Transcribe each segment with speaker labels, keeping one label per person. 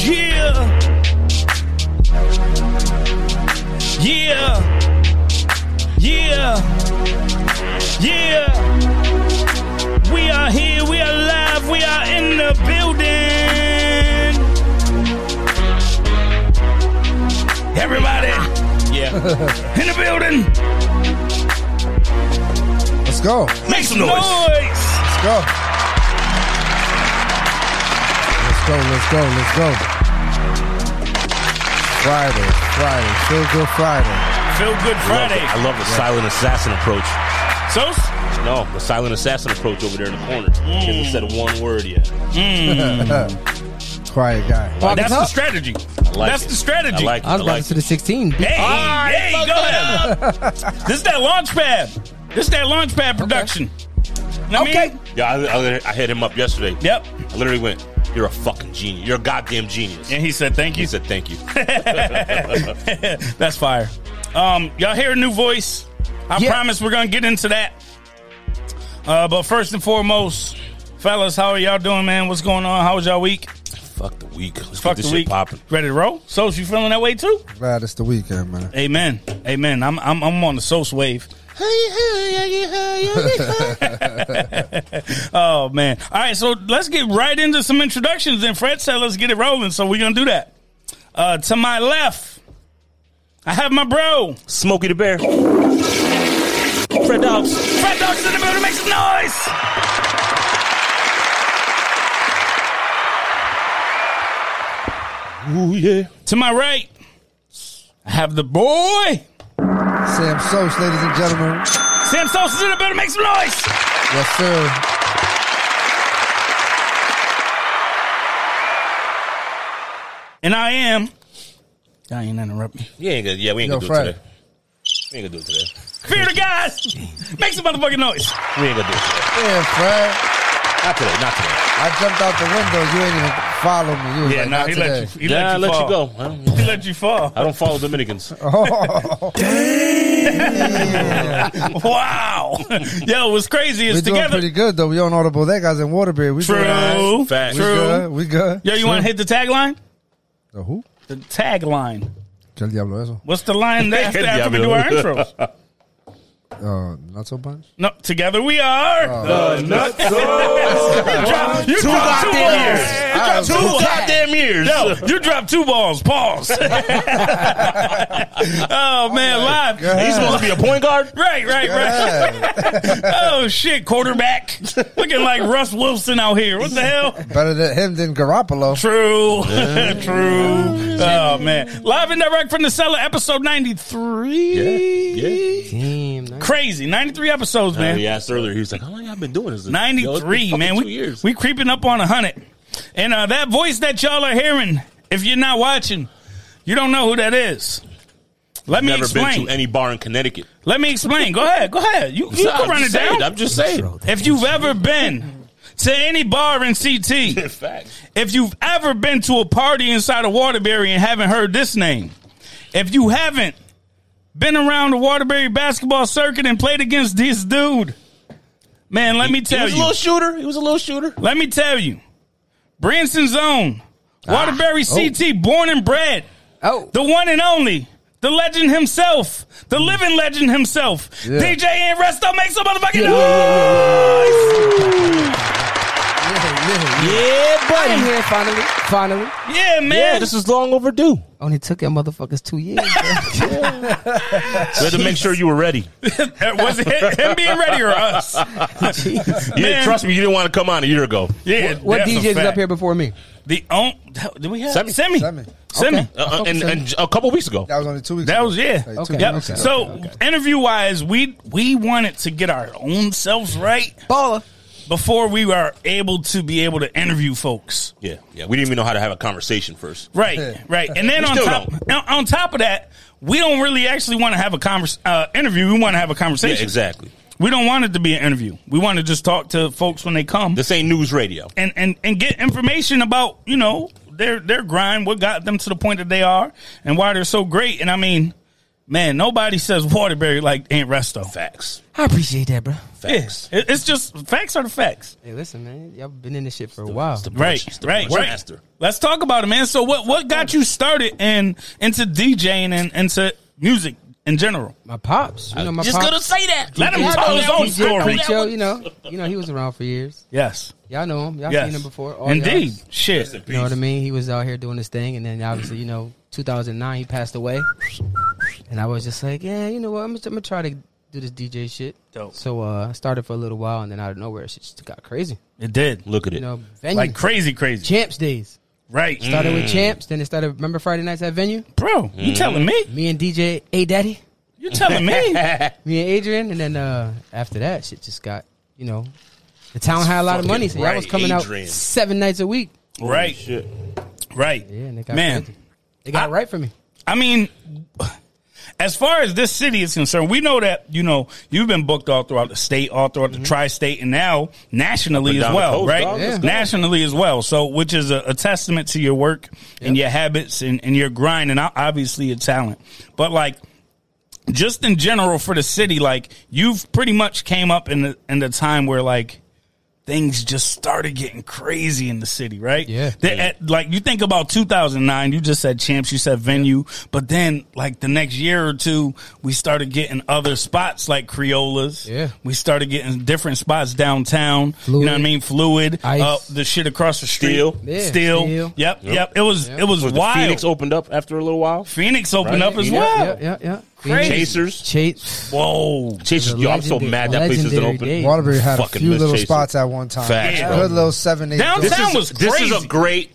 Speaker 1: Yeah. Yeah. Yeah. Yeah. We are here. We are live. We are in the building. Everybody. Yeah. in the building.
Speaker 2: Let's go.
Speaker 1: Make some noise.
Speaker 2: Let's go. Let's go. Let's go. Let's go. Friday. Friday. Feel good Friday.
Speaker 1: Feel good
Speaker 3: Love
Speaker 1: Friday.
Speaker 3: it. I love the silent assassin approach.
Speaker 1: So,
Speaker 3: No, the silent assassin approach over there in the corner.
Speaker 1: Mm.
Speaker 3: Hasn't said one word yet.
Speaker 2: Quiet guy.
Speaker 1: that's the strategy.
Speaker 3: like
Speaker 1: that's
Speaker 3: it.
Speaker 1: the strategy.
Speaker 3: I like it.
Speaker 4: I
Speaker 3: I
Speaker 4: was about
Speaker 3: like
Speaker 4: to the 16.
Speaker 1: Hey, hey, go ahead. this is that launch pad. This is that launch pad production. okay.
Speaker 3: it. Yeah, I, I, I hit him up yesterday.
Speaker 1: Yep.
Speaker 3: I literally went, "You're a fucking genius. You're a goddamn genius."
Speaker 1: And he said, "Thank
Speaker 3: He
Speaker 1: you."
Speaker 3: said, "Thank you."
Speaker 1: That's fire. Um, y'all hear a new voice? I
Speaker 4: Yeah.
Speaker 1: promise we're gonna get into that. Uh, but first and foremost, fellas, how are y'all doing, man? What's going on? How was y'all week?
Speaker 3: Fuck the week. Let's
Speaker 1: Fuck the
Speaker 3: get this
Speaker 1: week.
Speaker 3: shit popping.
Speaker 1: Ready to roll? So, you feeling that way too?
Speaker 2: Glad it's the weekend, man.
Speaker 1: Amen. Amen. I'm I'm, I'm on the Sos wave. oh man. All right, so let's get right into some introductions and Fred said let's get it rolling, so we're gonna do that. Uh to my left, I have my bro.
Speaker 3: Smokey the Bear. Fred Dobbs.
Speaker 1: Fred Dogs in the building, make some noise.
Speaker 3: Ooh yeah.
Speaker 1: To my right, I have the boy.
Speaker 2: Sam Soch, ladies and gentlemen.
Speaker 1: Sam Sosa's in the building, make some noise.
Speaker 2: Yes, sir.
Speaker 1: And I am Y'all ain't interrupt me.
Speaker 3: You ain't gonna. Yeah, we ain't
Speaker 2: Yo,
Speaker 3: gonna do
Speaker 2: Fred.
Speaker 3: it today. We ain't gonna do it today.
Speaker 1: Fear the guys. Make some motherfucking noise.
Speaker 3: We ain't gonna do it today.
Speaker 2: Yeah, Fred.
Speaker 3: Not today. Not today.
Speaker 2: I jumped out the window. You ain't even follow me. You was
Speaker 1: Yeah,
Speaker 2: like,
Speaker 1: nah,
Speaker 2: not
Speaker 1: he
Speaker 2: today.
Speaker 1: let you, he
Speaker 3: Nah,
Speaker 1: let
Speaker 3: I
Speaker 1: you
Speaker 3: let
Speaker 1: fall.
Speaker 3: you go. I don't,
Speaker 1: He let you fall.
Speaker 3: I don't follow Dominicans.
Speaker 2: Oh.
Speaker 1: wow. Yo, what's crazy
Speaker 2: We're
Speaker 1: is
Speaker 2: doing
Speaker 1: together.
Speaker 2: pretty good, though. We on Audible. That guy's in Waterbury. We
Speaker 1: True.
Speaker 2: doing all right.
Speaker 3: Facts.
Speaker 2: We
Speaker 1: True.
Speaker 2: good. We good.
Speaker 1: Yo, you want to hit the tagline?
Speaker 2: The who?
Speaker 1: The tagline.
Speaker 2: Que el diablo eso?
Speaker 1: What's the line that after, after we do our intros?
Speaker 2: Uh, not so bunch?
Speaker 1: No, together we are. you dropped, you dropped two balls. You dropped two
Speaker 2: Ah,
Speaker 1: balls.
Speaker 3: goddamn years.
Speaker 1: Yo, you dropped two balls. Pause. oh, man, live.
Speaker 3: He's supposed to be a point guard.
Speaker 1: Right, right, right. oh, shit. Quarterback. Looking like Russ Wilson out here. What the hell?
Speaker 2: Better than him than Garoppolo.
Speaker 1: True. True. Oh man. Live and direct from the cellar, episode ninety three.
Speaker 4: Damn. nice.
Speaker 1: Crazy. Ninety three episodes,
Speaker 3: Uh,
Speaker 1: man.
Speaker 3: he asked earlier. He was like, "How long y'all been doing this?"
Speaker 1: Ninety
Speaker 3: Yo, it's been
Speaker 1: three,
Speaker 3: fucking
Speaker 1: man.
Speaker 3: Two
Speaker 1: We
Speaker 3: years.
Speaker 1: we creeping up on hundred. And uh, that voice that y'all are hearing, if you're not watching, you don't know who that is. Let me
Speaker 3: never been
Speaker 1: explain.
Speaker 3: to any bar in Connecticut.
Speaker 1: Let me explain. Go ahead. Go ahead. You, you
Speaker 3: I'm
Speaker 1: can run it
Speaker 3: just saying,
Speaker 1: down.
Speaker 3: I'm just saying.
Speaker 1: if you've ever been to any bar in CT,
Speaker 3: Facts.
Speaker 1: If you've ever been to a party inside of Waterbury and haven't heard this name, if you haven't been around the Waterbury basketball circuit and played against this dude, man, let me
Speaker 3: He
Speaker 1: tell
Speaker 3: was a little
Speaker 1: you.
Speaker 3: shooter. He was a little shooter.
Speaker 1: Let me tell you. Branson's own,
Speaker 3: Ah,
Speaker 1: Waterbury
Speaker 3: oh.
Speaker 1: CT, born and bred,
Speaker 4: Oh.
Speaker 1: the one and only, the legend himself,
Speaker 3: Hmm.
Speaker 1: the living legend himself,
Speaker 2: Yeah.
Speaker 1: DJ and Resto, make some motherfucking
Speaker 4: Yeah.
Speaker 1: noise!
Speaker 2: Yeah, yeah, yeah.
Speaker 3: Yeah,
Speaker 4: I'm here finally. Finally.
Speaker 1: Yeah, man.
Speaker 3: Yeah, this is long overdue.
Speaker 4: Only took you motherfuckers two years. bro.
Speaker 3: We had to make sure you were ready. You
Speaker 1: was it him being ready or us? Man.
Speaker 3: didn't trust me. You didn't want to come on a year ago.
Speaker 1: Yeah.
Speaker 4: what
Speaker 1: that's a
Speaker 4: DJ was
Speaker 1: fact.
Speaker 4: up here before me?
Speaker 1: The on do we have
Speaker 3: Semi.
Speaker 1: Semi?
Speaker 2: Semi.
Speaker 1: Semi.
Speaker 4: Okay.
Speaker 3: Uh, uh, and, and a couple weeks ago.
Speaker 2: That was only two weeks
Speaker 1: That
Speaker 2: ago.
Speaker 1: was yeah.
Speaker 2: Like two
Speaker 4: Okay.
Speaker 1: Yep.
Speaker 2: weeks ago.
Speaker 1: so interview wise, we we wanted to get our own selves right
Speaker 4: Baller.
Speaker 1: before we were able to be able to interview folks.
Speaker 3: Yeah, yeah. We didn't even know how to have a conversation first.
Speaker 1: Right,
Speaker 2: Yeah.
Speaker 1: right. And then on
Speaker 3: still
Speaker 1: top on on top of that, we don't really actually want to have a convers- uh, interview. We want to have a
Speaker 3: Yeah,
Speaker 1: conversation.
Speaker 3: exactly.
Speaker 1: We don't want it to be an interview. We want to just talk to folks when they come
Speaker 3: This ain't news radio.
Speaker 1: and, and, and get information about, you know, their their grind, what got them to the point that they are and why they're so great. And I mean, man, nobody says Waterbury like Aunt Resto.
Speaker 3: Facts.
Speaker 4: I appreciate that, bro.
Speaker 3: Facts.
Speaker 1: It, it's just facts are the facts.
Speaker 4: Hey, listen, man. Y'all been in this shit for a while.
Speaker 3: It's the
Speaker 1: Right,
Speaker 3: punch- it's the
Speaker 1: right,
Speaker 3: punch
Speaker 1: right.
Speaker 3: master.
Speaker 1: Let's talk about it, man. So what what got you started and into DJing and into music in general?
Speaker 4: My pops. You know, my
Speaker 3: Just
Speaker 4: pops.
Speaker 3: gonna say that.
Speaker 1: Let him
Speaker 4: Yeah,
Speaker 1: tell his own
Speaker 4: He did
Speaker 1: story.
Speaker 4: Creep Show, you know, you know, he was around for years.
Speaker 1: Yes,
Speaker 4: Y'all know him. Y'all
Speaker 1: yes,
Speaker 4: seen him before. Oh, all
Speaker 1: Indeed,
Speaker 4: y'all.
Speaker 1: shit.
Speaker 4: You know what I mean? He was out here doing his thing, and then obviously, you know, 2009 he passed away, and I was just like, yeah, you know what? I'm gonna, I'm gonna try to do this DJ shit.
Speaker 1: Dope.
Speaker 4: So uh, I started for a little while, and then out of nowhere, it just got crazy.
Speaker 1: It did
Speaker 3: Look at
Speaker 4: You
Speaker 3: it.
Speaker 4: know, venue
Speaker 1: like crazy, crazy.
Speaker 4: champs days.
Speaker 1: Right,
Speaker 3: Mm-hmm.
Speaker 4: Started
Speaker 3: Mm.
Speaker 4: with champs, then it started. Remember Friday nights at venue?
Speaker 1: bro. You telling me?
Speaker 4: Me and DJ A Daddy,
Speaker 1: You telling me?
Speaker 4: me and Adrian, and then uh, after that, shit just got you know. The town had a lot of
Speaker 3: fucking
Speaker 4: money, so y'all was
Speaker 3: right,
Speaker 4: coming
Speaker 3: Adrian.
Speaker 4: out seven nights a week.
Speaker 1: right, right.
Speaker 4: Yeah, and they got
Speaker 1: man.
Speaker 4: crazy. They got
Speaker 1: I-
Speaker 4: it right for me.
Speaker 1: I mean, as far as this city is concerned, we know that you know you've been booked all throughout the state, all throughout the tri-state, and now nationally
Speaker 3: Mm-hmm. and
Speaker 1: as
Speaker 3: down
Speaker 1: well,
Speaker 3: the coast,
Speaker 1: right?
Speaker 3: dog.
Speaker 4: Let's Yeah. go.
Speaker 1: Nationally as well. So, which is a, a testament to your work and your habits and, and your grind, and o- obviously your talent. But like, just in general for the city, like you've pretty much came up in the in the time where like things just started getting crazy in the city, right?
Speaker 4: Yeah.
Speaker 1: They- at- like you think about 2009, you just said champs, you said venue, but then like the next year or two, we started getting other spots like Creolas.
Speaker 4: Yeah.
Speaker 1: We started getting different spots downtown. You know what I
Speaker 4: Fluid.
Speaker 1: mean? Fluid.
Speaker 4: Ice.
Speaker 1: Uh, the shit across the street.
Speaker 3: Steel.
Speaker 4: Yeah,
Speaker 1: Steel.
Speaker 4: Steel.
Speaker 1: Yep, yep. It was it was
Speaker 3: Was the
Speaker 1: wild.
Speaker 3: Phoenix opened up after a little while.
Speaker 1: Phoenix opened
Speaker 3: Right.
Speaker 1: up as
Speaker 3: Yeah,
Speaker 1: well.
Speaker 4: Yeah, yeah, yeah.
Speaker 1: Crazy.
Speaker 3: Chasers.
Speaker 4: Chase.
Speaker 1: Whoa.
Speaker 3: Chasers.
Speaker 4: The
Speaker 3: Yo, I'm so
Speaker 4: legendary-
Speaker 3: mad that place isn't
Speaker 4: legendary
Speaker 3: open.
Speaker 4: days.
Speaker 2: Waterbury had a
Speaker 3: Fucking
Speaker 2: few
Speaker 3: miss
Speaker 2: little
Speaker 3: Chaser.
Speaker 2: spots at one time.
Speaker 3: Facts,
Speaker 2: a
Speaker 3: bro.
Speaker 2: good little seven, eight.
Speaker 1: Downtown
Speaker 2: joints.
Speaker 1: Town was
Speaker 3: this is
Speaker 1: crazy.
Speaker 3: a great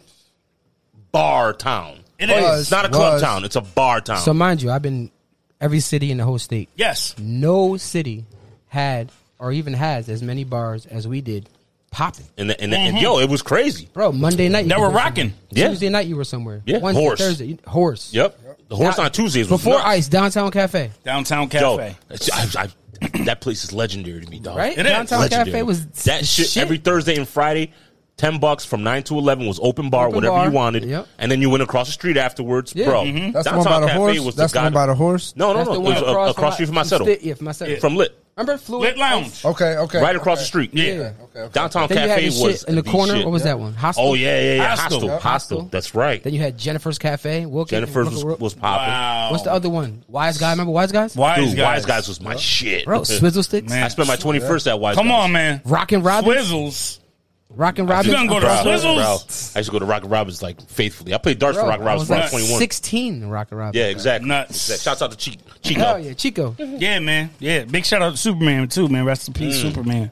Speaker 3: bar town.
Speaker 1: It
Speaker 2: Was.
Speaker 3: It's not a club
Speaker 2: was.
Speaker 3: town. It's a bar town.
Speaker 4: So mind you, I've been every city in the whole state.
Speaker 1: Yes.
Speaker 4: No city had or even has as many bars as we did popping.
Speaker 3: and, the- and, the-
Speaker 4: Mm-hmm.
Speaker 3: and yo, it was crazy.
Speaker 4: Bro, Monday night you
Speaker 1: They
Speaker 4: could
Speaker 1: were
Speaker 4: go somewhere.
Speaker 1: rocking.
Speaker 3: Yeah.
Speaker 4: Tuesday night you were somewhere.
Speaker 3: Yeah.
Speaker 4: Wednesday,
Speaker 3: Horse.
Speaker 4: Thursday, you- horse.
Speaker 3: Yep. The horse
Speaker 4: Now-
Speaker 3: on Tuesdays was
Speaker 4: Before
Speaker 3: nuts. Oh,
Speaker 4: ice, downtown cafe.
Speaker 1: Downtown
Speaker 3: Yo,
Speaker 1: Cafe.
Speaker 3: I- I- that place is legendary to me, dog.
Speaker 4: Right?
Speaker 1: It is.
Speaker 4: downtown
Speaker 3: Legendary.
Speaker 4: cafe was
Speaker 3: that shit, every Thursday and Friday. Ten bucks from nine to eleven was open bar,
Speaker 4: Open
Speaker 3: whatever
Speaker 4: bar.
Speaker 3: you wanted,
Speaker 4: Yep.
Speaker 3: and then you went across the street afterwards,
Speaker 4: Yeah.
Speaker 3: bro.
Speaker 4: Mhm.
Speaker 2: Mm-hmm. That's the one
Speaker 3: Downtown
Speaker 2: by the
Speaker 3: Cafe
Speaker 2: horse.
Speaker 3: was
Speaker 2: That's the one
Speaker 3: god-
Speaker 2: by the horse.
Speaker 3: No, no,
Speaker 4: That's
Speaker 3: no.
Speaker 4: the
Speaker 3: It
Speaker 4: one
Speaker 3: was uh,
Speaker 4: across,
Speaker 3: across,
Speaker 4: from,
Speaker 3: street from
Speaker 4: my
Speaker 3: my settle,
Speaker 4: sti- Yeah, from my settle.
Speaker 3: from Lit,
Speaker 4: Remember fluid
Speaker 1: Lit Lounge.
Speaker 3: Oh,
Speaker 2: Okay, okay.
Speaker 3: right across
Speaker 2: okay.
Speaker 3: the street.
Speaker 1: Yeah.
Speaker 4: Yeah.
Speaker 2: Okay, okay.
Speaker 3: Downtown
Speaker 4: Then you had
Speaker 3: Cafe
Speaker 4: this
Speaker 3: was
Speaker 4: shit in the corner.
Speaker 3: shit.
Speaker 4: What was that one? Hostel.
Speaker 3: Oh yeah, yeah, yeah.
Speaker 1: Hostel.
Speaker 3: Hostel, hostel.
Speaker 4: Hostel.
Speaker 3: That's right.
Speaker 4: Then you had Jennifer's Cafe. Wilkin and
Speaker 3: Jennifer's was,
Speaker 4: Wilkin-
Speaker 3: was popping.
Speaker 4: What's the other one? Wise guy. Remember wise guys?
Speaker 1: Wise guys.
Speaker 3: Dude, Wise Guys was my shit.
Speaker 4: Bro, swizzle sticks.
Speaker 1: Man.
Speaker 3: I spent my twenty first at Wise.
Speaker 1: Come
Speaker 3: Guys.
Speaker 1: on, man.
Speaker 4: Rockin' Robin.
Speaker 1: Swizzles.
Speaker 4: Rockin' Robin.
Speaker 1: You gonna go to
Speaker 4: I'm
Speaker 3: Bro,
Speaker 1: Swizzles?
Speaker 3: bro. I used to go to Rock and Robbins like faithfully. I played darts
Speaker 4: Bro,
Speaker 3: for Rock and
Speaker 4: I
Speaker 3: Robbins
Speaker 4: was
Speaker 3: when I
Speaker 4: like
Speaker 3: was twenty one.
Speaker 4: 16 Rock Rob.
Speaker 3: Yeah, exactly.
Speaker 1: Nuts.
Speaker 3: Exact- Shouts out to Chico. Chico.
Speaker 4: Hell yeah, Chico.
Speaker 1: Yeah, man. Yeah. Big shout out to Superman too, man. Rest in peace, Superman.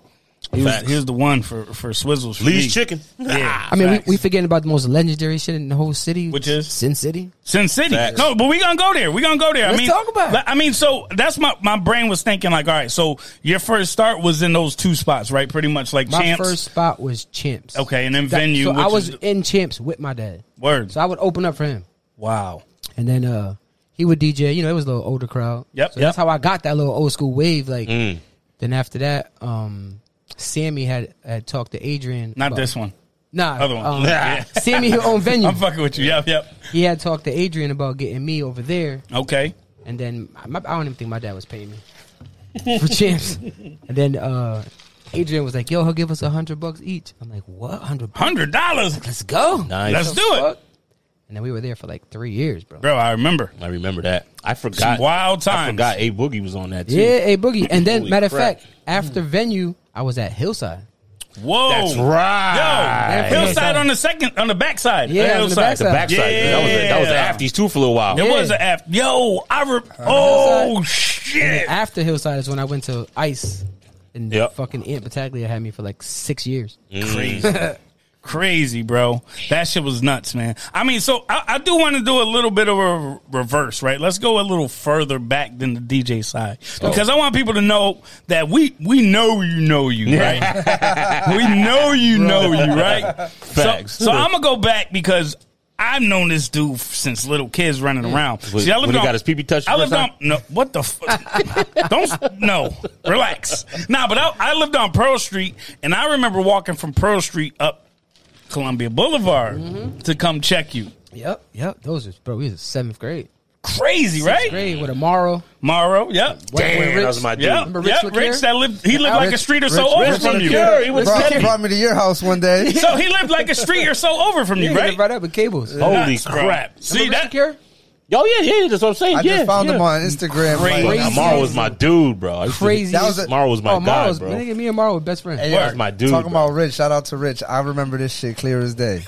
Speaker 1: He was,
Speaker 3: Mm. Facts.
Speaker 1: he was the one for for Swizzles. For me.
Speaker 3: Lee's Ah, Chicken.
Speaker 1: Yeah.
Speaker 4: I mean, we,
Speaker 1: Facts.
Speaker 4: we forgetting about the most legendary shit in the whole city,
Speaker 1: Which is?
Speaker 4: Sin City.
Speaker 1: Sin City.
Speaker 3: Facts.
Speaker 1: No, but we gonna go there. We gonna go there. I
Speaker 4: Let's
Speaker 1: mean,
Speaker 4: talk about it.
Speaker 1: I mean, so that's my my brain was thinking like, all right, so your first start was in those two spots, right? Pretty much like
Speaker 4: My
Speaker 1: champs.
Speaker 4: first spot was Champs.
Speaker 1: okay, and then
Speaker 4: That-
Speaker 1: venue.
Speaker 4: So
Speaker 1: which
Speaker 4: I was
Speaker 1: is,
Speaker 4: in Champs with my dad.
Speaker 1: word.
Speaker 4: So I would open up for him,
Speaker 1: wow.
Speaker 4: and then uh he would DJ. You know, it was a little older crowd.
Speaker 1: Yep,
Speaker 4: So
Speaker 1: yep.
Speaker 4: that's how I got that little old school wave. Like, then after that, um Sammy had had talked to Adrian.
Speaker 1: Not
Speaker 4: about-
Speaker 1: this one.
Speaker 4: Nah,
Speaker 1: Other one.
Speaker 4: um,
Speaker 1: Yeah.
Speaker 4: Sammy who owned venue.
Speaker 1: I'm fucking with you. Yep. Yep.
Speaker 4: he had talked to Adrian about getting me over there.
Speaker 1: Okay.
Speaker 4: And then my, I don't even think my dad was paying me for champs. And then uh, Adrian was like, "Yo, he'll give us a hundred bucks each." I'm like, "What? Hundred? bucks?
Speaker 1: Hundred dollars.
Speaker 4: Let's go!
Speaker 3: Nice.
Speaker 1: Let's do it,
Speaker 4: And then we were there for like three years, bro.
Speaker 1: bro. I remember.
Speaker 3: I remember that. I forgot.
Speaker 1: Some wild
Speaker 3: I
Speaker 1: times.
Speaker 3: forgot A Boogie was on that too.
Speaker 4: Yeah, a boogie. And then,
Speaker 3: Holy
Speaker 4: matter of
Speaker 3: crap.
Speaker 4: fact, after
Speaker 1: Hmm.
Speaker 4: venue, I was at Hillside.
Speaker 1: Whoa.
Speaker 3: That's
Speaker 1: Yo,
Speaker 3: right.
Speaker 1: hillside on the second, on the backside.
Speaker 4: Yeah, on the
Speaker 1: hillside.
Speaker 3: The backside.
Speaker 1: Yeah.
Speaker 3: That was a, that was after these two for a little while.
Speaker 1: It
Speaker 4: Yeah.
Speaker 1: was an F. Yo, I re- oh shit.
Speaker 4: After Hillside is when I went to Ice, and
Speaker 3: Yep.
Speaker 4: fucking Aunt Battaglia had me for like six years.
Speaker 1: Mm. Crazy. Crazy, bro. That shit was nuts, man. I mean, so I, I do want to do a little bit of a reverse, right? Let's go a little further back than the DJ side because I want people to know that we we know you know you, right? we know you know you, right? So-
Speaker 3: Facts.
Speaker 1: So, I'm gonna go back because I've known this dude f- since little kids running around. See, I lived
Speaker 3: when he
Speaker 1: on-
Speaker 3: got his pee touched. the
Speaker 1: I
Speaker 3: first
Speaker 1: lived
Speaker 3: time?
Speaker 1: on no. What the? F- don't no. Relax. Nah, but I, I lived on Pearl Street, and I remember walking from Pearl Street up Columbia Boulevard
Speaker 3: Mm-hmm.
Speaker 1: to come check you.
Speaker 4: Yep, yep. Those was bro. We was in seventh grade,
Speaker 1: Crazy,
Speaker 4: Eighth
Speaker 1: right?
Speaker 4: grade with Amaro.
Speaker 1: Mauro. Yep.
Speaker 4: White boy
Speaker 3: Damn,
Speaker 4: Rich.
Speaker 3: that was my dude.
Speaker 1: Yep.
Speaker 4: Remember Rich
Speaker 1: Rich yep.
Speaker 4: LeClaire?
Speaker 1: Rich that lived. He lived
Speaker 4: Yeah,
Speaker 1: like a
Speaker 4: Rich-
Speaker 1: street or
Speaker 4: Rich-
Speaker 1: so
Speaker 4: Rich
Speaker 1: over
Speaker 4: Rich
Speaker 1: from you.
Speaker 3: LeClaire, he was
Speaker 1: so
Speaker 3: Hey.
Speaker 2: Brought, brought me to your house one day.
Speaker 1: he lived like a street or so over from you,
Speaker 4: Yeah,
Speaker 1: right?
Speaker 4: right up with cables. Remember
Speaker 3: Holy
Speaker 1: Nuts,
Speaker 3: crap!
Speaker 1: See
Speaker 4: Rich
Speaker 1: that?
Speaker 4: LeClaire?
Speaker 3: Oh yeah, yeah. That's what I'm saying.
Speaker 2: I
Speaker 3: yeah,
Speaker 2: just found
Speaker 3: yeah.
Speaker 2: him on Instagram.
Speaker 1: Crazy.
Speaker 2: Like,
Speaker 3: Nah, Amaro was my dude, bro. I used to-
Speaker 4: Crazy.
Speaker 2: That was a-
Speaker 3: Amaro was my
Speaker 4: oh,
Speaker 3: guy,
Speaker 4: Amaro's-
Speaker 3: bro.
Speaker 4: nigga, me and Amaro were best friends.
Speaker 3: That was my dude.
Speaker 2: talking
Speaker 3: bro.
Speaker 2: about Rich. Shout out to Rich. I remember this shit clear as day.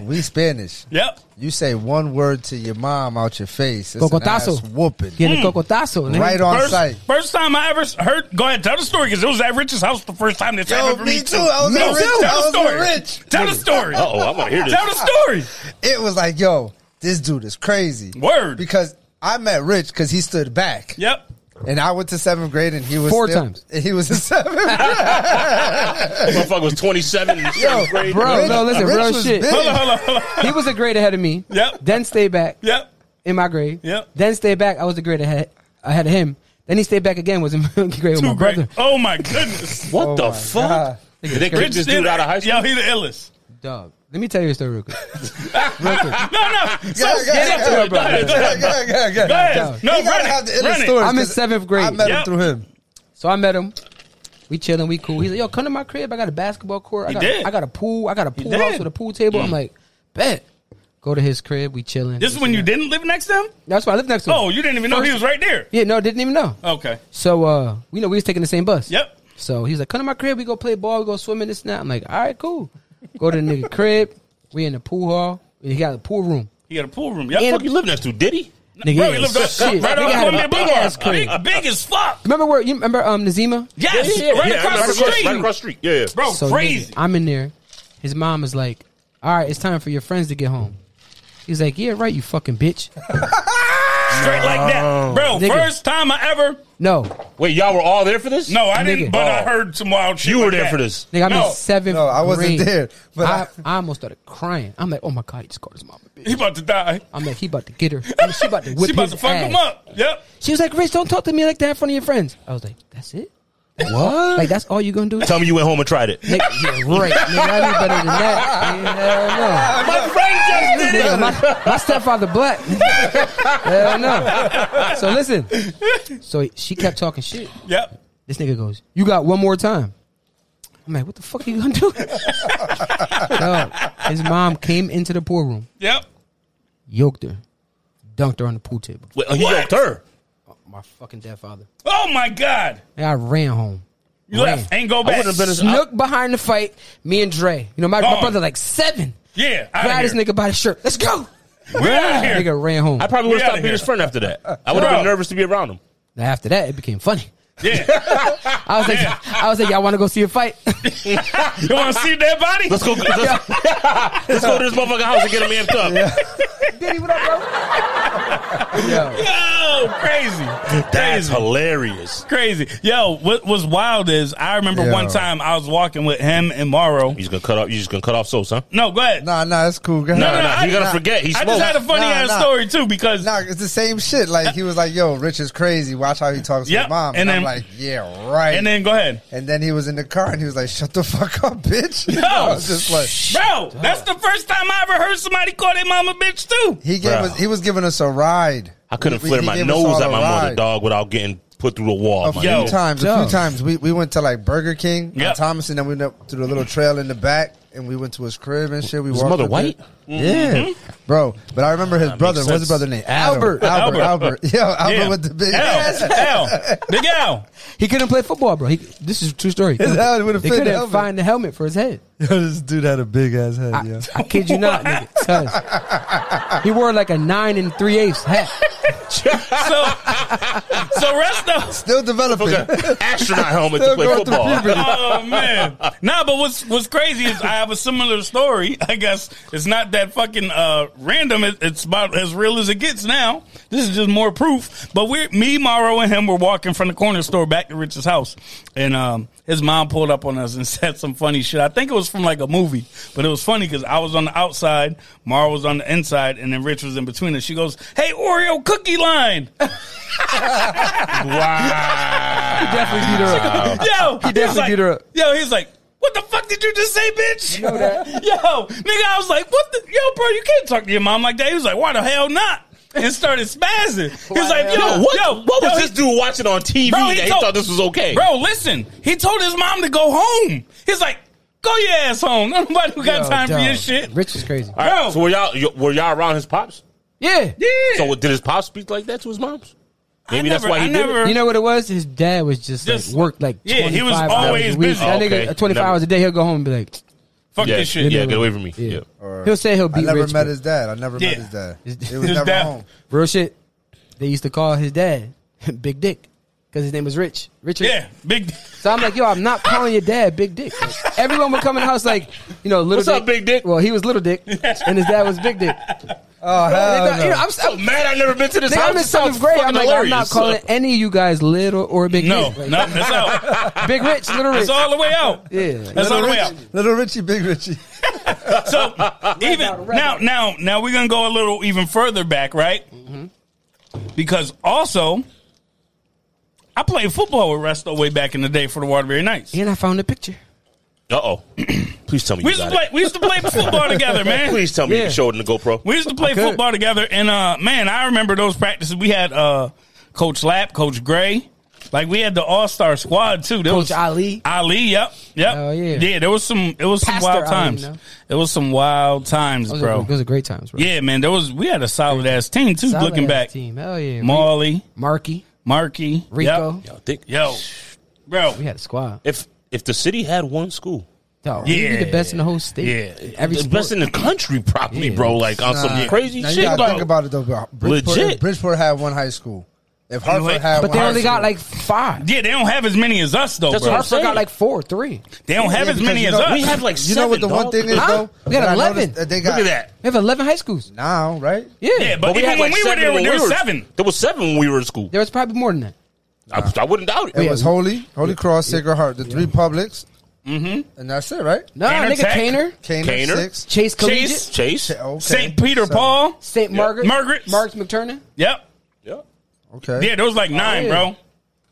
Speaker 2: we Spanish.
Speaker 1: Yep.
Speaker 2: You say one word to your mom out your face. It's an
Speaker 4: Cocotazo.
Speaker 2: ass whooping.
Speaker 4: Getting
Speaker 1: Hmm.
Speaker 4: a cocotazo, nigga.
Speaker 2: Right on site.
Speaker 1: First, first time I ever heard. Go ahead, tell the story because it was at Rich's house the first time this
Speaker 2: Yo,
Speaker 1: happened for me,
Speaker 2: me too. I was
Speaker 1: No,
Speaker 2: at Rich-
Speaker 1: Tell
Speaker 2: I was
Speaker 1: the
Speaker 2: at
Speaker 1: story.
Speaker 2: Rich.
Speaker 1: Tell the story.
Speaker 3: Uh oh, I want to hear this.
Speaker 1: Tell the story.
Speaker 2: It was like, yo, this dude is crazy.
Speaker 1: Word.
Speaker 2: Because I met Rich because he stood back.
Speaker 1: Yep.
Speaker 2: And I went to seventh grade and he was
Speaker 4: Four
Speaker 2: still-
Speaker 4: times.
Speaker 2: and He was in seventh grade.
Speaker 3: Motherfucker was 27 in the seventh grade.
Speaker 4: bro, no, listen,
Speaker 2: Rich
Speaker 4: real
Speaker 2: was
Speaker 4: shit.
Speaker 2: big.
Speaker 1: Hold on, hold on, hold on.
Speaker 4: He was a grade ahead of me.
Speaker 1: Yep.
Speaker 4: Then stay back
Speaker 1: Yep.
Speaker 4: in my grade.
Speaker 1: Yep.
Speaker 4: Then stay back. I was a grade ahead ahead of him. Then he stayed back again. Was in grade with my
Speaker 1: Too
Speaker 4: brother.
Speaker 1: great. Oh my goodness.
Speaker 3: What the
Speaker 2: Oh my
Speaker 3: fuck?
Speaker 2: God.
Speaker 3: Did they kick this dude
Speaker 1: did-
Speaker 3: out of high school?
Speaker 1: Yo, he the illest.
Speaker 4: Dog. Let me tell you a story real quick.
Speaker 1: no, no. So,
Speaker 2: Yeah, yeah,
Speaker 1: so-
Speaker 2: yeah,
Speaker 1: go ahead, go
Speaker 2: Yeah,
Speaker 1: ahead.
Speaker 2: yeah, yeah, yeah.
Speaker 1: Go ahead.
Speaker 4: Dog.
Speaker 1: No,
Speaker 2: He
Speaker 1: run
Speaker 2: gotta
Speaker 1: it.
Speaker 2: have the
Speaker 1: Run
Speaker 2: illest
Speaker 1: it.
Speaker 2: stories.
Speaker 4: I'm in
Speaker 2: 'cause
Speaker 4: seventh grade.
Speaker 2: I met
Speaker 1: Yep.
Speaker 2: him through him.
Speaker 4: So I met him. We chilling, we cool. He's like, yo, come to my crib. I got a basketball court. I
Speaker 1: He
Speaker 4: got,
Speaker 1: did.
Speaker 4: I got a pool. I got a pool house
Speaker 1: did. Hmm.
Speaker 4: with a pool table. I'm like, bet. Go to his crib. We chilling.
Speaker 1: This is when you didn't live next to him?
Speaker 4: That's why I live next to him.
Speaker 1: Oh, you didn't even know he was right there.
Speaker 4: Yeah, no, didn't even know.
Speaker 1: Okay.
Speaker 4: So uh, we know we was taking the same bus.
Speaker 1: Yep.
Speaker 4: So he's like, come to my crib. We go play ball. We go swimming. This and that. I'm like, all right, cool. Go to the nigga crib. We in the pool hall. He got a pool room.
Speaker 1: He got a pool room. Yep.
Speaker 3: Fuck you live next to Diddy?
Speaker 4: Nigga,
Speaker 1: Bro,
Speaker 4: yeah,
Speaker 1: he lived up,
Speaker 4: shit.
Speaker 1: right
Speaker 4: Nigga
Speaker 1: off
Speaker 4: had
Speaker 1: Columbia
Speaker 4: a big ass crib.
Speaker 1: Boulevard. Big, big as fuck.
Speaker 4: Remember where you remember um Nazima?
Speaker 1: Yes, right
Speaker 3: Yeah,
Speaker 1: across
Speaker 3: right
Speaker 1: the street.
Speaker 3: Right across the street. Yeah, yeah.
Speaker 1: Bro,
Speaker 4: So
Speaker 1: crazy.
Speaker 4: nigga, I'm in there. His mom is like, "All right, it's time for your friends to get home." He's like, "Yeah, right, you fucking bitch."
Speaker 1: Straight like
Speaker 3: Oh.
Speaker 1: that. Bro,
Speaker 4: Nigga.
Speaker 1: first time I ever.
Speaker 4: No,
Speaker 3: Wait, y'all were all there for this?
Speaker 1: No, I didn't,
Speaker 4: Nigga.
Speaker 1: but I
Speaker 3: Oh.
Speaker 1: heard some wild shit.
Speaker 3: You were
Speaker 1: like
Speaker 3: there
Speaker 1: that.
Speaker 3: for this.
Speaker 4: nigga, I'm
Speaker 1: No.
Speaker 4: in seventh.
Speaker 2: No, I wasn't
Speaker 4: grade.
Speaker 2: there, but
Speaker 4: I, I almost started crying. I'm like, "Oh my god, he just called his mom a bitch."
Speaker 1: He about to die.
Speaker 4: I'm like, "He about to get her. I mean, she about to whip
Speaker 1: She about
Speaker 4: his
Speaker 1: to fuck
Speaker 4: ass."
Speaker 1: him up. Yep.
Speaker 4: She was like, "Rich, don't talk to me like that in front of your friends." I was like, "That's it?
Speaker 3: What?
Speaker 4: Like that's all you gonna do?"
Speaker 3: Tell me you went home and tried it.
Speaker 4: Nigga, yeah, right. Nigga, I knew better than that. Yeah, hell no.
Speaker 3: My friend just
Speaker 4: Nigga, my, my stepfather black. Hell no. So listen. So she kept talking shit.
Speaker 1: Yep.
Speaker 4: This nigga goes, "You got one more time." I'm like, "What the fuck are you gonna do?" Dog, his mom came into the pool room,
Speaker 1: Yep.
Speaker 4: yoked her, dunked her on the pool table.
Speaker 3: Wait, oh, he
Speaker 1: What?
Speaker 3: yoked her.
Speaker 4: My fucking stepfather.
Speaker 1: Oh my God.
Speaker 4: And I ran home.
Speaker 1: You left. Ain't go
Speaker 3: I
Speaker 1: back.
Speaker 3: wouldn't have been as. I,
Speaker 4: Snook behind the fight. Me and Dre. You know, my, my
Speaker 1: Gone.
Speaker 4: brother like seven.
Speaker 1: yeah.
Speaker 4: Grab
Speaker 1: Out
Speaker 4: this
Speaker 1: of here.
Speaker 4: nigga by the shirt. Let's go.
Speaker 1: We're out of here.
Speaker 4: Nigga ran home.
Speaker 3: I probably would
Speaker 1: Get
Speaker 3: have
Speaker 1: outta
Speaker 3: stopped being
Speaker 1: here.
Speaker 3: his friend after that. I would have
Speaker 1: Bro.
Speaker 3: been nervous to be around him.
Speaker 4: Now after that, it became funny.
Speaker 1: Yeah.
Speaker 4: I was like,
Speaker 1: Yeah.
Speaker 4: I was like, y'all want to go see a fight?
Speaker 1: You want to see that body?
Speaker 3: Let's go. Let's, let's go to this motherfucking house and get him amped up.
Speaker 4: Diddy, what up, bro? Yo,
Speaker 1: Yo, crazy.
Speaker 3: That's
Speaker 1: crazy.
Speaker 3: hilarious.
Speaker 1: Crazy. Yo, what was wild is I remember
Speaker 2: Yo.
Speaker 1: one time I was walking with him and Morrow.
Speaker 3: You just gonna cut off. You just gonna cut off Sos, huh?
Speaker 1: No, go ahead.
Speaker 2: Nah, nah, it's cool. Go
Speaker 1: No,
Speaker 3: Nah,
Speaker 1: no,
Speaker 2: ahead.
Speaker 1: no,
Speaker 3: nah,
Speaker 1: I-
Speaker 3: you gotta forget. He
Speaker 1: I
Speaker 3: smoked.
Speaker 1: just had a funny
Speaker 2: Nah,
Speaker 1: ass
Speaker 2: nah.
Speaker 1: story too because
Speaker 2: Nah, it's the same shit. Like he was like, "Yo, Rich is crazy. Watch how he talks
Speaker 1: Yep,
Speaker 2: to mom."
Speaker 1: and
Speaker 2: And,
Speaker 1: then-
Speaker 2: I'm like, "Yeah, right."
Speaker 1: and then go ahead.
Speaker 2: And then he was in the car and he was like, "Shut the fuck up, bitch."
Speaker 1: Yo,
Speaker 2: I was just like,
Speaker 1: bro, that's the first time I ever heard somebody call their mama bitch too.
Speaker 2: he gave
Speaker 3: Bruh.
Speaker 2: us, he was giving us a ride.
Speaker 3: I couldn't
Speaker 2: We-
Speaker 3: flare
Speaker 2: he
Speaker 3: my
Speaker 2: gave us
Speaker 3: nose
Speaker 2: all
Speaker 3: at
Speaker 2: a
Speaker 3: my mother
Speaker 2: ride.
Speaker 3: dog without getting put through the wall.
Speaker 2: A
Speaker 3: my
Speaker 2: few
Speaker 1: Yo.
Speaker 3: nigga.
Speaker 2: times, a
Speaker 4: Yo.
Speaker 2: few times. We we went to like Burger King,
Speaker 1: Yep.
Speaker 2: on Thomas, and then we went up to the little trail in the back, and we went to his crib and shit. We
Speaker 3: His
Speaker 2: walked
Speaker 3: mother
Speaker 2: up
Speaker 3: white?
Speaker 2: there. Yeah, bro. But I remember his brother. What's
Speaker 3: sense.
Speaker 2: his brother name? Adam.
Speaker 4: Albert.
Speaker 2: Albert.
Speaker 1: Albert.
Speaker 2: Albert. Yeah, Albert
Speaker 1: Yeah.
Speaker 2: with the big ass.
Speaker 1: L, L, big L.
Speaker 4: he couldn't play football, bro. He, this is a true story.
Speaker 2: His head would've
Speaker 4: they
Speaker 2: fit the
Speaker 4: couldn't
Speaker 2: helmet.
Speaker 4: find the helmet for his head.
Speaker 2: Yo, this dude had a big ass head.
Speaker 4: I, I kid you not, nigga. Son. He wore like a nine and three eighths hat.
Speaker 1: So, so rest of.
Speaker 2: Still developing.
Speaker 3: Astronaut helmet to
Speaker 2: Still
Speaker 3: play
Speaker 2: going through
Speaker 3: football.
Speaker 2: puberty.
Speaker 1: Oh man, nah. But what's what's crazy is I have a similar story. I guess it's not that fucking uh, random. It, it's about as real as it gets now. This is just more proof. But we, me, Mauro, and him were walking from the corner store back to Rich's house, and um, his mom pulled up on us and said some funny shit. I think it was from like a movie, but it was funny because I was on the outside, Mauro was on the inside, and then Rich was in between us. She goes, "Hey, Oreo cookie line."
Speaker 4: definitely beat her up.
Speaker 1: Yo, he
Speaker 4: definitely
Speaker 1: like,
Speaker 4: beat her up.
Speaker 1: Yo, he's like, what the fuck did you just say, bitch? yo, nigga, I was like, what the, yo, bro, you can't talk to your mom like that. He was like, why the hell not? And started spazzing. He was like, yo,
Speaker 3: What,
Speaker 1: yo,
Speaker 3: what was
Speaker 1: yo,
Speaker 3: this dude watching on TV
Speaker 1: Bro, he
Speaker 3: that he
Speaker 1: told-
Speaker 3: thought this was okay?
Speaker 1: Bro, listen, he told his mom to go home. He's like, go your ass home. Nobody who got
Speaker 4: Yo,
Speaker 1: time for
Speaker 4: dog.
Speaker 1: your shit.
Speaker 4: Rich is crazy.
Speaker 3: All right,
Speaker 1: bro.
Speaker 3: so were y'all y- were y'all around his pops?
Speaker 4: Yeah.
Speaker 1: Yeah.
Speaker 3: So did his pops speak like that to his moms? Maybe
Speaker 1: I
Speaker 3: that's
Speaker 1: never-
Speaker 3: why he
Speaker 1: I
Speaker 3: did
Speaker 1: never-
Speaker 3: it.
Speaker 4: You know what it was? His dad was just,
Speaker 1: Just-
Speaker 4: like worked like
Speaker 1: yeah, he was
Speaker 4: 25
Speaker 1: always
Speaker 4: hours a week.
Speaker 1: busy.
Speaker 4: That
Speaker 3: Okay,
Speaker 4: nigga uh, 25
Speaker 3: never-
Speaker 4: hours a day he'll go home and be like
Speaker 1: Fuck
Speaker 3: Yeah,
Speaker 1: this shit.
Speaker 3: yeah, get away from me.
Speaker 4: Yeah.
Speaker 3: Yeah.
Speaker 2: Or-
Speaker 4: he'll say he'll
Speaker 2: I
Speaker 4: be
Speaker 2: never
Speaker 4: rich.
Speaker 2: met
Speaker 4: but-
Speaker 2: his dad. I never
Speaker 1: Yeah.
Speaker 2: met his dad.
Speaker 4: His-
Speaker 2: It was
Speaker 1: his
Speaker 2: never
Speaker 1: dad-
Speaker 2: home.
Speaker 4: Real shit. They used to call his dad Big Dick because his name was Rich. Richard.
Speaker 1: Yeah, big.
Speaker 4: So I'm like, yo, I'm not calling your dad Big Dick. Like, everyone would come in the house like, you know, little
Speaker 3: What's
Speaker 4: dick.
Speaker 3: up, Big Dick?
Speaker 4: Well, he was little dick, and his dad was Big Dick.
Speaker 2: Oh hell
Speaker 4: They thought-
Speaker 2: no!
Speaker 4: you know, I'm,
Speaker 3: So mad I never been to this
Speaker 4: nigga,
Speaker 3: house.
Speaker 4: I'm in
Speaker 3: This sounds
Speaker 4: seventh grade.
Speaker 3: fucking
Speaker 4: I'm like, I'm not
Speaker 3: hilarious.
Speaker 4: calling any of you guys little or Big
Speaker 1: No,
Speaker 4: Dick. Like,
Speaker 1: no, that's out.
Speaker 4: Big Rich, little Rich.
Speaker 1: That's all the way out.
Speaker 4: yeah.
Speaker 1: That's all the way out.
Speaker 2: Little Richie, Big Richie.
Speaker 1: So even
Speaker 4: out, red
Speaker 1: now,
Speaker 4: out.
Speaker 1: now, now we're gonna go a little even further back, right?
Speaker 4: Mm-hmm.
Speaker 1: Because also, I played football with Resto way back in the day for the Waterbury Knights.
Speaker 4: and I found the picture.
Speaker 3: Uh oh. Please tell me
Speaker 1: We
Speaker 3: you
Speaker 1: used to
Speaker 3: got
Speaker 1: play.
Speaker 3: it.
Speaker 1: We used to play football together, man.
Speaker 3: Please tell me you
Speaker 4: Yeah.
Speaker 3: can show it in the GoPro.
Speaker 1: We used to play
Speaker 4: Okay.
Speaker 1: football together, and uh, man, I remember those practices. We had uh, Coach Lap, Coach Gray, like we had the All Star squad too. There
Speaker 4: Coach
Speaker 1: was
Speaker 4: Ali.
Speaker 1: Ali, yep, yep,
Speaker 4: Oh, yeah.
Speaker 1: yeah. There was some. It was some
Speaker 4: Pastor
Speaker 1: wild
Speaker 4: Ali,
Speaker 1: times.
Speaker 4: no?
Speaker 1: It was some wild times,
Speaker 4: Those
Speaker 1: bro.
Speaker 4: Are, those are great times, bro.
Speaker 1: Yeah, man, there was we had a solid ass team too.
Speaker 4: Solid
Speaker 1: looking
Speaker 4: ass
Speaker 1: back,
Speaker 4: Team. Hell yeah.
Speaker 1: Marley,
Speaker 4: Marky,
Speaker 1: Marky,
Speaker 4: Rico.
Speaker 1: Yep.
Speaker 3: Y'all think-
Speaker 1: yo, bro,
Speaker 4: We had a squad.
Speaker 3: If if the city had one school,
Speaker 4: Dog, yeah. We'd be
Speaker 1: Yeah.
Speaker 4: the best in the whole state.
Speaker 1: Yeah.
Speaker 4: Every
Speaker 3: the
Speaker 4: sport.
Speaker 3: best in the country, probably, bro. Like on some
Speaker 2: Nah.
Speaker 3: crazy
Speaker 2: Now,
Speaker 3: shit.
Speaker 2: You gotta
Speaker 3: dog.
Speaker 2: think about it though. bro. Bridgeport,
Speaker 3: Legit.
Speaker 2: Bridgeport had one high school. If Hartford
Speaker 1: wait,
Speaker 2: had,
Speaker 4: but
Speaker 2: one
Speaker 4: they
Speaker 2: high
Speaker 4: only
Speaker 2: school-
Speaker 4: got like five.
Speaker 1: yeah, they don't have as many as us though,
Speaker 3: That's
Speaker 1: bro.
Speaker 3: what I'm
Speaker 4: Hartford got
Speaker 3: saying.
Speaker 4: like four, three.
Speaker 1: They don't have
Speaker 2: Yeah,
Speaker 1: as
Speaker 2: because,
Speaker 1: many
Speaker 2: you
Speaker 1: as
Speaker 2: know,
Speaker 1: us.
Speaker 3: we had like
Speaker 2: You know what the
Speaker 3: seven,
Speaker 2: one
Speaker 3: dog.
Speaker 2: thing is
Speaker 4: Huh?
Speaker 2: though?
Speaker 4: We got
Speaker 2: that I
Speaker 4: 11.
Speaker 2: noticed that They got
Speaker 3: Look at that.
Speaker 4: We have 11 high schools.
Speaker 2: now, right?
Speaker 4: Yeah.
Speaker 1: Yeah, but even
Speaker 3: had,
Speaker 1: when
Speaker 3: like,
Speaker 1: we were
Speaker 3: seven
Speaker 1: there,
Speaker 3: when
Speaker 1: there
Speaker 3: we
Speaker 1: were
Speaker 3: were-
Speaker 1: seven.
Speaker 3: There was seven when we were in school.
Speaker 4: There was probably more than that.
Speaker 3: I, I wouldn't doubt it.
Speaker 2: It
Speaker 4: Yeah.
Speaker 2: was Holy, Holy Cross, Sacred Heart, the three publics, mm-hmm. and that's it, right?
Speaker 4: No,
Speaker 1: Tanner
Speaker 4: nigga,
Speaker 1: Tech.
Speaker 4: Caner,
Speaker 2: Caner,
Speaker 3: Caner.
Speaker 2: six.
Speaker 4: Chase Collegiate,
Speaker 1: Chase,
Speaker 3: Chase.
Speaker 2: Okay.
Speaker 1: St. Peter
Speaker 2: so-
Speaker 1: Paul.
Speaker 4: St. Margaret,
Speaker 1: Margaret's.
Speaker 4: Marks McTurnan.
Speaker 1: Yep.
Speaker 3: Yeah.
Speaker 2: Okay.
Speaker 1: Yeah, there was like nine,
Speaker 4: yeah.
Speaker 1: bro.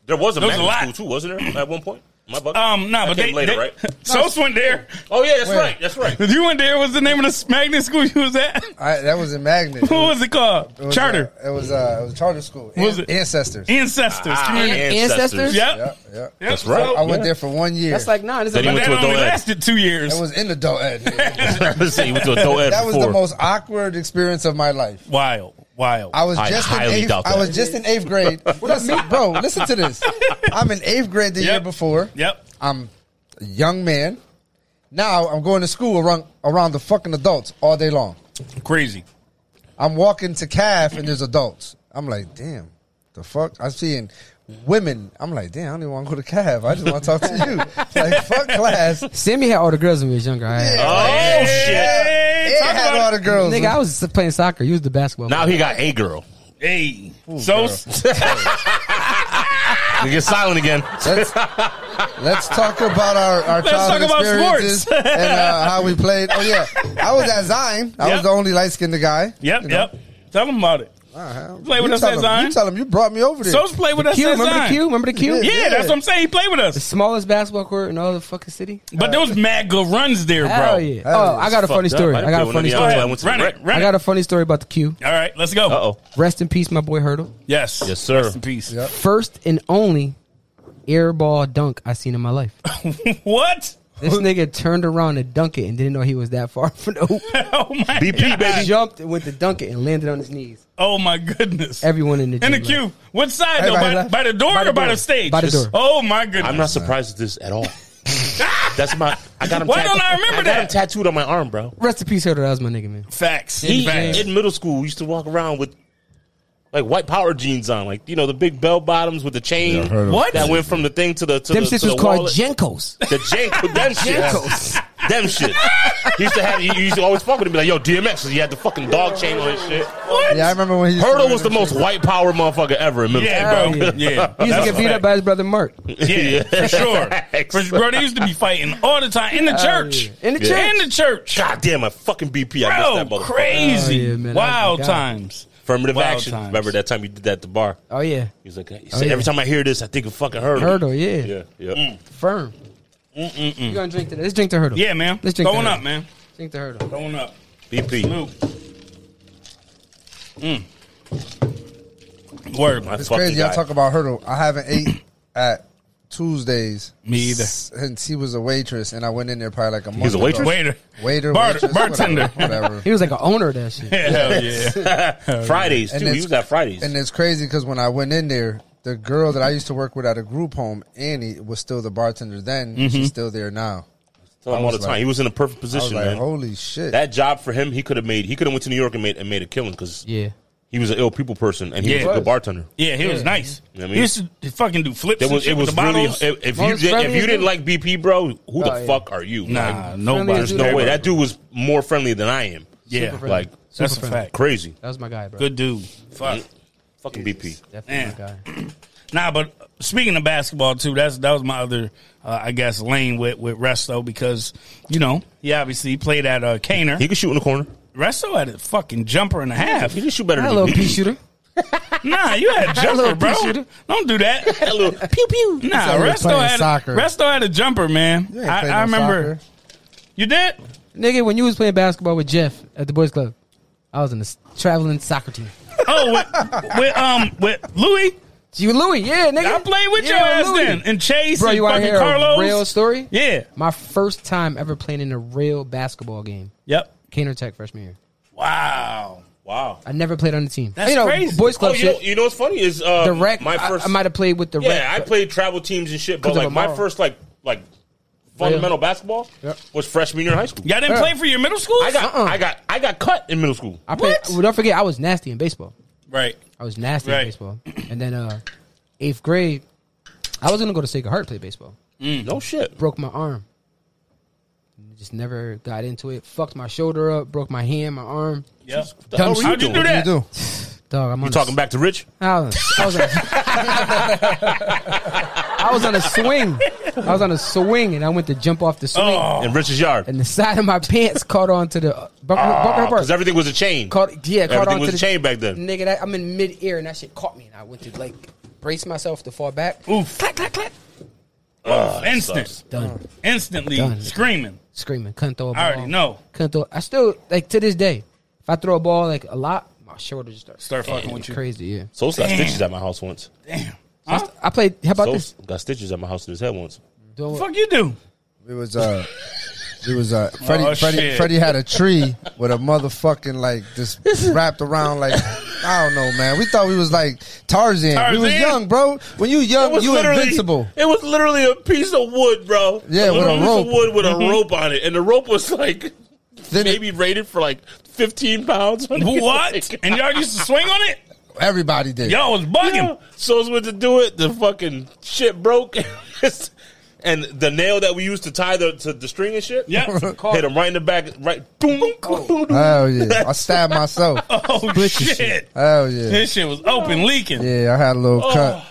Speaker 3: There was a
Speaker 1: There was a
Speaker 3: magnet
Speaker 1: lot.
Speaker 3: school too, wasn't there? At one point, my bad.
Speaker 1: Um, nah,
Speaker 3: That
Speaker 1: but
Speaker 3: came
Speaker 1: they
Speaker 3: later,
Speaker 1: they-
Speaker 3: right?
Speaker 1: Sos went there.
Speaker 3: Oh yeah, that's
Speaker 2: Where?
Speaker 3: right. That's right.
Speaker 1: You went there. Was the name of the magnet school you was at?
Speaker 2: I, that was in Magnet.
Speaker 1: What was it called?
Speaker 2: It was,
Speaker 1: Charter.
Speaker 2: uh, it was uh, it was charter school.
Speaker 1: Was
Speaker 2: An-
Speaker 1: it?
Speaker 2: ancestors?
Speaker 1: Ancestors.
Speaker 3: Ah,
Speaker 1: community.
Speaker 4: An- Ancestors?
Speaker 1: Yep.
Speaker 2: yeah, yeah.
Speaker 1: That's
Speaker 3: right.
Speaker 2: I went there for one year.
Speaker 4: That's like nah. This
Speaker 3: Then
Speaker 4: is
Speaker 3: he
Speaker 4: a
Speaker 1: But
Speaker 3: went
Speaker 1: that
Speaker 3: to
Speaker 1: only
Speaker 3: adult ed.
Speaker 1: lasted two years.
Speaker 2: it was in adult ed. nigga.
Speaker 3: Let's see, went to adult ed
Speaker 2: that was
Speaker 3: before.
Speaker 2: the most awkward experience of my life.
Speaker 1: wild, wild.
Speaker 2: I was
Speaker 3: I
Speaker 2: just in
Speaker 3: highly
Speaker 2: eighth,
Speaker 3: doubt
Speaker 2: I was
Speaker 3: that.
Speaker 2: just in eighth grade. listen, bro, listen to this. I'm in eighth grade the
Speaker 1: Yep.
Speaker 2: year before.
Speaker 1: Yep.
Speaker 2: I'm a young man. Now I'm going to school around around the fucking adults all day long.
Speaker 1: Crazy.
Speaker 2: I'm walking to calf and there's adults. I'm like, damn, the fuck. I'm seeing women. I'm like, damn, I don't even want to go to calf. I just want to talk to you. like, fuck class.
Speaker 4: Sammy had all the girls when we was younger. I had.
Speaker 3: Oh shit!
Speaker 1: Hey,
Speaker 2: It
Speaker 1: talk
Speaker 2: had
Speaker 1: about
Speaker 2: all the girls.
Speaker 4: Nigga, I was playing soccer. You was the basketball.
Speaker 3: Now he got a girl.
Speaker 1: Hey, so
Speaker 3: We get silent again.
Speaker 2: let's, let's talk about our, our
Speaker 1: Let's talk
Speaker 2: childhood
Speaker 1: about
Speaker 2: experiences
Speaker 1: sports.
Speaker 2: and uh, how we played. Oh yeah, I was at Zion. I
Speaker 1: Yep.
Speaker 2: was the only light skinned guy.
Speaker 1: yep,
Speaker 2: You know?
Speaker 1: yep. Tell them about it.
Speaker 2: Uh-huh. You
Speaker 1: Play with us
Speaker 2: tell
Speaker 1: at
Speaker 2: him-
Speaker 1: Zion?
Speaker 2: You tell him you brought me over there.
Speaker 1: So's played with us.
Speaker 4: Q,
Speaker 1: at
Speaker 4: remember the
Speaker 1: Zion.
Speaker 4: Q? Remember the Q?
Speaker 1: Yeah,
Speaker 2: Yeah.
Speaker 1: that's what I'm saying. He played with
Speaker 4: The
Speaker 1: us,
Speaker 4: smallest basketball court in all the fucking city.
Speaker 1: but there was mad good runs there, bro.
Speaker 4: uh, Hell yeah.
Speaker 2: Hell
Speaker 4: Oh,
Speaker 2: yeah.
Speaker 4: I got a funny
Speaker 3: Fucked up.
Speaker 4: story.
Speaker 3: I
Speaker 4: I got a
Speaker 3: didn't
Speaker 4: funny
Speaker 3: feel
Speaker 1: Go
Speaker 4: story.
Speaker 3: any
Speaker 1: ahead.
Speaker 3: I went to
Speaker 1: run
Speaker 3: the
Speaker 1: it,
Speaker 3: rec.
Speaker 1: run
Speaker 4: I
Speaker 1: it.
Speaker 4: got a funny story about the Q.
Speaker 1: All right, let's go.
Speaker 3: Uh oh.
Speaker 4: Rest in peace, my boy Hurdle.
Speaker 1: Yes,
Speaker 3: Yes, sir.
Speaker 1: Rest in peace.
Speaker 2: Yep.
Speaker 4: First and only airball dunk I seen in my life.
Speaker 1: what?
Speaker 4: This nigga turned around to dunk it and didn't know he was that far from the hoop.
Speaker 1: Oh my
Speaker 3: BP,
Speaker 1: God.
Speaker 3: baby.
Speaker 4: Jumped and went to dunk it and landed on his knees.
Speaker 1: Oh my goodness.
Speaker 4: Everyone in the
Speaker 1: in
Speaker 4: gym
Speaker 1: the
Speaker 4: like,
Speaker 1: queue. What side though?
Speaker 2: Everybody
Speaker 1: By,
Speaker 2: left.
Speaker 1: by the door
Speaker 4: By the
Speaker 1: or by
Speaker 4: door.
Speaker 1: the stage?
Speaker 4: By the door.
Speaker 1: Oh my goodness.
Speaker 3: I'm not surprised at this at all. That's my. I got him.
Speaker 1: Why
Speaker 3: tattooed-
Speaker 1: don't I remember
Speaker 3: got
Speaker 1: that?
Speaker 3: him tattooed on my arm, bro.
Speaker 4: Rest in peace, Hurdle. That was my nigga, man.
Speaker 1: Facts.
Speaker 3: He
Speaker 1: Facts.
Speaker 3: in middle school used to walk around with like white power jeans on, like you know the big bell bottoms with the chain.
Speaker 2: Yeah, I heard of
Speaker 1: What?
Speaker 3: that went from the thing to the to
Speaker 4: Them
Speaker 3: the,
Speaker 4: shits
Speaker 3: to
Speaker 4: was
Speaker 3: the
Speaker 4: called
Speaker 3: wallet.
Speaker 4: Jenkos.
Speaker 3: The jank, them shit. Them shit. He used to have, he used to always fuck with him, be like, yo, DMX, he had the fucking dog chain on his shit.
Speaker 1: What?
Speaker 2: Yeah, I remember when he used to
Speaker 3: Hurdle
Speaker 2: wear
Speaker 3: was the
Speaker 2: them
Speaker 3: most white power motherfucker ever in Memphis,
Speaker 1: Yeah,
Speaker 3: bro.
Speaker 1: bro. Yeah.
Speaker 4: He used to
Speaker 1: That's
Speaker 4: get
Speaker 1: a
Speaker 4: beat up
Speaker 1: fact.
Speaker 4: by his brother Mark.
Speaker 1: Yeah, for sure.
Speaker 3: Facts.
Speaker 1: For- bro, they used to be fighting all the time in the church.
Speaker 4: yeah. In the church.
Speaker 1: In the church.
Speaker 3: God damn, I fucking BP, I missed that
Speaker 1: Bro,
Speaker 3: motherfucker.
Speaker 1: crazy.
Speaker 4: Oh, yeah, man, I
Speaker 1: Wild
Speaker 4: forgot.
Speaker 1: times.
Speaker 3: Affirmative
Speaker 1: Wild
Speaker 3: action.
Speaker 1: times.
Speaker 3: Remember that time you did that at the bar?
Speaker 4: Oh yeah,
Speaker 3: He was like, he
Speaker 4: Oh,
Speaker 3: said,
Speaker 4: yeah.
Speaker 3: every time I hear this, I think of fucking Hurdle.
Speaker 4: hurdle. Yeah,
Speaker 3: Yeah, yeah.
Speaker 4: firm. You gonna drink to Let's drink to hurdle.
Speaker 1: Yeah, man.
Speaker 4: Let's drink.
Speaker 1: Throwing
Speaker 4: to
Speaker 1: up,
Speaker 4: hurdle.
Speaker 1: man.
Speaker 4: Drink to hurdle.
Speaker 1: Throwing up.
Speaker 3: BP.
Speaker 1: Luke. Mm. Word.
Speaker 3: My
Speaker 1: man.
Speaker 2: It's
Speaker 3: fucking
Speaker 2: crazy.
Speaker 3: guy.
Speaker 2: Y'all talk about hurdle. I haven't ate at Tuesdays.
Speaker 1: Me either.
Speaker 2: Since he was a waitress, and I went in there probably like a month.
Speaker 3: a
Speaker 2: ago.
Speaker 3: waitress?
Speaker 1: Waiter.
Speaker 2: Waiter,
Speaker 1: Bar-
Speaker 2: waitress,
Speaker 1: bartender.
Speaker 2: whatever. whatever.
Speaker 4: He was like an owner of that shit.
Speaker 1: Hell yeah.
Speaker 3: Fridays,
Speaker 2: And
Speaker 3: too. He
Speaker 2: it's-
Speaker 3: was at Fridays.
Speaker 2: And it's crazy because when I went in there, the girl that I used to work with at a group home, Annie, was still the bartender then.
Speaker 1: Mm-hmm.
Speaker 2: She's still there now.
Speaker 3: Tell him
Speaker 2: I
Speaker 3: all
Speaker 2: was
Speaker 3: the time.
Speaker 2: like-
Speaker 3: He was in a perfect
Speaker 2: I was
Speaker 3: position,
Speaker 2: like, "Oh."
Speaker 3: man.
Speaker 2: holy shit.
Speaker 3: That job for him, he could have made. He could have went to New York and made and made a killing because
Speaker 4: Yeah.
Speaker 3: he was an ill people person and he
Speaker 1: Yeah.
Speaker 3: was a good bartender.
Speaker 1: Yeah, he was nice.
Speaker 3: You know what I mean?
Speaker 1: He used to fucking do flips.
Speaker 3: There
Speaker 1: and
Speaker 3: was
Speaker 1: shit
Speaker 3: it was
Speaker 1: with the
Speaker 3: really
Speaker 1: bottles.
Speaker 3: if, if you
Speaker 4: Well, it's
Speaker 3: did, if
Speaker 4: friendly
Speaker 3: you
Speaker 4: as
Speaker 3: didn't
Speaker 4: hell.
Speaker 3: like BP, bro, who the
Speaker 4: Oh, yeah.
Speaker 3: full fuck are you?
Speaker 1: Nah,
Speaker 3: Like,
Speaker 1: nobody.
Speaker 4: as
Speaker 3: there's no way. That dude was more friendly than I am.
Speaker 1: Yeah,
Speaker 4: friendly.
Speaker 3: like
Speaker 1: that's
Speaker 4: Super
Speaker 1: a
Speaker 4: friendly.
Speaker 1: fact.
Speaker 3: crazy.
Speaker 4: That was my guy, bro.
Speaker 1: Good dude. Fuck.
Speaker 3: Fucking BP.
Speaker 4: Definitely
Speaker 1: Man.
Speaker 4: my guy.
Speaker 1: Nah, but speaking of basketball too, that's that was my other, uh, I guess, lane with with Resto because you know he obviously played at uh, Caner.
Speaker 3: He could shoot in the corner.
Speaker 1: Resto had a fucking jumper and a half.
Speaker 3: He could shoot better
Speaker 4: That
Speaker 3: than
Speaker 4: little
Speaker 3: BP.
Speaker 4: pea shooter.
Speaker 1: Nah, you had a jumper,
Speaker 4: little
Speaker 1: bro.
Speaker 4: piece of-
Speaker 1: Don't do that.
Speaker 3: That little pew pew.
Speaker 1: Nah,
Speaker 2: He was
Speaker 1: Resto
Speaker 2: playing
Speaker 1: had
Speaker 2: soccer.
Speaker 1: Resto had a jumper, man.
Speaker 2: You ain't
Speaker 1: I,
Speaker 2: played
Speaker 1: I
Speaker 2: no
Speaker 1: remember
Speaker 2: soccer.
Speaker 1: you did.
Speaker 4: Nigga, when you was playing basketball with Jeff at the boys club, I was in the traveling soccer team.
Speaker 1: Oh, with, with um with Louis,
Speaker 4: You and Louis, yeah, nigga.
Speaker 1: I played with
Speaker 4: Yeah,
Speaker 1: your ass
Speaker 4: Louis.
Speaker 1: then, and Chase
Speaker 4: Bro,
Speaker 1: and
Speaker 4: you want to
Speaker 1: fucking
Speaker 4: hear
Speaker 1: Carlos.
Speaker 4: a real story?
Speaker 1: Yeah.
Speaker 4: My first time ever playing in a real basketball game.
Speaker 1: Yep.
Speaker 4: Caner Tech freshman year.
Speaker 1: Wow.
Speaker 3: Wow.
Speaker 4: I never played on the team.
Speaker 1: That's
Speaker 4: you know,
Speaker 1: crazy.
Speaker 4: Boys
Speaker 3: Oh,
Speaker 4: club
Speaker 3: you know,
Speaker 4: shit.
Speaker 3: you know what's funny is uh,
Speaker 4: the rec.
Speaker 3: My first,
Speaker 4: I, I might have played with the rec.
Speaker 3: yeah, I played travel teams and shit, but
Speaker 4: Because
Speaker 3: like
Speaker 4: of
Speaker 3: my
Speaker 4: Amaro.
Speaker 3: first like like fundamental basketball
Speaker 4: Oh, Yep.
Speaker 3: was freshman year in high school.
Speaker 1: Y'all didn't
Speaker 4: Yeah.
Speaker 1: play for your middle school?
Speaker 3: I got
Speaker 4: Uh-uh.
Speaker 3: I got I got cut in middle school.
Speaker 4: I played.
Speaker 1: What?
Speaker 4: Well, don't forget, I was nasty in baseball.
Speaker 1: right.
Speaker 4: I was nasty
Speaker 1: Right.
Speaker 4: in baseball. And then uh, eighth grade, I was gonna go to Sacred Heart to play baseball.
Speaker 3: No shit.
Speaker 4: Broke my arm. Just never got into it. Fucked my shoulder up. Broke my hand, my arm.
Speaker 1: Yep.
Speaker 3: What the hell
Speaker 4: Dumb
Speaker 3: were
Speaker 4: shit.
Speaker 3: you
Speaker 1: How'd you
Speaker 3: doing?
Speaker 1: do
Speaker 2: What
Speaker 1: that?
Speaker 2: do you do?
Speaker 4: Dog, I'm on
Speaker 3: You
Speaker 4: a-
Speaker 3: talking back to Rich?
Speaker 4: I was, I was, on, I was on a swing. I was on a swing, and I went to jump off the swing,
Speaker 1: Oh.
Speaker 3: in Rich's yard.
Speaker 4: and the side of my pants caught on to the uh, Bunker, Bunker Park.
Speaker 3: Because everything was a chain.
Speaker 4: caught, yeah,
Speaker 3: Ah,
Speaker 4: caught
Speaker 3: everything
Speaker 4: on
Speaker 3: was
Speaker 4: to
Speaker 3: a
Speaker 4: the
Speaker 3: chain back then.
Speaker 4: Nigga, that, I'm in midair, and that shit caught me, and I went to like brace myself to fall back.
Speaker 1: Oof.
Speaker 4: Clack, clack, clack.
Speaker 3: Ugh, that
Speaker 1: Instant.
Speaker 3: sucks.
Speaker 4: Done.
Speaker 1: Instantly
Speaker 4: Done. Oh.
Speaker 1: screaming.
Speaker 4: Screaming. Couldn't throw a ball.
Speaker 1: I already know.
Speaker 4: Couldn't throw. I still like to this day. If I throw a ball like a lot, my shoulder just starts
Speaker 1: Start fucking with you.
Speaker 4: crazy. Yeah.
Speaker 3: Souls got
Speaker 1: Damn.
Speaker 3: stitches at my house once.
Speaker 1: Damn. Huh?
Speaker 4: I played. How about
Speaker 3: Souls
Speaker 4: this?
Speaker 3: got stitches at my house in his head once.
Speaker 4: Doing-
Speaker 1: Fuck you do.
Speaker 2: It was uh it was uh Freddie
Speaker 1: Oh,
Speaker 2: Freddie
Speaker 1: shit.
Speaker 2: Freddie had a tree with a motherfucking like just wrapped around like I don't know man. We thought we was like Tarzan. We was
Speaker 1: Tarzan?
Speaker 2: young, bro. When you young, you
Speaker 3: literally-
Speaker 2: invincible.
Speaker 3: It was literally a piece of wood, bro.
Speaker 2: Yeah, with a
Speaker 3: piece
Speaker 2: rope.
Speaker 3: of wood with a
Speaker 4: Mm-hmm.
Speaker 3: rope on it, and the rope was like
Speaker 2: Then it-
Speaker 3: maybe rated for like fifteen pounds.
Speaker 1: What? and y'all used to swing on it?
Speaker 2: Everybody did.
Speaker 1: Y'all was bugging.
Speaker 3: Souls went to do it. The fucking shit broke, and the nail that we used to tie the to the string and shit.
Speaker 1: Yep.
Speaker 3: Hit him right in the back, right. Boom, boom,
Speaker 4: Oh.
Speaker 3: boom, boom.
Speaker 2: Hell yeah. I stabbed myself.
Speaker 1: Oh
Speaker 4: your
Speaker 1: shit.
Speaker 2: Hell yeah.
Speaker 1: This shit was open leaking.
Speaker 2: Yeah, I had a little cut.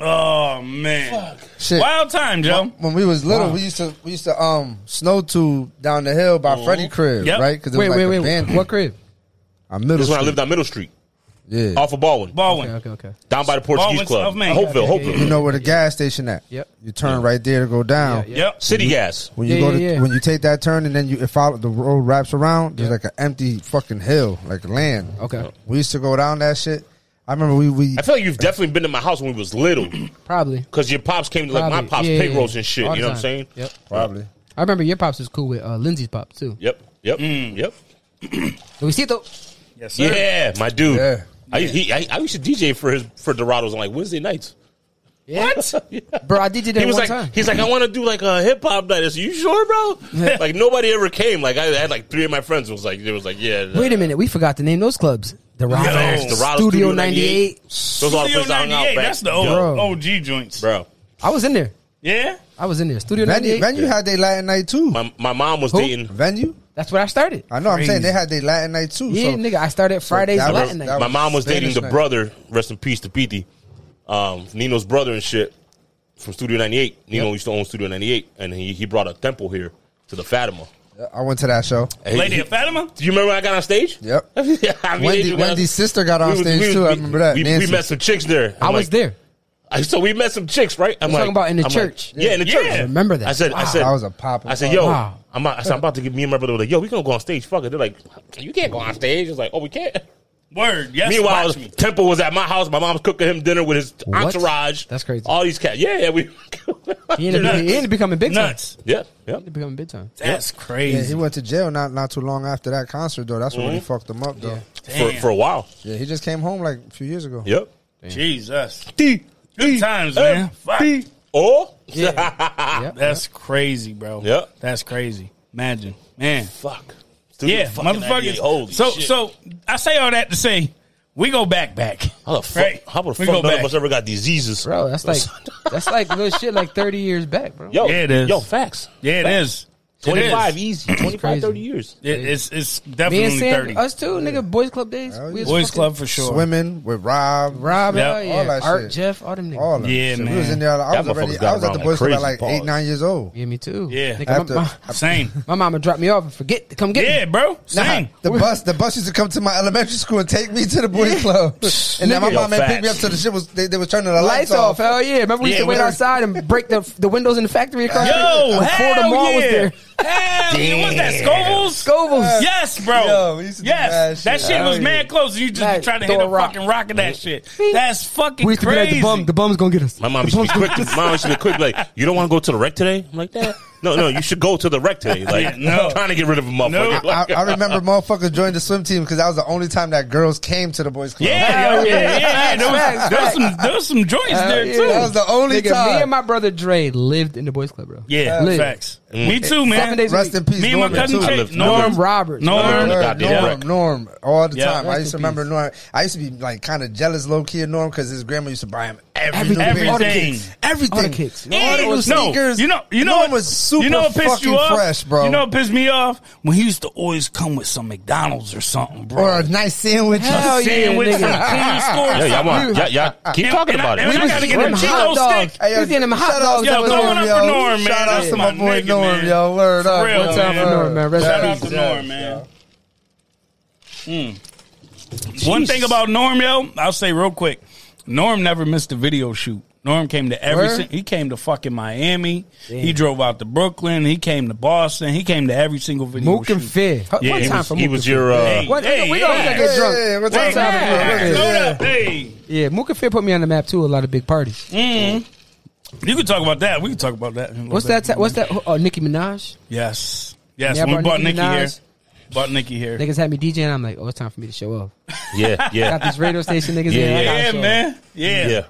Speaker 1: Oh man.
Speaker 2: Shit.
Speaker 1: Wild time, Joe.
Speaker 2: When we was little, we used to we used to um snow tube down the hill by Freddie crib,
Speaker 1: Yep.
Speaker 2: right? Because it was
Speaker 4: Oh. Wait,
Speaker 2: like
Speaker 4: wait,
Speaker 2: a
Speaker 4: wait.
Speaker 2: band.
Speaker 4: What crib?
Speaker 2: I middle
Speaker 3: This is when I
Speaker 2: school.
Speaker 3: lived on Middle Street,
Speaker 2: Yeah.
Speaker 3: off of Baldwin,
Speaker 1: Baldwin.
Speaker 4: Okay, okay, okay.
Speaker 3: down by the Portuguese
Speaker 1: Baldwin's
Speaker 3: Club,
Speaker 1: of Maine.
Speaker 3: Hopeville,
Speaker 4: Okay, okay,
Speaker 3: Hopeville,
Speaker 4: yeah,
Speaker 2: You know where the gas station at?
Speaker 4: Yep.
Speaker 2: You turn right there to go down.
Speaker 4: Yeah, yeah.
Speaker 1: Yep.
Speaker 3: City Gas.
Speaker 2: When you
Speaker 4: Yeah,
Speaker 2: go
Speaker 4: yeah,
Speaker 2: to
Speaker 4: yeah.
Speaker 2: when you take that turn and then you it follow the road wraps around, there's
Speaker 4: Yeah.
Speaker 2: like an empty fucking hill, like land.
Speaker 4: Okay.
Speaker 2: We used to go down that shit. I remember we we
Speaker 3: I feel like you've definitely been to my house when we was little,
Speaker 4: Probably.
Speaker 3: because your pops came to like my
Speaker 4: Probably.
Speaker 3: pops'
Speaker 4: Yeah,
Speaker 3: pig
Speaker 4: yeah,
Speaker 3: roast
Speaker 4: yeah.
Speaker 3: and shit.
Speaker 4: All
Speaker 3: You know
Speaker 4: the
Speaker 3: what I'm
Speaker 4: time.
Speaker 3: saying?
Speaker 4: Yep.
Speaker 2: probably
Speaker 4: I remember your pops was cool with uh, Lindsay's pop too.
Speaker 3: Yep, yep,
Speaker 4: Mm.
Speaker 3: yep.
Speaker 4: Luisito.
Speaker 1: Yes, sir.
Speaker 3: Yeah, my dude.
Speaker 2: Yeah.
Speaker 3: I, he, I, I used to DJ for his for Dorados on like Wednesday nights.
Speaker 4: Yeah. What? Bro, I did you that
Speaker 3: He was
Speaker 4: one
Speaker 3: like,
Speaker 4: time.
Speaker 3: he's like, I want to do like a hip hop night. I said, you sure, bro? like nobody ever came. Like I had like three of my friends was like, it was like, yeah.
Speaker 4: Wait a minute, we forgot to name those clubs. The Rock,
Speaker 3: Yes, the Rock,
Speaker 4: Studio
Speaker 3: Studio
Speaker 4: 98.
Speaker 3: Those are the
Speaker 1: Studio
Speaker 3: places I hung out
Speaker 1: 98,
Speaker 3: back.
Speaker 1: that's the
Speaker 3: Yo,
Speaker 1: old,
Speaker 4: Bro.
Speaker 1: OG joints.
Speaker 3: bro.
Speaker 4: I was in there.
Speaker 1: Yeah?
Speaker 4: I was in there. Studio
Speaker 2: Venue,
Speaker 4: 98.
Speaker 2: venue had their Latin night too.
Speaker 3: My my mom was
Speaker 4: Who?
Speaker 3: dating.
Speaker 2: Venue,
Speaker 4: That's where I started.
Speaker 2: I know. I'm saying they had their Latin night too.
Speaker 4: Yeah,
Speaker 2: so
Speaker 4: nigga. I started Fridays
Speaker 2: that was-
Speaker 4: Latin
Speaker 2: that
Speaker 4: night.
Speaker 3: My
Speaker 2: was
Speaker 3: mom was dating
Speaker 2: Spanish
Speaker 3: the
Speaker 2: night.
Speaker 3: brother. Rest in peace to Petey, um, Nino's brother and shit from Studio 98. Nino used to own Studio 98, and he he brought a temple here to the Fatima.
Speaker 2: I went to that show.
Speaker 3: And he-
Speaker 1: Lady
Speaker 3: he-
Speaker 1: of Fatima?
Speaker 3: Do you remember when I got on stage?
Speaker 2: Yep.
Speaker 3: I mean, they
Speaker 2: Wendy,
Speaker 3: do got-
Speaker 2: Wendy's sister got
Speaker 3: we
Speaker 2: on
Speaker 3: was-
Speaker 2: stage
Speaker 3: we was-
Speaker 2: too. I
Speaker 3: we-
Speaker 2: remember that.
Speaker 3: We, we
Speaker 2: Nancy.
Speaker 3: met some chicks there.
Speaker 4: I
Speaker 3: I'm
Speaker 4: was
Speaker 3: like-
Speaker 4: there.
Speaker 3: I- So we met some chicks, right? I'm
Speaker 4: You're talking about in the church.
Speaker 3: Like, yeah, in the
Speaker 1: Yeah.
Speaker 3: church.
Speaker 1: I
Speaker 4: remember that.
Speaker 3: I said, I
Speaker 4: Wow.
Speaker 3: said,
Speaker 2: I was a pop.
Speaker 3: I said, yo,
Speaker 4: Wow.
Speaker 3: I'm, out- I said, I'm about to get me and my brother. were Like, yo, we gonna go on stage. Fuck it. They're like, you can't go on stage. It's like, oh, we can't.
Speaker 1: Word. Yes,
Speaker 3: Meanwhile,
Speaker 1: watch me.
Speaker 3: Temple was at my house. My mom's cooking him dinner with his
Speaker 4: What?
Speaker 3: entourage.
Speaker 4: That's crazy.
Speaker 3: All these cats. Yeah, yeah, we.
Speaker 4: He ended, up, he ended up becoming big time.
Speaker 1: Nuts.
Speaker 3: yeah, yeah.
Speaker 4: He ended up becoming big time.
Speaker 1: That's
Speaker 2: Yeah, he
Speaker 1: crazy.
Speaker 2: went to jail not not too long after that concert though. That's when he fucked him up though. Yeah.
Speaker 3: For, for a while.
Speaker 2: he just came home like a few years ago.
Speaker 3: Yep.
Speaker 1: Jesus.
Speaker 3: D.
Speaker 1: Good times, man. Fuck.
Speaker 3: Or
Speaker 1: That's crazy, bro.
Speaker 3: Yeah.
Speaker 1: That's crazy. Imagine. Man.
Speaker 3: fuck.
Speaker 1: Yeah,
Speaker 3: fucking 98. Holy
Speaker 1: motherfuckers. So,
Speaker 3: shit.
Speaker 1: so I say all that to say we go back, back.
Speaker 3: How the fuck?
Speaker 1: Right?
Speaker 3: How the
Speaker 1: We
Speaker 3: fuck
Speaker 1: go
Speaker 3: none
Speaker 1: back.
Speaker 3: of us ever got diseases,
Speaker 4: Bro, that's like that's like little shit like 30 years back, bro.
Speaker 3: yo,
Speaker 1: Yeah, it is.
Speaker 3: Yo, facts.
Speaker 1: Yeah, it is. It
Speaker 3: Twenty five
Speaker 1: is.
Speaker 3: easy. 25,
Speaker 4: Crazy.
Speaker 3: 30 years.
Speaker 1: It- it's it's
Speaker 4: Me and
Speaker 1: definitely
Speaker 4: Sam,
Speaker 1: thirty.
Speaker 4: us too, nigga. Boys club days. we was
Speaker 1: Boys
Speaker 4: fucking-
Speaker 1: club for sure.
Speaker 2: Swimming with Rob,
Speaker 4: Rob,
Speaker 1: Yep.
Speaker 4: hell yeah.
Speaker 2: All that
Speaker 4: Art,
Speaker 2: shit.
Speaker 4: Jeff, all them niggas.
Speaker 2: all of them.
Speaker 1: Yeah,
Speaker 2: Shit,
Speaker 1: man.
Speaker 2: We was in there. I
Speaker 3: That
Speaker 2: was already.
Speaker 3: motherfucker's got
Speaker 2: I was at
Speaker 3: around
Speaker 2: the
Speaker 3: like
Speaker 2: boys club at
Speaker 3: crazy
Speaker 2: like eight,
Speaker 3: balls.
Speaker 2: nine years old.
Speaker 4: Yeah, me too.
Speaker 1: Yeah.
Speaker 4: Nigga,
Speaker 2: After-
Speaker 4: my, my,
Speaker 1: Same.
Speaker 4: my mama dropped me off and forget to come get
Speaker 1: Yeah,
Speaker 4: me.
Speaker 1: bro. Same.
Speaker 2: The bus, the bus used to come to my elementary school and take me to the boys club, and then my
Speaker 3: Nigga.
Speaker 2: mom
Speaker 3: Yo,
Speaker 2: had picked me up
Speaker 3: facts.
Speaker 2: to the shit was they, they was turning the lights,
Speaker 4: Lights off, hell yeah. Remember we
Speaker 1: Yeah,
Speaker 4: used to wait
Speaker 1: we-
Speaker 4: outside and break the the windows in the factory across the
Speaker 1: Yo,
Speaker 4: street? Before the
Speaker 1: hell
Speaker 4: mall
Speaker 1: yeah.
Speaker 4: was there.
Speaker 1: Hell yeah. What's that? Scovilles?
Speaker 4: Scovilles.
Speaker 1: Yes, bro.
Speaker 2: Yo, we used to do mad
Speaker 1: yes.
Speaker 2: shit.
Speaker 1: That shit was
Speaker 4: Hell
Speaker 1: mad
Speaker 4: yeah.
Speaker 1: close. and You just
Speaker 4: Mad.
Speaker 1: trying to
Speaker 4: Throw
Speaker 1: hit
Speaker 4: a
Speaker 1: a
Speaker 4: rock.
Speaker 1: fucking rock at that shit.
Speaker 4: Beep.
Speaker 1: That's fucking
Speaker 4: We used to be like
Speaker 1: crazy.
Speaker 4: the bum. The bum's gonna get us.
Speaker 3: My mom
Speaker 4: The
Speaker 3: used to be
Speaker 4: bum's gonna
Speaker 3: quick.
Speaker 4: get
Speaker 3: To,
Speaker 4: us.
Speaker 3: my mom used to be quick. to be Like, you don't want to go to the rec today? I'm like, that. No, no, you should go to the rec today. Like,
Speaker 1: no.
Speaker 3: trying to get rid of a motherfucker.
Speaker 1: No.
Speaker 2: I,
Speaker 3: Like,
Speaker 2: I remember motherfuckers joined the swim team because that was the only time that girls came to the boys club.
Speaker 1: Yeah, yeah, yeah, yeah. There was,
Speaker 4: Facts,
Speaker 1: there was
Speaker 4: facts.
Speaker 1: some there was some joints there
Speaker 4: yeah.
Speaker 1: too.
Speaker 2: That was the only
Speaker 4: Nigga,
Speaker 2: time.
Speaker 4: me and my brother Dre lived in the boys club, bro.
Speaker 1: Yeah,
Speaker 4: Lit.
Speaker 1: facts. Me too, man.
Speaker 4: Seven days a
Speaker 2: Rest
Speaker 4: week.
Speaker 2: in peace,
Speaker 1: Me and my
Speaker 2: Norman,
Speaker 1: cousin
Speaker 2: too.
Speaker 3: I
Speaker 1: Chase,
Speaker 3: lived-
Speaker 1: Norm,
Speaker 4: Norm Roberts.
Speaker 1: Norm.
Speaker 3: Norm.
Speaker 2: Norm,
Speaker 3: Goddamn
Speaker 2: Norm,
Speaker 3: right.
Speaker 2: Norm, all the
Speaker 1: Yeah.
Speaker 2: time. I
Speaker 4: Rest
Speaker 2: used to
Speaker 4: in
Speaker 2: remember
Speaker 4: peace.
Speaker 2: Norm. I used to be like kind of jealous, low key of Norm, because his grandma used to buy him every
Speaker 4: Everything.
Speaker 2: new pair.
Speaker 4: All the
Speaker 1: Everything.
Speaker 4: kicks.
Speaker 2: everything,
Speaker 4: All the kicks.
Speaker 2: All the new
Speaker 1: And- no,
Speaker 2: sneakers.
Speaker 1: you know, you know,
Speaker 2: Norm
Speaker 1: what-
Speaker 2: was super
Speaker 1: you know what pissed
Speaker 2: fucking
Speaker 1: you off?
Speaker 2: fresh, bro.
Speaker 1: You know what pissed me off when he used to always come with some McDonald's or something, bro.
Speaker 2: or a nice sandwich.
Speaker 4: Hell yeah,
Speaker 1: sandwich, some
Speaker 4: nigga.
Speaker 1: clean score.
Speaker 3: yeah, y'all want, y'all, y'all keep
Speaker 1: And-
Speaker 3: talking
Speaker 1: and I-
Speaker 3: about
Speaker 1: and
Speaker 3: it.
Speaker 1: I
Speaker 4: We was
Speaker 1: gotta get
Speaker 4: getting
Speaker 1: a
Speaker 4: them
Speaker 1: Cheeto
Speaker 4: hot dogs.
Speaker 1: stick.
Speaker 4: We was getting them hot
Speaker 2: shout out
Speaker 4: dogs.
Speaker 2: to
Speaker 4: that
Speaker 1: Yo,
Speaker 4: was
Speaker 2: Norm,
Speaker 1: going
Speaker 4: on-
Speaker 1: up
Speaker 2: yo.
Speaker 1: for Norm, man.
Speaker 2: Shout out
Speaker 1: That's
Speaker 2: to my
Speaker 1: my
Speaker 2: boy
Speaker 1: nigga,
Speaker 2: Norm,
Speaker 1: man.
Speaker 2: yo. Word
Speaker 1: For
Speaker 2: up.
Speaker 1: real,
Speaker 2: What's up,
Speaker 1: man.
Speaker 4: Norm, man? Rest
Speaker 1: Shout
Speaker 4: in
Speaker 1: out
Speaker 4: peace.
Speaker 1: to Norm, man. Mm. One thing about Norm, yo, I'll say real quick. Norm never missed a video shoot. Norm came to every.
Speaker 4: Word?
Speaker 1: sin- he came to fucking Miami. He drove out to Brooklyn. He came to Boston. He came to every single video
Speaker 4: Mook and
Speaker 1: shoot.
Speaker 4: Finn. What
Speaker 3: Yeah, he
Speaker 4: time
Speaker 3: was,
Speaker 4: for
Speaker 3: he
Speaker 4: Mook
Speaker 3: was
Speaker 4: and Finn?
Speaker 3: your. Uh,
Speaker 1: Hey,
Speaker 4: What-
Speaker 1: hey,
Speaker 4: we don't
Speaker 1: yeah.
Speaker 4: gotta get drunk.
Speaker 2: Hey, what's
Speaker 4: One
Speaker 2: up,
Speaker 4: time for Mook and
Speaker 1: Yeah,
Speaker 4: Finn.
Speaker 1: load
Speaker 2: Yeah.
Speaker 1: up. Hey.
Speaker 4: Yeah, Mook and Finn put me on the map too. A lot of big parties.
Speaker 1: Mm. You can talk about that. We can talk about that. in a little
Speaker 4: What's
Speaker 1: bit.
Speaker 4: that? What's that? Oh, Nicki Minaj.
Speaker 1: Yes. Yes.
Speaker 4: Yeah, I
Speaker 1: when we
Speaker 4: brought
Speaker 1: bought
Speaker 4: Nicki
Speaker 1: Nikki here.
Speaker 4: Minaj.
Speaker 1: Bought Nikki here.
Speaker 4: Niggas had me DJing. I'm like, oh, it's time for me to show up.
Speaker 3: yeah,
Speaker 4: Got
Speaker 3: yeah,
Speaker 4: these radio station niggas
Speaker 3: Yeah,
Speaker 4: in. I gotta
Speaker 1: Yeah,
Speaker 4: show up.
Speaker 1: man. Yeah.
Speaker 3: yeah.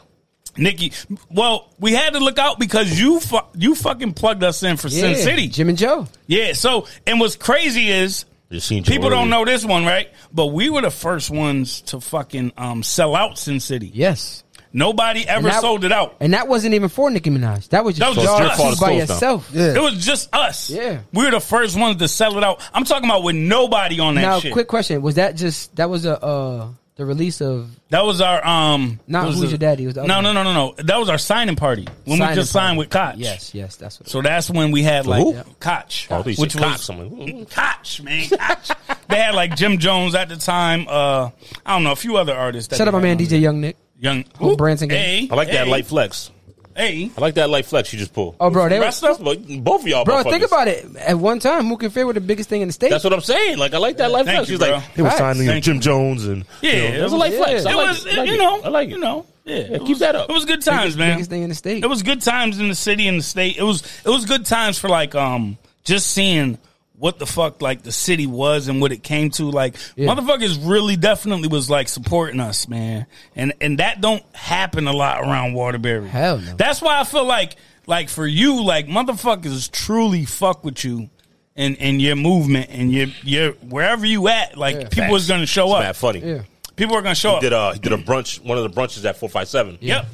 Speaker 1: Nikki. Well, we had to look out because you fu- you fucking plugged us in for Sin
Speaker 4: Yeah,
Speaker 1: City.
Speaker 4: Jim and Joe.
Speaker 1: Yeah. So, and what's crazy is
Speaker 3: You seen
Speaker 1: people
Speaker 3: Jordan.
Speaker 1: don't know this one, right? But we were the first ones to fucking um, sell out Sin City.
Speaker 4: Yes.
Speaker 1: Nobody ever
Speaker 4: that-
Speaker 1: sold it out.
Speaker 4: And that wasn't even for Nicki Minaj. That was
Speaker 1: That was
Speaker 4: just for
Speaker 1: just
Speaker 4: y'all
Speaker 1: your fault
Speaker 4: two by
Speaker 3: it's closed now.
Speaker 4: yourself.
Speaker 2: Yeah.
Speaker 1: It was just us.
Speaker 4: Yeah.
Speaker 1: We were the first ones to sell it out. I'm talking about with nobody on that
Speaker 4: Now,
Speaker 1: shit.
Speaker 4: quick question: Was that just that was a uh, the release of
Speaker 1: That was our um.
Speaker 4: Not
Speaker 1: that was
Speaker 4: Who's
Speaker 1: the-
Speaker 4: Your Daddy, it was the other
Speaker 1: no,
Speaker 4: one.
Speaker 1: no, no, no, no. That was our signing party when we
Speaker 4: Signing
Speaker 1: just signed
Speaker 4: party.
Speaker 1: with Koch.
Speaker 4: Yes, yes, that's what.
Speaker 1: So that's when we had like
Speaker 3: who?
Speaker 1: Koch,
Speaker 3: Oh, these
Speaker 1: which
Speaker 3: cops.
Speaker 1: was
Speaker 3: I'm like, mm.
Speaker 1: Koch, man. Koch. they had like Jim Jones at the time. Uh, I don't know a few other artists. That
Speaker 4: Shout out my
Speaker 1: they
Speaker 4: man
Speaker 1: had on
Speaker 4: DJ Young Nick.
Speaker 1: there. Young
Speaker 4: Who Branson
Speaker 1: Hey,
Speaker 4: gang?
Speaker 3: I like that
Speaker 1: hey,
Speaker 3: light flex.
Speaker 1: Hey,
Speaker 3: I like that light flex you just pulled.
Speaker 4: Oh, bro, they
Speaker 1: Rest
Speaker 4: was,
Speaker 1: up,
Speaker 3: That's about- both of y'all.
Speaker 4: bro. Think
Speaker 3: motherfuckers.
Speaker 4: about it. At one time, Mook and Fair were the biggest thing in the state.
Speaker 3: That's what I'm saying. Like I like that light
Speaker 1: Thank
Speaker 3: flex.
Speaker 1: you,
Speaker 3: She's like
Speaker 1: bro.
Speaker 3: they were
Speaker 4: Facts.
Speaker 3: signing
Speaker 1: Thank
Speaker 3: Jim Jones and
Speaker 1: yeah,
Speaker 3: you know, it was a light
Speaker 4: yeah.
Speaker 3: flex. I
Speaker 1: it
Speaker 3: like
Speaker 1: was,
Speaker 3: it. I like
Speaker 1: you
Speaker 3: it.
Speaker 1: know,
Speaker 3: I like it.
Speaker 1: you know, yeah. it
Speaker 3: keep
Speaker 1: was-
Speaker 3: that up.
Speaker 1: It was good times, man.
Speaker 4: biggest thing in the state.
Speaker 1: It was good times in the city and the state. It was it was good times for like um just seeing what the fuck like the city was and what it came to. Like
Speaker 4: Yeah.
Speaker 1: motherfuckers really definitely was like supporting us, man. And and that don't happen a lot around Waterbury.
Speaker 4: Hell no.
Speaker 1: That's why I feel like like for you, like motherfuckers truly fuck with you. And, and your movement and your your wherever you at, like people is gonna show
Speaker 3: It's
Speaker 1: up.
Speaker 3: mad funny.
Speaker 4: yeah.
Speaker 1: People are gonna show up.
Speaker 3: did a he did a brunch, one of the brunches at four five seven.
Speaker 1: Yep.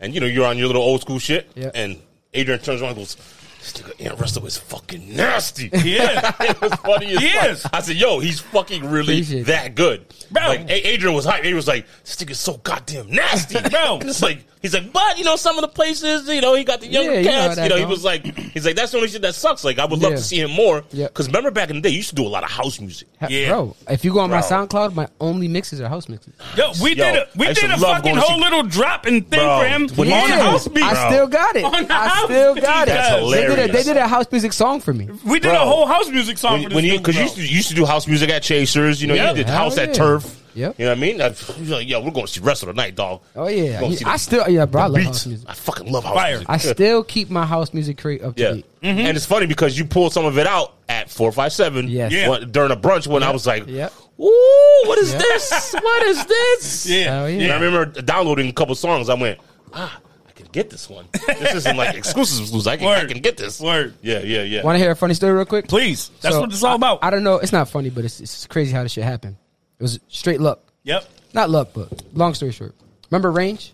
Speaker 3: And you know you're on your little old school shit,
Speaker 4: Yeah.
Speaker 3: and Adrian turns around and goes, "This nigga Aaron Russell is fucking nasty."
Speaker 1: He is.
Speaker 3: it was funny as
Speaker 1: He
Speaker 3: fuck.
Speaker 1: is.
Speaker 3: I said, "Yo, he's fucking really
Speaker 4: Appreciate
Speaker 3: that good."
Speaker 1: Bro.
Speaker 3: Like A- Adrian was hype. He was like, "This nigga's so goddamn nasty,
Speaker 1: Bro.
Speaker 3: It's like he's like, but you know, some of the places, you know, he got the younger
Speaker 4: Yeah, you know how
Speaker 3: cats. You know,
Speaker 4: that
Speaker 3: he
Speaker 4: go.
Speaker 3: was like, he's like, that's the only shit that sucks. Like, I would love
Speaker 4: Yeah.
Speaker 3: to see him more.
Speaker 4: Yeah.
Speaker 3: Because remember back in the day, you used to do a lot of house music.
Speaker 4: Ha-
Speaker 1: Yeah.
Speaker 4: Bro, if you go on my
Speaker 3: Bro.
Speaker 4: SoundCloud, my only mixes are house mixes.
Speaker 1: Yo, we
Speaker 3: Yo,
Speaker 1: did a we
Speaker 3: I used
Speaker 1: did a
Speaker 3: to love
Speaker 1: fucking
Speaker 3: going to-
Speaker 1: whole little drop and thing
Speaker 3: Bro,
Speaker 1: for him
Speaker 3: when
Speaker 1: on
Speaker 3: you-
Speaker 1: the
Speaker 4: Yeah.
Speaker 1: house beat.
Speaker 4: I
Speaker 3: Bro.
Speaker 4: still got it.
Speaker 1: On the
Speaker 4: I
Speaker 1: house
Speaker 4: still
Speaker 1: beat.
Speaker 4: got it.
Speaker 1: That's
Speaker 4: They did, a,
Speaker 3: hilarious.
Speaker 4: they did a house music song for me.
Speaker 1: we did a
Speaker 3: Bro.
Speaker 1: whole house music song for
Speaker 3: When,
Speaker 1: this
Speaker 3: when you
Speaker 1: dude,
Speaker 3: because you,
Speaker 1: bro.
Speaker 3: used to- you used to do house music at Chasers, you know,
Speaker 1: Yep.
Speaker 3: you did
Speaker 4: Hell
Speaker 3: house at
Speaker 4: yeah.
Speaker 3: Turf.
Speaker 4: Yep.
Speaker 3: You know what I mean? I, you're like, yo, we're going to see wrestle tonight, dog.
Speaker 4: Oh yeah,
Speaker 3: Gonna see
Speaker 4: I
Speaker 3: the-
Speaker 4: still yeah, bro. I love house
Speaker 3: Beats.
Speaker 4: music.
Speaker 3: I fucking love house
Speaker 1: Fire. Mm-hmm.
Speaker 3: music.
Speaker 4: I still keep my house music crate up to
Speaker 3: Yeah.
Speaker 4: date.
Speaker 3: And it's funny because you pulled some of it out at 457
Speaker 4: Yes.
Speaker 1: Yeah.
Speaker 3: one- during a brunch when I was like,
Speaker 4: Yep.
Speaker 3: ooh, what is
Speaker 4: Yep.
Speaker 3: this? What is this?
Speaker 1: yeah,
Speaker 4: Hell yeah.
Speaker 3: And I remember downloading a couple songs. I went, ah, I can get this one. This isn't like exclusive exclusive. I can, I
Speaker 1: Word.
Speaker 3: can get this.
Speaker 1: Word.
Speaker 3: Yeah, yeah, yeah.
Speaker 4: Want to hear a funny story real quick?
Speaker 1: Please, that's
Speaker 4: So,
Speaker 1: what it's all
Speaker 4: I-
Speaker 1: about.
Speaker 4: I, don't know. It's not funny, but it's, it's crazy how this shit happened. It was straight luck,
Speaker 1: yep.
Speaker 4: not luck, but long story short. Remember Range,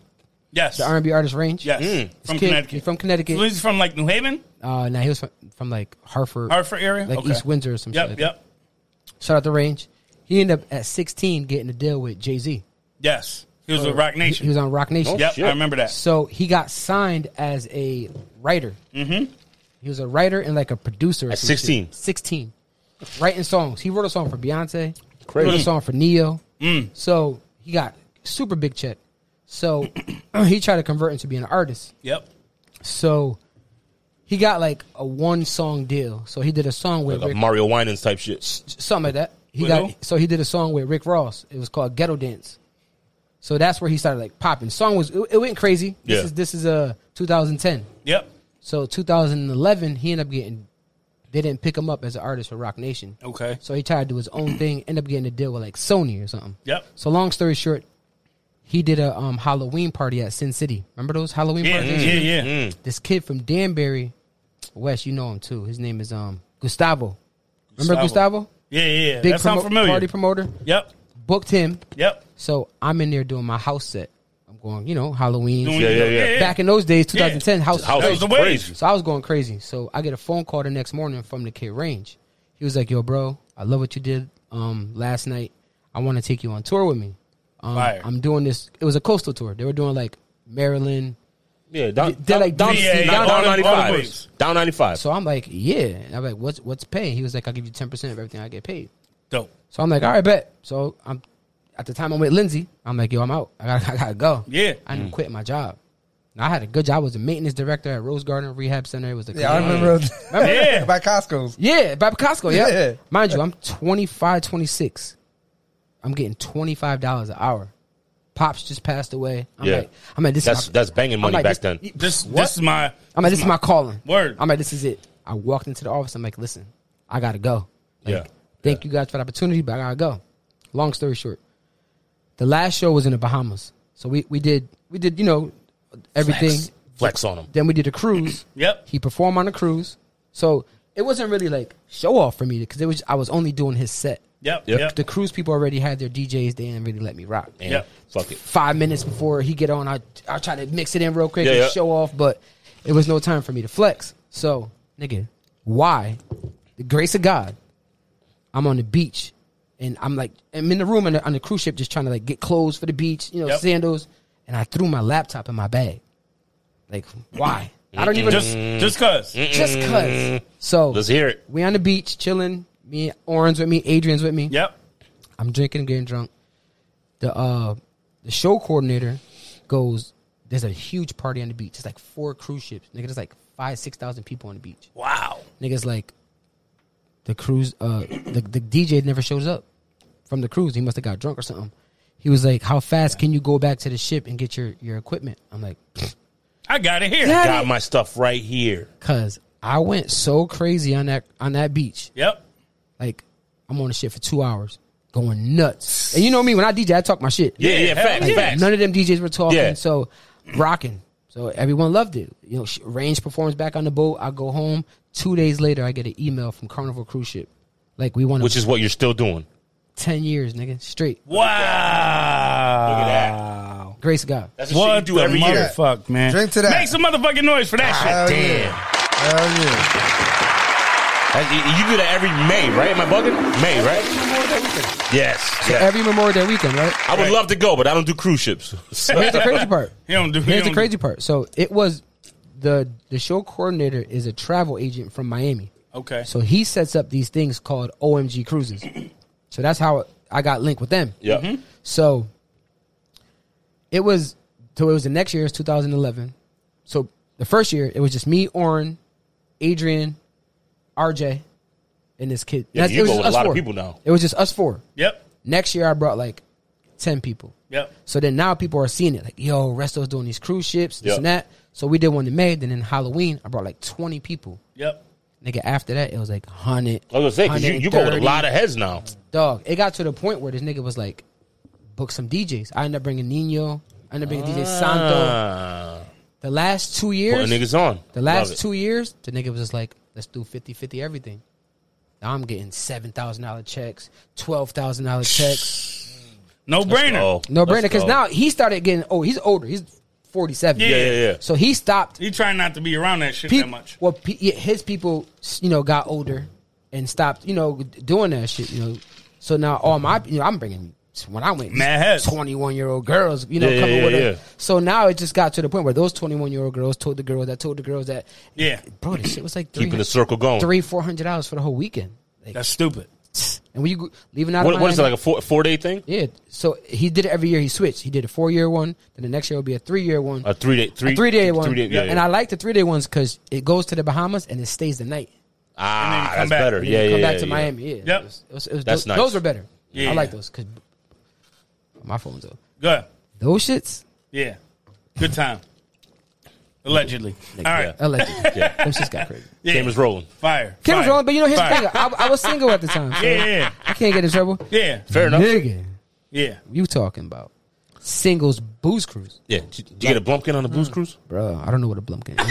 Speaker 1: Yes.
Speaker 4: the R and B artist Range?
Speaker 3: Mm.
Speaker 1: yes.
Speaker 4: This
Speaker 1: From
Speaker 4: kid-
Speaker 1: Connecticut.
Speaker 4: From Connecticut.
Speaker 1: He's from like New Haven,
Speaker 4: Uh, nah, he was from, from like Hartford,
Speaker 1: Hartford area,
Speaker 4: like
Speaker 1: Okay.
Speaker 4: East Windsor or some
Speaker 1: Yep,
Speaker 4: shit. like
Speaker 1: yep.
Speaker 4: that. Shout out the Range. He ended up at 16 getting a deal with Jay Z.
Speaker 1: Yes, he was with Rock
Speaker 4: Oh. He
Speaker 1: Nation.
Speaker 4: was on Rock Nation.
Speaker 1: yep,
Speaker 3: shit.
Speaker 1: I remember that.
Speaker 4: So he got signed as a writer. Mm-hmm. He was a writer and like a producer. or
Speaker 3: At
Speaker 4: some shit.
Speaker 3: 16.
Speaker 4: 16. Writing songs. He wrote a song for Beyonce.
Speaker 3: Crazy.
Speaker 4: Wrote a song for Neo.
Speaker 1: Mm.
Speaker 4: So he got super big check. So he tried to convert into being an artist.
Speaker 1: Yep.
Speaker 4: So he got like a one song deal. So he did a song with
Speaker 3: like a
Speaker 4: Rick,
Speaker 3: Mario Winans type shit.
Speaker 4: something like that. He
Speaker 1: With
Speaker 4: got
Speaker 1: who?
Speaker 4: so he did a song with Rick Ross. It was called Ghetto Dance. So that's where he started like popping. Song was it, it went crazy. This
Speaker 3: Yeah.
Speaker 4: is this is uh 2010.
Speaker 1: Yep.
Speaker 4: So 2011 he ended up getting they didn't pick him up as an artist for Rock Nation.
Speaker 1: Okay.
Speaker 4: So he tried to do his own thing, ended up getting a deal with like Sony or something.
Speaker 1: Yep.
Speaker 4: So long story short, he did a um, Halloween party at Sin City. Remember those Halloween
Speaker 1: Yeah,
Speaker 4: parties?
Speaker 1: yeah, yeah.
Speaker 3: Mm-hmm.
Speaker 4: This kid from Danbury, West, you know him too. His name is um Gustavo. Remember
Speaker 1: Gustavo.
Speaker 4: Gustavo?
Speaker 1: Yeah, yeah, yeah.
Speaker 4: Big
Speaker 1: that sounds
Speaker 4: promo-
Speaker 1: familiar.
Speaker 4: party promoter.
Speaker 1: yep.
Speaker 4: Booked him.
Speaker 1: Yep.
Speaker 4: So I'm in there doing my house set. I'm going, you know, Halloween.
Speaker 1: Doing-
Speaker 3: Yeah, yeah, yeah.
Speaker 4: Back in those days, 2010, house.
Speaker 3: House
Speaker 1: That
Speaker 3: is
Speaker 1: was the
Speaker 3: crazy.
Speaker 4: So I was going crazy. So I get a phone call the next morning from the K Range. He was like, "Yo, bro, I love what you did um, last night. I want to take you on tour with me. Um,
Speaker 1: Fire.
Speaker 4: I'm doing this. It was a coastal tour. They were doing like Maryland.
Speaker 3: Yeah, down,
Speaker 4: They're like
Speaker 3: down,
Speaker 4: Yeah,
Speaker 3: down,
Speaker 4: yeah,
Speaker 3: down,
Speaker 4: all the- all the
Speaker 3: 95.
Speaker 1: ways.
Speaker 3: Down 95.
Speaker 4: So I'm like, yeah. And I'm like, what's what's pay? He was like, I'll give you ten percent of everything I get paid.
Speaker 1: Dope.
Speaker 4: So I'm like, all right, bet. So I'm at the time I'm with Lindsay. I'm like, yo, I'm out. I gotta, I gotta go.
Speaker 1: Yeah.
Speaker 4: I didn't quit my job. Now, I had a good job. I was a maintenance director at Rose Garden Rehab Center. It was a
Speaker 2: Yeah, I remember.
Speaker 1: Yeah.
Speaker 2: by Costco's.
Speaker 4: Yeah, by Costco. Yeah.
Speaker 2: Yeah.
Speaker 4: Mind you, I'm 25, 26. I'm getting $25 an hour. Pops just passed away. I'm
Speaker 3: Yeah.
Speaker 4: like, I'm like, this
Speaker 3: That's-
Speaker 4: is my,
Speaker 3: that's banging
Speaker 4: I'm
Speaker 3: money back
Speaker 4: this-
Speaker 3: then.
Speaker 1: This
Speaker 4: what?
Speaker 1: this is my
Speaker 4: I'm like, this is my calling.
Speaker 1: Word.
Speaker 4: I'm like, this is it. I walked into the office. I'm like, listen, I gotta go. Like,
Speaker 3: Yeah.
Speaker 4: Thank you guys for the opportunity, but I gotta go. Long story short, the last show was in the Bahamas, so we we did we did you know everything.
Speaker 3: Flex. Flex on him.
Speaker 4: Then we did a cruise.
Speaker 1: Yep.
Speaker 4: He performed on a cruise, so it wasn't really like show off for me because it was I was only doing his set.
Speaker 1: Yep.
Speaker 3: Yep.
Speaker 1: Yep.
Speaker 4: The cruise people already had their DJs. They didn't really let me rock
Speaker 3: And
Speaker 1: Yep.
Speaker 3: fuck it.
Speaker 4: five minutes before he get on, I I try to mix it in real quick
Speaker 3: Yeah,
Speaker 4: and
Speaker 3: yeah.
Speaker 4: show off, but it was no time for me to flex. So, nigga, why? The grace of God, I'm on the beach, and I'm like, I'm in the room on the, on the cruise ship, just trying to like get clothes for the beach, you know,
Speaker 1: Yep.
Speaker 4: sandals, and I threw my laptop in my bag. Like, why? I don't even
Speaker 1: Just just
Speaker 4: just
Speaker 1: cause.
Speaker 4: just cause. So
Speaker 3: Let's hear it.
Speaker 4: We on the beach chilling. Me, Orange with me, Adrian's with me.
Speaker 1: Yep.
Speaker 4: I'm drinking, getting drunk. The uh the show coordinator goes, There's a huge party on the beach. It's like four cruise ships. Nigga, there's like five, six thousand people on the beach.
Speaker 1: Wow.
Speaker 4: Nigga's like the cruise uh the, the DJ never shows up from the cruise. He must have got drunk or something. He was like, How fast can you go back to the ship and get your, your equipment? I'm like,
Speaker 1: I got it here.
Speaker 4: Got
Speaker 3: Got
Speaker 4: it.
Speaker 3: my stuff right here.
Speaker 4: Cause I went so crazy on that on that beach.
Speaker 1: Yep.
Speaker 4: Like, I'm on the shit for two hours, going nuts. And you know me, when I DJ, I talk my shit.
Speaker 3: Yeah, yeah,
Speaker 1: hell
Speaker 3: facts,
Speaker 1: yeah.
Speaker 3: facts.
Speaker 4: None of them DJs were talking,
Speaker 3: Yeah.
Speaker 4: so rocking. So everyone loved it. You know, sh- Range performs back on the boat. I go home. Two days later, I get an email from Carnival Cruise Ship, like we want to.
Speaker 3: Which is what you're still doing.
Speaker 4: Ten years, nigga, straight.
Speaker 1: Wow.
Speaker 3: Look at that.
Speaker 4: Grace of God.
Speaker 3: That's the shit you
Speaker 1: What
Speaker 3: do every
Speaker 1: the
Speaker 3: year.
Speaker 1: motherfuck, man.
Speaker 2: Drink to that.
Speaker 1: Make some motherfucking noise for that
Speaker 2: Hell
Speaker 1: shit.
Speaker 2: yeah. Hell yeah.
Speaker 3: That- you- you do that every May, right? Am I bugging? May, right? Yes. yes.
Speaker 4: Every Memorial Day weekend, right?
Speaker 3: I would love to go, but I don't do cruise ships. So-
Speaker 4: Here's the crazy part.
Speaker 1: He don't do- he
Speaker 4: Here's
Speaker 1: don't
Speaker 4: the
Speaker 1: do-
Speaker 4: crazy part. So it was the the show coordinator is a travel agent from Miami.
Speaker 1: Okay.
Speaker 4: So he sets up these things called OMG cruises. So that's how I got linked with them.
Speaker 3: yeah.
Speaker 4: So it was so it was the next year, it's 2011. So the first year, it was just me, Oren, Adrian, RJ, and this kid.
Speaker 3: Yeah,
Speaker 4: That's-
Speaker 3: you
Speaker 4: it was
Speaker 3: go
Speaker 4: just
Speaker 3: with a
Speaker 4: us
Speaker 3: lot of
Speaker 4: four.
Speaker 3: people now.
Speaker 4: It was just us four.
Speaker 1: Yep.
Speaker 4: Next year, I brought like ten people.
Speaker 1: Yep.
Speaker 4: So then now people are seeing it like, yo, Resto's doing these cruise ships, this
Speaker 3: Yeah.
Speaker 4: and that. So we did one in May. Then in Halloween, I brought like twenty people.
Speaker 1: Yep.
Speaker 4: Nigga, after that, it was like hundred.
Speaker 3: I was gonna say 'cause you, you go with a lot of heads now.
Speaker 4: dog. It got to the point where this nigga was like, book some DJs. I ended up bringing Nino. I ended up bringing DJ Santo.
Speaker 3: Ah,
Speaker 4: The last two
Speaker 3: putting
Speaker 4: years,
Speaker 3: niggas on.
Speaker 4: the last two years, the nigga was just like, let's do 50-50 everything. Now I'm getting seven thousand dollar checks, twelve thousand dollar checks.
Speaker 1: No brainer.
Speaker 4: No brainer, because now he started getting oh, he's older. He's forty seven.
Speaker 1: Yeah,
Speaker 3: yeah, yeah.
Speaker 4: So he stopped
Speaker 1: He trying not to be around that shit that
Speaker 4: people,
Speaker 1: much.
Speaker 4: well, pe- yeah, his people, s- you know, got older and stopped, you know, doing that shit, you know. So now all my, you know, I'm bringing when I went,
Speaker 1: Mad heads.
Speaker 4: twenty-one year old girls, you know,
Speaker 3: Yeah,
Speaker 4: coming
Speaker 3: yeah,
Speaker 4: with
Speaker 3: yeah,
Speaker 4: her.
Speaker 3: yeah.
Speaker 4: So now it just got to the point where those twenty-one year old girls told the girls that told the girls that,
Speaker 1: Yeah.
Speaker 4: bro, this shit was like
Speaker 3: keeping the
Speaker 4: three,
Speaker 3: circle going.
Speaker 4: three, four hundred dollars for the whole weekend. Like,
Speaker 1: That's stupid.
Speaker 4: and when you go- leaving out,
Speaker 3: What,
Speaker 4: of
Speaker 3: what is it
Speaker 4: Miami-
Speaker 3: like a four, four day thing?
Speaker 4: yeah. So he did it every year. He switched. He did a four-year one, then the next year will be a three-year one,
Speaker 3: A three day, three,
Speaker 4: a three-day one.
Speaker 3: Three day, yeah,
Speaker 4: And I like the three-day ones because it goes to the Bahamas and it stays the night.
Speaker 1: And then
Speaker 3: ah,
Speaker 1: you come
Speaker 3: that's
Speaker 1: back.
Speaker 3: better.
Speaker 1: And
Speaker 4: And then
Speaker 3: Yeah,
Speaker 4: you
Speaker 3: yeah,
Speaker 4: come back
Speaker 3: yeah,
Speaker 4: to
Speaker 3: yeah.
Speaker 4: Miami. Yeah,
Speaker 1: Yep.
Speaker 4: It was- it was- it was-
Speaker 3: That's
Speaker 4: those,
Speaker 3: nice.
Speaker 4: those are better.
Speaker 1: Yeah.
Speaker 4: I like those because my phone's up.
Speaker 1: Good.
Speaker 4: Those shits,
Speaker 1: Yeah. Good time. Allegedly. All right.
Speaker 4: I like it. Them shits got crazy.
Speaker 1: Yeah.
Speaker 3: Cameras rolling.
Speaker 1: Fire.
Speaker 4: Cameras
Speaker 1: Fire.
Speaker 4: rolling, but you know here's
Speaker 1: Fire.
Speaker 4: the thing. I, I was single at the time. So
Speaker 1: Yeah, yeah,
Speaker 4: I can't get in trouble.
Speaker 1: yeah.
Speaker 3: Fair enough.
Speaker 4: Nigga,
Speaker 1: Yeah.
Speaker 4: you talking about singles booze cruise,
Speaker 3: Yeah. Do you get a blumpkin on the booze cruise?
Speaker 4: bro? I don't know what a blumpkin is.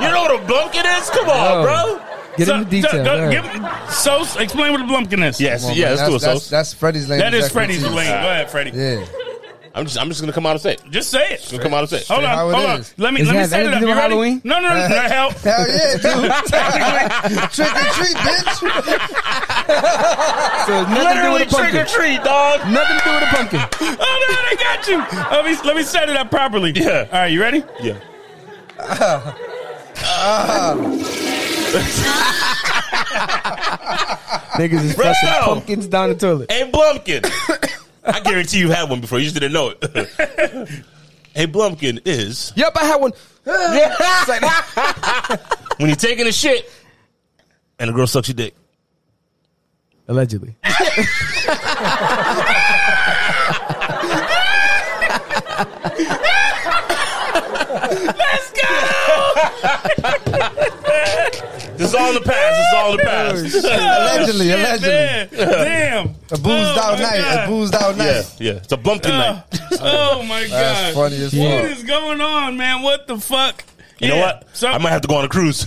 Speaker 3: You know what a blumpkin is? Come on, bro.
Speaker 4: Get in
Speaker 1: Oh,
Speaker 4: the
Speaker 1: So-
Speaker 4: detail.
Speaker 1: so-
Speaker 4: all right.
Speaker 1: give- so, explain what a blumpkin is.
Speaker 3: Yes,
Speaker 2: Come on,
Speaker 3: yeah.
Speaker 2: man.
Speaker 3: Let's do it,
Speaker 2: that's, that's,
Speaker 3: Sos.
Speaker 2: that's Freddie's lane.
Speaker 1: That is
Speaker 2: executive
Speaker 1: Freddie's lane. Go
Speaker 3: Alright.
Speaker 1: ahead, Freddie.
Speaker 2: team.
Speaker 3: I'm just, I'm just gonna come out and say it.
Speaker 1: Just say it.
Speaker 3: Just gonna come out and say it.
Speaker 1: Hold on,
Speaker 2: How
Speaker 1: hold
Speaker 2: it
Speaker 1: on.
Speaker 2: is.
Speaker 1: Let me
Speaker 4: Does
Speaker 1: let
Speaker 4: it
Speaker 1: me
Speaker 4: have
Speaker 1: say it. up.
Speaker 4: anything to do
Speaker 1: You
Speaker 4: with
Speaker 1: ready?
Speaker 4: Halloween?
Speaker 1: No, no, no, no help.
Speaker 2: Yeah. Hell yeah, dude. Trick or treat, bitch.
Speaker 4: So it's nothing to do
Speaker 3: Literally
Speaker 4: with a
Speaker 3: trick or
Speaker 4: pumpkin.
Speaker 3: treat, dog.
Speaker 4: Nothing to do with a pumpkin.
Speaker 1: Hold on, I Oh, got you. Let me let me set it up properly.
Speaker 3: Yeah.
Speaker 1: All right, you ready?
Speaker 3: Yeah.
Speaker 4: Niggas is
Speaker 3: Bro.
Speaker 4: flushing pumpkins down the toilet.
Speaker 3: Hey, Blumpkin. I guarantee you had one before. You just didn't know it. hey, Blumpkin is
Speaker 4: Yep, I had one. It's like-
Speaker 3: when you're taking a shit and a girl sucks your dick.
Speaker 4: Allegedly.
Speaker 3: This is all in the past. This is all in the past.
Speaker 2: Allegedly,
Speaker 1: Oh, Shit,
Speaker 2: allegedly.
Speaker 1: man. Oh, Damn.
Speaker 2: A boozed out night. A boozed out
Speaker 3: yeah,
Speaker 2: night.
Speaker 3: yeah. It's a Blumpkin night.
Speaker 1: oh my god.
Speaker 2: That's funny as
Speaker 1: What
Speaker 2: fuck.
Speaker 1: is going on, man? What the fuck?
Speaker 3: You know
Speaker 1: Yeah.
Speaker 3: what?
Speaker 1: So,
Speaker 3: I might have to go on a cruise.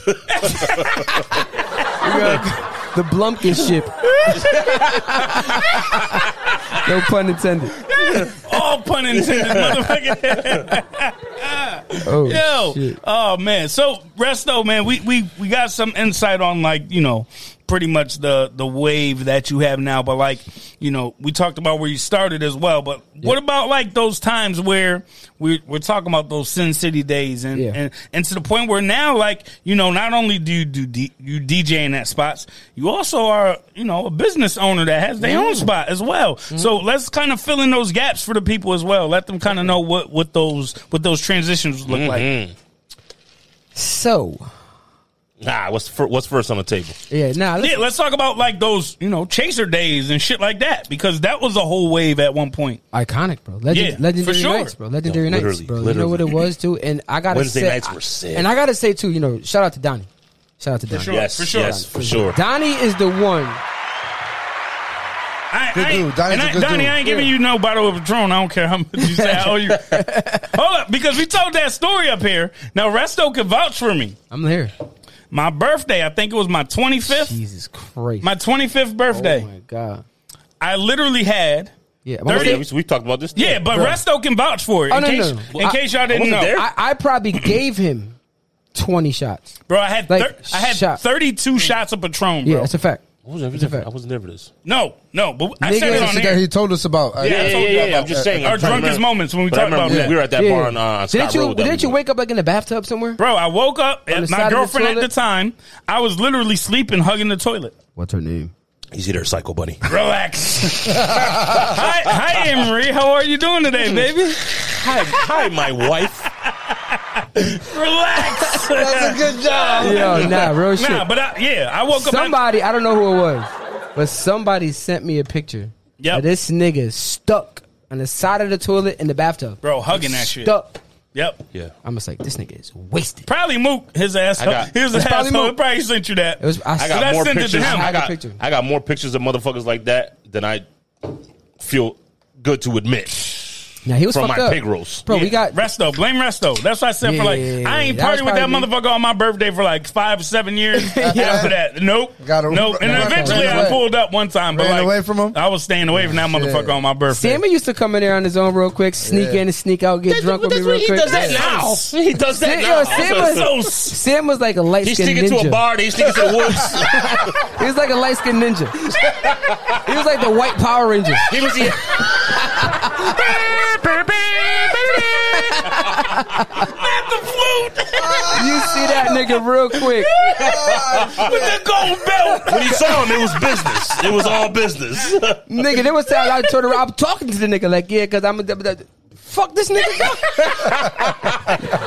Speaker 4: The Blumpkin ship. no pun intended.
Speaker 1: all pun intended, motherfucker.
Speaker 4: Oh,
Speaker 1: Yo,
Speaker 4: shit.
Speaker 1: oh man. So resto, man, we, we we got some insight on like you know pretty much the the wave that you have now. But like you know, we talked about where you started as well. But what about like those times where we we're talking about those Sin City days and
Speaker 4: Yeah.
Speaker 1: and and to the point where now like you know not only do you do D, you DJ in that spots, you also are you know a business owner that has their
Speaker 2: Mm.
Speaker 1: own spot as well. So let's kind of fill in those gaps for the people as well. Let them kind of know what what those what those transitions look like.
Speaker 2: Mm-hmm.
Speaker 4: So,
Speaker 3: nah, what's fir- what's first on the table?
Speaker 4: yeah, nah, let's,
Speaker 1: Yeah, let's talk about like those, you know, chaser days and shit like that because that was a whole wave at one point.
Speaker 4: iconic, bro. Legend,
Speaker 1: Yeah,
Speaker 4: legendary
Speaker 1: for sure.
Speaker 4: nights, bro. Legendary
Speaker 3: No,
Speaker 4: nights,
Speaker 3: literally,
Speaker 4: bro. You know
Speaker 3: literally.
Speaker 4: what it was too, and I gotta
Speaker 3: Wednesday
Speaker 4: say,
Speaker 3: nights were sick.
Speaker 4: and I gotta say too, you know, shout out to Donnie. Shout out to Donnie.
Speaker 1: sure.
Speaker 3: yes,
Speaker 1: for sure.
Speaker 3: yes, for sure.
Speaker 4: Donnie is the one.
Speaker 1: I,
Speaker 2: Good
Speaker 1: I ain't-
Speaker 2: dude. Donnie's
Speaker 1: and
Speaker 2: a
Speaker 1: I,
Speaker 2: good
Speaker 1: Donnie,
Speaker 2: dude.
Speaker 1: I ain't giving you no bottle of Patron. I don't care how much you say I owe you. Hold up, because we told that story up here. Now, Resto can vouch for me.
Speaker 4: I'm here.
Speaker 1: my birthday. I think it was my 25th.
Speaker 4: Jesus Christ.
Speaker 1: My 25th
Speaker 4: oh
Speaker 1: birthday.
Speaker 4: my God.
Speaker 1: I literally had.
Speaker 4: Yeah.
Speaker 3: Oh, yeah,
Speaker 4: my-
Speaker 3: we, we talked about this.
Speaker 1: Yeah, but Resto can vouch for it.
Speaker 4: Oh,
Speaker 1: in
Speaker 4: no,
Speaker 1: case,
Speaker 4: no, no.
Speaker 1: In
Speaker 4: I-
Speaker 1: case y'all didn't know,
Speaker 3: wasn't there.
Speaker 4: I, I probably gave him 20 shots.
Speaker 1: bro, I had
Speaker 4: Like,
Speaker 1: thir- I had
Speaker 4: shot. Mm.
Speaker 1: 32 shots of Patron,
Speaker 4: Yeah,
Speaker 1: bro.
Speaker 4: that's a fact.
Speaker 3: I wasn't,
Speaker 4: It's a
Speaker 3: never,
Speaker 4: fact.
Speaker 3: I wasn't there for this.
Speaker 1: no, no, but I
Speaker 4: Nigga,
Speaker 1: said it on
Speaker 2: that
Speaker 1: here.
Speaker 2: he told us about. I-
Speaker 1: Yeah,
Speaker 3: Yeah,
Speaker 2: I
Speaker 3: yeah,
Speaker 2: told
Speaker 3: yeah.
Speaker 2: you
Speaker 3: yeah,
Speaker 2: about
Speaker 3: I'm
Speaker 2: that.
Speaker 3: just saying.
Speaker 1: Our
Speaker 3: I'm trying to
Speaker 1: drunkest
Speaker 3: remember.
Speaker 1: moments when we
Speaker 3: But I
Speaker 1: talk about
Speaker 3: remember
Speaker 1: that.
Speaker 3: we were at that
Speaker 4: yeah.
Speaker 3: bar on uh,
Speaker 4: So
Speaker 3: Scott
Speaker 4: didn't you,
Speaker 3: Road. that
Speaker 4: didn't
Speaker 3: we
Speaker 4: you
Speaker 3: went.
Speaker 4: wake up like in the bathtub somewhere?
Speaker 1: Bro, I woke up.
Speaker 4: the side
Speaker 1: my
Speaker 4: of the
Speaker 1: girlfriend at the
Speaker 4: toilet?
Speaker 1: time, I was literally sleeping, hugging the toilet.
Speaker 4: What's her name?
Speaker 3: He's either a psycho bunny.
Speaker 1: Relax. hi, hi, Emery. How are you doing
Speaker 4: Mm.
Speaker 1: today, baby?
Speaker 3: hi, hi, my wife.
Speaker 1: Relax.
Speaker 2: That's a good job.
Speaker 4: Yo, nah, real shit.
Speaker 1: nah, but I, yeah, I woke up. I-
Speaker 4: somebody, I don't know who it was, but somebody sent me a picture.
Speaker 1: Yep.
Speaker 4: of This nigga stuck on the side of the toilet in the bathtub.
Speaker 1: bro, hugging that shit.
Speaker 4: Stuck.
Speaker 1: Yep.
Speaker 3: Yeah.
Speaker 4: I'm just like, this nigga is wasted.
Speaker 1: Probably Mook, his ass.
Speaker 3: got-
Speaker 1: His
Speaker 4: It's
Speaker 1: ass.
Speaker 4: probably
Speaker 1: Probably,
Speaker 4: Mook.
Speaker 1: probably sent you that.
Speaker 4: It was I,
Speaker 3: I
Speaker 4: said-
Speaker 1: So
Speaker 3: got
Speaker 1: that
Speaker 3: more
Speaker 1: sent it to
Speaker 3: pictures.
Speaker 1: him.
Speaker 4: I
Speaker 3: I
Speaker 4: got a
Speaker 3: got,
Speaker 4: picture.
Speaker 3: I got more pictures of motherfuckers like that than I feel good to admit.
Speaker 4: Nah, he was
Speaker 3: from
Speaker 4: fucked
Speaker 3: my
Speaker 4: up.
Speaker 3: pig roast.
Speaker 4: Bro, we got
Speaker 1: Resto, blame Resto. That's what I said
Speaker 4: Yeah,
Speaker 1: for like
Speaker 4: yeah, yeah,
Speaker 1: I ain't
Speaker 4: yeah. That
Speaker 1: partied with that
Speaker 4: was probably-
Speaker 1: motherfucker on my birthday for like five, seven years. After that, nope,
Speaker 2: Got a-
Speaker 1: nope. And
Speaker 2: ran
Speaker 1: eventually,
Speaker 2: away.
Speaker 1: I pulled up one time, but
Speaker 2: Ran
Speaker 1: like
Speaker 2: away from him?
Speaker 1: I was staying away from that motherfucker on my birthday.
Speaker 4: Sammy used to come in there on his own real quick, sneak
Speaker 2: Yeah.
Speaker 4: in and sneak out, get drunk with me real quick.
Speaker 3: now. He does
Speaker 4: Sam, yo, Sam,
Speaker 1: so
Speaker 4: was,
Speaker 1: s-
Speaker 4: Sam was like a light
Speaker 3: He's
Speaker 4: skinned
Speaker 3: sneaking
Speaker 4: ninja.
Speaker 3: to a bar. He's sneaking to the woods.
Speaker 4: He was like a light skinned ninja. he was like the white Power Ranger.
Speaker 3: he was here.
Speaker 4: You see that nigga real quick.
Speaker 1: with the gold belt.
Speaker 3: When he saw him, it was business. It was all business.
Speaker 4: Nigga, there was times I turned around, I'm talking to the nigga like, yeah, because I'm a. a- a- Fuck this nigga.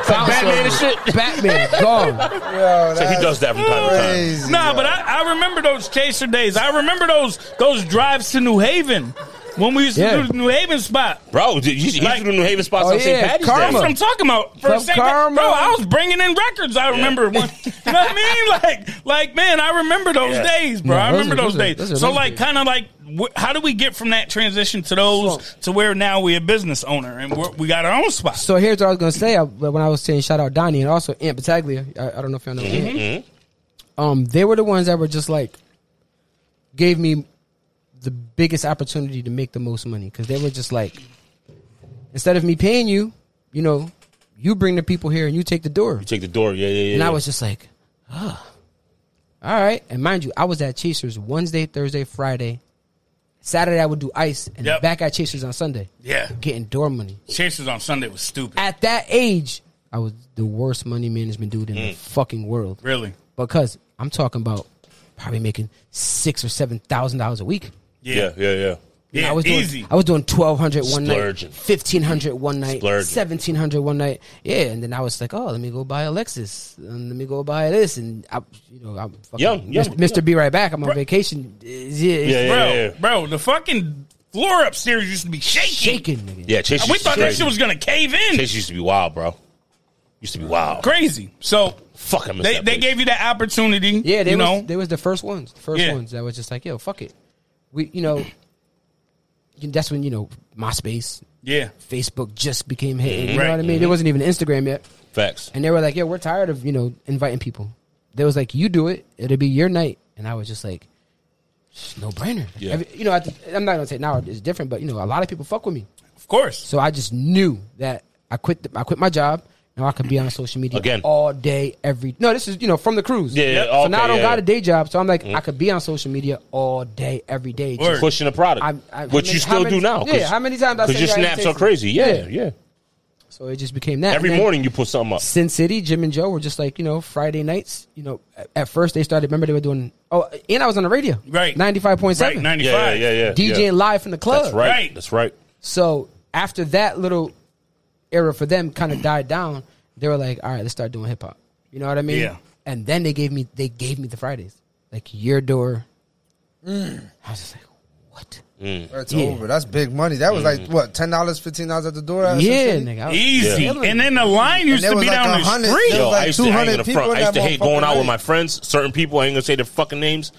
Speaker 3: Batman and shit.
Speaker 4: Batman, gone.
Speaker 2: Yo,
Speaker 3: So he
Speaker 2: that's
Speaker 3: does that from time to time.
Speaker 2: crazy.
Speaker 1: Nah, but I, I remember those chaser days. I remember those those drives to New Haven when we used to
Speaker 4: Yeah.
Speaker 1: do the New Haven spot.
Speaker 3: Bro, you- you- he used
Speaker 1: Like-
Speaker 3: to do New Haven spots
Speaker 4: Oh,
Speaker 3: on St.
Speaker 4: yeah,
Speaker 3: Patty's
Speaker 4: karma.
Speaker 1: That's what
Speaker 3: Day.
Speaker 1: I'm talking about. For
Speaker 4: From
Speaker 1: St.
Speaker 4: Karma.
Speaker 1: bro, I was bringing in records. I remember one. You know what I mean? Like, like man, I remember those
Speaker 3: Yeah.
Speaker 1: days, bro.
Speaker 4: No,
Speaker 1: I
Speaker 4: those
Speaker 1: remember
Speaker 4: are-
Speaker 1: those,
Speaker 4: those are-
Speaker 1: days.
Speaker 4: those are
Speaker 1: so,
Speaker 4: those
Speaker 1: like,
Speaker 4: days.
Speaker 1: kind of like, wh- how do we get from that transition to those to where now we're a business owner and we're, we got our own spot?
Speaker 4: So here's what I was gonna say. I, when I was saying shout out Donnie and also Aunt Battaglia. I, I don't know if y'all know.
Speaker 1: Mm-hmm.
Speaker 4: Aunt. Um, they were the ones that were just like gave me the biggest opportunity to make the most money because they were just like instead of me paying you, you know, you bring the people here and you take the door.
Speaker 3: Take the door. Yeah, yeah, yeah.
Speaker 4: And I
Speaker 3: yeah.
Speaker 4: was just like, oh, all right. And mind you, I was at Chasers Wednesday, Thursday, Friday. Saturday, I would do ice and
Speaker 1: Yep.
Speaker 4: back at Chasers on Sunday.
Speaker 1: Yeah.
Speaker 4: Getting door money.
Speaker 1: Chasers on Sunday was stupid.
Speaker 4: At that age, I was the worst money management dude in
Speaker 3: Mm.
Speaker 4: the fucking world.
Speaker 1: really?
Speaker 4: Because I'm talking about probably making six or seven thousand dollars a week.
Speaker 3: yeah,
Speaker 1: Yeah.
Speaker 3: yeah, yeah.
Speaker 1: Yeah,
Speaker 4: I was
Speaker 1: easy.
Speaker 4: doing I was doing twelve hundred one night,
Speaker 3: Splurging.
Speaker 4: fifteen hundred one night,
Speaker 3: Splurging.
Speaker 4: seventeen hundred one night. Yeah, and then I was like, oh, let me go buy a Lexus, and let me go buy this, and I, you know, I'm fucking
Speaker 3: Young, young,
Speaker 4: Mr. Be right back. I'm on vacation. Yeah,
Speaker 3: Yeah,
Speaker 4: yeah,
Speaker 3: yeah,
Speaker 1: bro,
Speaker 3: yeah.
Speaker 1: bro, the fucking floor upstairs used to be shaking.
Speaker 4: shaking, nigga.
Speaker 3: Yeah, Chase
Speaker 1: We
Speaker 3: used to
Speaker 1: thought
Speaker 3: be
Speaker 1: that
Speaker 3: crazy.
Speaker 1: shit was going to cave in.
Speaker 3: Chase used to be wild, bro. Used to be wild.
Speaker 1: Crazy. So,
Speaker 3: Fuck, I miss
Speaker 1: they,
Speaker 3: that
Speaker 1: they
Speaker 3: place.
Speaker 1: gave you that opportunity.
Speaker 4: Yeah, they
Speaker 1: you
Speaker 4: was,
Speaker 1: know?
Speaker 4: they was the first ones, the first
Speaker 1: Yeah.
Speaker 4: ones that was just like, yo, fuck it. We, you know, you- that's when you know MySpace,
Speaker 1: yeah.
Speaker 4: Facebook just became hitting. You
Speaker 1: Right.
Speaker 4: know what I mean? There wasn't even Instagram yet.
Speaker 3: facts.
Speaker 4: And they were like, "Yo, we're tired of you know inviting people." They was like, "You do it; it'll be your night." And I was just like, "It's "No brainer."
Speaker 3: Yeah.
Speaker 4: Every- you know, at the, I'm not gonna say now it's different, but you know, a lot of people fuck with me,
Speaker 1: Of course.
Speaker 4: so I just knew that I quit. The, I quit my job. Now I could be on social media
Speaker 3: Again.
Speaker 4: all day, every. No, this is you know from the cruise.
Speaker 3: Yeah, yeah,
Speaker 4: So
Speaker 3: okay,
Speaker 4: now I don't
Speaker 3: yeah, yeah.
Speaker 4: got
Speaker 3: Mm-hmm.
Speaker 4: a day job, so I'm like, I could be on social media all day, every day.
Speaker 1: Word.
Speaker 3: pushing the product,
Speaker 4: I'm- I'm-
Speaker 3: which
Speaker 4: how
Speaker 3: you
Speaker 4: many-
Speaker 3: still
Speaker 4: how many-
Speaker 3: do now.
Speaker 4: yeah, how many times I
Speaker 3: Because
Speaker 4: say
Speaker 3: your
Speaker 4: yeah, I
Speaker 3: snaps are
Speaker 4: text
Speaker 3: crazy.
Speaker 4: you.
Speaker 3: Yeah, yeah.
Speaker 4: Yeah. so it just became that
Speaker 3: Every
Speaker 4: And then-
Speaker 3: morning you put something up.
Speaker 4: Sin City, Jim and Joe were just like, you know, Friday nights, you know, at- at first they started, remember they were doing, oh, and I was on the radio.
Speaker 1: Right.
Speaker 4: 95.7.
Speaker 1: Right, 95.
Speaker 3: Yeah, yeah, yeah, yeah.
Speaker 4: DJing
Speaker 3: yeah.
Speaker 4: live from the club.
Speaker 3: That's right.
Speaker 1: Right.
Speaker 3: That's right.
Speaker 4: So after that little era for them kind of died down, they were like, all right, let's start doing hip hop. You know what I mean?
Speaker 1: Yeah.
Speaker 4: And then they gave me, they gave me the Fridays. Like, your door.
Speaker 2: Mm.
Speaker 4: I was just like, what?
Speaker 2: That's
Speaker 4: Yeah.
Speaker 2: over. That's big money. That was like what ten dollars, fifteen dollars at the door. at
Speaker 4: Yeah,
Speaker 2: Sin City?
Speaker 4: nigga. I was-
Speaker 1: Easy.
Speaker 4: Yeah.
Speaker 1: And then the line used
Speaker 2: there
Speaker 1: to
Speaker 2: was
Speaker 1: be
Speaker 2: like
Speaker 1: down
Speaker 2: a
Speaker 1: the
Speaker 2: hundred-
Speaker 1: street.
Speaker 2: there
Speaker 3: Yo,
Speaker 2: was like
Speaker 3: I used to, I ain't
Speaker 2: 200
Speaker 3: gonna front.
Speaker 2: people
Speaker 3: I used to
Speaker 2: that
Speaker 3: hate going out with
Speaker 2: motherfucker
Speaker 3: my friends. Certain people, I ain't gonna say their fucking names.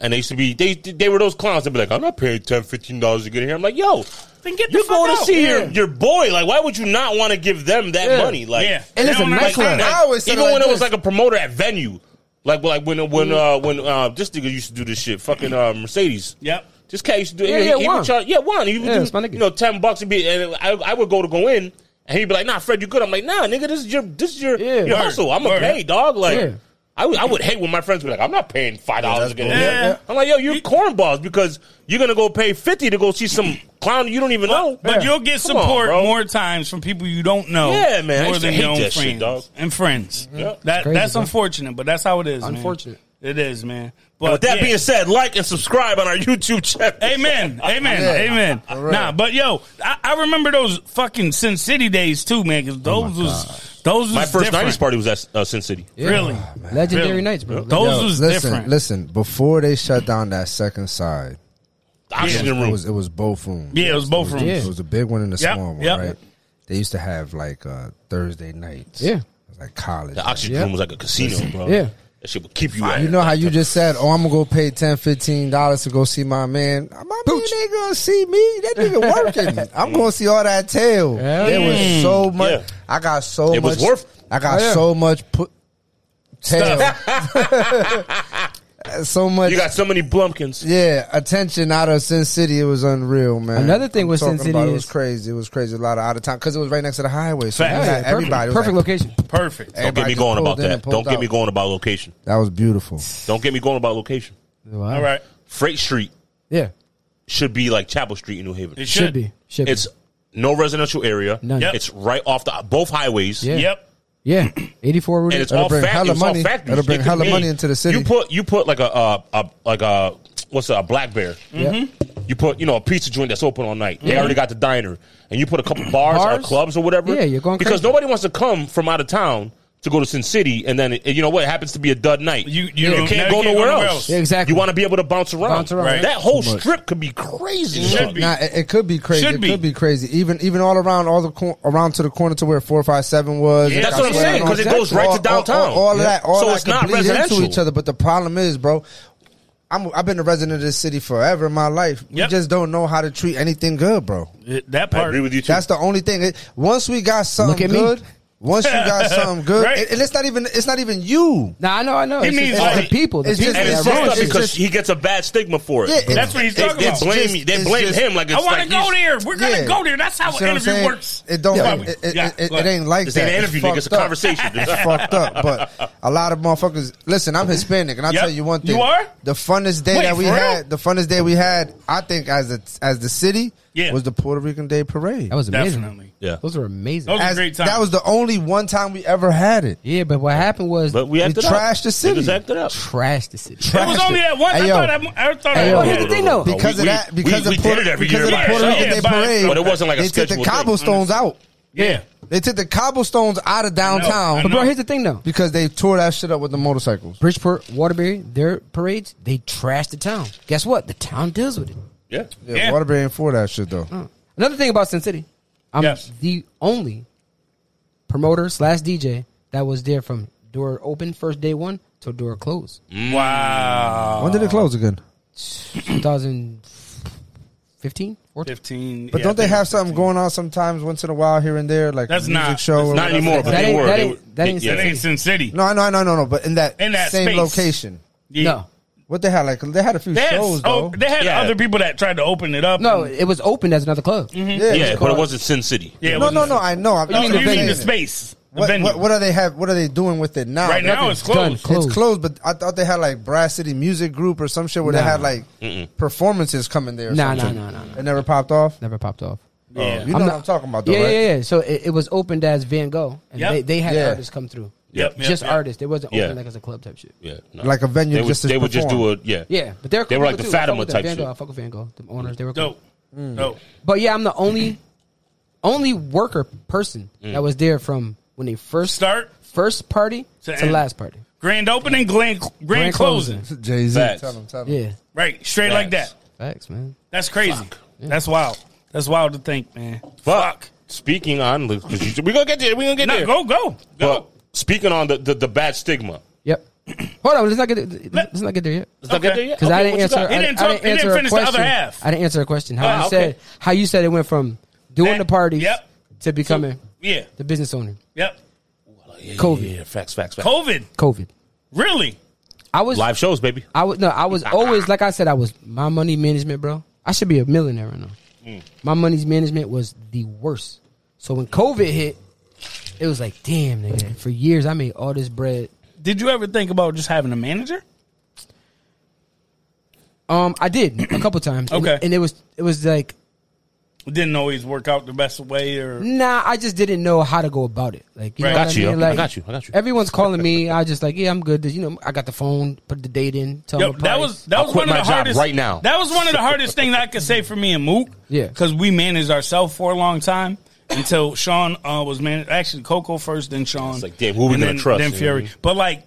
Speaker 3: And they used to be, they they were those clowns. They'd be like, I'm not paying 10 $15 to get in here. I'm like, yo,
Speaker 1: Then get the
Speaker 3: you're
Speaker 1: fuck
Speaker 3: going to
Speaker 1: out.
Speaker 3: see
Speaker 1: Yeah.
Speaker 3: your, your boy. Like, why would you not want to give them that money? Like,
Speaker 1: yeah.
Speaker 3: like,
Speaker 4: And it's a
Speaker 1: Now when I-
Speaker 4: nightclub.
Speaker 1: like,
Speaker 2: I always said
Speaker 3: even
Speaker 2: it like
Speaker 3: when it was
Speaker 2: this.
Speaker 3: like a promoter at venue, Like like when when uh when uh this nigga used to do this shit. Fucking uh, Mercedes.
Speaker 1: Yep.
Speaker 3: This cat used to do yeah,
Speaker 4: Yeah, yeah,
Speaker 3: he, he
Speaker 4: Juan.
Speaker 3: would charge yeah one. He would
Speaker 4: Yeah,
Speaker 3: do,
Speaker 4: that's my nigga.
Speaker 3: you know ten bucks and be and I, I would go to go in and he'd be like nah Fred you good I'm like nah nigga this is your this is your,
Speaker 4: Yeah.
Speaker 3: your
Speaker 4: Word.
Speaker 3: hustle I'm gonna
Speaker 1: Word.
Speaker 3: pay dog like
Speaker 4: Yeah.
Speaker 3: I would I would hate when my friends be like I'm not paying five dollars
Speaker 2: that's
Speaker 3: to get in
Speaker 2: bull-
Speaker 3: there.
Speaker 1: Yeah. Yeah.
Speaker 3: I'm like yo you're cornballs because you're gonna go pay fifty to go see some clown you don't even know
Speaker 1: But you'll get
Speaker 3: Come on,
Speaker 1: support
Speaker 3: bro.
Speaker 1: more times from people you don't know.
Speaker 3: Yeah, man. I
Speaker 1: More
Speaker 3: used to
Speaker 1: than
Speaker 3: hate
Speaker 1: your own
Speaker 3: that shit,
Speaker 1: friends
Speaker 3: dog.
Speaker 1: and friends.
Speaker 3: Yep.
Speaker 1: That
Speaker 4: crazy,
Speaker 1: that's
Speaker 4: bro.
Speaker 1: unfortunate, but that's how it is. man.
Speaker 4: Unfortunate.
Speaker 1: It is, man.
Speaker 3: And
Speaker 1: But
Speaker 3: with that
Speaker 1: yeah.
Speaker 3: being said like and subscribe on our YouTube channel
Speaker 1: Amen. Amen.
Speaker 2: Yeah.
Speaker 1: Amen.
Speaker 2: For real.
Speaker 1: Nah, but yo, I, I remember those fucking Sin City days too, man. Because those was those was
Speaker 3: my first
Speaker 1: different.
Speaker 3: nineties party was at uh, Sin City
Speaker 4: Yeah. Oh,
Speaker 1: Really,
Speaker 4: Legendary
Speaker 1: Really?
Speaker 4: nights, bro.
Speaker 1: those
Speaker 2: Yo,
Speaker 1: was
Speaker 2: listen,
Speaker 1: different.
Speaker 2: listen. Before they shut down that second side,
Speaker 3: oxygen
Speaker 2: it
Speaker 3: room
Speaker 2: was it was both rooms.
Speaker 1: Yeah, it was both
Speaker 2: it
Speaker 1: rooms.
Speaker 4: Yeah.
Speaker 2: It was a big one and a
Speaker 1: Yep,
Speaker 2: small one,
Speaker 1: yep.
Speaker 2: right? They used to have like uh, Thursday nights.
Speaker 4: Yeah.
Speaker 2: it was like college.
Speaker 3: the oxygen
Speaker 4: Yeah.
Speaker 3: room was like a casino bro
Speaker 4: Yeah.
Speaker 3: that shit would keep you out
Speaker 2: You know how you just said, "Oh, I'm gonna go pay 10 dollars to go see my man." My
Speaker 4: Pooch.
Speaker 2: man ain't gonna see me. That nigga working. I'm gonna see all that tail.
Speaker 4: Hell
Speaker 2: There was so much.
Speaker 3: Yeah.
Speaker 2: I got so
Speaker 3: It
Speaker 2: much.
Speaker 3: was worth-
Speaker 2: I got
Speaker 4: Oh, yeah.
Speaker 2: so much put tail. so much.
Speaker 3: you got so many blumpkins
Speaker 2: yeah, attention out of Sin City. It was unreal, man.
Speaker 4: Another thing with Sin
Speaker 2: talking about
Speaker 4: City
Speaker 2: it was
Speaker 4: is-
Speaker 2: crazy. It was crazy. A lot of out of town because it was right next to the highway. So
Speaker 1: Fact.
Speaker 2: you
Speaker 1: Hell
Speaker 2: got
Speaker 1: yeah,
Speaker 4: perfect,
Speaker 2: everybody. it was
Speaker 4: perfect
Speaker 2: like-
Speaker 4: location.
Speaker 1: Perfect.
Speaker 3: Don't get
Speaker 2: everybody
Speaker 3: me
Speaker 2: just
Speaker 3: going about
Speaker 2: pulled in
Speaker 3: that.
Speaker 2: and pulled
Speaker 3: Don't get me
Speaker 2: out.
Speaker 3: going about location.
Speaker 2: That was beautiful.
Speaker 3: Don't get me going about location.
Speaker 4: Wow.
Speaker 1: All right,
Speaker 3: Freight Street
Speaker 4: Yeah.
Speaker 3: should be like Chapel Street in New Haven.
Speaker 1: it should,
Speaker 4: Should be. Should be.
Speaker 3: It's no residential area.
Speaker 4: None.
Speaker 1: Yep.
Speaker 3: It's right off the both highways.
Speaker 4: Yeah.
Speaker 1: Yep.
Speaker 4: yeah. 84 Route
Speaker 3: And it's
Speaker 4: eight.
Speaker 2: That'll
Speaker 3: all,
Speaker 2: bring
Speaker 3: fac-
Speaker 2: hella
Speaker 3: it's all
Speaker 2: money.
Speaker 3: factories.
Speaker 2: That'll bring
Speaker 3: It could
Speaker 2: hella
Speaker 3: be-
Speaker 2: money into the city.
Speaker 3: You put you put like a, uh a like a what's a black bear. Mm-hmm. You put you know a pizza joint that's open all night.
Speaker 2: Mm-hmm.
Speaker 3: They already got the diner, and you put a couple bars, or
Speaker 4: Bars?
Speaker 3: clubs or whatever.
Speaker 4: Yeah, you're going
Speaker 3: because
Speaker 4: crazy.
Speaker 3: nobody wants to come from out of town. To go to Sin City, and then it, you know what it happens to be a dud night.
Speaker 1: You- you don't- now
Speaker 3: can't
Speaker 1: you can't
Speaker 3: go
Speaker 1: go
Speaker 3: nowhere
Speaker 1: nowhere
Speaker 3: else.
Speaker 1: else. Yeah,
Speaker 4: exactly.
Speaker 3: You want to be able to bounce around.
Speaker 4: Bounce around. Right.
Speaker 3: That whole
Speaker 2: Too much.
Speaker 3: strip could be crazy.
Speaker 1: It should
Speaker 3: dog.
Speaker 1: be.
Speaker 2: Nah, it, it could be crazy.
Speaker 1: Should
Speaker 2: it
Speaker 1: be.
Speaker 2: could be crazy. Even even all around all the cor- around to the corner to where four five seven was.
Speaker 3: Yeah, that's
Speaker 2: Like,
Speaker 3: what I'm
Speaker 2: I swear,
Speaker 3: saying,
Speaker 2: I don't-
Speaker 3: 'cause it goes right to
Speaker 2: all- all-
Speaker 3: downtown.
Speaker 2: All, of that, all
Speaker 3: So
Speaker 2: that
Speaker 3: it's
Speaker 2: could
Speaker 3: not
Speaker 2: bleed
Speaker 3: residential.
Speaker 2: into each other. But the problem is, bro. I'm, I've been a resident of this city forever in my life. We
Speaker 1: Yep.
Speaker 2: just don't know how to treat anything good, bro.
Speaker 1: It- that
Speaker 3: I
Speaker 1: part.
Speaker 3: agree with you too.
Speaker 2: That's the only thing. It, once we got something
Speaker 4: at me.
Speaker 2: good, once you got something good,
Speaker 1: Right.
Speaker 2: and- and it's not even it's not even you.
Speaker 4: Nah, I know, I know.
Speaker 1: He
Speaker 4: It's just
Speaker 1: means
Speaker 4: it's
Speaker 1: like-
Speaker 4: the people. The
Speaker 2: it's
Speaker 4: people
Speaker 2: just-
Speaker 3: and
Speaker 4: that
Speaker 3: it's
Speaker 2: Yeah,
Speaker 4: run
Speaker 3: fucked up
Speaker 2: right.
Speaker 4: shit.
Speaker 3: because
Speaker 2: It's just-
Speaker 3: he gets a bad stigma for it.
Speaker 2: Yeah, it-
Speaker 1: That's what he's
Speaker 3: they,
Speaker 1: talking
Speaker 3: they
Speaker 1: about.
Speaker 3: blame
Speaker 2: It's
Speaker 3: me- they
Speaker 2: just-
Speaker 3: blame
Speaker 2: it's
Speaker 3: him like it's
Speaker 1: I want
Speaker 3: like
Speaker 1: to go
Speaker 3: he's-
Speaker 1: there. We're gonna
Speaker 2: Yeah.
Speaker 1: go there. That's how
Speaker 2: You
Speaker 1: an
Speaker 2: see what I'm
Speaker 1: interview
Speaker 2: saying?
Speaker 1: works.
Speaker 2: It don't.
Speaker 1: Yeah.
Speaker 2: It, it,
Speaker 1: Yeah,
Speaker 2: it- it
Speaker 1: go ahead.
Speaker 2: ain't like
Speaker 3: This
Speaker 2: that.
Speaker 3: ain't an interview, nigga. It's a
Speaker 2: fucked up.
Speaker 3: conversation.
Speaker 2: It's fucked up. But a lot of motherfuckers. Listen, I'm Hispanic, and I will
Speaker 1: Yep.
Speaker 2: tell you one thing.
Speaker 1: You are?
Speaker 2: the funnest day
Speaker 1: Wait,
Speaker 2: that we
Speaker 1: for real?
Speaker 2: had. The funnest day we had. I think as a, as the city
Speaker 1: Yeah.
Speaker 2: was the Puerto Rican Day Parade.
Speaker 4: That was amazing.
Speaker 1: Definitely.
Speaker 3: Yeah.
Speaker 4: Those were amazing.
Speaker 1: Those- was a
Speaker 2: As-
Speaker 1: great time.
Speaker 2: That was the only one time we ever had it.
Speaker 4: Yeah, but what happened was
Speaker 3: But we acted
Speaker 2: trashed
Speaker 3: up.
Speaker 2: the city.
Speaker 3: Niggas acted up.
Speaker 4: trashed the city.
Speaker 1: It was only that one.
Speaker 2: Hey,
Speaker 1: I
Speaker 2: yo.
Speaker 1: thought. I, I thought.
Speaker 4: Hey,
Speaker 1: I
Speaker 4: yo.
Speaker 1: wanted
Speaker 4: Here's the thing, though.
Speaker 3: No,
Speaker 2: Because
Speaker 3: Oh, we-
Speaker 2: of that,
Speaker 3: we-
Speaker 2: because
Speaker 3: we
Speaker 2: of Puerto,
Speaker 3: did it every
Speaker 2: because
Speaker 3: year
Speaker 2: of the
Speaker 3: by
Speaker 2: Puerto
Speaker 1: ourselves.
Speaker 2: Rican
Speaker 1: Yeah,
Speaker 2: Day
Speaker 1: by
Speaker 2: Parade,
Speaker 1: ourselves.
Speaker 3: But it wasn't like a
Speaker 2: they took the
Speaker 3: scheduled thing.
Speaker 2: cobblestones out.
Speaker 1: Yeah.
Speaker 2: They took the cobblestones out of downtown
Speaker 1: I
Speaker 4: But bro,
Speaker 1: know.
Speaker 4: here's the thing though.
Speaker 2: because they tore that shit up with the motorcycles.
Speaker 4: Bridgeport, Waterbury, their parades, they trashed the town. Guess what? The town deals with it. Uh.
Speaker 3: Yeah.
Speaker 2: Yeah,
Speaker 1: Yeah.
Speaker 2: Waterbury ain't for that shit though.
Speaker 4: Another thing about Sin City, I'm
Speaker 1: Yes.
Speaker 4: the only promoter slash DJ that was there from door open first day one till door close.
Speaker 3: Mm.
Speaker 1: Wow.
Speaker 2: When did it close again? Mm.
Speaker 4: 2015, 14?
Speaker 1: Fifteen.
Speaker 2: But
Speaker 1: yeah, I
Speaker 2: don't they
Speaker 1: think
Speaker 2: have something going on sometimes, once in a while, here and there, like
Speaker 1: That's
Speaker 2: a music
Speaker 1: not-
Speaker 2: show?
Speaker 1: that's
Speaker 2: or
Speaker 3: Not
Speaker 2: whatever?
Speaker 3: anymore, but
Speaker 4: That
Speaker 3: they
Speaker 4: ain't-
Speaker 3: were.
Speaker 4: that
Speaker 3: They
Speaker 4: ain't-
Speaker 3: were-
Speaker 4: that ain't
Speaker 3: yeah,
Speaker 1: That
Speaker 3: they-
Speaker 1: ain't Sin City.
Speaker 2: No, I know, I know, I know, no. But in that,
Speaker 1: In that
Speaker 2: same
Speaker 1: space.
Speaker 2: location,
Speaker 1: Yeah.
Speaker 4: No.
Speaker 2: what they had, like they had a few
Speaker 1: They had,
Speaker 2: shows
Speaker 1: oh,
Speaker 2: though.
Speaker 1: they had
Speaker 3: Yeah.
Speaker 1: other people that tried to open it up.
Speaker 4: No,
Speaker 1: and-
Speaker 4: it was open as another club.
Speaker 2: yeah,
Speaker 3: Yeah,
Speaker 2: was
Speaker 3: but it
Speaker 2: called-
Speaker 3: wasn't Sin City.
Speaker 1: yeah, it
Speaker 2: No,
Speaker 1: was-
Speaker 2: no, no. I know. I'm
Speaker 1: You mean,
Speaker 2: just
Speaker 1: you mean
Speaker 2: saying.
Speaker 1: the space? the
Speaker 2: What,
Speaker 1: venue.
Speaker 2: what, what are they have? What are they doing with it now?
Speaker 1: right now, it's closed.
Speaker 4: Done. Closed.
Speaker 2: It's closed, but I thought they had like Brass City Music Group or some shit where they
Speaker 4: Nah.
Speaker 2: had like performances coming there. or
Speaker 4: Nah, nah,
Speaker 2: something.
Speaker 4: nah, nah, nah.
Speaker 2: It never popped off.
Speaker 4: Never popped off.
Speaker 1: Yeah.
Speaker 2: You know what I'm talking about, though,
Speaker 4: yeah,
Speaker 2: right?
Speaker 4: yeah, yeah. So it, it was opened as Van Gogh, and
Speaker 1: Yep.
Speaker 4: they, they had
Speaker 2: Yeah.
Speaker 4: artists come through.
Speaker 3: Yep,
Speaker 1: yep,
Speaker 4: just
Speaker 1: yep.
Speaker 4: artists. It wasn't
Speaker 3: Yeah.
Speaker 4: open like as a club type shit.
Speaker 3: Yeah. no.
Speaker 2: Like a venue
Speaker 3: They would
Speaker 2: just to
Speaker 3: they would just do
Speaker 2: perform.
Speaker 3: a yeah.
Speaker 4: Yeah, but they're
Speaker 3: They were
Speaker 4: cool
Speaker 3: like the
Speaker 4: too. I fuck
Speaker 3: Fatima
Speaker 4: with them.
Speaker 3: type
Speaker 4: Van Gogh,
Speaker 3: shit.
Speaker 4: I fuck with Van Gogh. The owners, they were cool.
Speaker 1: Dope.
Speaker 2: Mm.
Speaker 1: Dope.
Speaker 4: But yeah, I'm the only, only worker person
Speaker 3: Mm.
Speaker 4: that was there from when they first
Speaker 1: Start
Speaker 4: first party
Speaker 1: To
Speaker 4: to,
Speaker 1: end.
Speaker 4: last party.
Speaker 1: grand opening, grand, grand,
Speaker 4: Grand
Speaker 1: closing.
Speaker 4: closing.
Speaker 2: Jay Z.
Speaker 3: Facts.
Speaker 2: Tell them, tell them.
Speaker 4: Yeah,
Speaker 1: Right, straight like
Speaker 3: Facts.
Speaker 1: that.
Speaker 4: facts, man.
Speaker 1: That's crazy. That's wild. That's wild to think, man.
Speaker 3: Fuck. Speaking on, we're gonna get there. We're gonna get
Speaker 1: No,
Speaker 3: there.
Speaker 1: go, go,
Speaker 3: But
Speaker 1: go.
Speaker 3: speaking on the, the, the bad stigma.
Speaker 4: Yep. Hold on, let's not get let's not get there yet.
Speaker 3: Let's not get
Speaker 1: Okay.
Speaker 3: there yet.
Speaker 4: Because
Speaker 3: Okay,
Speaker 4: I
Speaker 3: what
Speaker 4: didn't
Speaker 3: you
Speaker 4: answer.
Speaker 3: got?
Speaker 4: I,
Speaker 1: He didn't talk-
Speaker 4: I
Speaker 1: he
Speaker 4: didn't
Speaker 1: didn't
Speaker 4: answer a
Speaker 1: finish the other
Speaker 4: question.
Speaker 1: half.
Speaker 4: I didn't answer a question. How
Speaker 3: Ah,
Speaker 4: you
Speaker 3: okay.
Speaker 4: said how you said it went from doing
Speaker 1: That-
Speaker 4: the parties
Speaker 1: yep.
Speaker 4: to becoming
Speaker 1: Yeah,
Speaker 4: the business owner.
Speaker 1: yep.
Speaker 3: Yeah, yeah,
Speaker 4: COVID.
Speaker 3: yeah, facts, facts, facts.
Speaker 1: COVID,
Speaker 4: COVID.
Speaker 1: really?
Speaker 4: I was
Speaker 3: Live shows, baby.
Speaker 4: I was no, I was always like I said, I was my money management, bro. I should be a millionaire right now.
Speaker 3: Hmm.
Speaker 4: My money's management was the worst. So when COVID hit, it was like, damn, nigga. For years, I made all this bread.
Speaker 1: Did you ever think about just having a manager?
Speaker 4: Um, I did a couple times. And-
Speaker 1: Okay.
Speaker 4: and it was it was like
Speaker 1: It didn't always work out the best way, or
Speaker 4: Nah, I just didn't know how to go about it. Like, you
Speaker 1: Right.
Speaker 4: know
Speaker 3: Got
Speaker 4: what
Speaker 3: you,
Speaker 4: I
Speaker 3: yo.
Speaker 4: mean? Like,
Speaker 3: I got you, I got you.
Speaker 4: Everyone's calling me. I just like, yeah, I'm good. You know, I got the phone, put the date in. Tell
Speaker 1: Yo,
Speaker 4: them the
Speaker 1: that
Speaker 4: price.
Speaker 1: was that
Speaker 3: I'll
Speaker 1: was
Speaker 3: quit
Speaker 1: one of
Speaker 3: my
Speaker 1: the
Speaker 3: job
Speaker 1: hardest
Speaker 3: right now.
Speaker 1: That was one of the hardest things I could say for me and Mook.
Speaker 4: Yeah.
Speaker 1: because we managed ourselves for a long time until Sean uh, was managed. Actually, Coco first, then Sean.
Speaker 3: It's like, damn, who we
Speaker 1: and
Speaker 3: gonna
Speaker 1: then-
Speaker 3: trust,
Speaker 1: Then
Speaker 3: you know
Speaker 1: Fury.
Speaker 3: what I mean?
Speaker 1: But like,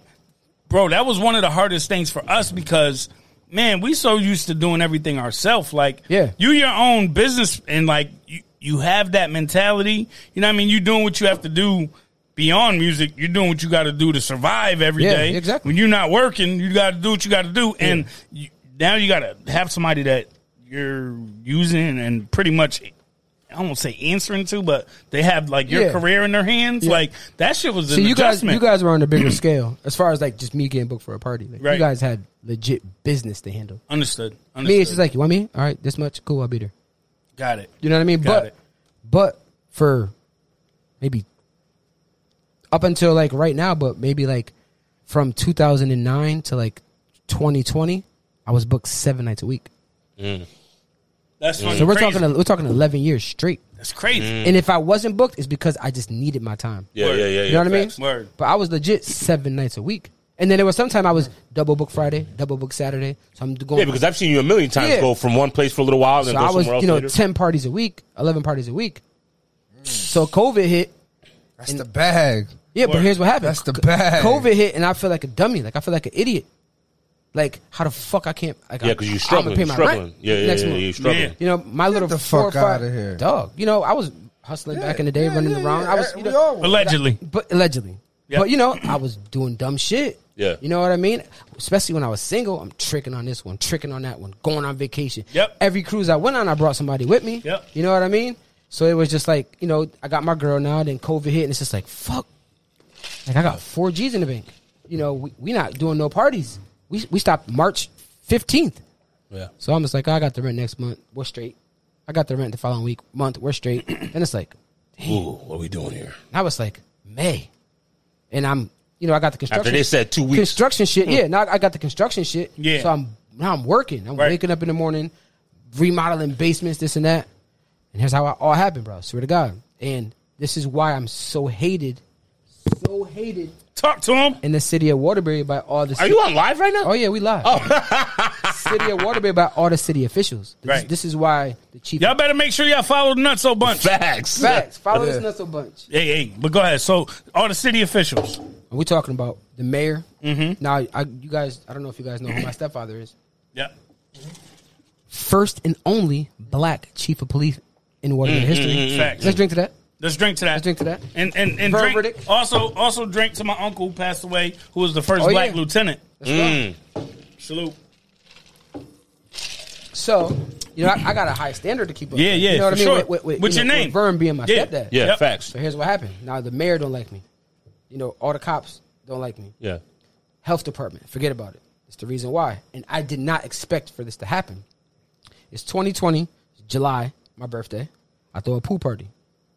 Speaker 1: bro, that was one of the hardest things for us because man, we so used to doing everything ourselves. Like,
Speaker 4: Yeah.
Speaker 1: you your own business, and like you, you have that mentality. You know, what I mean, you doing what you have to do. Beyond music, you're doing what you got to do to survive every day.
Speaker 4: Yeah, exactly.
Speaker 1: When you're not working, you got to do what you got to do, and you, now you got to have somebody that you're using and pretty much I won't say answering to, but they have like your
Speaker 4: Yeah.
Speaker 1: career in their hands. Like that shit was an
Speaker 4: So you guys,
Speaker 1: adjustment.
Speaker 4: you guys were on a bigger scale as far as like just me getting booked for a party. Like,
Speaker 1: Right.
Speaker 4: You guys had legit business to handle.
Speaker 1: understood. understood.
Speaker 4: Me, it's just like, you want me? All right, this much, cool. I'll be there.
Speaker 1: got it.
Speaker 4: You know what I mean?
Speaker 1: Got
Speaker 4: but
Speaker 1: it.
Speaker 4: but for maybe up until like right now, but maybe like from 2009 to like 2020, I was booked seven nights a week.
Speaker 1: That's fucking
Speaker 4: So we're
Speaker 1: crazy. Mm.
Speaker 4: talking Mm. we're talking 11 years straight.
Speaker 1: That's crazy.
Speaker 4: And if I wasn't booked, it's because I just needed my time.
Speaker 3: Yeah, yeah, yeah, yeah.
Speaker 4: You know what I mean?
Speaker 3: facts.
Speaker 1: Word.
Speaker 4: But I was legit seven nights a week. And then there was sometime I was double book Friday, double book Saturday. So I'm going.
Speaker 3: Yeah, because I've seen you a million times
Speaker 4: Yeah.
Speaker 3: go from one place for a little while and
Speaker 4: so
Speaker 3: go
Speaker 4: I was,
Speaker 3: somewhere else
Speaker 4: you know,
Speaker 3: later.
Speaker 4: 10 parties a week, 11 parties a week. So COVID hit.
Speaker 2: That's the bag.
Speaker 4: Yeah, but here's what happened.
Speaker 2: That's the bag.
Speaker 4: COVID hit, and I feel like a dummy. Like I feel like an idiot. Like how the fuck I can't? Like,
Speaker 3: yeah,
Speaker 4: I-
Speaker 3: because you're
Speaker 4: I'ma
Speaker 3: struggling.
Speaker 4: pay
Speaker 3: You're
Speaker 4: my
Speaker 3: struggling.
Speaker 4: rent
Speaker 3: Yeah, yeah,
Speaker 4: next
Speaker 3: yeah, yeah,
Speaker 4: month.
Speaker 3: you're struggling.
Speaker 4: You know, my little
Speaker 2: the
Speaker 4: four or
Speaker 2: fuck
Speaker 4: five,
Speaker 2: outta here.
Speaker 4: dog. You know, I was hustling back in the day,
Speaker 2: Yeah,
Speaker 4: running
Speaker 2: yeah,
Speaker 4: around.
Speaker 2: yeah.
Speaker 4: I was,
Speaker 2: We
Speaker 4: you know,
Speaker 2: all-
Speaker 1: Allegedly,
Speaker 4: but allegedly.
Speaker 1: Yeah.
Speaker 4: But you know, I was doing dumb shit.
Speaker 3: Yeah.
Speaker 4: You know what I mean? Especially when I was single, I'm tricking on this one, tricking on that one, going on vacation.
Speaker 1: Yep.
Speaker 4: Every cruise I went on, I brought somebody with me.
Speaker 1: Yep.
Speaker 4: You know what I mean? So it was just like, you know, I got my girl now, then COVID hit, and it's just like, fuck. Like I got four G's in the bank. You know, we, we not doing no parties. We we stopped March fifteenth.
Speaker 3: Yeah.
Speaker 4: So I'm just like, "Oh, I got the rent next month. We're straight. I got the rent the following week, month. We're straight. and it's like,
Speaker 3: Ooh, what are we doing here?
Speaker 4: and I was like, May. And I'm, you know, I got the construction.
Speaker 3: After they said two weeks. Hmm.
Speaker 4: Construction shit. Yeah. Now I got the construction shit.
Speaker 1: Yeah.
Speaker 4: So I'm, now I'm working. I'm
Speaker 1: Right.
Speaker 4: waking up in the morning, remodeling basements, this and that. And here's how it all happened, bro. Swear to God. And this is why I'm so hated, so hated
Speaker 1: talk to him.
Speaker 4: in the city of Waterbury by all the
Speaker 3: Are you on live right now?
Speaker 4: Oh yeah, we live. city of Waterbury by all the city officials. This,
Speaker 1: Right.
Speaker 4: this is why the chief
Speaker 1: Y'all better make sure y'all follow the Nutso Bunch.
Speaker 3: Facts.
Speaker 4: facts. Follow this
Speaker 2: Yeah.
Speaker 4: nuts a bunch.
Speaker 1: Hey, hey, but go ahead. So, all the city officials.
Speaker 4: And we're talking about the mayor. Mm-hmm. Now, I, you guys, I don't know if you guys know who my stepfather is.
Speaker 1: Yep.
Speaker 4: First and only black chief of police in Waterbury history.
Speaker 1: Mm-hmm. Facts.
Speaker 4: Let's drink to that.
Speaker 1: Let's drink to that.
Speaker 4: Let's drink to that.
Speaker 1: And and and
Speaker 4: Verdict.
Speaker 1: drink, also also drink to my uncle who passed away, who was the first
Speaker 4: Oh,
Speaker 1: black
Speaker 4: yeah.
Speaker 1: lieutenant.
Speaker 4: Let's go.
Speaker 1: Mm. Salute.
Speaker 4: So, you know, I, I got a high standard to keep up.
Speaker 1: Yeah,
Speaker 4: with,
Speaker 1: yeah,
Speaker 4: You know what
Speaker 1: for
Speaker 4: I mean?
Speaker 1: sure.
Speaker 4: With, with, with,
Speaker 1: What's
Speaker 4: you
Speaker 1: your
Speaker 4: know,
Speaker 1: name?
Speaker 4: With Vern being my
Speaker 1: Yeah.
Speaker 4: stepdad.
Speaker 3: Yeah,
Speaker 1: Yep.
Speaker 3: facts.
Speaker 4: So here's what happened. Now the mayor don't like me. You know, all the cops don't like me.
Speaker 3: Yeah.
Speaker 4: health department. Forget about it. It's the reason why. And I did not expect for this to happen. It's 2020, July, my birthday. I throw a pool party,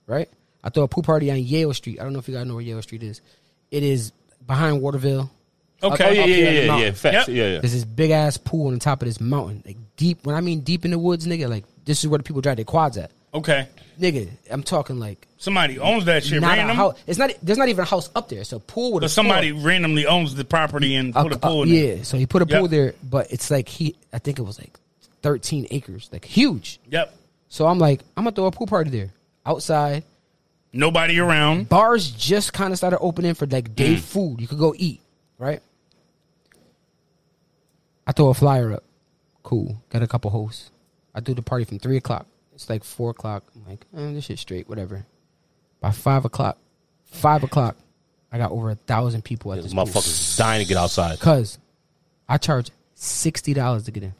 Speaker 4: right? I throw a pool party on Yale Street. I don't know if you guys know where Yale Street is. It is behind Waterville. Up-
Speaker 1: Okay.
Speaker 4: up
Speaker 3: Oh, yeah,
Speaker 4: here
Speaker 3: yeah,
Speaker 4: in the
Speaker 3: yeah, yeah, yeah.
Speaker 4: mountain.
Speaker 3: Facts.
Speaker 1: Yep.
Speaker 3: Yeah, yeah.
Speaker 4: There's this big ass pool on the top of this mountain. Like deep, when I mean deep in the woods, nigga, like this is where the people drive their quads at.
Speaker 1: Okay.
Speaker 4: Nigga, I'm talking like
Speaker 1: Somebody owns that shit
Speaker 4: not a
Speaker 1: random.
Speaker 4: house. It's not there's not even a house up there. It's a pool with a
Speaker 1: But
Speaker 4: floor.
Speaker 1: somebody randomly owns the property and put a
Speaker 4: Uh, uh,
Speaker 1: pool in
Speaker 4: yeah,
Speaker 1: it.
Speaker 4: so he put a
Speaker 1: Yep.
Speaker 4: pool there, but it's like he, I think it was like 13 acres, like huge.
Speaker 1: Yep.
Speaker 4: So I'm like, I'm gonna throw a pool party there outside.
Speaker 1: Nobody around.
Speaker 4: Bars just kind of started opening for like
Speaker 1: Mm.
Speaker 4: day food. You could go eat, right? I throw a flyer up. Cool. Got a couple hosts. I do the party from three o'clock. It's like four o'clock. I'm like, eh, this shit straight, whatever. By five o'clock, five o'clock, I got over a thousand people at
Speaker 3: Those
Speaker 4: this pool.
Speaker 3: motherfuckers dying to get outside.
Speaker 4: Cause I charge sixty dollars to get in.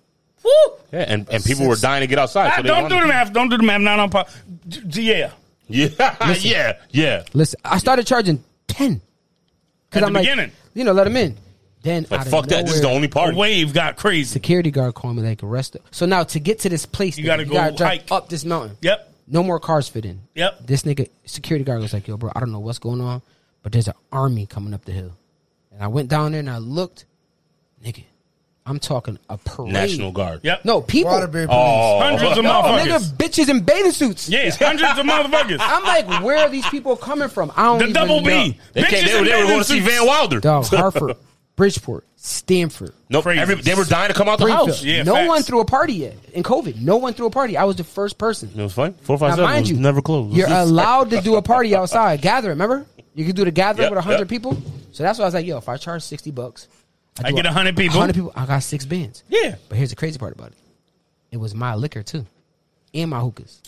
Speaker 1: Woo!
Speaker 3: Yeah, and, and people were dying to get outside.
Speaker 1: Ah,
Speaker 3: so they
Speaker 1: don't do the
Speaker 3: wanted-
Speaker 1: math. Don't do the math. Not on par. D- d- Yeah.
Speaker 3: Yeah, yeah, yeah.
Speaker 4: Listen, I started charging ten.
Speaker 1: At the beginning.
Speaker 4: like, you know, let them in. Then
Speaker 3: Like
Speaker 4: out
Speaker 3: fuck
Speaker 4: of
Speaker 3: that.
Speaker 4: nowhere,
Speaker 3: This is the only
Speaker 1: A
Speaker 3: party.
Speaker 1: wave got crazy.
Speaker 4: security guard called me like arrest. So now to get to this place,
Speaker 1: You
Speaker 4: nigga,
Speaker 1: gotta go
Speaker 4: drive
Speaker 1: hike.
Speaker 4: up this mountain.
Speaker 1: Yep.
Speaker 4: No more cars fit in.
Speaker 1: Yep.
Speaker 4: This nigga security guard was like, "Yo, bro, I don't know what's going on, but there's an army coming up the hill." And I went down there and I looked, nigga. I'm talking a parade.
Speaker 3: National Guard.
Speaker 1: Yep.
Speaker 4: No people.
Speaker 2: Waterbury police.
Speaker 3: Oh,
Speaker 1: Hundreds of
Speaker 4: No, nigga,
Speaker 1: motherfuckers.
Speaker 4: bitches in bathing suits.
Speaker 1: Yeah, hundreds of motherfuckers.
Speaker 4: I'm like, where are these people coming from? I don't
Speaker 1: The
Speaker 4: even
Speaker 1: double B.
Speaker 4: know.
Speaker 3: They,
Speaker 1: Bitches
Speaker 3: came, they,
Speaker 1: in
Speaker 3: were- they were
Speaker 1: bathing
Speaker 3: going to see
Speaker 1: suits.
Speaker 3: Van Wilder.
Speaker 4: Dog, Hartford, Bridgeport, Stanford,
Speaker 3: Nope.
Speaker 1: Crazy.
Speaker 3: Every, they were dying to come out the
Speaker 4: Springfield.
Speaker 3: house.
Speaker 1: Yeah,
Speaker 4: no
Speaker 1: facts.
Speaker 4: one threw a party yet in COVID. No one threw a party. I was the first person.
Speaker 3: It was fine. Four
Speaker 4: Now,
Speaker 3: five seven
Speaker 4: mind
Speaker 3: was
Speaker 4: you,
Speaker 3: never closed.
Speaker 4: You're allowed to do a party outside, gathering. Remember, you can do the gathering
Speaker 3: Yep,
Speaker 4: with with hundred
Speaker 3: yep.
Speaker 4: people. So that's why I was like, yo, if I charge sixty bucks,
Speaker 1: I
Speaker 4: do
Speaker 1: get
Speaker 4: a-
Speaker 1: 100 people.
Speaker 4: 100 people. I got six bands.
Speaker 1: Yeah.
Speaker 4: But here's the crazy part about it: it was my liquor too, and my hookahs.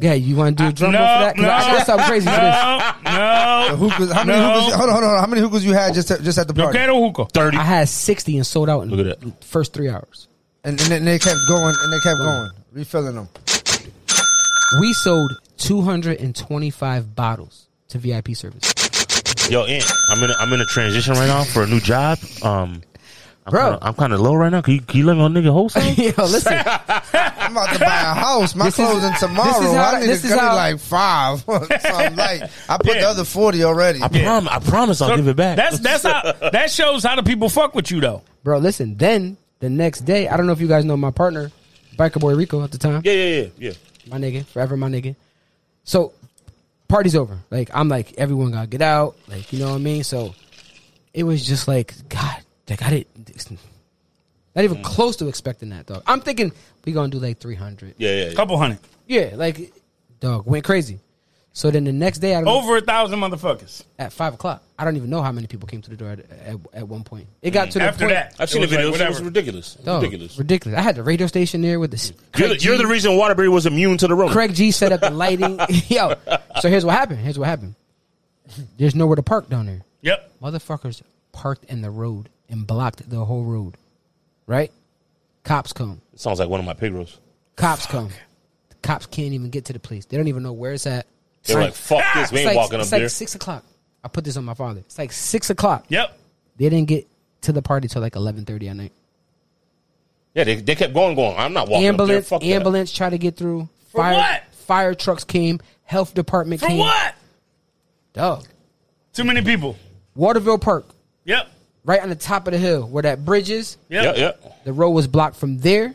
Speaker 4: Yeah, you want to do a drum roll for that? 'Cause I got something crazy for this.
Speaker 1: No,
Speaker 2: The hookahs. How many
Speaker 1: No.
Speaker 2: hookahs? Hold on, hold on. How many hookahs you had just at, just at the
Speaker 1: no
Speaker 2: party?
Speaker 1: quiero hookah.
Speaker 3: 30.
Speaker 4: I had sixty and sold out in
Speaker 3: Look at
Speaker 4: the first three hours.
Speaker 2: And, and then they kept going, and they kept going, refilling them.
Speaker 4: We sold two hundred and twenty-five bottles to VIP service.
Speaker 3: Yo, Ant, I'm in a, I'm in a transition right now for a new job. Um, I'm
Speaker 4: Bro.
Speaker 3: kinda, I'm kind of low right now. Can you, can you let me on nigga wholesale?
Speaker 4: yo, listen.
Speaker 2: I'm about to buy a house. My
Speaker 4: This is-
Speaker 2: closing
Speaker 4: this is
Speaker 2: tomorrow.
Speaker 4: how-
Speaker 2: I need
Speaker 4: this
Speaker 2: to
Speaker 4: is
Speaker 2: cut it
Speaker 4: how-
Speaker 2: like five. so I'm like, I put
Speaker 1: Yeah.
Speaker 2: the other forty already.
Speaker 3: I prom, I promise I'll give it back.
Speaker 1: That's that's how that shows how the people fuck with you though.
Speaker 4: Bro, listen, then the next day, I don't know if you guys know my partner, Biker Boy Rico at the time.
Speaker 3: yeah, yeah, yeah, yeah.
Speaker 4: My nigga, forever my nigga. So party's over. Like I'm like, everyone gotta get out. Like, you know what I mean? So it was just like, God, like I didn't it's not
Speaker 3: Mm.
Speaker 4: even close to expecting that, dog. I'm thinking we gonna do like three hundred.
Speaker 3: Yeah, yeah, yeah.
Speaker 1: Couple hundred,
Speaker 4: Yeah, like dog, went crazy. So then the next day I don't
Speaker 1: over a thousand motherfuckers.
Speaker 4: at five o'clock. I don't even know how many people came to the door at, at, at one point. It got to the
Speaker 1: After
Speaker 4: point
Speaker 1: that,
Speaker 3: I've seen
Speaker 1: it
Speaker 3: the
Speaker 1: was like,
Speaker 3: videos. it was
Speaker 1: whatever.
Speaker 3: ridiculous.
Speaker 4: Dog,
Speaker 3: ridiculous.
Speaker 4: ridiculous. I had the radio station there with the
Speaker 3: You're the, you're the reason Waterbury was immune to the Rona.
Speaker 4: Craig G set up the lighting. Yo, so here's what happened. Here's what happened. There's nowhere to park down there.
Speaker 1: Yep.
Speaker 4: Motherfuckers parked in the road and blocked the whole road. Right? Cops come.
Speaker 3: Sounds like one of my pig roast.
Speaker 4: Cops come. The cops can't even get to the place. They don't even know where it's at.
Speaker 3: They were like, fuck this. We ain't
Speaker 4: It's like,
Speaker 3: walking up
Speaker 4: it's like
Speaker 3: there.
Speaker 4: six o'clock. I put this on my father. It's like six o'clock.
Speaker 1: Yep.
Speaker 4: They didn't get to the party till like eleven thirty at night.
Speaker 3: Yeah, they, they kept going, going. I'm not walking
Speaker 4: ambulance,
Speaker 3: up there. Fuck
Speaker 4: ambulance tried to get through.
Speaker 1: For
Speaker 4: fire,
Speaker 1: what?
Speaker 4: fire trucks came. Health department
Speaker 1: For
Speaker 4: came.
Speaker 1: what?
Speaker 4: Dog.
Speaker 1: Too many people.
Speaker 4: Waterville Park,
Speaker 1: Yep.
Speaker 4: right on the top of the hill where that bridge is.
Speaker 1: Yep.
Speaker 3: That. Yeah, yeah.
Speaker 4: The road was blocked from there.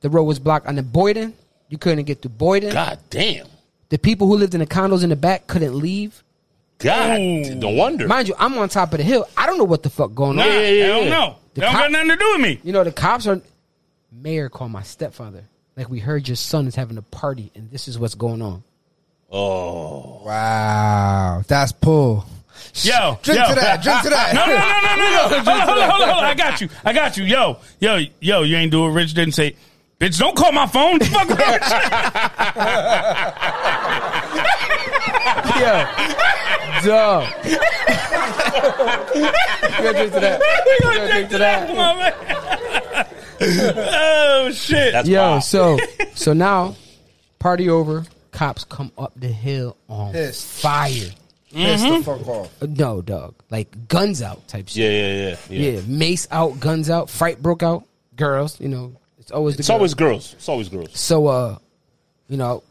Speaker 4: The road was blocked on the Boyden. You couldn't get through Boyden.
Speaker 3: God damn.
Speaker 4: The people who lived in the condos in the back couldn't leave.
Speaker 3: God,
Speaker 1: Ooh.
Speaker 3: no wonder.
Speaker 4: Mind you, I'm on top of the hill. I don't know what the fuck going
Speaker 1: Nah,
Speaker 4: on.
Speaker 3: Yeah, yeah, yeah,
Speaker 1: I don't
Speaker 3: yeah.
Speaker 1: know. That
Speaker 4: The
Speaker 1: don't
Speaker 4: cop-
Speaker 1: got nothing to do with me.
Speaker 4: You know, the cops are. Mayor called my stepfather. Like, we heard your son is having a party, and this is what's going on.
Speaker 3: oh,
Speaker 2: Wow, that's pull.
Speaker 1: Yo,
Speaker 2: Drink
Speaker 1: yo.
Speaker 2: to that. Drink to that.
Speaker 1: No, no, no, no, no, no. Hold on, hold on, hold on, hold on. I got you. I got you. Yo, yo, yo. You ain't do it. Rich didn't say. Bitch, don't call my phone. Fuck Rich.
Speaker 4: Yeah. Duh. you gotta drink to that.
Speaker 1: We
Speaker 4: You
Speaker 1: gonna
Speaker 4: gotta
Speaker 1: drink to that, my man. oh shit.
Speaker 3: that's
Speaker 4: Yo,
Speaker 3: wild.
Speaker 4: so so now, party over. Cops come up the hill on
Speaker 2: Pissed.
Speaker 4: fire.
Speaker 2: Piss
Speaker 1: Mm-hmm.
Speaker 2: the fuck off.
Speaker 4: No, dog. Like guns out type shit.
Speaker 3: yeah, yeah, yeah, yeah.
Speaker 4: Yeah. mace out, guns out. Fight broke out. Girls, you know, it's always the
Speaker 3: It's
Speaker 4: girls.
Speaker 3: always girls. It's always girls.
Speaker 4: so. Uh, you know,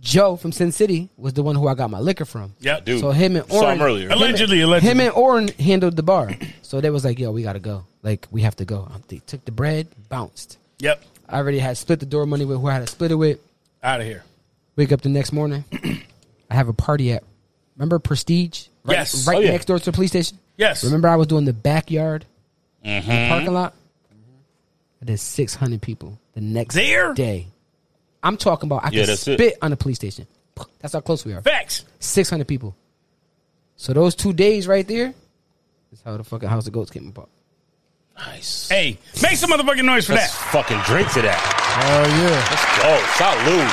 Speaker 4: Joe from Sin City was the one who I got my liquor from.
Speaker 1: Yep.
Speaker 3: Dude,
Speaker 4: So him and
Speaker 3: saw him
Speaker 4: Orange
Speaker 3: earlier.
Speaker 4: him and-
Speaker 1: Allegedly, allegedly.
Speaker 4: Him and Orange handled the bar, so they was like, "Yo, we gotta go. Like, we have to go." Um, They took the bread, bounced.
Speaker 1: Yep.
Speaker 4: I already had split the door money with who I had to split it with.
Speaker 1: Out of here.
Speaker 4: Wake up the next morning. I have a party at remember Prestige? Right,
Speaker 1: Yes.
Speaker 4: Right
Speaker 3: Oh, yeah.
Speaker 4: next door to the police station.
Speaker 1: Yes.
Speaker 4: Remember I was doing the backyard
Speaker 3: Mm-hmm.
Speaker 4: the parking lot? I did six hundred people the next
Speaker 1: There?
Speaker 4: day. I'm talking about I
Speaker 3: Yeah,
Speaker 4: could
Speaker 3: that's it.
Speaker 4: spit on the police station. That's how close we are.
Speaker 1: Facts.
Speaker 4: Six hundred people. So those two days right there is how the fucking house of goats came about.
Speaker 3: Nice.
Speaker 1: Hey, make some motherfucking noise for
Speaker 3: Let's
Speaker 1: that.
Speaker 3: fucking drink to that.
Speaker 2: Oh yeah.
Speaker 3: Let's go. Oh, Salute.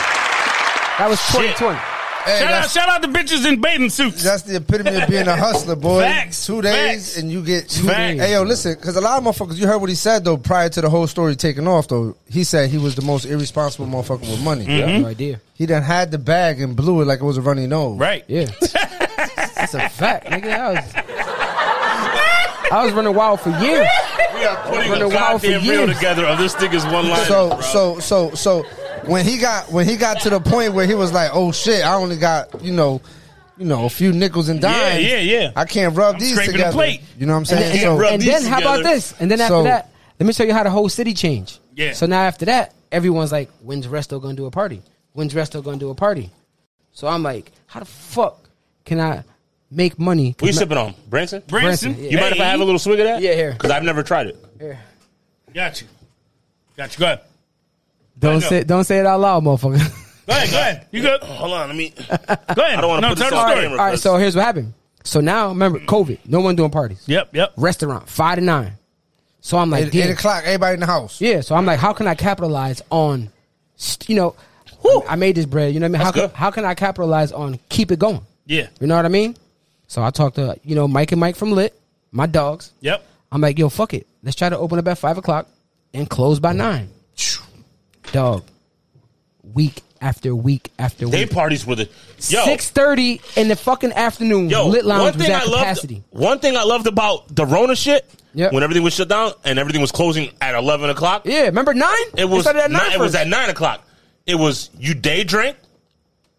Speaker 4: That was twenty
Speaker 3: Shit.
Speaker 4: twenty.
Speaker 2: Hey,
Speaker 1: Shout out,
Speaker 2: that's,
Speaker 1: shout out to bitches in bathing suits.
Speaker 2: that's the epitome of being a hustler, boy.
Speaker 1: Facts.
Speaker 2: Two days
Speaker 1: Facts.
Speaker 2: and you get two
Speaker 1: Facts.
Speaker 2: days. Hey yo, listen, because a lot of motherfuckers. You heard what he said though. Prior to the whole story taking off, though, he said he was the most irresponsible motherfucker with
Speaker 1: Mm.
Speaker 2: money.
Speaker 3: Mm-hmm.
Speaker 4: No idea.
Speaker 2: He done had the bag and blew it like it was a runny nose.
Speaker 1: Right.
Speaker 4: Yeah. That's a fact, nigga. I was, I was running wild for years.
Speaker 3: We are putting
Speaker 4: Running
Speaker 3: a
Speaker 4: wild for
Speaker 3: goddamn reel
Speaker 4: years.
Speaker 3: together of this nigga's one line.
Speaker 2: So so so so when he got when he got to the point where he was like, oh shit, I only got you know. You know, a few nickels and
Speaker 1: Yeah,
Speaker 2: dimes.
Speaker 1: yeah, yeah.
Speaker 2: I can't rub these
Speaker 1: scraping the
Speaker 2: together.
Speaker 1: plate.
Speaker 2: You know what I'm
Speaker 4: And,
Speaker 2: saying?
Speaker 4: then-
Speaker 2: so,
Speaker 3: rub
Speaker 4: and
Speaker 3: these
Speaker 4: then how about
Speaker 3: together.
Speaker 4: this? And then after
Speaker 2: So-
Speaker 4: that, let me show you how the whole city changed.
Speaker 1: Yeah.
Speaker 4: So now after that, everyone's like, when's Resto gonna do a party? When's Resto gonna do a party? So I'm like, how the fuck can I make money?
Speaker 3: What you sipping on, Branson?
Speaker 1: Branson,
Speaker 4: Branson, yeah.
Speaker 3: You mind if I have a little swig of that?
Speaker 4: Yeah, here.
Speaker 3: Because I've never tried it.
Speaker 4: Here.
Speaker 1: Got you. Got you. Go ahead.
Speaker 4: Don't
Speaker 1: know.
Speaker 4: say don't say it out loud, motherfucker.
Speaker 1: Go ahead. Go ahead. You good?
Speaker 3: Hold on, let me.
Speaker 1: Go ahead.
Speaker 3: I don't wanna
Speaker 1: no,
Speaker 3: put
Speaker 1: tell
Speaker 3: this
Speaker 1: the
Speaker 3: on
Speaker 1: story.
Speaker 3: camera.
Speaker 4: All right, so here's what happened. So now remember, COVID, no one doing parties.
Speaker 1: Yep. Yep.
Speaker 4: Restaurant, five to nine. So I'm like,
Speaker 2: eight, eight
Speaker 4: damn.
Speaker 2: o'clock, everybody in the house.
Speaker 4: Yeah, so I'm like, how can I capitalize on, st- you know, I made this bread. You know what I mean? How can,
Speaker 3: good.
Speaker 4: how can I capitalize on keep it going?
Speaker 1: Yeah.
Speaker 4: You know what I mean? So I talked to you know Mike and Mike from Lit, my dogs.
Speaker 1: Yep.
Speaker 4: I'm like, yo, fuck it, let's try to open up at five o'clock and close by nine. Dog, week after week after
Speaker 3: Day
Speaker 4: week,
Speaker 3: parties were the yo.
Speaker 4: six thirty in the fucking afternoon.
Speaker 3: Yo,
Speaker 4: Lit
Speaker 3: one
Speaker 4: lounge was
Speaker 3: thing
Speaker 4: at
Speaker 3: I loved.
Speaker 4: capacity.
Speaker 3: One thing I loved about the Rona shit,
Speaker 4: Yep.
Speaker 3: when everything was shut down and everything was closing at eleven o'clock,
Speaker 4: yeah, remember nine?
Speaker 3: it was
Speaker 4: started at
Speaker 3: ni-
Speaker 4: nine.
Speaker 3: It was
Speaker 4: first.
Speaker 3: at nine o'clock. It was you day drink,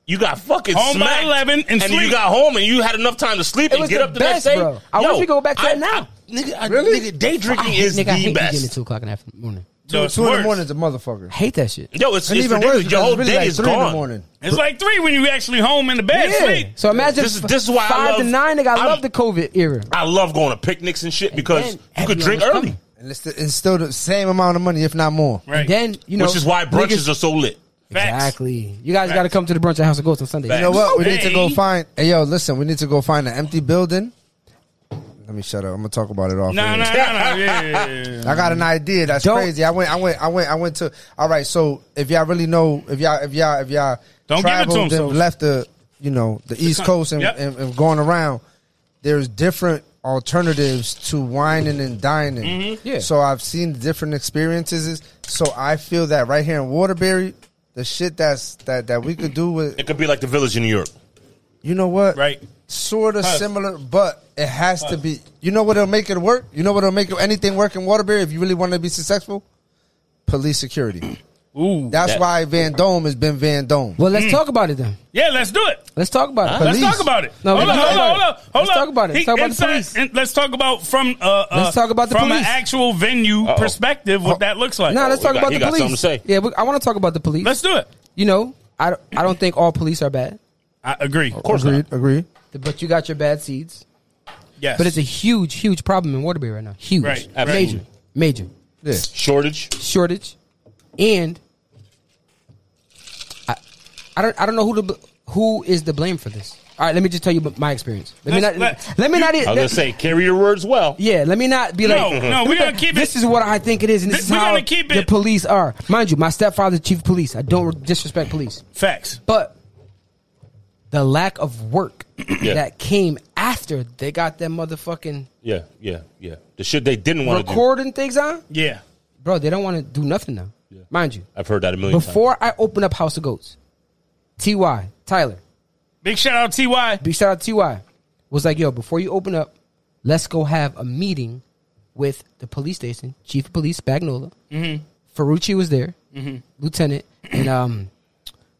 Speaker 3: you got fucking
Speaker 1: Home by
Speaker 3: smacked,
Speaker 1: 11 and
Speaker 3: you
Speaker 1: sleep.
Speaker 3: got home and you had enough time to sleep
Speaker 4: It
Speaker 3: and
Speaker 4: was
Speaker 3: get
Speaker 4: the
Speaker 3: up the
Speaker 4: best,
Speaker 3: next day.
Speaker 4: bro. I wish we go back to that now.
Speaker 3: I, nigga, I,
Speaker 2: Really?
Speaker 3: nigga, day
Speaker 4: I
Speaker 3: drinking
Speaker 4: hate-
Speaker 3: is
Speaker 4: nigga, I hate
Speaker 3: the
Speaker 4: you getting at
Speaker 3: best.
Speaker 4: two o'clock in the after- morning.
Speaker 1: So
Speaker 2: Two,
Speaker 1: it's
Speaker 2: two in the
Speaker 1: worse.
Speaker 2: morning's a motherfucker.
Speaker 4: Hate that shit.
Speaker 3: Yo, it's,
Speaker 2: And
Speaker 3: it's
Speaker 2: even
Speaker 3: ridiculous.
Speaker 2: worse,
Speaker 3: Your
Speaker 2: because
Speaker 3: whole
Speaker 2: it's really
Speaker 3: day
Speaker 2: like
Speaker 3: is
Speaker 2: three in the
Speaker 3: gone.
Speaker 2: morning.
Speaker 1: It's like three when you actually home in the bed
Speaker 4: Yeah.
Speaker 1: sleep.
Speaker 4: So imagine
Speaker 3: This is- this is why I
Speaker 4: five to
Speaker 3: love-
Speaker 4: nine. Nigga, I
Speaker 3: I'm-
Speaker 4: love the COVID era
Speaker 3: I love going to picnics and shit because
Speaker 4: then
Speaker 3: you could
Speaker 4: everyone
Speaker 3: drink
Speaker 4: was
Speaker 3: early,
Speaker 4: coming.
Speaker 2: And it's, the, it's still the same amount of money, if not more.
Speaker 1: Right.
Speaker 4: Then you know,
Speaker 3: which is why brunches are so lit.
Speaker 1: Facts.
Speaker 4: exactly. You guys got to come to the brunch at House of Ghosts on Sunday.
Speaker 3: Facts.
Speaker 2: You know what? We need to
Speaker 1: Okay.
Speaker 2: go find. Hey, yo, listen, we need to go find an empty building. Let me shut up. I'm gonna talk about it off.
Speaker 1: No,
Speaker 2: air.
Speaker 1: no, no, no. Yeah, yeah, yeah.
Speaker 2: I got an idea. That's
Speaker 4: Don't-
Speaker 2: crazy. I went. I went. I went. I went to. All right. So if y'all really know, if y'all, if y'all, if y'all
Speaker 1: Don't give it to
Speaker 2: traveled
Speaker 1: them,
Speaker 2: and
Speaker 1: so-
Speaker 2: left the, you know, the East
Speaker 1: con-
Speaker 2: Coast and,
Speaker 1: Yep.
Speaker 2: and, and going around, there's different alternatives to whining and dining.
Speaker 1: Mm-hmm.
Speaker 4: Yeah.
Speaker 2: So I've seen different experiences. So I feel that right here in Waterbury, the shit that's that that we could do with,
Speaker 3: It could be like the village in New York.
Speaker 2: you know what,
Speaker 1: Right.
Speaker 2: Sort of similar, but it has to be. You know what'll make it work? You know what'll make anything work in Waterbury if you really want to be successful? Police security.
Speaker 1: Ooh.
Speaker 2: That's
Speaker 3: That-
Speaker 2: why Van Dome has been Van Dome.
Speaker 4: Well,
Speaker 3: Mm.
Speaker 4: let's talk about it then.
Speaker 1: Yeah, let's do it.
Speaker 4: Let's talk about it.
Speaker 2: Huh?
Speaker 1: Let's
Speaker 2: Police.
Speaker 1: talk about it.
Speaker 4: No,
Speaker 1: hold on,
Speaker 4: let's talk
Speaker 1: hold on, hold
Speaker 4: about it.
Speaker 1: on, hold
Speaker 4: Let's
Speaker 1: on.
Speaker 4: talk about it. Let's
Speaker 1: He-
Speaker 4: talk about the
Speaker 1: inside-
Speaker 4: police.
Speaker 1: and let's talk about from uh, uh,
Speaker 4: Let's talk about the
Speaker 1: from
Speaker 4: police.
Speaker 1: an actual venue perspective what that looks like.
Speaker 4: Nah, let's
Speaker 3: Oh, he
Speaker 4: talk
Speaker 3: got-
Speaker 4: about
Speaker 3: he
Speaker 4: the
Speaker 3: got
Speaker 4: police.
Speaker 3: something to say.
Speaker 4: Yeah, we, I want to talk about the police.
Speaker 1: let's do it.
Speaker 4: you know, I, don't- I don't think all police are bad,
Speaker 1: I agree. Of
Speaker 2: agreed. Agreed.
Speaker 4: but you got your bad seeds.
Speaker 1: Yes,
Speaker 4: But it's a huge, huge problem in Waterbury right now. Huge,
Speaker 1: Right,
Speaker 4: major,
Speaker 3: absolutely.
Speaker 4: major
Speaker 2: Yeah.
Speaker 3: Shortage.
Speaker 4: shortage, and I, I don't, I don't know who the, who is the blame for this. All right, let me just tell you my experience. Let me
Speaker 1: Let's-
Speaker 4: not,
Speaker 1: let- Oh,
Speaker 4: let, me not.
Speaker 3: I was gonna say carry your words well.
Speaker 4: Yeah, let me not be
Speaker 1: No,
Speaker 4: like.
Speaker 1: no, we gotta keep
Speaker 4: This
Speaker 1: it-
Speaker 4: is what I think it is, and this,
Speaker 1: Th-
Speaker 4: is
Speaker 1: we
Speaker 4: how
Speaker 1: gotta keep
Speaker 4: the
Speaker 1: it-
Speaker 4: police are. Mind you, my stepfather's chief of police. I don't disrespect police,
Speaker 1: facts.
Speaker 4: but the lack of work
Speaker 3: Yeah.
Speaker 4: that came after they got them motherfucking
Speaker 3: Yeah, yeah, yeah. The shit they didn't want to do.
Speaker 4: recording things on,
Speaker 1: Yeah,
Speaker 4: bro. They don't want to do nothing now. Mind you,
Speaker 3: I've heard that a million times.
Speaker 4: before I open up House of Goats, Ty Tyler,
Speaker 1: big shout out Ty.
Speaker 4: big shout out to Ty, was like, "Yo, before you open up, let's go have a meeting with the police station chief of police Spagnola. Mm-hmm. Ferrucci was there, lieutenant, and um,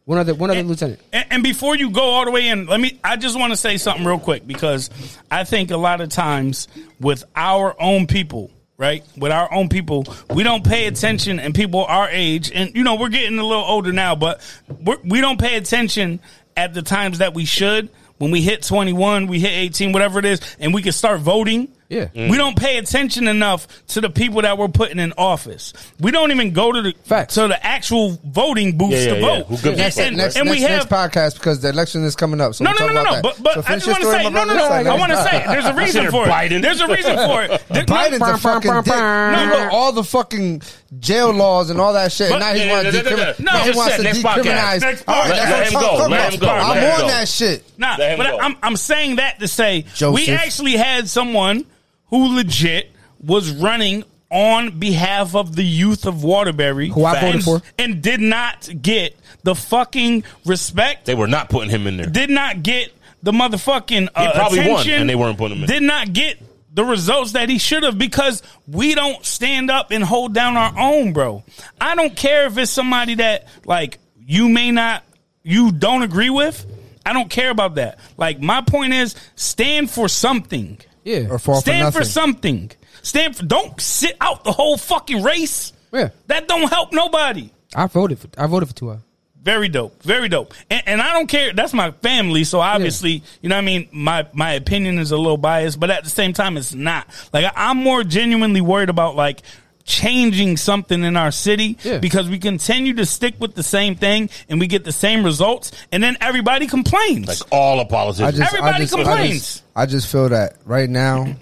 Speaker 4: one other one other lieutenant.
Speaker 1: Mm-hmm. And, and before you go all the way in, let me. I just want to say something real quick because I think a lot of times with our own people, right? With our own people, we don't pay attention, and people our age, and you know, we're getting a little older now, but we're, we don't pay attention at the times that we should. When we hit 21, we hit 18, whatever it is, and we can start voting.
Speaker 4: Yeah.
Speaker 3: Mm.
Speaker 1: We don't pay attention enough to the people that we're putting in office. We don't even go to the
Speaker 4: Facts.
Speaker 1: to the actual voting booths
Speaker 3: Yeah, yeah,
Speaker 1: to
Speaker 3: yeah.
Speaker 1: vote.
Speaker 3: Who gives a
Speaker 1: And-
Speaker 3: fuck?
Speaker 1: and-
Speaker 2: Next,
Speaker 1: and we
Speaker 2: next,
Speaker 1: have
Speaker 2: next podcast because the election is coming up. So
Speaker 1: no,
Speaker 2: we'll
Speaker 1: no, no,
Speaker 2: talk
Speaker 1: no,
Speaker 2: about
Speaker 1: no. But,
Speaker 2: that.
Speaker 1: but
Speaker 2: So
Speaker 1: I
Speaker 2: finish
Speaker 1: just
Speaker 2: your
Speaker 1: want to
Speaker 2: story,
Speaker 1: say,
Speaker 2: my
Speaker 1: no, no,
Speaker 2: brother.
Speaker 1: no.
Speaker 2: Sorry,
Speaker 1: I
Speaker 2: guys.
Speaker 1: want to say, there's a reason
Speaker 3: said
Speaker 1: for it.
Speaker 3: Biden.
Speaker 1: There's a reason for it. There-
Speaker 2: Biden's
Speaker 4: Bur-
Speaker 2: a fucking
Speaker 4: bur-
Speaker 2: dick.
Speaker 4: bur-
Speaker 2: No, but all the fucking jail laws and all that shit.
Speaker 1: But-
Speaker 2: now he
Speaker 3: Yeah,
Speaker 2: wants
Speaker 3: yeah,
Speaker 2: to
Speaker 3: yeah, yeah,
Speaker 2: decriminalize.
Speaker 1: yeah. No,
Speaker 2: he
Speaker 1: just
Speaker 2: wants
Speaker 3: said
Speaker 2: to
Speaker 3: next podcast.
Speaker 2: decriminalize.
Speaker 1: Next
Speaker 2: All right,
Speaker 1: podcast.
Speaker 3: Let
Speaker 2: that's
Speaker 3: him
Speaker 2: what
Speaker 3: go.
Speaker 2: I'm talking
Speaker 3: Let
Speaker 2: about.
Speaker 3: him go.
Speaker 2: I'm
Speaker 3: Let him
Speaker 2: on
Speaker 3: go.
Speaker 2: that shit.
Speaker 1: Nah,
Speaker 3: Let him
Speaker 1: but
Speaker 3: go.
Speaker 1: I'm I'm saying that to say
Speaker 2: Joseph.
Speaker 1: we actually had someone who legit was running on behalf of the youth of Waterbury,
Speaker 4: Who I voted
Speaker 1: and-
Speaker 4: for.
Speaker 1: and did not get the fucking respect
Speaker 3: They were not putting him in there.
Speaker 1: did not get the motherfucking uh,
Speaker 3: probably won,
Speaker 1: attention.
Speaker 3: and they weren't putting him in.
Speaker 1: Did not get the results that he should have because we don't stand up and hold down our own, bro. I don't care if it's somebody that like you may not, you don't agree with. I don't care about that. Like my point is, stand for something.
Speaker 4: Yeah.
Speaker 2: Or fall for
Speaker 1: Stand
Speaker 2: nothing.
Speaker 1: for something. Stand for. Don't sit out the whole fucking race.
Speaker 4: Yeah.
Speaker 1: That don't help nobody.
Speaker 4: I voted for I voted for Tua.
Speaker 1: Very dope. Very dope. And, and I don't care. That's my family. So obviously, you know what I mean? My, my opinion is a little biased, but at the same time, it's not. Like, I- I'm more genuinely worried about, like, changing something in our city
Speaker 4: Yeah.
Speaker 1: because we continue to stick with the same thing and we get the same results and then everybody complains.
Speaker 3: Like all apologists.
Speaker 2: I just,
Speaker 1: Everybody
Speaker 2: I just, I
Speaker 1: complains.
Speaker 2: just, I just feel that right now,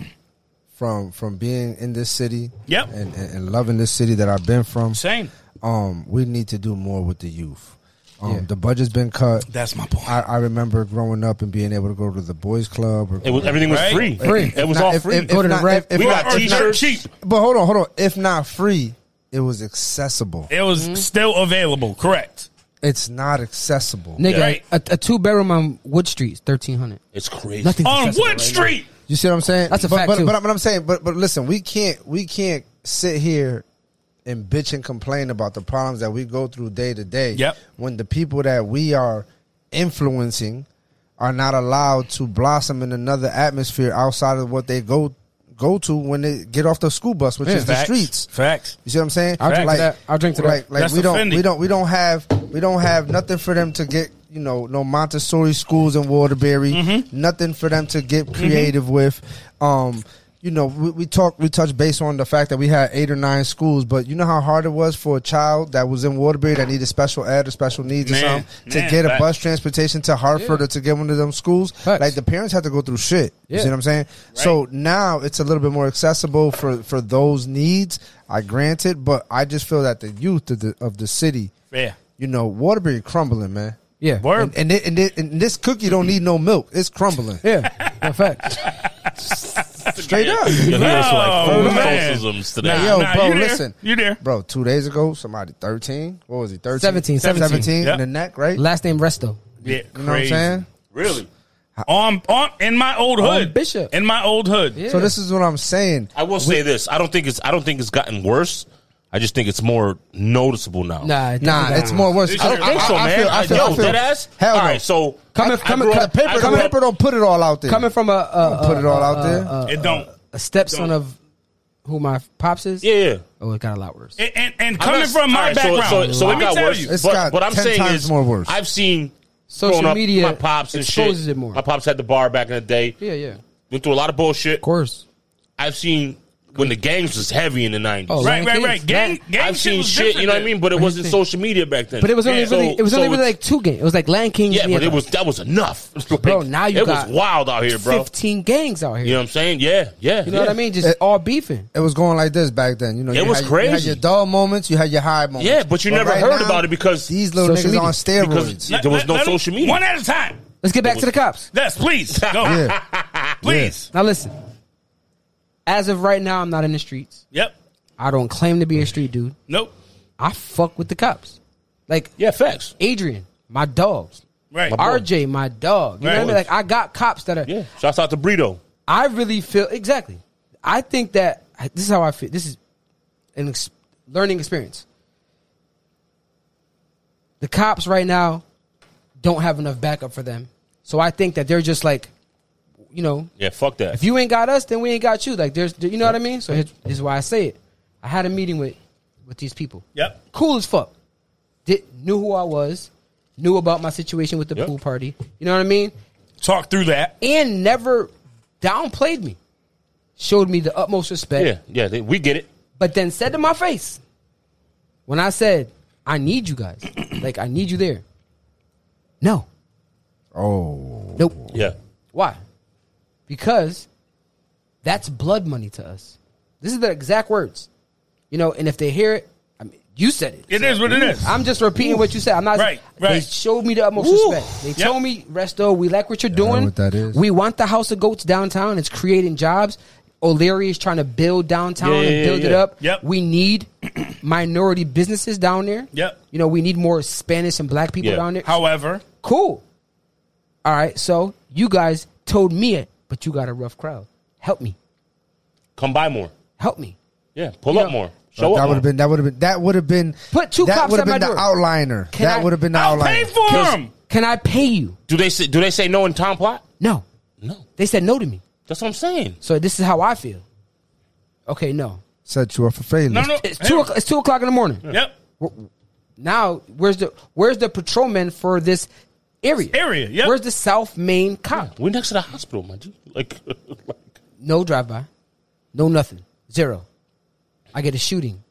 Speaker 2: from from being in this city,
Speaker 1: Yep.
Speaker 2: and, and, and loving this city that I've been from,
Speaker 1: same.
Speaker 2: um, we need to do more with the youth. Um,
Speaker 4: Yeah.
Speaker 2: The budget's been cut.
Speaker 1: That's my point.
Speaker 2: I, I remember growing up and being able to go to the boys' club. Or
Speaker 3: it was everything was
Speaker 1: Right?
Speaker 3: free.
Speaker 4: Free.
Speaker 3: It was
Speaker 2: If
Speaker 3: all
Speaker 2: not- if-
Speaker 3: free.
Speaker 2: if-
Speaker 4: Go to the
Speaker 2: not-
Speaker 4: rec-
Speaker 2: if- if
Speaker 3: we
Speaker 2: not-
Speaker 3: got
Speaker 1: or
Speaker 3: t-shirts
Speaker 1: cheap.
Speaker 2: But hold on, hold on. If not free, it was accessible.
Speaker 1: it was still available. Correct.
Speaker 2: It's not accessible.
Speaker 4: Nigga,
Speaker 1: Right.
Speaker 4: a, a two bedroom on Wood Street is thirteen hundred.
Speaker 3: It's crazy.
Speaker 4: Nothing
Speaker 1: On Wood Street.
Speaker 2: You see what I'm saying?
Speaker 4: That's a
Speaker 2: but,
Speaker 4: fact,
Speaker 2: But,
Speaker 4: too.
Speaker 2: but, I'm- but I'm saying, but but listen, we can't we can't sit here and bitch and complain about the problems that we go through day to day.
Speaker 1: Yep.
Speaker 2: When the people that we are influencing are not allowed to blossom in another atmosphere outside of what they go go to when they get off the school bus, which
Speaker 4: Yeah.
Speaker 2: is the
Speaker 1: Facts.
Speaker 2: streets.
Speaker 1: Facts.
Speaker 2: You see what I'm saying?
Speaker 4: I'll drink to that. I'll drink to that.
Speaker 2: Like, like
Speaker 1: That's
Speaker 2: we don't,
Speaker 1: offending.
Speaker 2: we don't, we don't have, we don't have nothing for them to get. You know, no Montessori schools in Waterbury.
Speaker 1: Mm-hmm.
Speaker 2: Nothing for them to get creative with. Um, you know, we, we talk, we touch base on the fact that we had eight or nine schools, but you know how hard it was for a child that was in Waterbury that needed special ed or special needs
Speaker 1: Man,
Speaker 2: or something to
Speaker 1: man,
Speaker 2: get a
Speaker 1: facts.
Speaker 2: bus transportation to Hartford or to get one of them schools.
Speaker 4: Facts.
Speaker 2: Like the parents had to go through shit. You
Speaker 4: Yeah.
Speaker 2: see what I'm saying? So now it's a little bit more accessible for for those needs. I grant it, but I just feel that the youth of the of the city,
Speaker 1: Yeah.
Speaker 2: you know, Waterbury crumbling, man.
Speaker 4: Yeah.
Speaker 1: Word.
Speaker 2: And and, it, and, it, and this cookie don't need no milk. It's crumbling.
Speaker 4: Yeah. No, fact.
Speaker 2: Straight up.
Speaker 3: Yeah, he was
Speaker 1: Oh,
Speaker 3: like full
Speaker 1: man.
Speaker 3: socialisms today.
Speaker 2: Hey, yo,
Speaker 1: Nah,
Speaker 2: bro,
Speaker 1: you there.
Speaker 2: listen.
Speaker 1: You there.
Speaker 2: Bro, two days ago, somebody 13. What was he? 13?
Speaker 4: 17, 17.
Speaker 2: 17
Speaker 1: Yep.
Speaker 2: in the neck, right?
Speaker 4: Last name Resto.
Speaker 1: Yeah.
Speaker 2: you know what I'm saying?
Speaker 3: Really?
Speaker 1: on, on in my old
Speaker 4: On
Speaker 1: hood,
Speaker 4: Bishop.
Speaker 1: In my old hood,
Speaker 4: Yeah.
Speaker 2: So this is what I'm saying.
Speaker 3: I will say this. I don't think it's I don't think it's gotten worse. I just think it's more noticeable now.
Speaker 4: Nah, it
Speaker 2: Nah,
Speaker 4: definitely
Speaker 2: it's
Speaker 4: not.
Speaker 2: more worse.
Speaker 3: I don't think so, man. I- yo, dead ass.
Speaker 2: Hell no.
Speaker 3: All right, so
Speaker 4: Coming-
Speaker 3: I- I
Speaker 4: coming-
Speaker 3: grew
Speaker 4: the
Speaker 3: up-
Speaker 4: paper-
Speaker 3: I
Speaker 2: paper,
Speaker 3: grew
Speaker 4: coming-
Speaker 3: up-
Speaker 2: paper don't put it all out there.
Speaker 4: coming from a, a,
Speaker 2: put it all
Speaker 4: uh,
Speaker 2: out there.
Speaker 1: it don't.
Speaker 4: a
Speaker 1: Don't.
Speaker 4: stepson of who my pops is.
Speaker 3: Yeah, yeah.
Speaker 4: Oh, it got a lot worse.
Speaker 1: And, and, and
Speaker 3: I'm
Speaker 1: coming
Speaker 3: not-
Speaker 1: from
Speaker 3: all
Speaker 1: my
Speaker 3: right, so-
Speaker 1: background,
Speaker 3: so, so
Speaker 1: let
Speaker 3: it
Speaker 1: me
Speaker 3: got
Speaker 1: tell
Speaker 3: worse.
Speaker 1: you,
Speaker 2: It's
Speaker 3: but
Speaker 2: got
Speaker 3: what I'm
Speaker 2: 10
Speaker 3: saying
Speaker 2: times
Speaker 3: is,
Speaker 2: more worse.
Speaker 3: I've seen
Speaker 4: Social
Speaker 3: growing up,
Speaker 4: media
Speaker 3: my pops and shit.
Speaker 4: exposes it more.
Speaker 3: My pops had the bar back in the day.
Speaker 4: yeah, yeah. Of
Speaker 3: Went through a lot of bullshit.
Speaker 4: course.
Speaker 3: I've seen when the gangs was heavy in the nineties.
Speaker 4: Oh,
Speaker 1: right, right,
Speaker 4: Kids.
Speaker 1: right. Gang, gang
Speaker 3: I've seen
Speaker 1: was
Speaker 3: shit. You know what I
Speaker 1: different
Speaker 3: mean? But it wasn't
Speaker 4: think?
Speaker 3: social media back then.
Speaker 4: But it was only
Speaker 1: Yeah.
Speaker 4: really it was
Speaker 3: So-
Speaker 4: only
Speaker 3: so
Speaker 4: really
Speaker 3: it's-
Speaker 4: like two games. It was like Land Kings.
Speaker 3: Yeah,
Speaker 4: and
Speaker 3: but
Speaker 4: the
Speaker 3: it
Speaker 4: other.
Speaker 3: was that was enough,
Speaker 4: Bro, now you
Speaker 3: it
Speaker 4: got
Speaker 3: was wild out here, bro.
Speaker 4: fifteen gangs out here.
Speaker 3: You know what I'm saying? Yeah, yeah.
Speaker 4: You know what I mean? Just all beefing.
Speaker 2: It was going like this back then. You know,
Speaker 3: It
Speaker 2: you
Speaker 3: was
Speaker 2: had, your- You had
Speaker 3: crazy.
Speaker 2: your dull moments, you had your high moments.
Speaker 3: Yeah, but you never heard about it because-
Speaker 2: these little niggas
Speaker 4: Social media.
Speaker 2: on steroids.
Speaker 3: Because- There was no
Speaker 1: me-
Speaker 3: social media.
Speaker 1: One at a time.
Speaker 4: Let's get back to the cops.
Speaker 1: Yes, please go. Please.
Speaker 4: Now listen. As of right now, I'm not in the streets.
Speaker 1: Yep.
Speaker 4: I don't claim to be a street dude.
Speaker 1: Nope.
Speaker 4: I fuck with the cops. Like
Speaker 3: Yeah, facts.
Speaker 4: Adrian, my dog.
Speaker 1: Right.
Speaker 3: My-
Speaker 4: RJ, my dog. You know what I mean?
Speaker 3: Right.
Speaker 4: Like I got cops that are
Speaker 3: Yeah. Shouts out to Brito.
Speaker 4: I really feel exactly. I think that this is how I feel. This is an ex- learning experience. The cops right now don't have enough backup for them, so I think that they're just like, you know,
Speaker 3: Yeah, fuck that.
Speaker 4: if you ain't got us, then we ain't got you. Like there's, you know what I mean. So here's, this is why I say it. I had a meeting with with these people.
Speaker 1: Yep.
Speaker 4: Cool as fuck. Did knew who I was, knew about my situation with the
Speaker 3: Yep.
Speaker 4: pool party. You know what I mean
Speaker 1: Talk through that.
Speaker 4: and never downplayed me, showed me the utmost respect,
Speaker 3: yeah, yeah, they, we get it.
Speaker 4: but then said to my face, when I said, I need you guys, like, I need you there. No,
Speaker 2: Oh.
Speaker 4: nope.
Speaker 3: Yeah,
Speaker 4: Why? Because that's blood money to us. This is the exact words, you know, and if they hear it, I mean, you said it.
Speaker 1: It is what it is.
Speaker 4: I'm just repeating what you said. I'm not.
Speaker 1: Right,
Speaker 4: They
Speaker 1: right.
Speaker 4: showed me the utmost
Speaker 1: Ooh.
Speaker 4: respect. They
Speaker 1: Yep.
Speaker 4: told me, Resto, we like what you're doing.
Speaker 2: what that is.
Speaker 4: We want the House of Goats downtown. It's creating jobs. O'Leary is trying to build downtown
Speaker 3: Yeah, yeah,
Speaker 4: and
Speaker 3: yeah,
Speaker 4: build it
Speaker 3: yeah.
Speaker 4: up.
Speaker 1: Yep.
Speaker 4: We need minority businesses down there.
Speaker 1: Yep.
Speaker 4: You know, we need more Spanish and black people
Speaker 3: Yeah.
Speaker 4: down there.
Speaker 1: However,
Speaker 4: cool. All right, so You guys told me it, but you got a rough crowd. Help me.
Speaker 3: Come by more.
Speaker 4: Help me.
Speaker 3: Yeah, pull
Speaker 4: You
Speaker 3: up
Speaker 4: know-
Speaker 3: more. Show
Speaker 2: that would
Speaker 3: up. More.
Speaker 2: have been that would have been that would have been
Speaker 4: Put two
Speaker 2: that
Speaker 4: cops
Speaker 2: would have
Speaker 4: at my
Speaker 2: been the
Speaker 4: door.
Speaker 2: outliner.
Speaker 4: Can
Speaker 2: that
Speaker 4: I-
Speaker 2: would have been the
Speaker 1: I'll pay for
Speaker 2: outliner.
Speaker 1: him.
Speaker 4: Can I pay you?
Speaker 3: Do they say? Do they say no in Tom Plot?
Speaker 4: No.
Speaker 3: No.
Speaker 4: They said no to me.
Speaker 3: That's what I'm saying.
Speaker 4: So this is how I feel. Okay, no.
Speaker 2: Set you up for failure.
Speaker 1: No, no.
Speaker 4: It's two. o'clock It's two o'clock in the morning.
Speaker 1: Yep.
Speaker 4: Now, where's the where's the patrolman for this area?
Speaker 1: Area, yep.
Speaker 4: Where's the South Main cop?
Speaker 3: We're next to the hospital, my dude. Like, like
Speaker 4: No drive by, no nothing, zero. I get a shooting.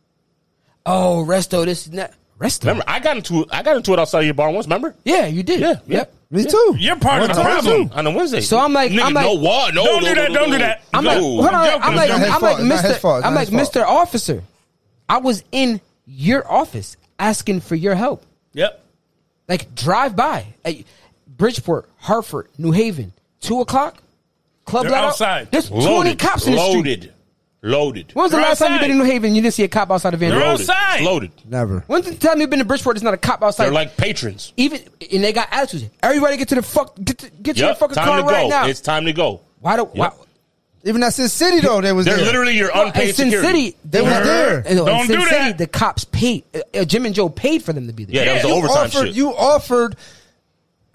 Speaker 4: Oh, resto, this is not resto.
Speaker 3: remember, I got into I got into it outside of your bar once. Remember?
Speaker 4: Yeah, you did.
Speaker 3: Yeah, yeah.
Speaker 4: Yep.
Speaker 2: Me too.
Speaker 1: You're part of the
Speaker 3: On a
Speaker 1: problem.
Speaker 3: Wednesday. on a Wednesday.
Speaker 4: So I'm like-
Speaker 3: Nigga,
Speaker 4: I'm like-
Speaker 3: no what? No,
Speaker 1: Don't
Speaker 3: no,
Speaker 1: do
Speaker 3: no,
Speaker 1: that,
Speaker 3: no,
Speaker 1: don't do
Speaker 3: no.
Speaker 1: that.
Speaker 4: I'm
Speaker 3: No.
Speaker 4: like, hold on,
Speaker 1: joking,
Speaker 4: I'm
Speaker 1: it's
Speaker 4: like,
Speaker 2: not his
Speaker 4: I'm like,
Speaker 2: fault, it's not his
Speaker 4: Mister,
Speaker 2: fault, it's
Speaker 4: I'm
Speaker 2: not
Speaker 4: like,
Speaker 2: his
Speaker 4: Mister Officer, I was in your office asking for your help.
Speaker 1: Yep.
Speaker 4: Like drive by at Bridgeport, Hartford, New Haven, two o'clock, club
Speaker 1: They're
Speaker 4: let out.
Speaker 1: outside.
Speaker 4: There's twenty
Speaker 3: Loaded.
Speaker 4: cops in the street.
Speaker 3: Loaded. Loaded.
Speaker 4: When was the
Speaker 1: They're
Speaker 4: last time you've been in
Speaker 1: outside.
Speaker 4: New Haven and you didn't see a cop outside of Van
Speaker 1: They're
Speaker 4: Nuys?
Speaker 3: Loaded.
Speaker 1: outside.
Speaker 3: Loaded.
Speaker 2: Never.
Speaker 4: When's the time you've been in Bridgeport? There's not a cop outside.
Speaker 3: They're like patrons.
Speaker 4: even and they got attitudes. Everybody get to the fuck get to, get to your
Speaker 3: Yep.
Speaker 4: fucking
Speaker 3: Time
Speaker 4: car
Speaker 3: to go.
Speaker 4: right now.
Speaker 3: It's time to go.
Speaker 4: why do why?
Speaker 3: Yep.
Speaker 2: Even at Sin City though, they was
Speaker 3: They're
Speaker 2: there.
Speaker 3: literally your
Speaker 4: Well,
Speaker 3: unpaid
Speaker 4: in Sin
Speaker 3: security.
Speaker 4: City, they
Speaker 2: They
Speaker 4: were
Speaker 2: were there.
Speaker 4: there. And, no, in
Speaker 1: Don't
Speaker 4: Sin
Speaker 1: do
Speaker 4: City,
Speaker 1: that.
Speaker 4: the cops paid. Uh, uh, Jim and Joe paid for them to be there.
Speaker 3: Yeah, that was the
Speaker 2: You
Speaker 3: overtime
Speaker 2: offered,
Speaker 3: shit.
Speaker 2: You offered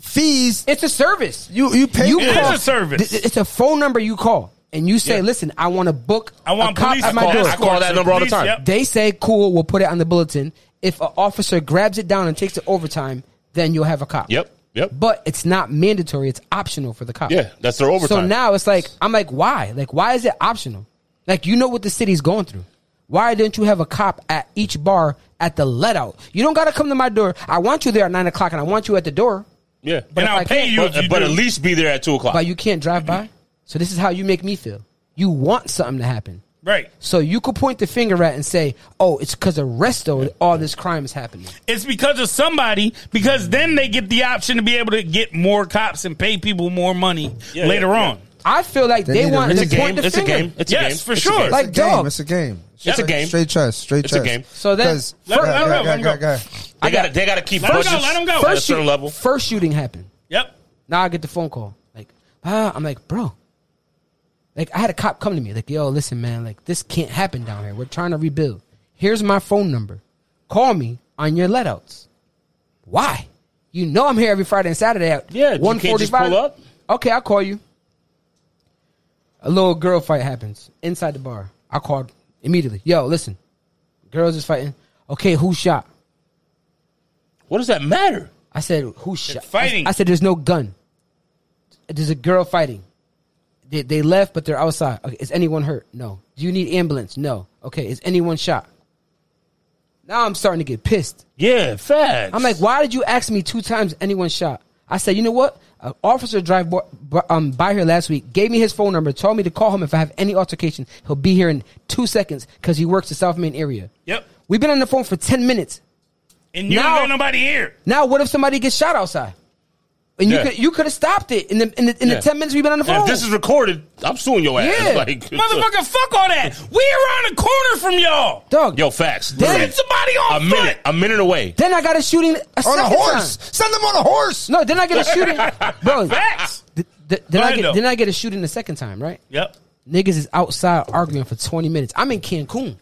Speaker 2: fees.
Speaker 4: It's a service.
Speaker 2: You- you pay- It
Speaker 1: is a service.
Speaker 4: th- It's a phone number you call and you say,
Speaker 1: Yeah.
Speaker 4: "Listen, I want to book
Speaker 1: I want
Speaker 4: a cop
Speaker 1: police
Speaker 4: at my
Speaker 1: to
Speaker 4: door."
Speaker 3: I call that
Speaker 1: escorts
Speaker 3: number all the
Speaker 1: and
Speaker 3: time.
Speaker 1: police, yep.
Speaker 4: They say, "Cool, we'll put it on the bulletin." If an officer grabs it down and takes it overtime, then you'll have a cop.
Speaker 3: Yep. Yep.
Speaker 4: But it's not mandatory; it's optional for the cop.
Speaker 3: Yeah, that's their overtime.
Speaker 4: So now it's like I'm like, why? Like, why is it optional? Like, you know what the city's going through. Why didn't you have a cop at each bar at the let out? You don't got to come to my door. I want you there at nine o'clock, and I want you at the door,
Speaker 3: yeah.
Speaker 1: And
Speaker 4: if I
Speaker 1: I'll pay
Speaker 4: can't-
Speaker 1: you if
Speaker 3: But,
Speaker 1: you
Speaker 3: but
Speaker 1: do.
Speaker 3: at least be there at two o'clock.
Speaker 4: but you can't drive by. So this is how you make me feel. You want something to happen.
Speaker 1: Right.
Speaker 4: So you could point the finger at and say, "Oh, it's because of Resto that all this crime is happening."
Speaker 1: It's because of somebody, because then they get the option to be able to get more cops and pay people more money
Speaker 3: Yeah,
Speaker 1: later
Speaker 3: yeah,
Speaker 1: on.
Speaker 4: I feel like
Speaker 2: They
Speaker 4: they,
Speaker 2: need to
Speaker 4: want
Speaker 2: really
Speaker 4: to
Speaker 3: it's a game.
Speaker 4: point the
Speaker 3: It's a
Speaker 4: finger.
Speaker 3: game. It's a
Speaker 1: Yes,
Speaker 3: game.
Speaker 1: for
Speaker 3: It's a
Speaker 1: sure.
Speaker 3: game.
Speaker 4: Like,
Speaker 2: It's a game.
Speaker 4: dog.
Speaker 2: It's a game.
Speaker 3: It's a game.
Speaker 2: Straight chest. Straight
Speaker 3: It's a
Speaker 2: chest.
Speaker 3: game.
Speaker 4: So then-
Speaker 2: Because-
Speaker 1: Let-
Speaker 2: Go
Speaker 1: let
Speaker 2: ahead,
Speaker 1: him
Speaker 2: go ahead,
Speaker 1: go.
Speaker 2: go ahead, go ahead.
Speaker 3: they got. They got to keep
Speaker 1: Let 'em go,
Speaker 3: pushing
Speaker 1: let 'em go.
Speaker 3: at a
Speaker 4: First,
Speaker 3: certain
Speaker 4: shoot,
Speaker 3: level.
Speaker 4: first shooting happened.
Speaker 1: Yep.
Speaker 4: Now I get the phone call. Like, ah, I'm like, bro. Like, I had a cop come to me. Like, yo, listen, man. Like, this can't happen down here. We're trying to rebuild. Here's my phone number. Call me on your letouts. Why? You know I'm here every Friday and Saturday at
Speaker 3: Yeah, you can't just pull up.
Speaker 4: Okay, I'll call you. A little girl fight happens inside the bar. I called immediately. Yo, listen. Girls is fighting. Okay, who shot?
Speaker 3: What does that matter?
Speaker 4: I said, "Who shot?"
Speaker 1: fighting.
Speaker 4: I, I said, "There's no gun. There's a girl fighting. They, they left, but they're outside. Okay, is anyone hurt? No. Do you need ambulance? No. Okay. Is anyone shot? Now I'm starting to get pissed.
Speaker 3: Yeah, facts.
Speaker 4: I'm like, why did you ask me two times? Anyone shot? I said, you know what? An officer drive by, um, by here last week gave me his phone number, told me to call him if I have any altercation. He'll be here in two seconds because he works the South Main area.
Speaker 1: Yep.
Speaker 4: We've been on the phone for ten minutes.
Speaker 1: And you
Speaker 4: Now-
Speaker 1: don't got nobody here.
Speaker 4: Now, what if somebody gets shot outside? And you
Speaker 3: Yeah.
Speaker 4: could you could have stopped it in the in the, in
Speaker 3: Yeah.
Speaker 4: the ten minutes we've been on the
Speaker 3: And
Speaker 4: phone.
Speaker 3: if this is recorded, I'm suing your ass.
Speaker 4: Yeah.
Speaker 3: Like,
Speaker 1: Motherfucker, fuck all that. We around the corner from y'all.
Speaker 4: dog.
Speaker 3: Yo, facts.
Speaker 4: Damn.
Speaker 3: Literally.
Speaker 1: Get somebody
Speaker 3: a
Speaker 1: on foot.
Speaker 3: minute, a minute away.
Speaker 4: then I got a shooting a
Speaker 2: On
Speaker 4: second
Speaker 2: a horse.
Speaker 4: time.
Speaker 2: Send them on a horse.
Speaker 4: No, then I get a shooting, bro.
Speaker 1: Facts.
Speaker 4: th- th- then
Speaker 1: Go
Speaker 4: I
Speaker 1: ahead, though.
Speaker 4: get then I get a shooting the second time, right?
Speaker 1: Yep.
Speaker 4: Niggas is outside arguing for twenty minutes. I'm in Cancun.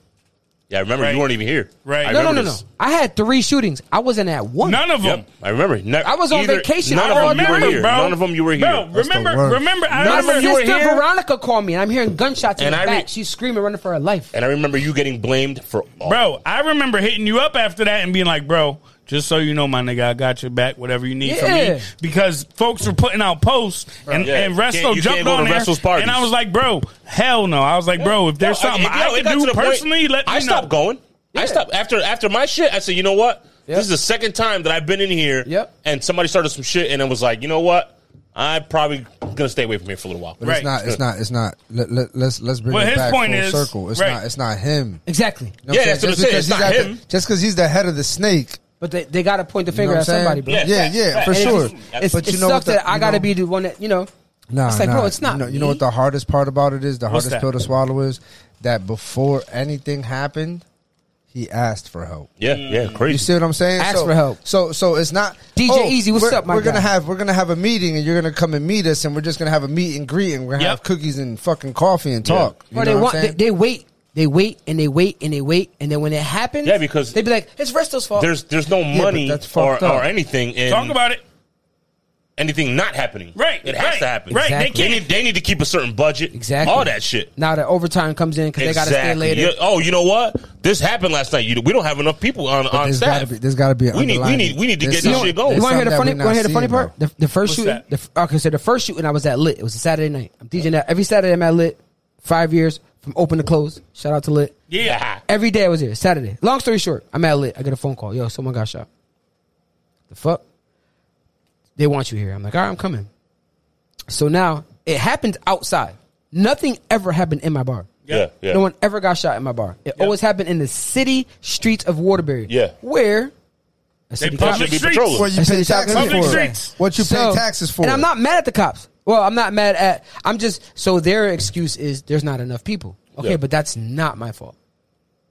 Speaker 3: Yeah, I remember
Speaker 1: Right.
Speaker 3: you weren't even here.
Speaker 1: Right.
Speaker 3: I
Speaker 4: No, no,
Speaker 3: remember
Speaker 4: no, no.
Speaker 3: this.
Speaker 4: I had three shootings. I wasn't at one.
Speaker 1: None of them.
Speaker 3: Yep, I remember. Ne-
Speaker 4: I was on
Speaker 3: either-
Speaker 4: vacation.
Speaker 3: None
Speaker 4: I
Speaker 3: of them you
Speaker 4: remember,
Speaker 3: were here.
Speaker 1: bro.
Speaker 3: None of them you were here.
Speaker 1: Bro,
Speaker 2: the
Speaker 1: remember,
Speaker 2: worst.
Speaker 1: remember, I
Speaker 4: My
Speaker 1: remember.
Speaker 4: sister
Speaker 3: you were here.
Speaker 4: Veronica called me, and I'm hearing gunshots in
Speaker 3: And
Speaker 4: the
Speaker 3: I re-
Speaker 4: back. She's screaming, running for her life.
Speaker 3: and I remember you getting blamed for all.
Speaker 1: Bro, I remember hitting you up after that and being like, bro, just so you know, my nigga, I got your back, whatever you need from
Speaker 4: Yeah.
Speaker 1: me. Because folks were putting out posts and,
Speaker 3: Yeah.
Speaker 1: and Resto
Speaker 3: Can't- you
Speaker 1: jumped
Speaker 3: can't go to
Speaker 1: on there.
Speaker 3: Wrestle's parties.
Speaker 1: And I was like, bro, hell no. I was like, bro, if there's
Speaker 3: No,
Speaker 1: something
Speaker 3: it- yo,
Speaker 1: I, can
Speaker 3: it got to
Speaker 1: do
Speaker 3: the point-
Speaker 1: personally, let me
Speaker 3: I stopped
Speaker 1: know.
Speaker 3: going. I
Speaker 4: Yeah.
Speaker 3: stopped after after my shit. I said, you know what?
Speaker 4: Yep.
Speaker 3: This is the second time that I've been in here.
Speaker 4: Yep.
Speaker 3: And somebody started some shit, and I was like, you know what? I'm probably gonna stay away from here for a little while.
Speaker 1: Right.
Speaker 2: It's not. It's not. It's not. Let, let, let's let's bring
Speaker 1: Well,
Speaker 2: it
Speaker 1: his
Speaker 2: back
Speaker 1: point
Speaker 2: full
Speaker 1: is-
Speaker 2: circle. It's
Speaker 1: right.
Speaker 2: not. It's not him.
Speaker 4: Exactly.
Speaker 2: You know
Speaker 3: Yeah,
Speaker 2: what
Speaker 3: that's what I'm
Speaker 2: Just
Speaker 3: saying.
Speaker 2: because
Speaker 3: It's
Speaker 2: he's
Speaker 3: not
Speaker 2: at the-
Speaker 3: him.
Speaker 2: Just because he's the head of the snake.
Speaker 4: But they, they got to point the
Speaker 2: You know
Speaker 4: finger
Speaker 2: what I'm
Speaker 4: at somebody,
Speaker 2: saying?
Speaker 4: bro.
Speaker 2: yeah,
Speaker 3: Yeah, facts,
Speaker 2: yeah,
Speaker 3: facts.
Speaker 2: for
Speaker 3: And
Speaker 2: sure.
Speaker 4: It's, it's, it sucks
Speaker 2: the-
Speaker 4: that I
Speaker 2: you
Speaker 4: got to
Speaker 2: know-
Speaker 4: be the one that you know.
Speaker 2: Nah,
Speaker 4: it's like,
Speaker 2: nah.
Speaker 4: bro, it's not.
Speaker 2: You know, you
Speaker 4: me.
Speaker 2: know what the hardest part about it is? The
Speaker 1: What's
Speaker 2: hardest
Speaker 1: that?
Speaker 2: pill to swallow is that before anything happened, He asked for help.
Speaker 3: Yeah, yeah,
Speaker 2: You
Speaker 3: crazy.
Speaker 2: see what I'm saying?
Speaker 4: Ask
Speaker 2: so,
Speaker 4: for help.
Speaker 2: So so it's not
Speaker 4: DJ
Speaker 2: oh,
Speaker 4: Easy, what's
Speaker 2: we're-
Speaker 4: up, my
Speaker 2: We're gonna
Speaker 4: guy?
Speaker 2: have we're gonna have a meeting and you're gonna come and meet us and we're just gonna have a meet and greet and we're gonna
Speaker 1: Yep.
Speaker 2: have cookies and fucking coffee and talk. You
Speaker 4: Or
Speaker 2: know
Speaker 4: they
Speaker 2: what
Speaker 4: want
Speaker 2: I'm
Speaker 4: they,
Speaker 2: saying?
Speaker 4: they wait, they wait and they wait and they wait and then when it happens,
Speaker 3: Yeah, because-
Speaker 4: they be like, it's Resto's fault.
Speaker 3: There's there's no money
Speaker 2: but that's
Speaker 3: or,
Speaker 2: fucked up.
Speaker 3: or anything in
Speaker 1: Talk about it.
Speaker 3: anything not happening.
Speaker 1: Right,
Speaker 3: It has
Speaker 1: right,
Speaker 3: to happen.
Speaker 1: right,
Speaker 4: they
Speaker 3: They
Speaker 1: can't-
Speaker 3: need they need to keep a certain budget.
Speaker 4: Exactly.
Speaker 3: All that shit.
Speaker 4: now the overtime comes in because they got to stay later.
Speaker 3: You- oh, you know what? This happened last night. You, we don't have enough people on, on
Speaker 2: there's
Speaker 3: staff.
Speaker 2: gotta be there's gotta be an
Speaker 3: We need- we
Speaker 2: underlying-
Speaker 3: need- we need to
Speaker 2: there's
Speaker 3: get this
Speaker 2: some-
Speaker 3: shit going.
Speaker 2: there's
Speaker 4: You want to hear the
Speaker 2: something that
Speaker 4: funny?
Speaker 2: we're
Speaker 4: Want to hear the
Speaker 2: not
Speaker 4: funny
Speaker 2: seeing,
Speaker 4: part?
Speaker 2: though.
Speaker 4: The, the first shooting.
Speaker 1: that?
Speaker 4: The, f- okay, so the first shooting I was at lit. It was a Saturday night. I'm DJing that every Saturday. I'm at lit. Five years from open to close. Shout out to lit.
Speaker 1: Yeah.
Speaker 4: Every day I was here. Saturday. Long story short, I'm at lit. I get a phone call. Yo, someone got shot. The fuck? They want you here. I'm like, all right, I'm coming. So now it happened outside. Nothing ever happened in my bar.
Speaker 3: Yeah, yeah.
Speaker 4: No one ever got shot in my bar. It always happened in the city streets of Waterbury.
Speaker 3: Yeah.
Speaker 4: Where a
Speaker 1: They
Speaker 4: city cop-
Speaker 1: public
Speaker 3: be
Speaker 1: streets.
Speaker 3: patrolling.
Speaker 2: What you
Speaker 4: That's
Speaker 2: pay
Speaker 4: what
Speaker 2: taxes
Speaker 4: you're talking
Speaker 1: about. Public
Speaker 2: for?
Speaker 1: streets.
Speaker 2: What you pay
Speaker 4: So-
Speaker 2: taxes for?
Speaker 4: And I'm not mad at the cops. Well, I'm not mad at. I'm just so their excuse is there's not enough people. Okay,
Speaker 3: Yeah.
Speaker 4: but that's not my fault.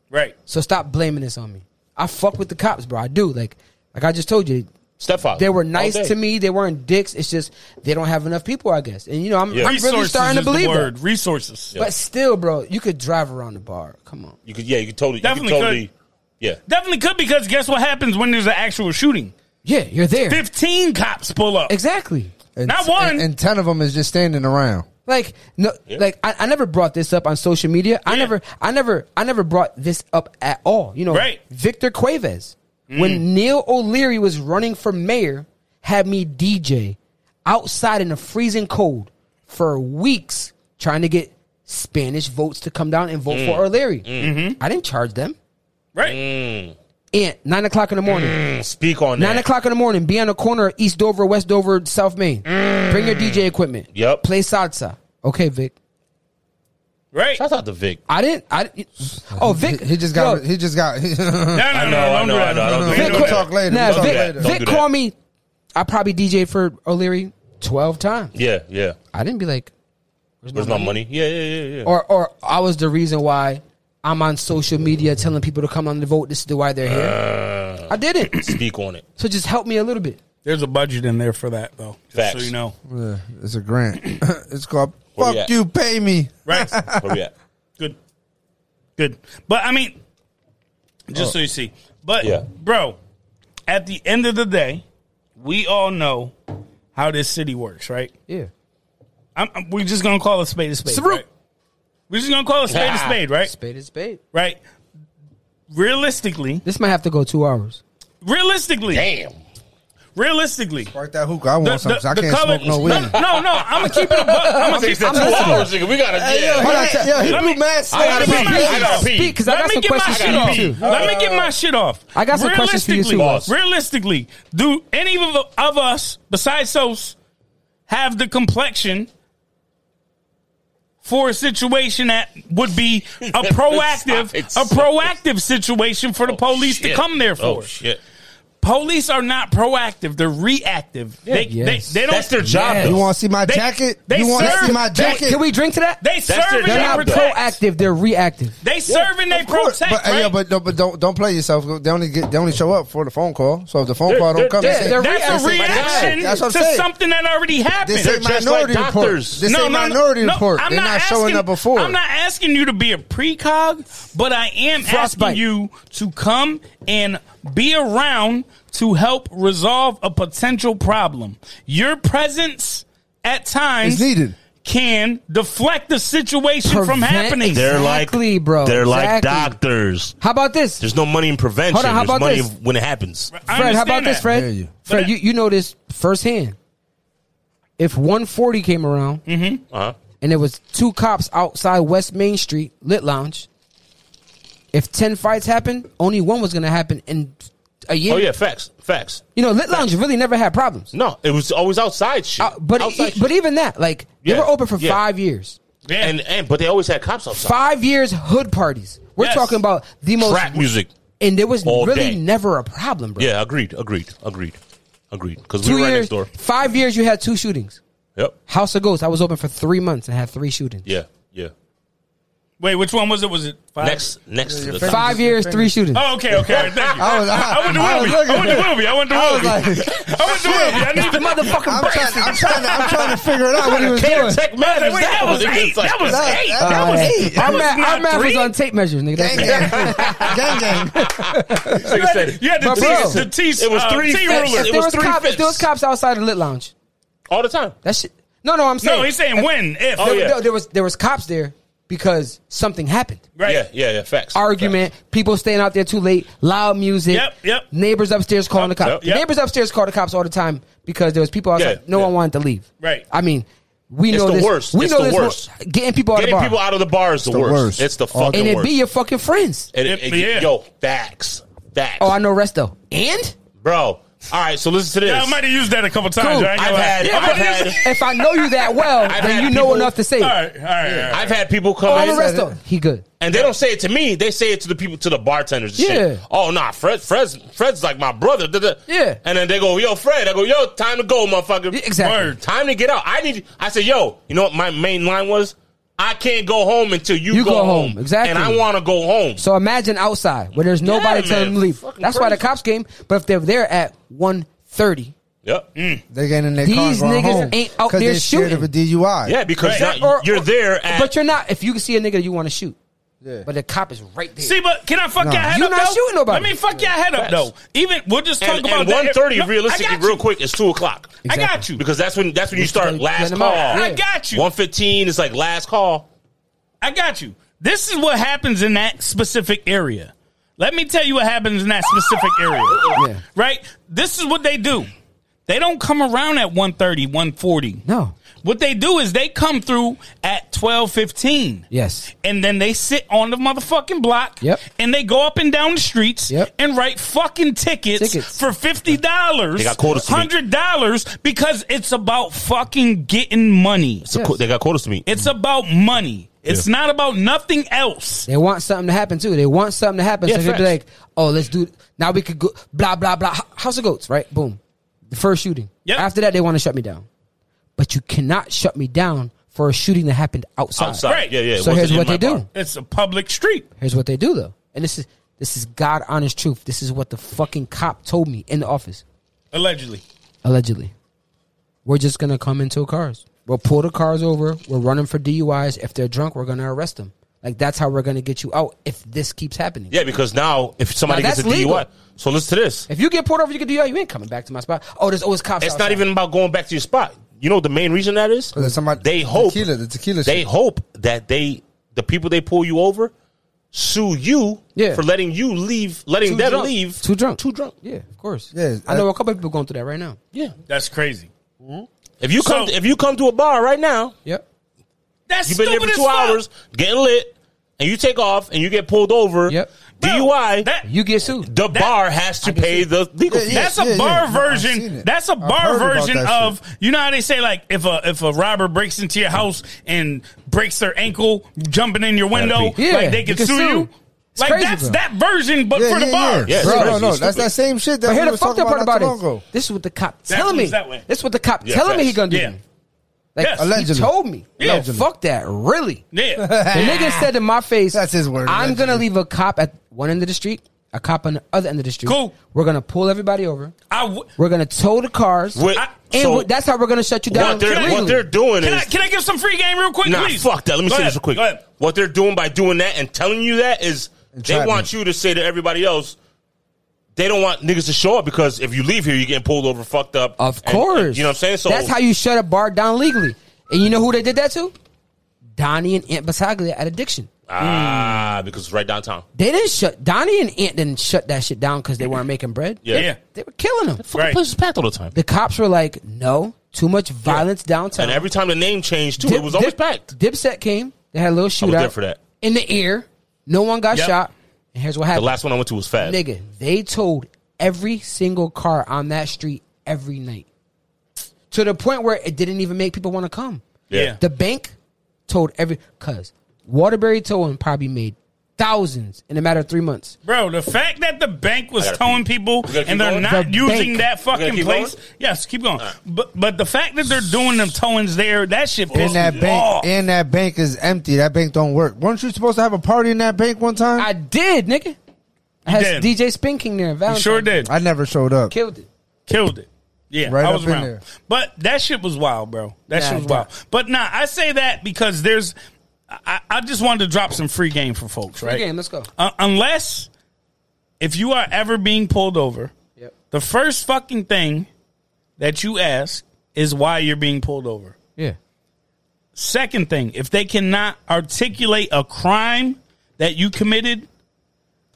Speaker 1: Right.
Speaker 4: So stop blaming this on me. I fuck with the cops, bro. I do. Like, like I just told you,
Speaker 3: Stepfather.
Speaker 4: they were
Speaker 3: All
Speaker 4: nice
Speaker 3: day.
Speaker 4: to me. They weren't dicks. It's just they don't have enough people, I guess. And you know, I'm,
Speaker 3: Yeah.
Speaker 4: I'm really
Speaker 1: Resources
Speaker 4: starting to
Speaker 1: is the
Speaker 4: believe
Speaker 1: word.
Speaker 4: that.
Speaker 1: Resources.
Speaker 4: But still, bro, you could drive around the bar. Come on.
Speaker 3: You could, yeah, you could totally,
Speaker 1: Definitely
Speaker 3: you could totally, yeah.
Speaker 1: Definitely could because guess what happens when there's an actual shooting?
Speaker 4: Yeah, you're there.
Speaker 1: 15 cops pull up.
Speaker 4: Exactly.
Speaker 2: And-
Speaker 1: Not one.
Speaker 2: And, and ten of them is just standing around.
Speaker 4: Like no, like I, I never brought this up on social media. I
Speaker 1: Yeah.
Speaker 4: never, I never, I never brought this up at all. You know,
Speaker 1: Right. Mm.
Speaker 4: Victor Cuevas, when Neil O'Leary was running for mayor, had me DJ outside in the freezing cold for weeks trying to get Spanish votes to come down and vote
Speaker 1: Mm.
Speaker 4: for O'Leary.
Speaker 1: Mm-hmm.
Speaker 4: I didn't charge them.
Speaker 1: Right.
Speaker 4: Mm. And nine o'clock in the morning,
Speaker 1: Mm.
Speaker 3: Mm, Speak on
Speaker 4: Nine
Speaker 3: that.
Speaker 4: o'clock in the morning, be on the corner of East Dover, West Dover, South Main. Bring your
Speaker 1: Mm.
Speaker 4: DJ equipment.
Speaker 3: Yep.
Speaker 4: Play salsa. Okay, Vic.
Speaker 1: Right.
Speaker 3: Shout out to Vic.
Speaker 4: I didn't. I didn't. Oh, Vic.
Speaker 2: He, he just got.
Speaker 4: yo,
Speaker 2: he just got.
Speaker 1: No, no,
Speaker 3: I
Speaker 1: no,
Speaker 3: know, I
Speaker 1: no,
Speaker 3: know, I know,
Speaker 1: no,
Speaker 3: I know.
Speaker 1: no,
Speaker 3: Vic,
Speaker 1: no,
Speaker 4: Vic-
Speaker 2: We'll
Speaker 1: no.
Speaker 2: talk later.
Speaker 4: Nah,
Speaker 2: We'll talk
Speaker 4: Vic,
Speaker 2: later.
Speaker 3: Don't
Speaker 4: Vic
Speaker 3: do that.
Speaker 4: called me. I probably DJ'd for O'Leary twelve times.
Speaker 3: Yeah, yeah.
Speaker 4: I didn't be like,
Speaker 3: Where's my money? Yeah, yeah, yeah, yeah.
Speaker 4: or or I was the reason why I'm on social media telling people to come on the vote. This is the why they're here.
Speaker 3: Uh.
Speaker 4: I didn't.
Speaker 3: Speak on it.
Speaker 4: So just help me a little bit.
Speaker 1: There's a budget in there for that, though. Just
Speaker 3: Facts.
Speaker 1: So you know.
Speaker 2: Yeah, it's a grant. it's called
Speaker 1: Oh,
Speaker 3: Where we
Speaker 2: "Fuck
Speaker 3: at?
Speaker 2: You Pay Me."
Speaker 1: Right.
Speaker 3: Where we at?
Speaker 1: Good. Good. But I mean, just
Speaker 4: Oh.
Speaker 1: so you see. But
Speaker 3: Yeah.
Speaker 1: bro, at the end of the day, we all know how this city works, right?
Speaker 4: Yeah.
Speaker 1: I'm, I'm- we're just gonna call a spade a spade.
Speaker 4: Saru.
Speaker 1: Right? We're just gonna call a spade a
Speaker 3: Ah.
Speaker 1: spade, right?
Speaker 4: Spade is spade.
Speaker 1: Right. Realistically,
Speaker 4: This might have to go two hours.
Speaker 1: realistically,
Speaker 3: Damn.
Speaker 1: realistically,
Speaker 2: Spark that hookah. I want some. 'cause I can't smoke no
Speaker 1: no,
Speaker 2: weed.
Speaker 1: no, no. I'm gonna keep it. I'm gonna
Speaker 3: He
Speaker 1: keep it.
Speaker 3: said
Speaker 1: a
Speaker 3: two
Speaker 1: buck.
Speaker 3: hours, nigga. We gotta, yeah.
Speaker 2: Hold on, yo, he
Speaker 1: Let
Speaker 2: blew
Speaker 1: me-
Speaker 2: mad slow.
Speaker 3: I gotta
Speaker 1: Let
Speaker 3: pee.
Speaker 1: me-
Speaker 3: I gotta pee.
Speaker 4: Speak, because I got some questions for
Speaker 3: gotta
Speaker 4: you
Speaker 3: pee.
Speaker 4: too.
Speaker 1: Let me get my shit off.
Speaker 4: I got some questions for you too,
Speaker 1: Realistically-
Speaker 4: boss.
Speaker 1: Realistically, do any of, of us besides Sos have the complexion for a situation that would be a proactive, a proactive situation for the police to
Speaker 3: Oh, Shit.
Speaker 1: come there for?
Speaker 3: Oh, shit.
Speaker 1: Police are not proactive; they're reactive. they,
Speaker 4: Yes.
Speaker 1: they, they don't.
Speaker 3: That's their job,
Speaker 4: Yeah.
Speaker 3: though.
Speaker 2: You want to see my
Speaker 1: They-
Speaker 2: jacket?
Speaker 1: they
Speaker 2: you want to
Speaker 1: serve-
Speaker 2: see my
Speaker 1: they-
Speaker 2: jacket?
Speaker 4: Can we drink to that?
Speaker 1: They
Speaker 3: That's
Speaker 1: serve
Speaker 3: their
Speaker 1: and
Speaker 4: They're
Speaker 1: they
Speaker 3: job,
Speaker 4: not
Speaker 3: though.
Speaker 1: protect.
Speaker 4: proactive. They're reactive.
Speaker 1: They serve and they
Speaker 2: Of course,
Speaker 1: protect.
Speaker 2: but, uh,
Speaker 1: right?
Speaker 2: yeah, but, don't- but don't don't play yourself. They only get they only show up for the phone call. So if the phone call don't
Speaker 3: they're-
Speaker 2: come,
Speaker 4: they're-
Speaker 2: they say,
Speaker 4: they're
Speaker 1: That's a
Speaker 4: That's it.
Speaker 1: reaction
Speaker 2: That's what I'm
Speaker 1: to
Speaker 2: saying.
Speaker 1: something that already happened.
Speaker 2: This ain't
Speaker 3: just like
Speaker 2: minority report.
Speaker 3: doctors.
Speaker 2: This ain't minority report.
Speaker 1: I'm
Speaker 2: They're not, showing
Speaker 1: asking-
Speaker 2: up before.
Speaker 1: I'm not asking you to be a precog, but I am
Speaker 4: Frostbite.
Speaker 1: asking you to come and be around to help resolve a potential problem. Your presence at times
Speaker 2: It's needed.
Speaker 1: can deflect the situation from
Speaker 4: Prevent-
Speaker 1: happening.
Speaker 4: They're like- Exactly, bro.
Speaker 3: They're like
Speaker 4: Exactly.
Speaker 3: doctors.
Speaker 4: How about this?
Speaker 3: There's no money in prevention.
Speaker 4: Hold on, how
Speaker 3: There's
Speaker 4: about
Speaker 3: money
Speaker 4: this?
Speaker 3: when it happens.
Speaker 1: I
Speaker 4: Fred, how
Speaker 1: understand
Speaker 4: about this,
Speaker 1: that.
Speaker 4: Fred?
Speaker 2: Hear you.
Speaker 4: Fred, you, you know this firsthand. If 140 came around
Speaker 3: Uh-huh.
Speaker 4: and there was two cops outside West Main Street Lit Lounge, if 10 fights happened, only one was going to happen in a year.
Speaker 3: Oh, yeah, facts. Facts.
Speaker 4: You know, Lit Lounge really never had problems.
Speaker 3: No, it was always outside shit.
Speaker 4: Uh, but
Speaker 3: outside
Speaker 4: e- but even that, like they
Speaker 3: Yeah,
Speaker 4: were open for
Speaker 3: yeah.
Speaker 4: 5 years.
Speaker 1: Yeah.
Speaker 3: and, and but they always had cops outside.
Speaker 4: 5 years hood parties. We're
Speaker 1: Yes.
Speaker 4: talking about the most
Speaker 3: Trap music.
Speaker 4: and there was
Speaker 3: all
Speaker 4: really
Speaker 3: day.
Speaker 4: never a problem, bro.
Speaker 3: Yeah, agreed, agreed, agreed, agreed. Because we
Speaker 4: Two
Speaker 3: were right
Speaker 4: years,
Speaker 3: next door.
Speaker 4: 5 years you had two shootings.
Speaker 3: Yep.
Speaker 4: House of Ghosts. I was open for three months and had three shootings.
Speaker 3: Yeah. Yeah.
Speaker 1: Wait, which one was it? Was it five?
Speaker 3: Next, next to the
Speaker 2: fam-
Speaker 3: top.
Speaker 4: Five years, three shootings.
Speaker 1: Oh, okay, okay. all right, Thank you. I,
Speaker 2: I was- I-
Speaker 1: went to
Speaker 2: I was
Speaker 1: Wilby. I,
Speaker 2: looking.
Speaker 1: went to Wilby. I went to
Speaker 2: I was
Speaker 1: Wilby. I,
Speaker 2: like,
Speaker 1: went to Wilby. I need the motherfucker.
Speaker 2: I'm trying, I'm trying, to, I'm trying to figure it out what he was doing.
Speaker 3: Tech matters.
Speaker 1: Wait, that was
Speaker 3: It's
Speaker 1: eight.
Speaker 3: like-
Speaker 1: That was
Speaker 2: That-
Speaker 1: eight.
Speaker 4: Uh,
Speaker 2: that
Speaker 1: That was
Speaker 2: was
Speaker 1: eight.
Speaker 2: eight.
Speaker 1: That
Speaker 4: Our
Speaker 1: was
Speaker 4: math, our
Speaker 1: not
Speaker 4: math was
Speaker 1: three?
Speaker 4: on tape measures, nigga.
Speaker 2: Gang,
Speaker 4: That's
Speaker 2: gang, gang, gang.
Speaker 3: Like I said,
Speaker 1: You had the
Speaker 4: But
Speaker 1: T,
Speaker 4: bro,
Speaker 1: the T,
Speaker 3: it was
Speaker 1: uh,
Speaker 3: three
Speaker 1: T
Speaker 3: fifths.
Speaker 1: ruler.
Speaker 4: if
Speaker 3: It
Speaker 4: there
Speaker 3: was
Speaker 4: was
Speaker 3: three
Speaker 4: cops, if there was
Speaker 3: fifths.
Speaker 4: cops outside the lit lounge.
Speaker 3: all the time.
Speaker 4: That shit. No, no, I'm saying.
Speaker 1: No, he's saying when, if.
Speaker 3: Oh,
Speaker 4: there,
Speaker 3: yeah.
Speaker 4: there- there was there was cops there because something happened.
Speaker 1: Right.
Speaker 3: Yeah, yeah, yeah. Facts.
Speaker 4: Argument, people staying out there too late, loud music.
Speaker 1: Yep, yep.
Speaker 4: Neighbors upstairs calling
Speaker 1: Yep,
Speaker 4: the cops.
Speaker 1: yep, yep.
Speaker 4: Neighbors upstairs call the cops all the time because there was people outside.
Speaker 3: Yeah,
Speaker 4: no one
Speaker 3: yeah.
Speaker 4: wanted to leave.
Speaker 1: Right.
Speaker 4: I mean, we
Speaker 3: It's
Speaker 4: know
Speaker 3: the
Speaker 4: this.
Speaker 3: worst.
Speaker 4: We
Speaker 3: It's
Speaker 4: know
Speaker 3: the
Speaker 4: this.
Speaker 3: worst.
Speaker 4: Getting people out of the
Speaker 3: Getting
Speaker 4: bar.
Speaker 3: people out of the bar is the,
Speaker 2: the
Speaker 3: worst.
Speaker 2: worst.
Speaker 3: It's the
Speaker 2: All
Speaker 3: fucking
Speaker 4: and it
Speaker 3: worst.
Speaker 4: be your fucking friends.
Speaker 3: And it-
Speaker 1: Yep,
Speaker 3: it-
Speaker 1: yeah.
Speaker 3: Yo, facts, facts.
Speaker 4: Oh, I know resto. And
Speaker 3: bro. All right, so listen to this.
Speaker 1: I might have used that a couple times.
Speaker 4: Cool.
Speaker 1: I ain't gonna
Speaker 3: I've
Speaker 1: lie.
Speaker 3: had,
Speaker 4: Yeah,
Speaker 3: I've
Speaker 4: but
Speaker 3: had,
Speaker 4: if I know you that well,
Speaker 3: I've
Speaker 4: then
Speaker 3: had
Speaker 4: you know
Speaker 3: people-
Speaker 4: enough to say. it.
Speaker 1: All right, all right, all right.
Speaker 3: I've had people
Speaker 4: Oh,
Speaker 3: come
Speaker 4: I'm
Speaker 3: in,
Speaker 4: a resto. He good.
Speaker 3: and they don't say it to me. They say it to the people, to the bartenders. And
Speaker 4: Yeah.
Speaker 3: Shit. Oh nah, Fred, Fred's, Fred's like my brother. da, da.
Speaker 4: Yeah.
Speaker 3: And then they go, yo, Fred. I go, yo, time to go, motherfucker.
Speaker 4: Yeah, exactly.
Speaker 1: Word.
Speaker 3: Time to get out. I need. I said, yo, you know what my main line was? I can't go home until you,
Speaker 4: You
Speaker 3: go,
Speaker 4: go
Speaker 3: home.
Speaker 4: home. Exactly.
Speaker 3: And I want to go home.
Speaker 4: So imagine outside where there's nobody
Speaker 3: Yeah,
Speaker 4: telling
Speaker 3: man.
Speaker 4: them to leave.
Speaker 3: Fucking
Speaker 4: That's why the
Speaker 3: crazy.
Speaker 4: cops came. But if they're there at 1.30
Speaker 3: Yep.
Speaker 2: They getting in their
Speaker 4: These
Speaker 2: cars going
Speaker 4: niggas
Speaker 2: home
Speaker 4: ain't out
Speaker 2: 'cause
Speaker 4: there
Speaker 2: they scared of a DUI.
Speaker 3: Yeah, because
Speaker 1: Right.
Speaker 3: now you're there at.
Speaker 4: but you're not. If you can see a nigga you want to shoot,
Speaker 2: Yeah.
Speaker 4: but the cop is right there.
Speaker 1: See, but can I fuck
Speaker 2: Nah.
Speaker 1: your head
Speaker 4: You
Speaker 1: up?
Speaker 4: not
Speaker 1: though?
Speaker 4: shooting nobody.
Speaker 1: Let me fuck your head up though. Even we'll just talk
Speaker 3: and,
Speaker 1: about
Speaker 3: and
Speaker 1: that.
Speaker 3: 1.30
Speaker 1: No, I
Speaker 3: realistically
Speaker 1: got you.
Speaker 3: real quick it's 2 o'clock
Speaker 1: I got
Speaker 4: Exactly.
Speaker 1: you.
Speaker 3: because that's when that's when you start
Speaker 4: when you
Speaker 3: last
Speaker 4: let 'em
Speaker 3: call
Speaker 4: out. Yeah.
Speaker 1: I got you.
Speaker 3: 1.15 is like last call
Speaker 1: I got you. This is what happens in that specific area. Let me tell you what happens in that specific area.
Speaker 4: Yeah.
Speaker 1: Right? This is what they do. They don't come around at 1.30, 1.40.
Speaker 4: No.
Speaker 1: What they do is they come through at 12.15.
Speaker 4: Yes.
Speaker 1: And then they sit on the motherfucking block.
Speaker 4: Yep.
Speaker 1: And they go up and down the streets
Speaker 4: Yep.
Speaker 1: and write fucking tickets,
Speaker 4: Tickets.
Speaker 1: for fifty dollars.
Speaker 3: They got quotas to meet.
Speaker 1: hundred dollars because it's about fucking getting money.
Speaker 3: So qu- they got quotas to meet
Speaker 1: It's about money. It's
Speaker 3: Yeah.
Speaker 1: not about nothing else.
Speaker 4: They want something to happen too. They want something to happen.
Speaker 3: Yeah,
Speaker 4: so they be
Speaker 3: facts.
Speaker 4: like, "Oh, let's do. Now we could go blah blah blah. H- House of Goats, right? Boom. The first shooting.
Speaker 1: Yep.
Speaker 4: After that, they want to shut me down. But you cannot shut me down for a shooting that happened outside.
Speaker 3: outside
Speaker 1: Right.
Speaker 3: yeah yeah Once
Speaker 4: So here's
Speaker 3: it's in
Speaker 4: what
Speaker 3: my
Speaker 4: they do.
Speaker 3: bar.
Speaker 1: It's a public street.
Speaker 4: Here's what they do though, and this is this is God honest truth. This is what the fucking cop told me in the office.
Speaker 1: Allegedly.
Speaker 4: allegedly. We're just gonna come into cars. We'll pull the cars over. We're running for DUIs. If they're drunk, we're gonna arrest them. Like that's how we're gonna get you out if this keeps happening.
Speaker 3: yeah because now if somebody
Speaker 4: Now
Speaker 3: gets a
Speaker 4: that's legal.
Speaker 3: DUI so listen to this
Speaker 4: If you get pulled over, you get DUI. You ain't coming back to my spot. Oh, there's always cops.
Speaker 3: it's
Speaker 4: outside.
Speaker 3: not even about going back to your spot you know the main reason that is
Speaker 2: Because somebody-
Speaker 3: they hope
Speaker 2: tequila, the tequila
Speaker 3: they
Speaker 2: shit.
Speaker 3: hope that they the people they pull you over sue you
Speaker 4: Yeah.
Speaker 3: for letting you leave letting
Speaker 4: Too
Speaker 3: them
Speaker 4: drunk.
Speaker 3: leave
Speaker 4: Too drunk.
Speaker 3: too drunk
Speaker 4: Yeah, of course.
Speaker 2: Yeah,
Speaker 4: I know
Speaker 2: I-
Speaker 4: a couple of people going through that right now.
Speaker 3: yeah
Speaker 1: That's crazy.
Speaker 3: if you come
Speaker 1: So-
Speaker 3: if you come to a bar right now
Speaker 4: Yep.
Speaker 1: That's
Speaker 3: You've been there
Speaker 1: stupid
Speaker 3: for
Speaker 1: as
Speaker 3: two
Speaker 1: fuck.
Speaker 3: hours, getting lit, and you take off and you get pulled over.
Speaker 4: Yep.
Speaker 1: Bro,
Speaker 3: DUI.
Speaker 1: that-
Speaker 4: You get sued.
Speaker 3: the bar has to
Speaker 4: can
Speaker 3: pay
Speaker 4: see-
Speaker 3: the legal fee.
Speaker 2: Yeah,
Speaker 1: That's a
Speaker 2: yeah,
Speaker 1: bar
Speaker 2: yeah. I've seen
Speaker 1: version.
Speaker 2: it.
Speaker 1: That's a
Speaker 2: I've
Speaker 1: bar
Speaker 2: heard about
Speaker 1: version
Speaker 2: that
Speaker 1: of
Speaker 2: shit.
Speaker 1: you know how they say like if a if a robber breaks into your house and breaks their ankle jumping in your window,
Speaker 4: Yeah,
Speaker 1: like they
Speaker 4: you
Speaker 1: can
Speaker 4: can
Speaker 1: sue
Speaker 4: sue.
Speaker 1: you.
Speaker 4: It's
Speaker 1: Like
Speaker 4: crazy,
Speaker 1: that's
Speaker 4: bro.
Speaker 1: that version, but
Speaker 2: Yeah,
Speaker 1: for the
Speaker 2: yeah,
Speaker 1: bar.
Speaker 2: yeah. Bro,
Speaker 3: Yeah, it's
Speaker 2: no,
Speaker 3: crazy,
Speaker 2: no,
Speaker 3: it's
Speaker 2: that's
Speaker 3: stupid.
Speaker 2: that same shit that
Speaker 4: But
Speaker 2: we
Speaker 4: here's the
Speaker 2: was
Speaker 4: fucked
Speaker 2: talking
Speaker 4: up part
Speaker 2: about not
Speaker 4: about
Speaker 2: too long
Speaker 4: it.
Speaker 2: ago.
Speaker 4: This is what the cop
Speaker 1: That
Speaker 4: telling me.
Speaker 1: moves that way.
Speaker 4: This is what the cop
Speaker 3: Yeah,
Speaker 4: telling me he
Speaker 3: facts.
Speaker 4: gonna do.
Speaker 1: Yeah.
Speaker 4: to me. Like
Speaker 1: Yes.
Speaker 4: he
Speaker 2: Allegedly.
Speaker 4: told me.
Speaker 1: Yeah.
Speaker 4: No, fuck that. Really.
Speaker 1: Yeah.
Speaker 4: The nigga said in my face,
Speaker 2: That's his word,
Speaker 4: I'm
Speaker 2: allegedly.
Speaker 4: gonna leave a cop at one end of the street, a cop on the other end of the street.
Speaker 1: Cool.
Speaker 4: We're gonna pull everybody over.
Speaker 1: I w-
Speaker 4: We're gonna tow the cars,
Speaker 3: Wait,
Speaker 4: and
Speaker 3: so-
Speaker 4: we- that's how we're gonna shut you down.
Speaker 3: What they're, what
Speaker 4: legally.
Speaker 3: they're doing
Speaker 1: can,
Speaker 3: is
Speaker 1: I, can I give some free game real quick,
Speaker 3: nah.
Speaker 1: please?
Speaker 3: Fuck that. Let me
Speaker 1: Go
Speaker 3: say
Speaker 1: ahead.
Speaker 3: this real quick.
Speaker 1: Go ahead.
Speaker 3: What they're doing by doing that and telling you that is they
Speaker 2: Entrapment.
Speaker 3: want you to say to everybody else. They don't want niggas to show up because if you leave here, you're getting pulled over, fucked up.
Speaker 4: of
Speaker 3: and- and
Speaker 4: course.
Speaker 3: you know what I'm saying. So
Speaker 4: that's how you shut a bar down legally. And you know who they did that to? Donnie and Aunt Basaglia at Addiction.
Speaker 3: ah because it's right downtown.
Speaker 4: They didn't shut Donnie and Aunt didn't shut that shit down because they weren't making bread.
Speaker 3: Yeah.
Speaker 1: Yeah.
Speaker 4: They were killing them.
Speaker 3: Fucking
Speaker 1: Right.
Speaker 3: place is packed all the time.
Speaker 4: The cops were like, "No, too much violence downtown."
Speaker 3: And every time the name changed too, it was always packed.
Speaker 4: Dipset came. They had a little
Speaker 3: I
Speaker 4: shootout
Speaker 3: was there for that.
Speaker 4: in the ear. No one got
Speaker 1: Yep.
Speaker 4: shot. And here's what
Speaker 3: The
Speaker 4: happened,
Speaker 3: last one I went to was Fab.
Speaker 4: nigga. They towed every single car on that street every night, to the point where it didn't even make people want to come.
Speaker 3: Yeah.
Speaker 4: The bank told every cause Waterbury Towing probably made thousands in a matter of three months.
Speaker 1: Bro, the fact that the bank was
Speaker 3: I gotta
Speaker 1: towing
Speaker 3: pee.
Speaker 1: people
Speaker 3: We gotta keep
Speaker 1: and they're
Speaker 3: going?
Speaker 1: not
Speaker 4: The
Speaker 1: using
Speaker 4: bank.
Speaker 1: that
Speaker 3: gotta
Speaker 1: fucking
Speaker 3: keep
Speaker 1: place.
Speaker 3: going?
Speaker 1: Yes, keep going. But but the fact that they're doing them towings there, that shit pissed
Speaker 2: And that
Speaker 1: me
Speaker 2: bank
Speaker 1: off.
Speaker 2: and that bank is empty. That bank don't work. weren't you supposed to have a party in that bank one time?
Speaker 4: I did, nigga. I had
Speaker 1: did.
Speaker 4: DJ Spin King there.
Speaker 1: You
Speaker 4: Valentine.
Speaker 1: sure did.
Speaker 2: I, never showed up.
Speaker 4: Killed it.
Speaker 1: Killed it. Yeah,
Speaker 2: Right
Speaker 1: I
Speaker 2: up
Speaker 1: was
Speaker 2: in
Speaker 1: around.
Speaker 2: there.
Speaker 1: But that shit was wild, bro. That
Speaker 4: Nah,
Speaker 1: shit was
Speaker 4: nah.
Speaker 1: wild. But nah, I say that because there's. I, I just wanted to drop some free game for folks, right?
Speaker 4: game, let's go.
Speaker 1: Uh, unless if you are ever being pulled over,
Speaker 4: Yep.
Speaker 1: the first fucking thing that you ask is why you're being pulled over.
Speaker 4: Yeah.
Speaker 1: Second thing, if they cannot articulate a crime that you committed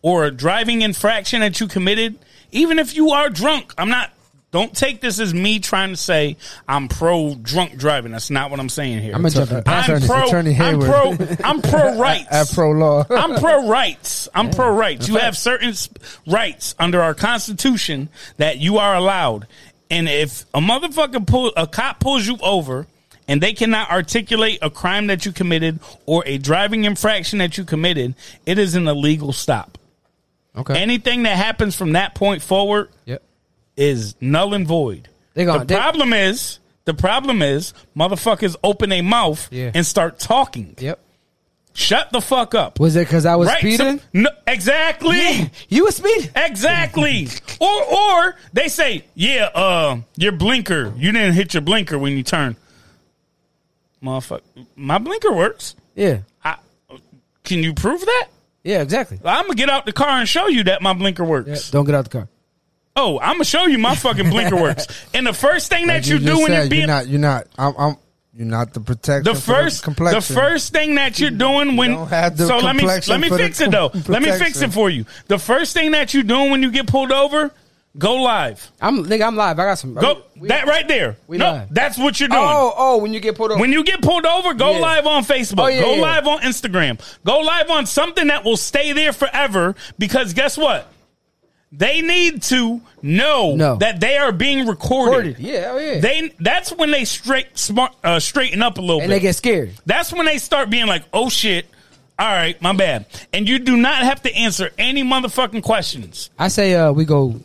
Speaker 1: or a driving infraction that you committed, even if you are drunk, I'm not. Don't take this as me trying to say I'm pro drunk driving. That's not what I'm saying here.
Speaker 4: I'm a jump in.
Speaker 1: I'm
Speaker 2: Attorney-
Speaker 1: pro.
Speaker 2: Attorney
Speaker 1: I'm
Speaker 2: Hayward.
Speaker 1: pro. I'm pro rights.
Speaker 2: At pro law.
Speaker 1: I'm pro rights. I'm pro rights. You have certain s- rights under our constitution that you are allowed. And if a motherfucker pull a cop pulls you over and they cannot articulate a crime that you committed or a driving infraction that you committed, it is an illegal stop.
Speaker 4: Okay.
Speaker 1: Anything that happens from that point forward
Speaker 4: yep.
Speaker 1: is null and void.
Speaker 4: They gonna-
Speaker 1: the
Speaker 4: they-
Speaker 1: problem is the problem is motherfuckers open their mouth
Speaker 4: Yeah.
Speaker 1: and start talking.
Speaker 4: Yep.
Speaker 1: Shut the fuck up.
Speaker 4: Was it because I was speeding?
Speaker 1: so- no, exactly.
Speaker 4: Yeah, you was speeding.
Speaker 1: Exactly. or or they say, yeah, uh, your blinker. You didn't hit your blinker when you turn. Motherfucker, my blinker works.
Speaker 4: Yeah.
Speaker 1: I, can you prove that?
Speaker 4: Yeah. Exactly.
Speaker 1: I'm gonna get out the car and show you that my blinker works.
Speaker 4: Yeah, Don't get out the car.
Speaker 1: Oh, I'm gonna show you my fucking blinker works. And the first thing that
Speaker 2: Like
Speaker 1: you, do
Speaker 2: just
Speaker 1: when
Speaker 2: said,
Speaker 1: you're being
Speaker 2: you're not you're not I'm, I'm you're not the protection.
Speaker 1: the
Speaker 2: for
Speaker 1: first the
Speaker 2: complexion.
Speaker 1: first thing that you're doing when
Speaker 2: don't have the
Speaker 1: so let me
Speaker 2: complexion
Speaker 1: let me
Speaker 2: for the
Speaker 1: fix it though. Let me fix
Speaker 2: protection.
Speaker 1: it for you. The first thing that you're doing when you get pulled over, go live.
Speaker 4: I'm nigga. I'm live. I got some.
Speaker 1: Go
Speaker 4: we-
Speaker 1: that right there.
Speaker 4: we
Speaker 1: no,
Speaker 4: live.
Speaker 1: that's what you're doing.
Speaker 4: Oh, oh, when you get pulled over.
Speaker 1: When you get pulled over, go
Speaker 4: Yeah.
Speaker 1: live on Facebook.
Speaker 4: Oh, yeah,
Speaker 1: go
Speaker 4: yeah.
Speaker 1: live on Instagram. Go live on something that will stay there forever because guess what? They need to know
Speaker 4: No.
Speaker 1: that they are being recorded.
Speaker 4: Recorded. Yeah, oh, yeah.
Speaker 1: They that's when they straight smart uh, straighten up a little
Speaker 4: and
Speaker 1: bit.
Speaker 4: they get scared.
Speaker 1: That's when they start being like, oh shit, all right, my bad. And you do not have to answer any motherfucking questions.
Speaker 4: I say, uh, we go.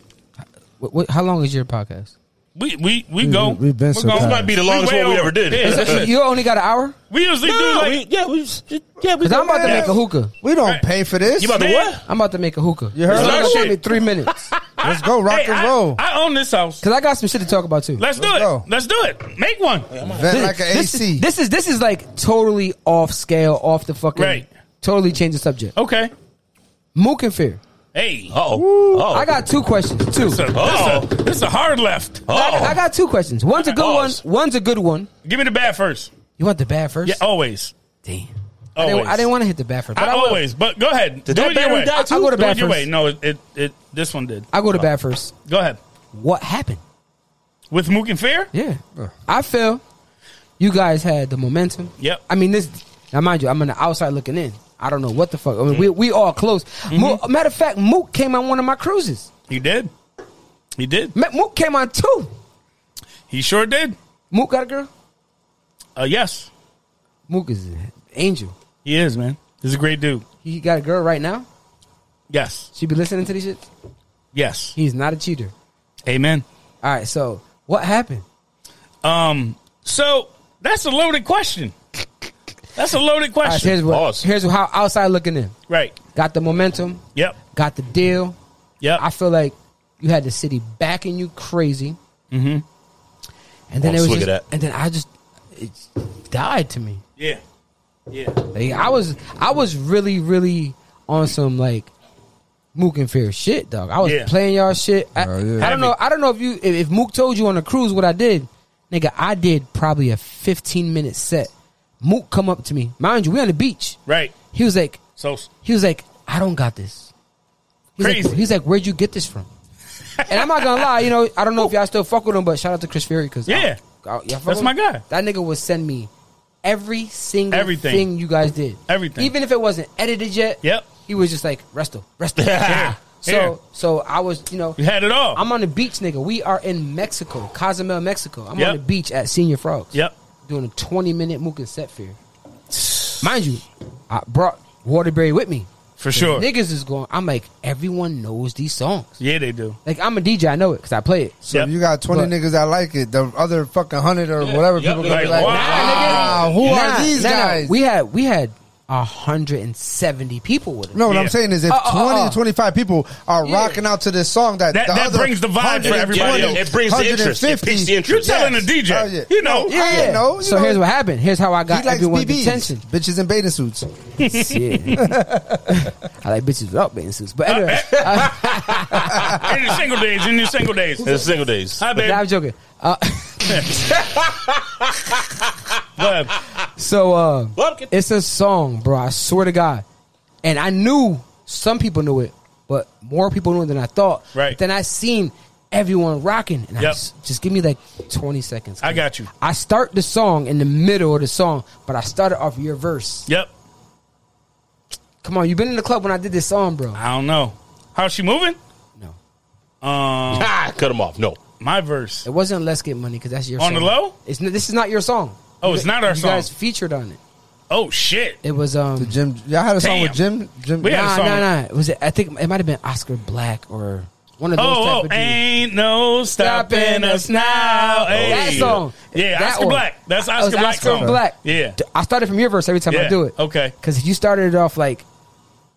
Speaker 4: What, what, how long is your podcast?
Speaker 1: We we we go.
Speaker 2: we've been
Speaker 1: We're
Speaker 2: so
Speaker 1: going-
Speaker 2: This
Speaker 3: might be the longest
Speaker 1: way
Speaker 3: one we
Speaker 1: over.
Speaker 3: ever did.
Speaker 1: Yeah.
Speaker 3: It's-
Speaker 4: So you only got an hour?
Speaker 1: we usually do
Speaker 3: No,
Speaker 1: like
Speaker 3: we- yeah, we just, yeah, we
Speaker 4: Cause I'm about to make a hookah.
Speaker 2: we don't pay for this.
Speaker 3: You about to
Speaker 1: Man.
Speaker 3: what?
Speaker 4: I'm about to make a hookah. You
Speaker 2: heard
Speaker 4: it's
Speaker 2: that
Speaker 4: only gonna
Speaker 1: shit?
Speaker 4: be three minutes. Cause
Speaker 2: Let's go rock
Speaker 1: Hey,
Speaker 2: and
Speaker 1: I-
Speaker 2: roll.
Speaker 1: I, own this house.
Speaker 4: I got some shit to talk about too.
Speaker 1: Let's, do it.
Speaker 2: go.
Speaker 1: Let's do it. Make one.
Speaker 2: Vent like an
Speaker 4: this,
Speaker 2: AC.
Speaker 4: Is, this is this is like totally off scale, off the fucking.
Speaker 1: Right.
Speaker 4: Totally change the subject.
Speaker 1: Okay.
Speaker 4: Mook and fear.
Speaker 1: Hey.
Speaker 3: Oh, oh,
Speaker 4: I got two questions. Two.
Speaker 1: This
Speaker 3: Oh.
Speaker 1: a, Oh. this a hard left.
Speaker 4: I, I got two questions. One's a good one.
Speaker 3: Pause.
Speaker 4: One's a good one.
Speaker 1: Give me the bad first.
Speaker 4: You want the bad first?
Speaker 1: Yeah, always.
Speaker 4: Damn. I
Speaker 1: Always.
Speaker 4: didn't, I didn't want to hit the bad first.
Speaker 1: I
Speaker 4: But I, will.
Speaker 1: always, but go ahead. do
Speaker 3: that
Speaker 1: it your
Speaker 3: battery
Speaker 1: way.
Speaker 3: die too?
Speaker 4: I'll go to
Speaker 1: do
Speaker 4: bat
Speaker 1: it your
Speaker 4: first.
Speaker 1: way. No, it, it it this one did.
Speaker 4: I'll go to bad first.
Speaker 1: Go ahead.
Speaker 4: What happened?
Speaker 1: With Mook and Fear?
Speaker 4: Yeah. I feel you guys had the momentum.
Speaker 1: Yep.
Speaker 4: I mean, this. Now, mind you, I'm on the outside looking in. I don't know what the fuck. I mean, we,
Speaker 1: Mm-hmm.
Speaker 4: we all close. Mo- matter of fact, Mook came on one of my cruises.
Speaker 1: He did. He did.
Speaker 4: Ma- Mook came on two.
Speaker 1: He sure did.
Speaker 4: Mook got a girl?
Speaker 1: Uh, yes,
Speaker 4: Mook is an angel.
Speaker 1: he is, man. He's a great dude.
Speaker 4: He got a girl right now.
Speaker 1: Yes,
Speaker 4: She be listening to these shit.
Speaker 1: yes.
Speaker 4: He's not a cheater.
Speaker 1: Amen.
Speaker 4: All right, so what happened?
Speaker 1: Um, so that's a loaded question. That's a loaded
Speaker 4: All right,
Speaker 1: question.
Speaker 4: here's what.
Speaker 3: Pause.
Speaker 4: Here's how outside looking in.
Speaker 1: Right.
Speaker 4: Got the momentum.
Speaker 1: Yep.
Speaker 4: Got the deal.
Speaker 1: Yep.
Speaker 4: I feel like you had the city backing you crazy. Mm-hmm. And then
Speaker 3: Oh,
Speaker 4: it was
Speaker 3: swig
Speaker 4: just,
Speaker 3: of that.
Speaker 4: and then I just it died to me.
Speaker 1: yeah. Yeah.
Speaker 4: Like, I was I was really really on some like Mook and Fair shit, dog. I was
Speaker 1: Yeah.
Speaker 4: playing y'all shit. I,
Speaker 2: Oh, yeah.
Speaker 4: I don't know. I don't know if you if, if Mook told you on the cruise what I did, nigga. I did probably a fifteen minute set. Mook come up to me, mind you, we on the beach.
Speaker 1: Right.
Speaker 4: He was like,
Speaker 1: So
Speaker 4: he was like, I don't got this. He's
Speaker 1: Crazy.
Speaker 4: Like, he's like, where'd you get this from? And I'm not gonna lie, you know, I don't know if y'all still fuck with him, but shout out to Chris Fury because
Speaker 1: Yeah. That's my guy.
Speaker 4: That nigga would send me every single
Speaker 1: Everything.
Speaker 4: thing you guys did,
Speaker 1: Everything.
Speaker 4: even if it wasn't edited yet.
Speaker 1: Yep.
Speaker 4: he was just like resto, resto.
Speaker 1: Here,
Speaker 4: So,
Speaker 1: here.
Speaker 4: so I was, you know,
Speaker 1: you had it all.
Speaker 4: I'm on the beach, nigga. We are in Mexico, Cozumel, Mexico. I'm
Speaker 1: Yep.
Speaker 4: on the beach at Senior Frogs
Speaker 1: yep.
Speaker 4: doing a 20 minute Mook and set fair. Mind you, I brought Waterbury with me
Speaker 1: for sure.
Speaker 4: Niggas is going. I'm like, everyone knows these songs.
Speaker 1: Yeah, they do.
Speaker 4: Like I'm a DJ, I know it because I play it.
Speaker 2: So
Speaker 1: Yep.
Speaker 2: if you got twenty
Speaker 4: But-
Speaker 2: niggas that like it, the other fucking hundred or whatever
Speaker 3: Yep.
Speaker 2: people gonna be
Speaker 1: Like,
Speaker 2: like,
Speaker 1: wow.
Speaker 2: wow, who
Speaker 4: Nah,
Speaker 2: are these
Speaker 4: nah, nah.
Speaker 2: guys?
Speaker 4: We had we had hundred and seventy people with it.
Speaker 2: No, what
Speaker 1: Yeah.
Speaker 2: I'm saying is if
Speaker 4: Uh, uh, uh,
Speaker 2: 20
Speaker 4: uh.
Speaker 2: to 25 people are
Speaker 4: Yeah.
Speaker 2: rocking out to this song, that
Speaker 1: That-
Speaker 2: the
Speaker 1: that
Speaker 2: other
Speaker 1: brings the vibe for
Speaker 2: 120,
Speaker 1: everybody else.
Speaker 3: It brings the interest. It piques
Speaker 2: 150
Speaker 3: the
Speaker 1: You're
Speaker 3: interest.
Speaker 1: telling the
Speaker 2: Yes.
Speaker 1: DJ.
Speaker 2: Oh, yeah.
Speaker 1: You know.
Speaker 2: Yeah. I didn't know, you
Speaker 4: so
Speaker 2: know.
Speaker 4: here's what happened. Here's how I
Speaker 2: He
Speaker 4: got
Speaker 2: likes
Speaker 4: everyone's
Speaker 2: BBs,
Speaker 4: attention.
Speaker 2: bitches in bathing suits.
Speaker 4: Shit. I like bitches without bathing suits. But anyway,
Speaker 1: In your single days. In your single days.
Speaker 3: It's single days.
Speaker 1: Hi,
Speaker 4: I was
Speaker 1: babe.
Speaker 4: joking. Uh,
Speaker 1: Love.
Speaker 4: so uh,
Speaker 3: Bumpkin.
Speaker 4: it's a song, bro. I swear to God. And I knew some people knew it, but more people knew it than I thought.
Speaker 1: Right.
Speaker 4: Then I seen everyone rocking, and I
Speaker 1: Yep.
Speaker 4: just, just give me like twenty seconds.
Speaker 1: I got you.
Speaker 4: I start the song in the middle of the song, but I started off your verse.
Speaker 1: Yep.
Speaker 4: Come on, you been in the club when I did this song, bro.
Speaker 1: I don't know. How's she moving?
Speaker 4: No,
Speaker 1: Um,
Speaker 3: Ah, cut him off. No.
Speaker 1: my verse.
Speaker 4: it wasn't. Let's get money because that's your
Speaker 1: On the
Speaker 4: song.
Speaker 1: low?
Speaker 4: It's n- this is not your song.
Speaker 1: Oh, it's not our
Speaker 4: you
Speaker 1: song.
Speaker 4: guys featured on it.
Speaker 1: Oh shit.
Speaker 4: It was um.
Speaker 2: Jim, y'all had a song with
Speaker 1: Damn.
Speaker 2: Jim. Jim,
Speaker 1: We had-
Speaker 4: Nah,
Speaker 1: song.
Speaker 4: nah, nah. It was I think it might have been Oscar Black or one of those
Speaker 1: Oh,
Speaker 4: type of
Speaker 1: oh,
Speaker 4: dudes.
Speaker 1: ain't no stopping us now. Hey.
Speaker 4: That song.
Speaker 1: Yeah,
Speaker 4: That
Speaker 1: Oscar
Speaker 4: one.
Speaker 1: Black. That's
Speaker 4: It
Speaker 1: Oscar
Speaker 4: was
Speaker 1: Black.
Speaker 4: Oscar
Speaker 1: song.
Speaker 4: Black.
Speaker 1: Yeah.
Speaker 4: I started from your verse every time
Speaker 1: Yeah.
Speaker 4: I do it.
Speaker 1: Okay.
Speaker 4: Because you started it off like,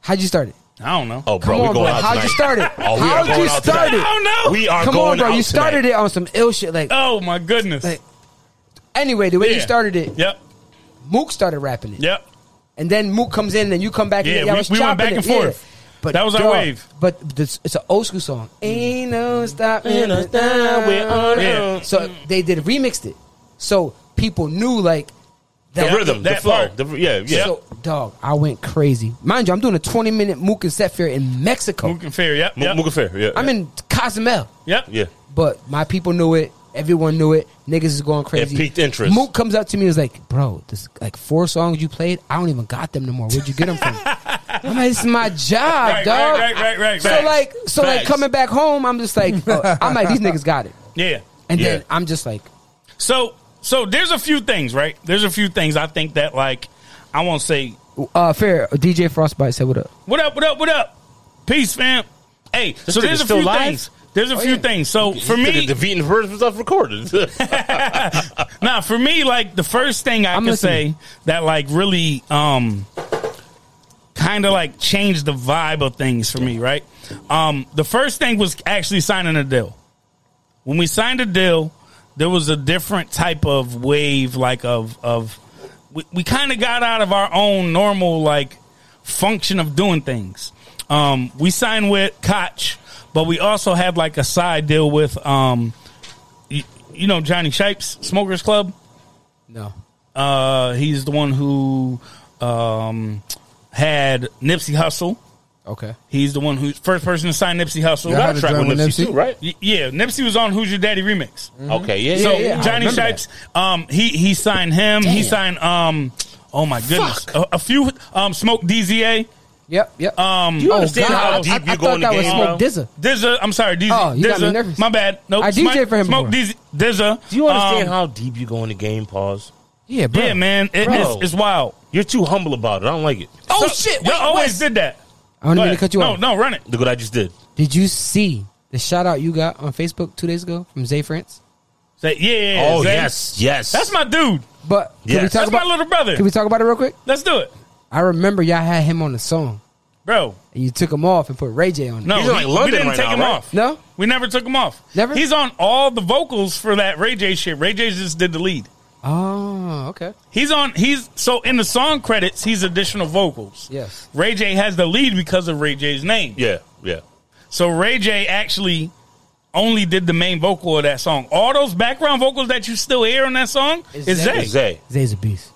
Speaker 4: how'd you start it?
Speaker 1: I don't know.
Speaker 3: Oh, bro,
Speaker 4: Come
Speaker 3: we
Speaker 4: on,
Speaker 3: going
Speaker 4: bro.
Speaker 3: out
Speaker 4: How'd
Speaker 3: tonight.
Speaker 4: you start it?
Speaker 3: Oh, we are
Speaker 4: How'd
Speaker 3: going
Speaker 4: you
Speaker 3: out
Speaker 4: start
Speaker 3: tonight.
Speaker 1: I
Speaker 4: it?
Speaker 1: don't know.
Speaker 3: We are
Speaker 4: Come
Speaker 3: going
Speaker 4: on, bro.
Speaker 3: out
Speaker 4: You started
Speaker 3: tonight.
Speaker 4: it on some ill shit. Like,
Speaker 1: Oh my goodness.
Speaker 4: like anyway, the way you
Speaker 1: Yeah.
Speaker 4: started it,
Speaker 1: Yep.
Speaker 4: Mook started rapping it,
Speaker 1: Yep.
Speaker 4: and then Mook comes in, and you come back.
Speaker 1: Yeah,
Speaker 4: and y'all
Speaker 1: we-
Speaker 4: was
Speaker 1: we went
Speaker 4: chopping
Speaker 1: back
Speaker 4: it.
Speaker 1: and forth.
Speaker 4: Yeah.
Speaker 1: That was our
Speaker 4: dog,
Speaker 1: wave.
Speaker 4: But this, it's an old school song. Ain't no stopping us now. We're on
Speaker 1: Yeah.
Speaker 4: our own. So they did remixed it, so people knew like
Speaker 3: The
Speaker 4: that-
Speaker 3: rhythm, the
Speaker 1: that
Speaker 3: flow.
Speaker 1: part.
Speaker 3: The, yeah, yeah.
Speaker 4: So, dog, I went crazy. Mind you, I'm doing a 20 minute Mook and Set Fair in
Speaker 3: Oh.
Speaker 4: Mexico.
Speaker 1: Mook and Fair. Yep.
Speaker 3: Mo-
Speaker 1: Yep.
Speaker 3: Mooka Fair, yeah.
Speaker 4: I'm in Cozumel.
Speaker 1: Yep.
Speaker 3: Yeah.
Speaker 4: But my people knew it. Everyone knew it. Niggas is going crazy.
Speaker 3: It piqued interest.
Speaker 4: Mook comes up to me and is like, bro, this like four songs you played, I don't even got them no more. Where'd you get them from? I'm like, it's my job,
Speaker 1: Right,
Speaker 4: dog.
Speaker 1: right, right, right, right.
Speaker 4: So
Speaker 1: Facts.
Speaker 4: like so like
Speaker 3: Facts.
Speaker 4: coming back home, I'm just like oh, I'm like, these niggas got it.
Speaker 1: Yeah.
Speaker 4: And
Speaker 3: Yeah.
Speaker 4: then I'm just like,
Speaker 1: So so there's a few things, right? There's a few things I think that like I won't say
Speaker 4: uh fair, DJ Frostbite said what up.
Speaker 1: What up? What up? What up? Peace, fam. Hey, so
Speaker 3: nigga
Speaker 1: there's a
Speaker 3: still
Speaker 1: few
Speaker 3: live?
Speaker 1: things. There's
Speaker 4: Oh,
Speaker 1: a few things. So for me,
Speaker 3: the Vietnam version stuff recorded.
Speaker 1: nah, for me, like the first thing I
Speaker 4: I'm
Speaker 1: can
Speaker 4: listening.
Speaker 1: say that like really um kind of like changed the vibe of things for me, right? Um the first thing was actually signing a deal. When we signed a deal, there was a different type of wave like of of we, we kind of got out of our own normal like function of doing things. Um we signed with Koch, but we also had like a side deal with um you, you know Johnny Shipes Smokers Club.
Speaker 4: No.
Speaker 1: Uh, he's the one who um, had Nipsey Hussle.
Speaker 4: Okay.
Speaker 1: He's the one who first person to sign Nipsey Hussle.
Speaker 2: Yeah, I had a
Speaker 3: track
Speaker 2: joint
Speaker 3: with
Speaker 2: with
Speaker 3: Nipsey,
Speaker 2: Nipsey.
Speaker 3: too, right?
Speaker 1: Y- yeah, Nipsey was on Who's Your Daddy remix.
Speaker 3: Okay, yeah,
Speaker 1: So
Speaker 3: yeah, yeah.
Speaker 4: I
Speaker 1: Johnny
Speaker 4: remember
Speaker 1: Shipes, um, he he signed him. He
Speaker 4: Damn.
Speaker 1: signed um, oh my goodness, a, a few um, Smoke DZA.
Speaker 4: Yep, yep. oh,
Speaker 1: Um,
Speaker 3: you understand
Speaker 4: God,
Speaker 3: how
Speaker 4: I-
Speaker 3: deep you
Speaker 4: I- I
Speaker 3: go
Speaker 4: thought
Speaker 3: in the
Speaker 4: that was
Speaker 3: game,
Speaker 4: Smoke
Speaker 3: bro?
Speaker 4: Dizza.
Speaker 1: Dizza, I'm sorry, DZ,
Speaker 4: Oh, you got me
Speaker 1: Dizza,
Speaker 4: nervous.
Speaker 1: My bad. Nope,
Speaker 4: I DJ'd
Speaker 1: Smoke-
Speaker 4: for him
Speaker 1: Smoke
Speaker 4: before.
Speaker 1: DZ, Dizza.
Speaker 3: Do you understand
Speaker 1: Um,
Speaker 3: how deep you go in the game, pause?
Speaker 4: Yeah, bro.
Speaker 1: Yeah, man, it,
Speaker 3: Bro.
Speaker 1: it's, it's wild.
Speaker 3: You're too humble about it. I don't like it.
Speaker 4: Oh
Speaker 1: So-
Speaker 4: shit!
Speaker 1: Y'all
Speaker 4: Wait,
Speaker 1: always
Speaker 4: Wes.
Speaker 1: did that.
Speaker 4: I don't
Speaker 1: Go
Speaker 4: even
Speaker 1: ahead.
Speaker 4: cut you
Speaker 1: no,
Speaker 4: off.
Speaker 1: no, run it.
Speaker 3: Look what I just did.
Speaker 4: Did you see the shout out you got on Facebook two days ago from Zay France?
Speaker 1: Say, yeah, yeah.
Speaker 3: Oh
Speaker 1: Zay.
Speaker 3: yes, yes.
Speaker 1: That's my dude.
Speaker 4: But can we
Speaker 3: Yes.
Speaker 4: talk
Speaker 1: That's
Speaker 4: about
Speaker 1: my little brother.
Speaker 4: can we talk about it real quick?
Speaker 1: Let's do it,
Speaker 4: I remember y'all had him on the song
Speaker 1: bro.
Speaker 4: and you took him off and put Ray J on it.
Speaker 1: No,
Speaker 3: He's in, like,
Speaker 1: he- we
Speaker 3: London
Speaker 1: didn't
Speaker 3: right
Speaker 1: take
Speaker 3: now,
Speaker 1: him
Speaker 3: right?
Speaker 1: off.
Speaker 4: No?
Speaker 1: we never took him off.
Speaker 4: Never?
Speaker 1: He's on all the vocals for that Ray J shit. Ray J just did the lead.
Speaker 4: Oh, okay.
Speaker 1: He's on. He's so in the song credits. He's additional vocals.
Speaker 4: Yes.
Speaker 1: Ray J has the lead because of Ray J's name.
Speaker 3: yeah, yeah.
Speaker 1: So Ray J actually only did the main vocal of that song. All those background vocals that you still hear on that song
Speaker 4: Is
Speaker 1: is,
Speaker 4: Zay.
Speaker 1: Zay.
Speaker 3: Zay.
Speaker 4: Zay's a beast.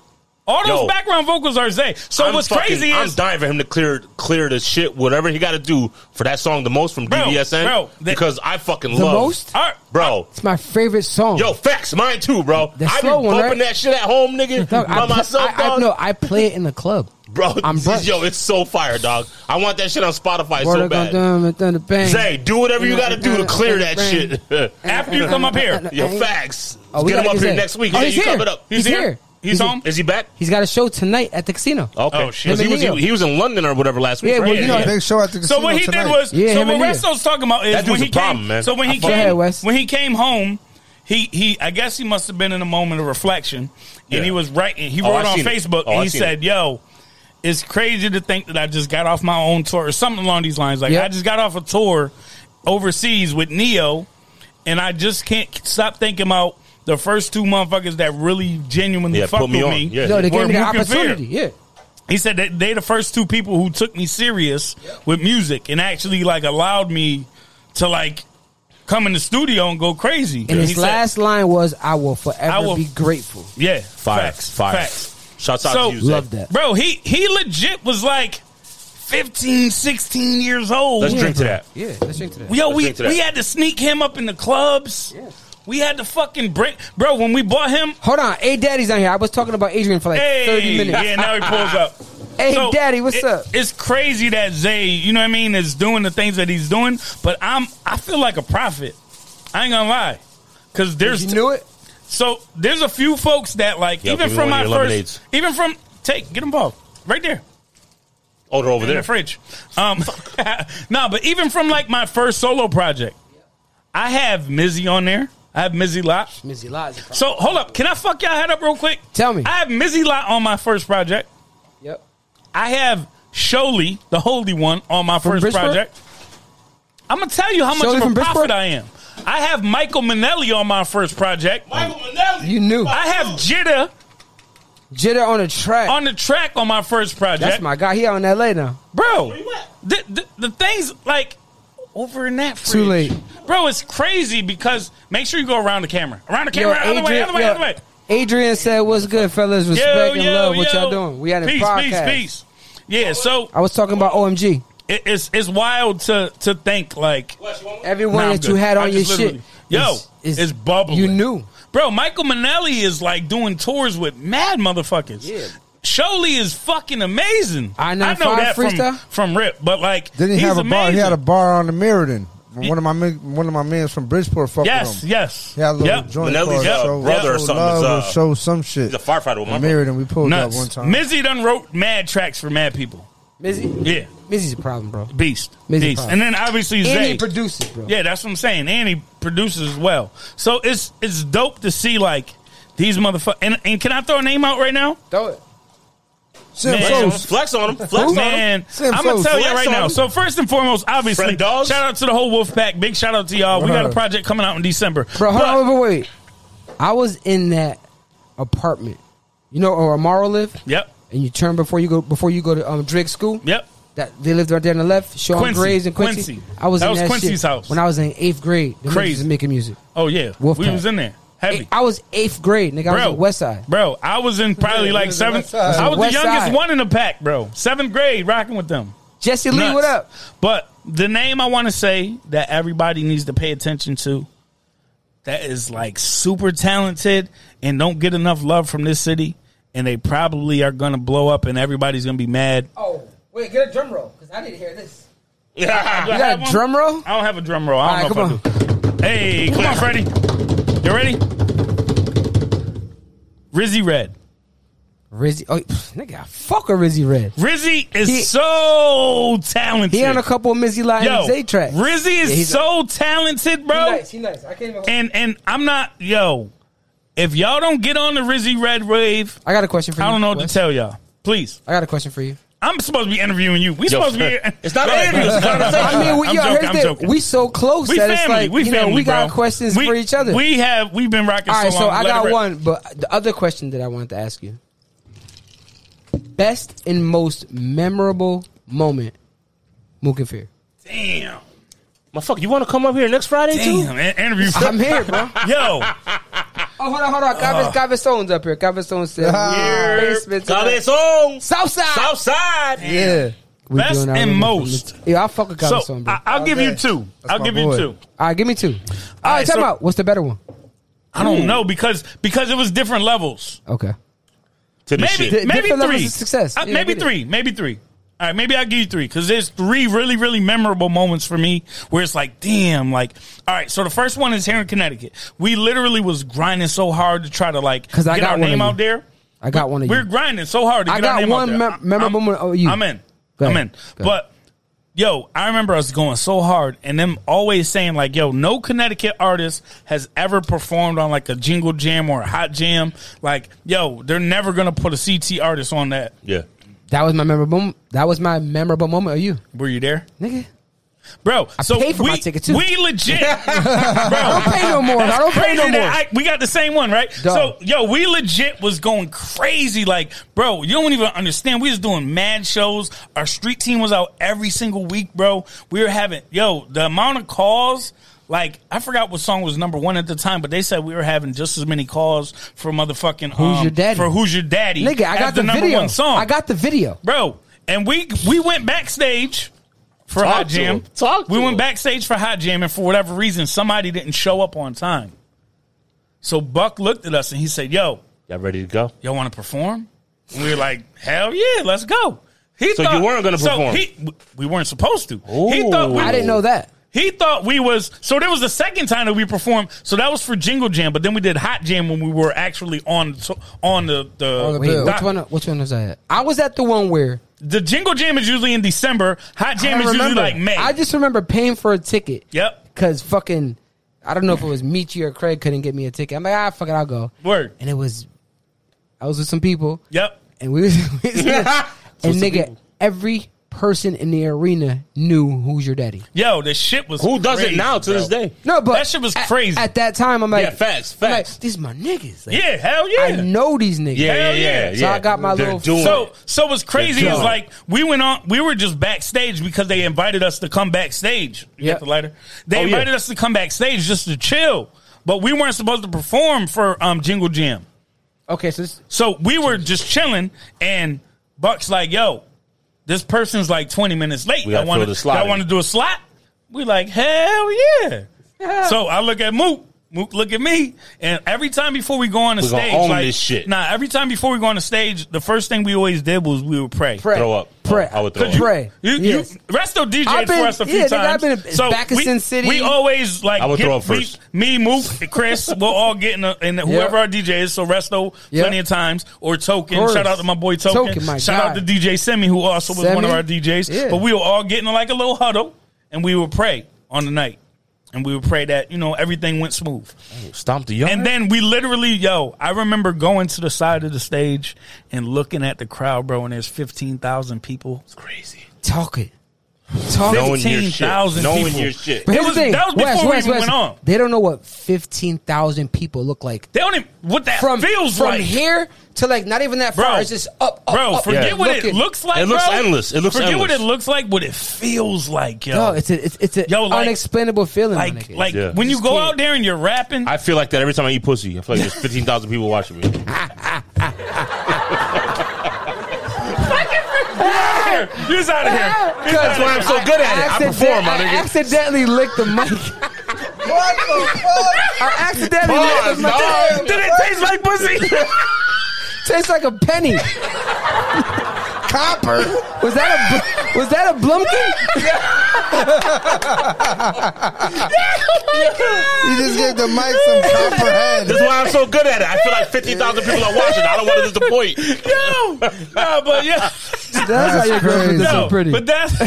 Speaker 1: All those
Speaker 3: Yo.
Speaker 1: background vocals are Zay. So
Speaker 3: I'm
Speaker 1: what's
Speaker 3: fucking-
Speaker 1: crazy
Speaker 3: I'm
Speaker 1: is
Speaker 3: dying for him to clear clear the shit, whatever he got to do for that song the most from
Speaker 1: Bro,
Speaker 3: DVSN,
Speaker 1: bro, that-
Speaker 3: because I fucking
Speaker 4: The
Speaker 3: love
Speaker 4: most?
Speaker 1: All right.
Speaker 3: bro.
Speaker 4: It's my favorite song.
Speaker 3: Yo, facts, mine too, bro.
Speaker 4: The
Speaker 3: I be
Speaker 4: slow one,
Speaker 3: bumping
Speaker 4: right?
Speaker 3: that shit at home, nigga,
Speaker 4: Dog,
Speaker 3: by
Speaker 4: I, pl-
Speaker 3: myself,
Speaker 4: I, I,
Speaker 3: dog.
Speaker 4: no, I play it in the club.
Speaker 3: Bro,
Speaker 4: I'm
Speaker 3: this is-
Speaker 4: brushed.
Speaker 3: yo, it's so fire, dog. I want that shit on Spotify so bad. Zay, do whatever you got to do to clear that shit.
Speaker 1: after you come up here.
Speaker 3: Yo, facts.
Speaker 4: Oh, we
Speaker 3: Get him
Speaker 4: gotta
Speaker 3: up
Speaker 4: get
Speaker 3: here
Speaker 4: Zay.
Speaker 3: next week.
Speaker 4: Oh,
Speaker 3: Yeah,
Speaker 4: he's
Speaker 3: you
Speaker 4: here.
Speaker 3: coming up.
Speaker 4: He's here.
Speaker 1: He's home.
Speaker 3: Is he back?
Speaker 4: He's got a show tonight at the casino.
Speaker 3: Okay.
Speaker 1: Oh, shit.
Speaker 3: 'Cause He was, he, he was in London or whatever last week.
Speaker 4: Yeah,
Speaker 3: right?
Speaker 4: well, you know,
Speaker 2: Big show at the
Speaker 1: So
Speaker 2: casino
Speaker 1: what he
Speaker 2: tonight.
Speaker 1: did was,
Speaker 4: Yeah,
Speaker 1: so
Speaker 4: him
Speaker 1: what
Speaker 4: and him.
Speaker 1: Resto's talking about is
Speaker 3: That
Speaker 1: when
Speaker 3: dude's
Speaker 1: he
Speaker 3: a problem,
Speaker 1: came.
Speaker 3: man.
Speaker 1: So when
Speaker 3: I
Speaker 1: he
Speaker 3: fuck
Speaker 4: with
Speaker 1: came,
Speaker 4: him. Wes.
Speaker 1: when he came home, he he. I guess he must have been in a moment of reflection,
Speaker 3: Yeah.
Speaker 1: and he was writing. He
Speaker 3: Oh,
Speaker 1: wrote
Speaker 3: I
Speaker 1: on
Speaker 3: seen it.
Speaker 1: Facebook,
Speaker 3: Oh,
Speaker 1: and
Speaker 3: I
Speaker 1: he
Speaker 3: seen
Speaker 1: said, "Yo." It's crazy to think that I just got off my own tour or something along these lines. Like
Speaker 4: Yeah.
Speaker 1: I just got off a tour overseas with Neo, and I just can't stop thinking about the first two motherfuckers that really genuinely
Speaker 3: Yeah,
Speaker 1: fucked
Speaker 3: put me
Speaker 1: with
Speaker 3: on.
Speaker 1: me.
Speaker 3: Yeah.
Speaker 4: No, they
Speaker 1: Where
Speaker 4: gave me the
Speaker 1: Mook and Fear.
Speaker 4: opportunity. Yeah.
Speaker 1: He said that they the first two people who took me serious with music and actually like allowed me to like come in the studio and go crazy.
Speaker 4: And
Speaker 1: He
Speaker 4: his
Speaker 1: said-
Speaker 4: last line was, "I will forever
Speaker 1: I will-
Speaker 4: be grateful."
Speaker 1: yeah,
Speaker 3: Fire.
Speaker 1: facts,
Speaker 3: Fire.
Speaker 1: facts.
Speaker 3: Shouts out
Speaker 1: So-
Speaker 3: to you, Zay.
Speaker 4: Love that.
Speaker 1: Bro, he he legit was like 15, 16 years old.
Speaker 3: Let's drink to
Speaker 4: bro.
Speaker 3: that.
Speaker 4: Yeah, let's drink to that.
Speaker 1: Yo,
Speaker 3: Let's
Speaker 1: we
Speaker 3: drink to that.
Speaker 1: we had to sneak him up in the clubs. We had to fucking bring bro when we bought him.
Speaker 4: Hold on, hey, daddy's on here. I was talking about Adrian for like
Speaker 1: Hey,
Speaker 4: thirty minutes.
Speaker 1: yeah, now he pulls up.
Speaker 4: Hey,
Speaker 1: So,
Speaker 4: daddy, what's
Speaker 1: it-
Speaker 4: up?
Speaker 1: It's crazy that Zay, you know what I mean, is doing the things that he's doing. But I'm, I feel like a prophet. I ain't gonna lie, because there's
Speaker 4: You knew it.
Speaker 1: so there's a few folks that like
Speaker 3: Yeah,
Speaker 1: even
Speaker 3: give me
Speaker 1: from
Speaker 3: one
Speaker 1: my
Speaker 3: of
Speaker 1: first,
Speaker 3: your lemonades.
Speaker 1: even from take get involved right there
Speaker 3: Oh, they're over
Speaker 1: in
Speaker 3: there.
Speaker 1: the fridge. Um, no, but even from like my first solo project, I have Mizzy on there. I have Mizzy Lot.
Speaker 4: Missy Lies. So,
Speaker 1: So hold up, can I fuck y'all head up real quick?
Speaker 4: Tell me.
Speaker 1: I have Mizzy Lot on my first project.
Speaker 4: yep.
Speaker 1: I have Sholey, the holy one, on my first
Speaker 4: Bridgeport?
Speaker 1: project. I'm gonna tell you how much
Speaker 4: Sholey
Speaker 1: of a
Speaker 4: from Bridgeport?
Speaker 1: prophet I am. I have Michael Manelli on my first project.
Speaker 3: Michael Manelli.
Speaker 4: You knew.
Speaker 1: I have Jitta
Speaker 4: Jitter on a track.
Speaker 1: on the track on my first project.
Speaker 4: That's my guy. He out in L.A. now.
Speaker 1: Bro, the, the, the things like over in that fridge.
Speaker 4: Too late.
Speaker 1: Bro, it's crazy because make sure you go around the camera. Around the
Speaker 4: Yo,
Speaker 1: camera, other way, other way,
Speaker 4: yo,
Speaker 1: other way.
Speaker 4: Adrian said, "What's good, fellas?
Speaker 1: Yo,
Speaker 4: Respect and
Speaker 1: yo,
Speaker 4: love. What
Speaker 1: yo.
Speaker 4: y'all doing? We had a
Speaker 1: peace,
Speaker 4: podcast.
Speaker 1: peace, peace. Yeah, so
Speaker 4: I was talking about OMG.
Speaker 1: it, it's it's wild to to think like
Speaker 4: Everyone
Speaker 1: Nah, I'm
Speaker 4: that you
Speaker 1: good.
Speaker 4: had
Speaker 1: I
Speaker 4: on your
Speaker 1: just
Speaker 4: shit.
Speaker 1: literally- Yo, it's, bubbling.
Speaker 4: You knew.
Speaker 1: Bro, Michael Manelli is like doing tours with mad motherfuckers.
Speaker 4: Yeah.
Speaker 1: Sholey is fucking amazing.
Speaker 4: I-95
Speaker 1: from,
Speaker 4: freestyle?
Speaker 1: from Rip, but like
Speaker 2: Then he
Speaker 1: he's
Speaker 2: have a bar. He
Speaker 1: amazing.
Speaker 2: had a bar on the Meriden. One of my men- one of my men's from Bridgeport fucked
Speaker 1: Yes,
Speaker 2: with him.
Speaker 1: yes.
Speaker 2: He had a little
Speaker 1: Yep.
Speaker 2: joint
Speaker 3: Benelli's,
Speaker 2: called
Speaker 3: uh,
Speaker 2: show,
Speaker 3: brother or
Speaker 2: Show
Speaker 3: something
Speaker 2: Love
Speaker 3: is,
Speaker 2: or
Speaker 3: uh,
Speaker 2: show some shit.
Speaker 3: He's a firefighter with my brother.
Speaker 2: Meriden. We pulled
Speaker 1: Nuts.
Speaker 2: up one time.
Speaker 1: Mizzy done wrote mad tracks for mad people.
Speaker 4: Mizzy,
Speaker 1: Yeah.
Speaker 4: Mizzy's a problem, bro. And
Speaker 1: Beast.
Speaker 4: Mizzy
Speaker 1: Beast.
Speaker 4: Pop.
Speaker 1: And then obviously Zay.
Speaker 4: he produces, bro.
Speaker 1: Yeah, that's what I'm saying. And he produces as well. So it's it's dope to see like these motherfuckers. And, and can I throw a name out right now?
Speaker 4: Throw it.
Speaker 2: Sim
Speaker 1: Man.
Speaker 2: Sosa.
Speaker 3: Flex on him. Flex on him.
Speaker 1: Man,
Speaker 2: Sam
Speaker 1: I'm gonna
Speaker 2: Sosa.
Speaker 1: tell you
Speaker 3: Flex
Speaker 1: right
Speaker 3: on
Speaker 1: now.
Speaker 3: him.
Speaker 1: So first and foremost, obviously,
Speaker 3: Fred Dawes.
Speaker 1: shout out to the whole Wolf Pack. Big shout out to y'all. We got a
Speaker 2: Word.
Speaker 1: project coming out in December,
Speaker 4: Bro, hold
Speaker 1: But-
Speaker 4: on, wait, wait, wait. I was in that apartment. You know where Amaro lived?
Speaker 1: Yep,
Speaker 4: And you turn before you go before you go to um, Drake School.
Speaker 1: yep.
Speaker 4: That they lived right there on the left. Sean
Speaker 1: Quincy,
Speaker 4: Graves and Quincy.
Speaker 1: Quincy.
Speaker 4: I was
Speaker 1: That
Speaker 4: in
Speaker 1: was
Speaker 4: that shit
Speaker 1: Quincy's house.
Speaker 4: when I was in eighth grade. The
Speaker 1: Crazy.
Speaker 4: Crazy making music.
Speaker 1: Oh yeah,
Speaker 4: Wolf
Speaker 1: we
Speaker 4: Pack.
Speaker 1: was in there heavy.
Speaker 4: I was eighth grade, nigga. I was
Speaker 1: bro,
Speaker 4: in West Side.
Speaker 1: Bro, I was in probably
Speaker 2: Yeah,
Speaker 1: like
Speaker 2: he was in
Speaker 1: seventh.
Speaker 2: West Side.
Speaker 1: I was the
Speaker 4: West
Speaker 1: youngest
Speaker 4: Side.
Speaker 1: one in the pack, bro. Seventh grade, rocking with them.
Speaker 4: Jesse Lee,
Speaker 1: Nuts.
Speaker 4: what up?
Speaker 1: But the name I want to say that everybody needs to pay attention to that is like super talented and don't get enough love from this city, and they probably are going to blow up and everybody's going to be mad.
Speaker 4: Oh, wait, get a drum roll because I didn't hear this.
Speaker 1: Do I
Speaker 4: You got
Speaker 1: have
Speaker 4: a
Speaker 1: one?
Speaker 4: drum roll?
Speaker 1: I don't have a drum roll. I don't
Speaker 4: All right,
Speaker 1: know if I do. Hey, come on, Freddie. You ready? Rizzy Red.
Speaker 4: Rizzy, oh pff, nigga, I fuck a Rizzy Red.
Speaker 1: Rizzy is
Speaker 4: He-
Speaker 1: so talented.
Speaker 4: He on a couple of Mizzy Lion
Speaker 1: Yo,
Speaker 4: and Zay tracks.
Speaker 1: Rizzy
Speaker 4: Yeah,
Speaker 1: is
Speaker 4: he's
Speaker 1: so talented, bro.
Speaker 4: He nice, he nice. I can't even.
Speaker 1: And and I'm not yo. If y'all don't get on the Rizzy Red wave,
Speaker 4: I got a question for you.
Speaker 1: I don't know what
Speaker 4: Wes.
Speaker 1: to tell y'all. Please,
Speaker 4: I got a question for you.
Speaker 1: I'm supposed to be interviewing you. We
Speaker 3: Yo,
Speaker 1: supposed to be.
Speaker 3: it's not an interview, it's a
Speaker 4: I mean, we,
Speaker 1: I'm
Speaker 4: yo,
Speaker 1: joking,
Speaker 4: here's
Speaker 1: I'm
Speaker 4: the-
Speaker 1: joking.
Speaker 4: we so close
Speaker 1: We
Speaker 4: that
Speaker 1: family.
Speaker 4: it's like
Speaker 1: we
Speaker 4: you know,
Speaker 1: family.
Speaker 4: we got
Speaker 1: bro.
Speaker 4: questions
Speaker 1: We-
Speaker 4: for each other.
Speaker 1: We have. We've been rocking.
Speaker 4: All right,
Speaker 1: so,
Speaker 4: so
Speaker 1: long.
Speaker 4: I
Speaker 1: Let it
Speaker 4: got
Speaker 1: rip.
Speaker 4: one, but the other question that I wanted to ask you: best and most memorable moment, Mook and Fear.
Speaker 1: Damn.
Speaker 3: My fuck, you want to come up here next Friday too?
Speaker 1: Damn. in- Interview.
Speaker 4: I'm here, bro.
Speaker 1: Yo,
Speaker 4: Oh, hold on, hold on.
Speaker 1: Uh-huh.
Speaker 4: Gavin, Gavin Stone's up here. Gavin Stone said,
Speaker 2: Ah.
Speaker 4: basement
Speaker 3: Got
Speaker 4: tonight.
Speaker 3: that song.
Speaker 4: Southside.
Speaker 3: Outside.
Speaker 4: Yeah. We
Speaker 1: Best
Speaker 4: doing our
Speaker 1: and
Speaker 4: remix.
Speaker 1: most.
Speaker 4: Yeah, I fuck with Gavin
Speaker 1: so
Speaker 4: Stone, bro.
Speaker 1: I, I'll give you
Speaker 2: Okay.
Speaker 1: two.
Speaker 2: That's
Speaker 1: I'll
Speaker 2: my
Speaker 1: give
Speaker 2: boy.
Speaker 1: you two.
Speaker 4: All right, give me two. All
Speaker 1: right,
Speaker 4: right, time
Speaker 1: so-
Speaker 4: out. What's the better one?
Speaker 1: I don't know because because it was different levels.
Speaker 4: Okay.
Speaker 3: To this
Speaker 1: Maybe
Speaker 3: shit.
Speaker 4: Di-
Speaker 1: maybe
Speaker 4: different levels
Speaker 1: three
Speaker 4: of success.
Speaker 1: Uh,
Speaker 4: Yeah,
Speaker 1: maybe
Speaker 4: get it.
Speaker 1: three. Maybe three. All right, maybe I'll give you three because there's three really, really memorable moments for me where it's like, damn, like, all right. So the first one is here in Connecticut. We literally was grinding so hard to try to like
Speaker 4: 'Cause I
Speaker 1: get
Speaker 4: got
Speaker 1: our
Speaker 4: one of
Speaker 1: name
Speaker 4: you.
Speaker 1: out there.
Speaker 4: I I got one of
Speaker 1: We're
Speaker 4: you.
Speaker 1: grinding so hard to
Speaker 4: I
Speaker 1: get
Speaker 4: got
Speaker 1: our name
Speaker 4: one
Speaker 1: out there.
Speaker 4: mem- memorable
Speaker 1: I'm,
Speaker 4: one- oh, you.
Speaker 1: I'm in.
Speaker 4: Go
Speaker 1: I'm
Speaker 4: ahead.
Speaker 1: in.
Speaker 4: Go
Speaker 1: But yo, I remember us going so hard and them always saying like, yo, no Connecticut artist has ever performed on like a jingle jam or a hot jam. Like, yo, they're never gonna put a CT artist on that.
Speaker 3: Yeah.
Speaker 4: That was my memorable. That was my memorable moment of you,
Speaker 1: Were you there?
Speaker 4: nigga.
Speaker 1: Bro, so
Speaker 4: paid for
Speaker 1: we,
Speaker 4: my ticket, too.
Speaker 1: we legit. Bro,
Speaker 4: Don't pay no more. I don't pay
Speaker 1: crazy
Speaker 4: no
Speaker 1: that
Speaker 4: more.
Speaker 1: I- we got the same one, right?
Speaker 4: Dog.
Speaker 1: So, yo, we legit was going crazy. Like, bro, you don't even understand. We was doing mad shows. Our street team was out every single week, bro. We were having, yo, the amount of calls. Like, I forgot what song was number one at the time, but they said we were having just as many calls for motherfucking
Speaker 4: Who's
Speaker 1: um,
Speaker 4: Your Daddy?
Speaker 1: for Who's Your Daddy?
Speaker 4: nigga, I
Speaker 1: as
Speaker 4: got the,
Speaker 1: number
Speaker 4: video.
Speaker 1: one song,
Speaker 4: I got the video.
Speaker 1: bro. And we we went backstage for
Speaker 3: Talk
Speaker 1: Hot
Speaker 3: to
Speaker 1: Jam.
Speaker 3: him. Talk to
Speaker 1: we went
Speaker 3: him.
Speaker 1: backstage for Hot Jam, and for whatever reason, somebody didn't show up on time. So Buck looked at us and he said, "Yo,
Speaker 3: Y'all ready to go?
Speaker 1: y'all want to perform?" And we were like, "Hell yeah, let's go." He
Speaker 3: So you weren't gonna
Speaker 1: so
Speaker 3: perform.
Speaker 1: he- we weren't supposed to. He
Speaker 3: Ooh.
Speaker 1: thought we,
Speaker 4: I didn't know that.
Speaker 1: He thought we was so. There was the second time that we performed. So that was for Jingle Jam, but then we did Hot Jam when we were actually on on the the,
Speaker 2: On the
Speaker 4: Wait,
Speaker 2: bill.
Speaker 4: which one? Which one was I at? I was at the one where
Speaker 1: The Jingle Jam is usually in December. Hot Jam
Speaker 4: I
Speaker 1: is usually
Speaker 4: remember.
Speaker 1: like May.
Speaker 4: I just remember paying for a ticket.
Speaker 1: Yep.
Speaker 4: Cause fucking, I don't know if it was Michi or Craig couldn't get me a ticket. I'm like, ah, fuck it, I'll go.
Speaker 1: Word.
Speaker 4: And it was, I was with some people,
Speaker 1: Yep.
Speaker 4: and we was, we was and
Speaker 3: With some
Speaker 4: nigga,
Speaker 3: people.
Speaker 4: every person in the arena knew who's your daddy.
Speaker 1: Yo, this shit was.
Speaker 3: Who does
Speaker 1: crazy,
Speaker 3: it now to
Speaker 1: bro.
Speaker 3: this day?
Speaker 4: No, but
Speaker 1: That shit was
Speaker 4: at-
Speaker 1: crazy.
Speaker 4: At that time, I'm like,
Speaker 3: Yeah, facts,
Speaker 4: I'm like,
Speaker 3: facts.
Speaker 4: these my niggas. Like,
Speaker 1: Yeah, hell yeah.
Speaker 4: I know these niggas.
Speaker 3: Yeah, yeah,
Speaker 1: Hell
Speaker 3: yeah,
Speaker 1: yeah.
Speaker 3: yeah.
Speaker 4: So I got my
Speaker 3: They're
Speaker 4: little-
Speaker 3: Doing
Speaker 1: So,
Speaker 3: it.
Speaker 1: so what's crazy
Speaker 3: Good
Speaker 1: is
Speaker 3: job.
Speaker 1: like we went on. We were just backstage because they invited us to come backstage. You
Speaker 4: Yep.
Speaker 1: got the lighter. They
Speaker 3: Oh, yeah.
Speaker 1: invited us to come backstage just to chill, but we weren't supposed to perform for um, Jingle Jam.
Speaker 4: Okay, so this,
Speaker 1: So we were just chilling, and Buck's like, "Yo, this person's like twenty minutes late.
Speaker 3: We gotta
Speaker 1: I want
Speaker 3: fill the
Speaker 1: to,
Speaker 3: slot
Speaker 1: I
Speaker 3: in."
Speaker 1: want to do a slot." We like, hell yeah! So I look at Mook. Mook look at me, and every time before we go on the
Speaker 3: We gonna
Speaker 1: stage,
Speaker 3: own
Speaker 1: like
Speaker 3: this shit.
Speaker 1: nah. Every time before we go on the stage, the first thing we always did was we would pray.
Speaker 4: pray,
Speaker 3: Throw up.
Speaker 4: pray,
Speaker 3: I would throw up.
Speaker 4: pray.
Speaker 1: You,
Speaker 4: yes.
Speaker 1: you resto DJ
Speaker 4: I've
Speaker 1: for
Speaker 4: been-
Speaker 1: us a few
Speaker 4: yeah, nigga, I've
Speaker 1: times.
Speaker 4: been in back of
Speaker 1: we,
Speaker 4: Sin City.
Speaker 1: We always like
Speaker 3: I would
Speaker 1: get-
Speaker 3: throw up
Speaker 1: we-
Speaker 3: first.
Speaker 1: me, Mook, and Chris, we'll all get in, a, in whoever
Speaker 4: Yeah.
Speaker 1: our DJ is. So resto
Speaker 4: Yeah.
Speaker 1: plenty of times or token.
Speaker 4: Course.
Speaker 1: Shout out to my boy token.
Speaker 4: Token, my
Speaker 1: Shout out to
Speaker 4: guy.
Speaker 1: DJ Semi who also was one of
Speaker 4: Semi?
Speaker 1: our DJs.
Speaker 4: Yeah.
Speaker 1: But we will all get in like a little huddle and we would pray on the night. And we would pray that you know everything went smooth.
Speaker 3: Stomp the young.
Speaker 1: And then we literally, yo, I remember going to the side of the stage and looking at the crowd, bro. And there's fifteen thousand people. It's crazy.
Speaker 4: Talk it. Talk it.
Speaker 3: Knowing your shit.
Speaker 1: 15,000
Speaker 3: Knowing
Speaker 1: people.
Speaker 3: your shit.
Speaker 4: But
Speaker 1: It
Speaker 4: here's
Speaker 1: was-
Speaker 4: the thing.
Speaker 1: that was before
Speaker 4: Wes,
Speaker 1: we
Speaker 4: Wes,
Speaker 1: even
Speaker 4: Wes,
Speaker 1: went on.
Speaker 4: They don't know what 15,000 people look like.
Speaker 1: They don't even what that
Speaker 4: From,
Speaker 1: feels
Speaker 4: from
Speaker 1: like.
Speaker 4: here to like not even that
Speaker 1: Bro,
Speaker 4: far. It's just up, up,
Speaker 1: bro,
Speaker 4: up,
Speaker 1: forget
Speaker 3: Yeah.
Speaker 1: what it
Speaker 4: looking.
Speaker 1: looks like.
Speaker 3: It looks
Speaker 1: bro.
Speaker 3: endless. It looks
Speaker 1: Forget what it
Speaker 3: endless.
Speaker 1: looks like. What it feels like, yo.
Speaker 4: Yo, it's a, it's, it's an
Speaker 1: Yo, like-
Speaker 4: unexplainable feeling. my
Speaker 1: like,
Speaker 4: nigga.
Speaker 1: like
Speaker 3: Yeah.
Speaker 1: when you
Speaker 4: Just
Speaker 1: go
Speaker 4: can't.
Speaker 1: out there and you're rapping.
Speaker 3: I feel like that every time I eat pussy. I feel like there's 15,000 people watching me.
Speaker 1: Here, you're just out of here. He's
Speaker 4: That's
Speaker 1: outta
Speaker 3: why I'm
Speaker 1: here.
Speaker 3: so good at it. I
Speaker 4: accident-
Speaker 3: perform, my
Speaker 4: I
Speaker 3: nigga.
Speaker 4: accidentally licked the mic.
Speaker 2: What the fuck?
Speaker 4: I accidentally licked
Speaker 3: Pause,
Speaker 4: the mic.
Speaker 3: dog.
Speaker 1: Did it taste like pussy?
Speaker 4: Tastes like a penny.
Speaker 2: Copper?
Speaker 4: Was that a was that a blumpkin?
Speaker 2: You just gave the mic some copper head.
Speaker 3: That's why I'm so good at it. I feel like 15,000 people are watching. I don't want to disappoint.
Speaker 1: no, no, but yeah,
Speaker 4: That's, how your girls are
Speaker 2: crazy.
Speaker 4: so
Speaker 1: no,
Speaker 4: pretty.
Speaker 1: but that's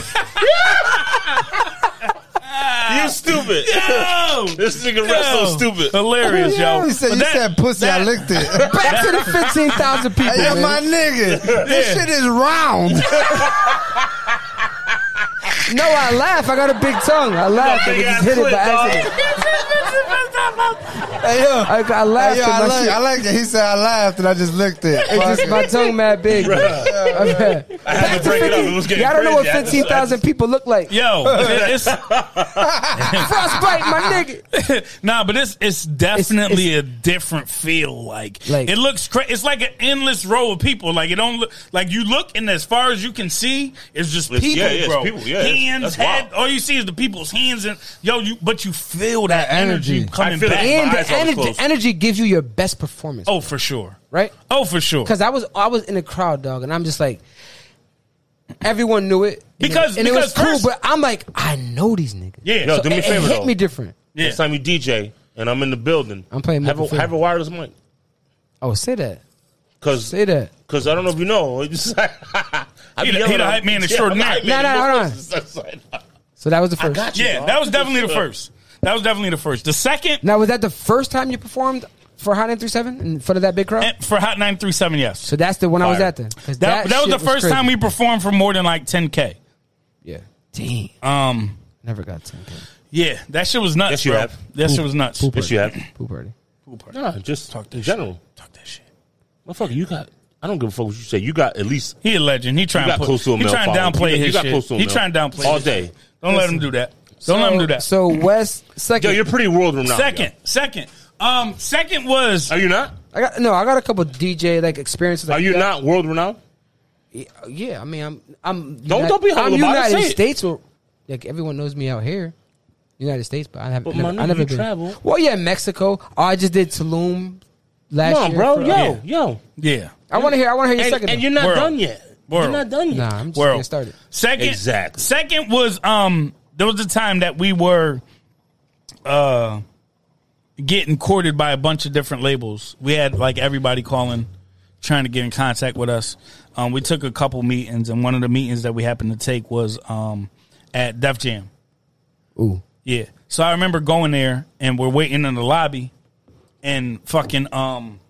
Speaker 3: You stupid.
Speaker 1: yo.
Speaker 3: This nigga rap so stupid.
Speaker 1: hilarious, yo.
Speaker 2: You said,
Speaker 1: But
Speaker 2: you
Speaker 1: that-
Speaker 2: said pussy,
Speaker 1: that-
Speaker 2: I licked it.
Speaker 4: Back to the fifteen thousand people.
Speaker 2: Yeah,
Speaker 4: man.
Speaker 2: my nigga. This shit is round.
Speaker 4: No, I laugh. I got a big tongue. I laugh. I
Speaker 3: Big
Speaker 4: just
Speaker 3: ass
Speaker 4: hit it
Speaker 3: clit,
Speaker 4: by
Speaker 3: dog.
Speaker 4: accident.
Speaker 2: Hey, yo.
Speaker 4: I, I laugh.
Speaker 2: Hey, yo, I,
Speaker 4: my
Speaker 2: like,
Speaker 4: shit-
Speaker 2: I like it. He said I laughed and I just licked it.
Speaker 4: It's just my tongue mad big. Okay.
Speaker 3: I had to break it up. It was getting
Speaker 4: Y'all don't know what
Speaker 3: crazy. I just-
Speaker 4: fifteen thousand people look like.
Speaker 1: Yo, it- it's
Speaker 4: Frostbite, my nigga.
Speaker 1: nah, but it's it's definitely a different feel. Like,
Speaker 4: Like-
Speaker 1: it looks crazy. It's like an endless row of people. Like it don't look like you look and as far as you can see, it's just
Speaker 3: It's-
Speaker 1: people,
Speaker 3: yeah, yeah, it's
Speaker 1: bro.
Speaker 3: people, yeah, it's-
Speaker 1: hands,
Speaker 3: that's wild.
Speaker 1: head. All you see is the people's hands and yo. You but you feel that, energy,
Speaker 2: energy.
Speaker 1: coming
Speaker 3: I feel
Speaker 1: back.
Speaker 3: it.
Speaker 4: And
Speaker 3: My
Speaker 4: the
Speaker 3: eyes always
Speaker 4: energy,
Speaker 3: closed.
Speaker 4: energy gives you your best performance,
Speaker 1: Oh, for sure.
Speaker 4: right?
Speaker 1: Oh, for sure.
Speaker 4: Because I was I was in a crowd, dog, and I'm just like, everyone knew it. And
Speaker 1: Because-
Speaker 4: it, and
Speaker 1: because
Speaker 4: it was
Speaker 1: first-
Speaker 4: cool, but I'm like, I know these niggas.
Speaker 1: Yeah.
Speaker 3: Yo,
Speaker 1: So
Speaker 3: do me a
Speaker 4: it, it
Speaker 3: favor,
Speaker 4: hit
Speaker 3: though.
Speaker 4: me different.
Speaker 1: yeah.
Speaker 3: Next time you DJ and I'm in the building,
Speaker 4: I'm playing
Speaker 3: Have a,
Speaker 4: Michael Field.
Speaker 3: have a wireless mic.
Speaker 4: Oh, say that.
Speaker 3: Cause,
Speaker 4: Say that.
Speaker 3: Cause I don't know if you know. It's just like, I
Speaker 1: He the- he the hype man extraordinaire.
Speaker 4: No, no, hold on. So that was the
Speaker 3: I
Speaker 4: first.
Speaker 3: got you.
Speaker 1: Yeah,
Speaker 3: dog.
Speaker 1: that was definitely the first. That was definitely the first. The second
Speaker 4: Now was that the first time you performed for Hot 937 in front of that big crowd?
Speaker 1: eh, for Hot 937, yes.
Speaker 4: so that's the one I was
Speaker 3: Fire.
Speaker 4: at then. 'cause
Speaker 1: that, that, was
Speaker 4: shit
Speaker 1: the first
Speaker 4: crazy.
Speaker 1: time we performed for more than like 10K.
Speaker 4: Yeah. Damn.
Speaker 1: Um,
Speaker 4: Never got 10k.
Speaker 1: yeah, that shit was nuts,
Speaker 3: Yes, you
Speaker 1: bro.
Speaker 3: have.
Speaker 1: That shit was nuts.
Speaker 3: Yes, you have.
Speaker 4: Pool party.
Speaker 3: Nah, just
Speaker 1: Talk that
Speaker 3: in
Speaker 1: shit.
Speaker 3: general.
Speaker 1: Talk that shit.
Speaker 3: Motherfucker, you got. I don't give a fuck what you say. You got at least.
Speaker 1: He a legend. He trying
Speaker 3: You got
Speaker 1: to
Speaker 3: close to a
Speaker 1: He
Speaker 3: mil
Speaker 1: trying to
Speaker 3: following.
Speaker 1: downplay
Speaker 3: You got-
Speaker 1: his
Speaker 3: you got
Speaker 1: shit.
Speaker 3: close to a
Speaker 1: he
Speaker 3: mil.
Speaker 1: trying to downplay
Speaker 3: All
Speaker 1: his
Speaker 3: day.
Speaker 1: shit. Don't let him do that. Don't let him do that.
Speaker 4: So West second.
Speaker 3: Yo, you're pretty world renowned.
Speaker 1: second, second, um, second was
Speaker 3: Yo. Are you not?
Speaker 4: I got no. I got a couple DJ like experiences. Like
Speaker 3: Are you not world renowned?
Speaker 4: Yeah, I mean, I'm. I'm.
Speaker 3: Don't- don't be humble
Speaker 4: I'm
Speaker 3: about it.
Speaker 4: United
Speaker 3: Say it.
Speaker 4: States. Or, like everyone knows me out here, United States. But I haven't.
Speaker 3: But
Speaker 4: never,
Speaker 3: my
Speaker 4: I
Speaker 3: nigga,
Speaker 4: never
Speaker 3: you
Speaker 4: been.
Speaker 3: travel.
Speaker 4: Well, yeah, Mexico. Oh, I just did Tulum last
Speaker 3: Come on,
Speaker 4: year.
Speaker 3: bro.
Speaker 4: for-
Speaker 3: Yo,
Speaker 1: Yeah.
Speaker 3: yo.
Speaker 1: yeah,
Speaker 4: I want to hear. I want to hear your
Speaker 3: And,
Speaker 4: second.
Speaker 3: and
Speaker 4: one.
Speaker 3: you're not
Speaker 1: World.
Speaker 3: done yet.
Speaker 1: World.
Speaker 3: You're not done yet.
Speaker 4: Nah, I'm just
Speaker 1: World.
Speaker 4: getting started.
Speaker 1: Second,
Speaker 3: Exactly.
Speaker 1: Second was um, there was a time that we were uh getting courted by a bunch of different labels. We had like everybody calling, trying to get in contact with us. Um, we took a couple meetings, and one of the meetings that we happened to take was um at Def Jam.
Speaker 4: Ooh,
Speaker 1: Yeah. So I remember going there and we're waiting in the lobby and fucking um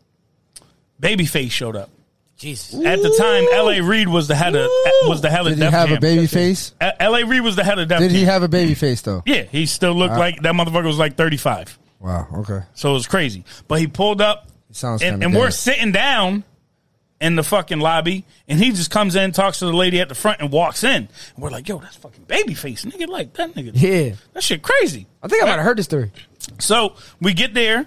Speaker 1: Babyface showed up.
Speaker 4: Jesus.
Speaker 1: At the time LA Reid was the head of was the head of
Speaker 2: Did he
Speaker 1: Def
Speaker 2: have
Speaker 1: Jam.
Speaker 2: a baby face?
Speaker 1: A- LA Reid was the head of Def
Speaker 2: Did
Speaker 1: Jam.
Speaker 2: he have a baby face though?
Speaker 1: yeah, he still looked like that motherfucker was like 35.
Speaker 2: Wow. Okay.
Speaker 1: So it was crazy. But he pulled up
Speaker 2: Sounds
Speaker 1: and,
Speaker 2: kinda
Speaker 1: and we're
Speaker 2: bad.
Speaker 1: sitting down in the fucking lobby and he just comes in, talks to the lady at the front and walks in. And we're like, yo, that's fucking babyface, nigga. Like that nigga.
Speaker 4: Yeah.
Speaker 1: That shit crazy.
Speaker 4: I think I might have heard the story.
Speaker 1: So we get there.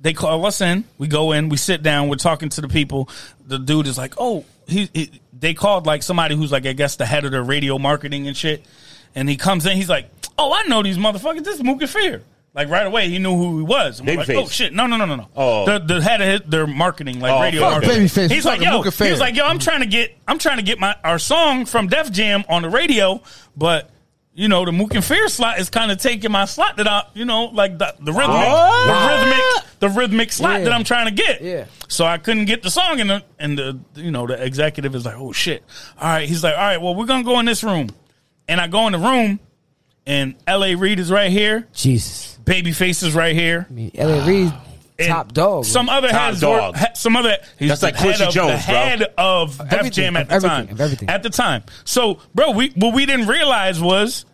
Speaker 1: They call us in. We go in. We sit down. We're talking to the people. The dude is like, "Oh, he." he they called like somebody who's like, I guess, the head of their radio marketing and shit. And he comes in. He's like, "Oh, I know these motherfuckers. This is Mookie Fear." Like right away, he knew who he was. And we're like,
Speaker 3: Babyface.
Speaker 1: oh shit! No, no, no, no, no.
Speaker 3: Oh.
Speaker 1: the, the head of his, their marketing, like
Speaker 3: Oh,
Speaker 1: radio
Speaker 3: fuck
Speaker 1: marketing.
Speaker 2: Babyface.
Speaker 1: He's
Speaker 2: We're
Speaker 1: like,
Speaker 2: talking
Speaker 1: yo,
Speaker 2: Mookie Fair.
Speaker 1: he was like, yo, I'm trying to get, I'm trying to get my our song from Def Jam on the radio, but you know, the Mook and Fear slot is kind of taking my slot that I, you know, like the, the rhythmic, the rhythmic, the rhythmic slot
Speaker 4: Yeah.
Speaker 1: that I'm trying to get.
Speaker 4: Yeah.
Speaker 1: So I couldn't get the song, and the, and the, you know, the executive is like, oh shit, all right. He's like, all right, well, we're gonna go in this room, and I go in the room, and L.A. Reid is right here,
Speaker 4: Jesus.
Speaker 1: Babyface is right here.
Speaker 4: I mean, Elliot Reed,
Speaker 1: and
Speaker 4: top dog.
Speaker 1: Some other
Speaker 3: Top
Speaker 1: heads were-
Speaker 3: dog.
Speaker 1: ha- some other. He's
Speaker 3: That's
Speaker 1: the
Speaker 3: like Quincy
Speaker 1: head of,
Speaker 3: Jones,
Speaker 1: the
Speaker 3: bro.
Speaker 1: head of Def
Speaker 4: everything,
Speaker 1: Jam at
Speaker 4: of
Speaker 1: the
Speaker 4: everything,
Speaker 1: time.
Speaker 4: of everything.
Speaker 1: At the time. So, bro, we what we didn't realize was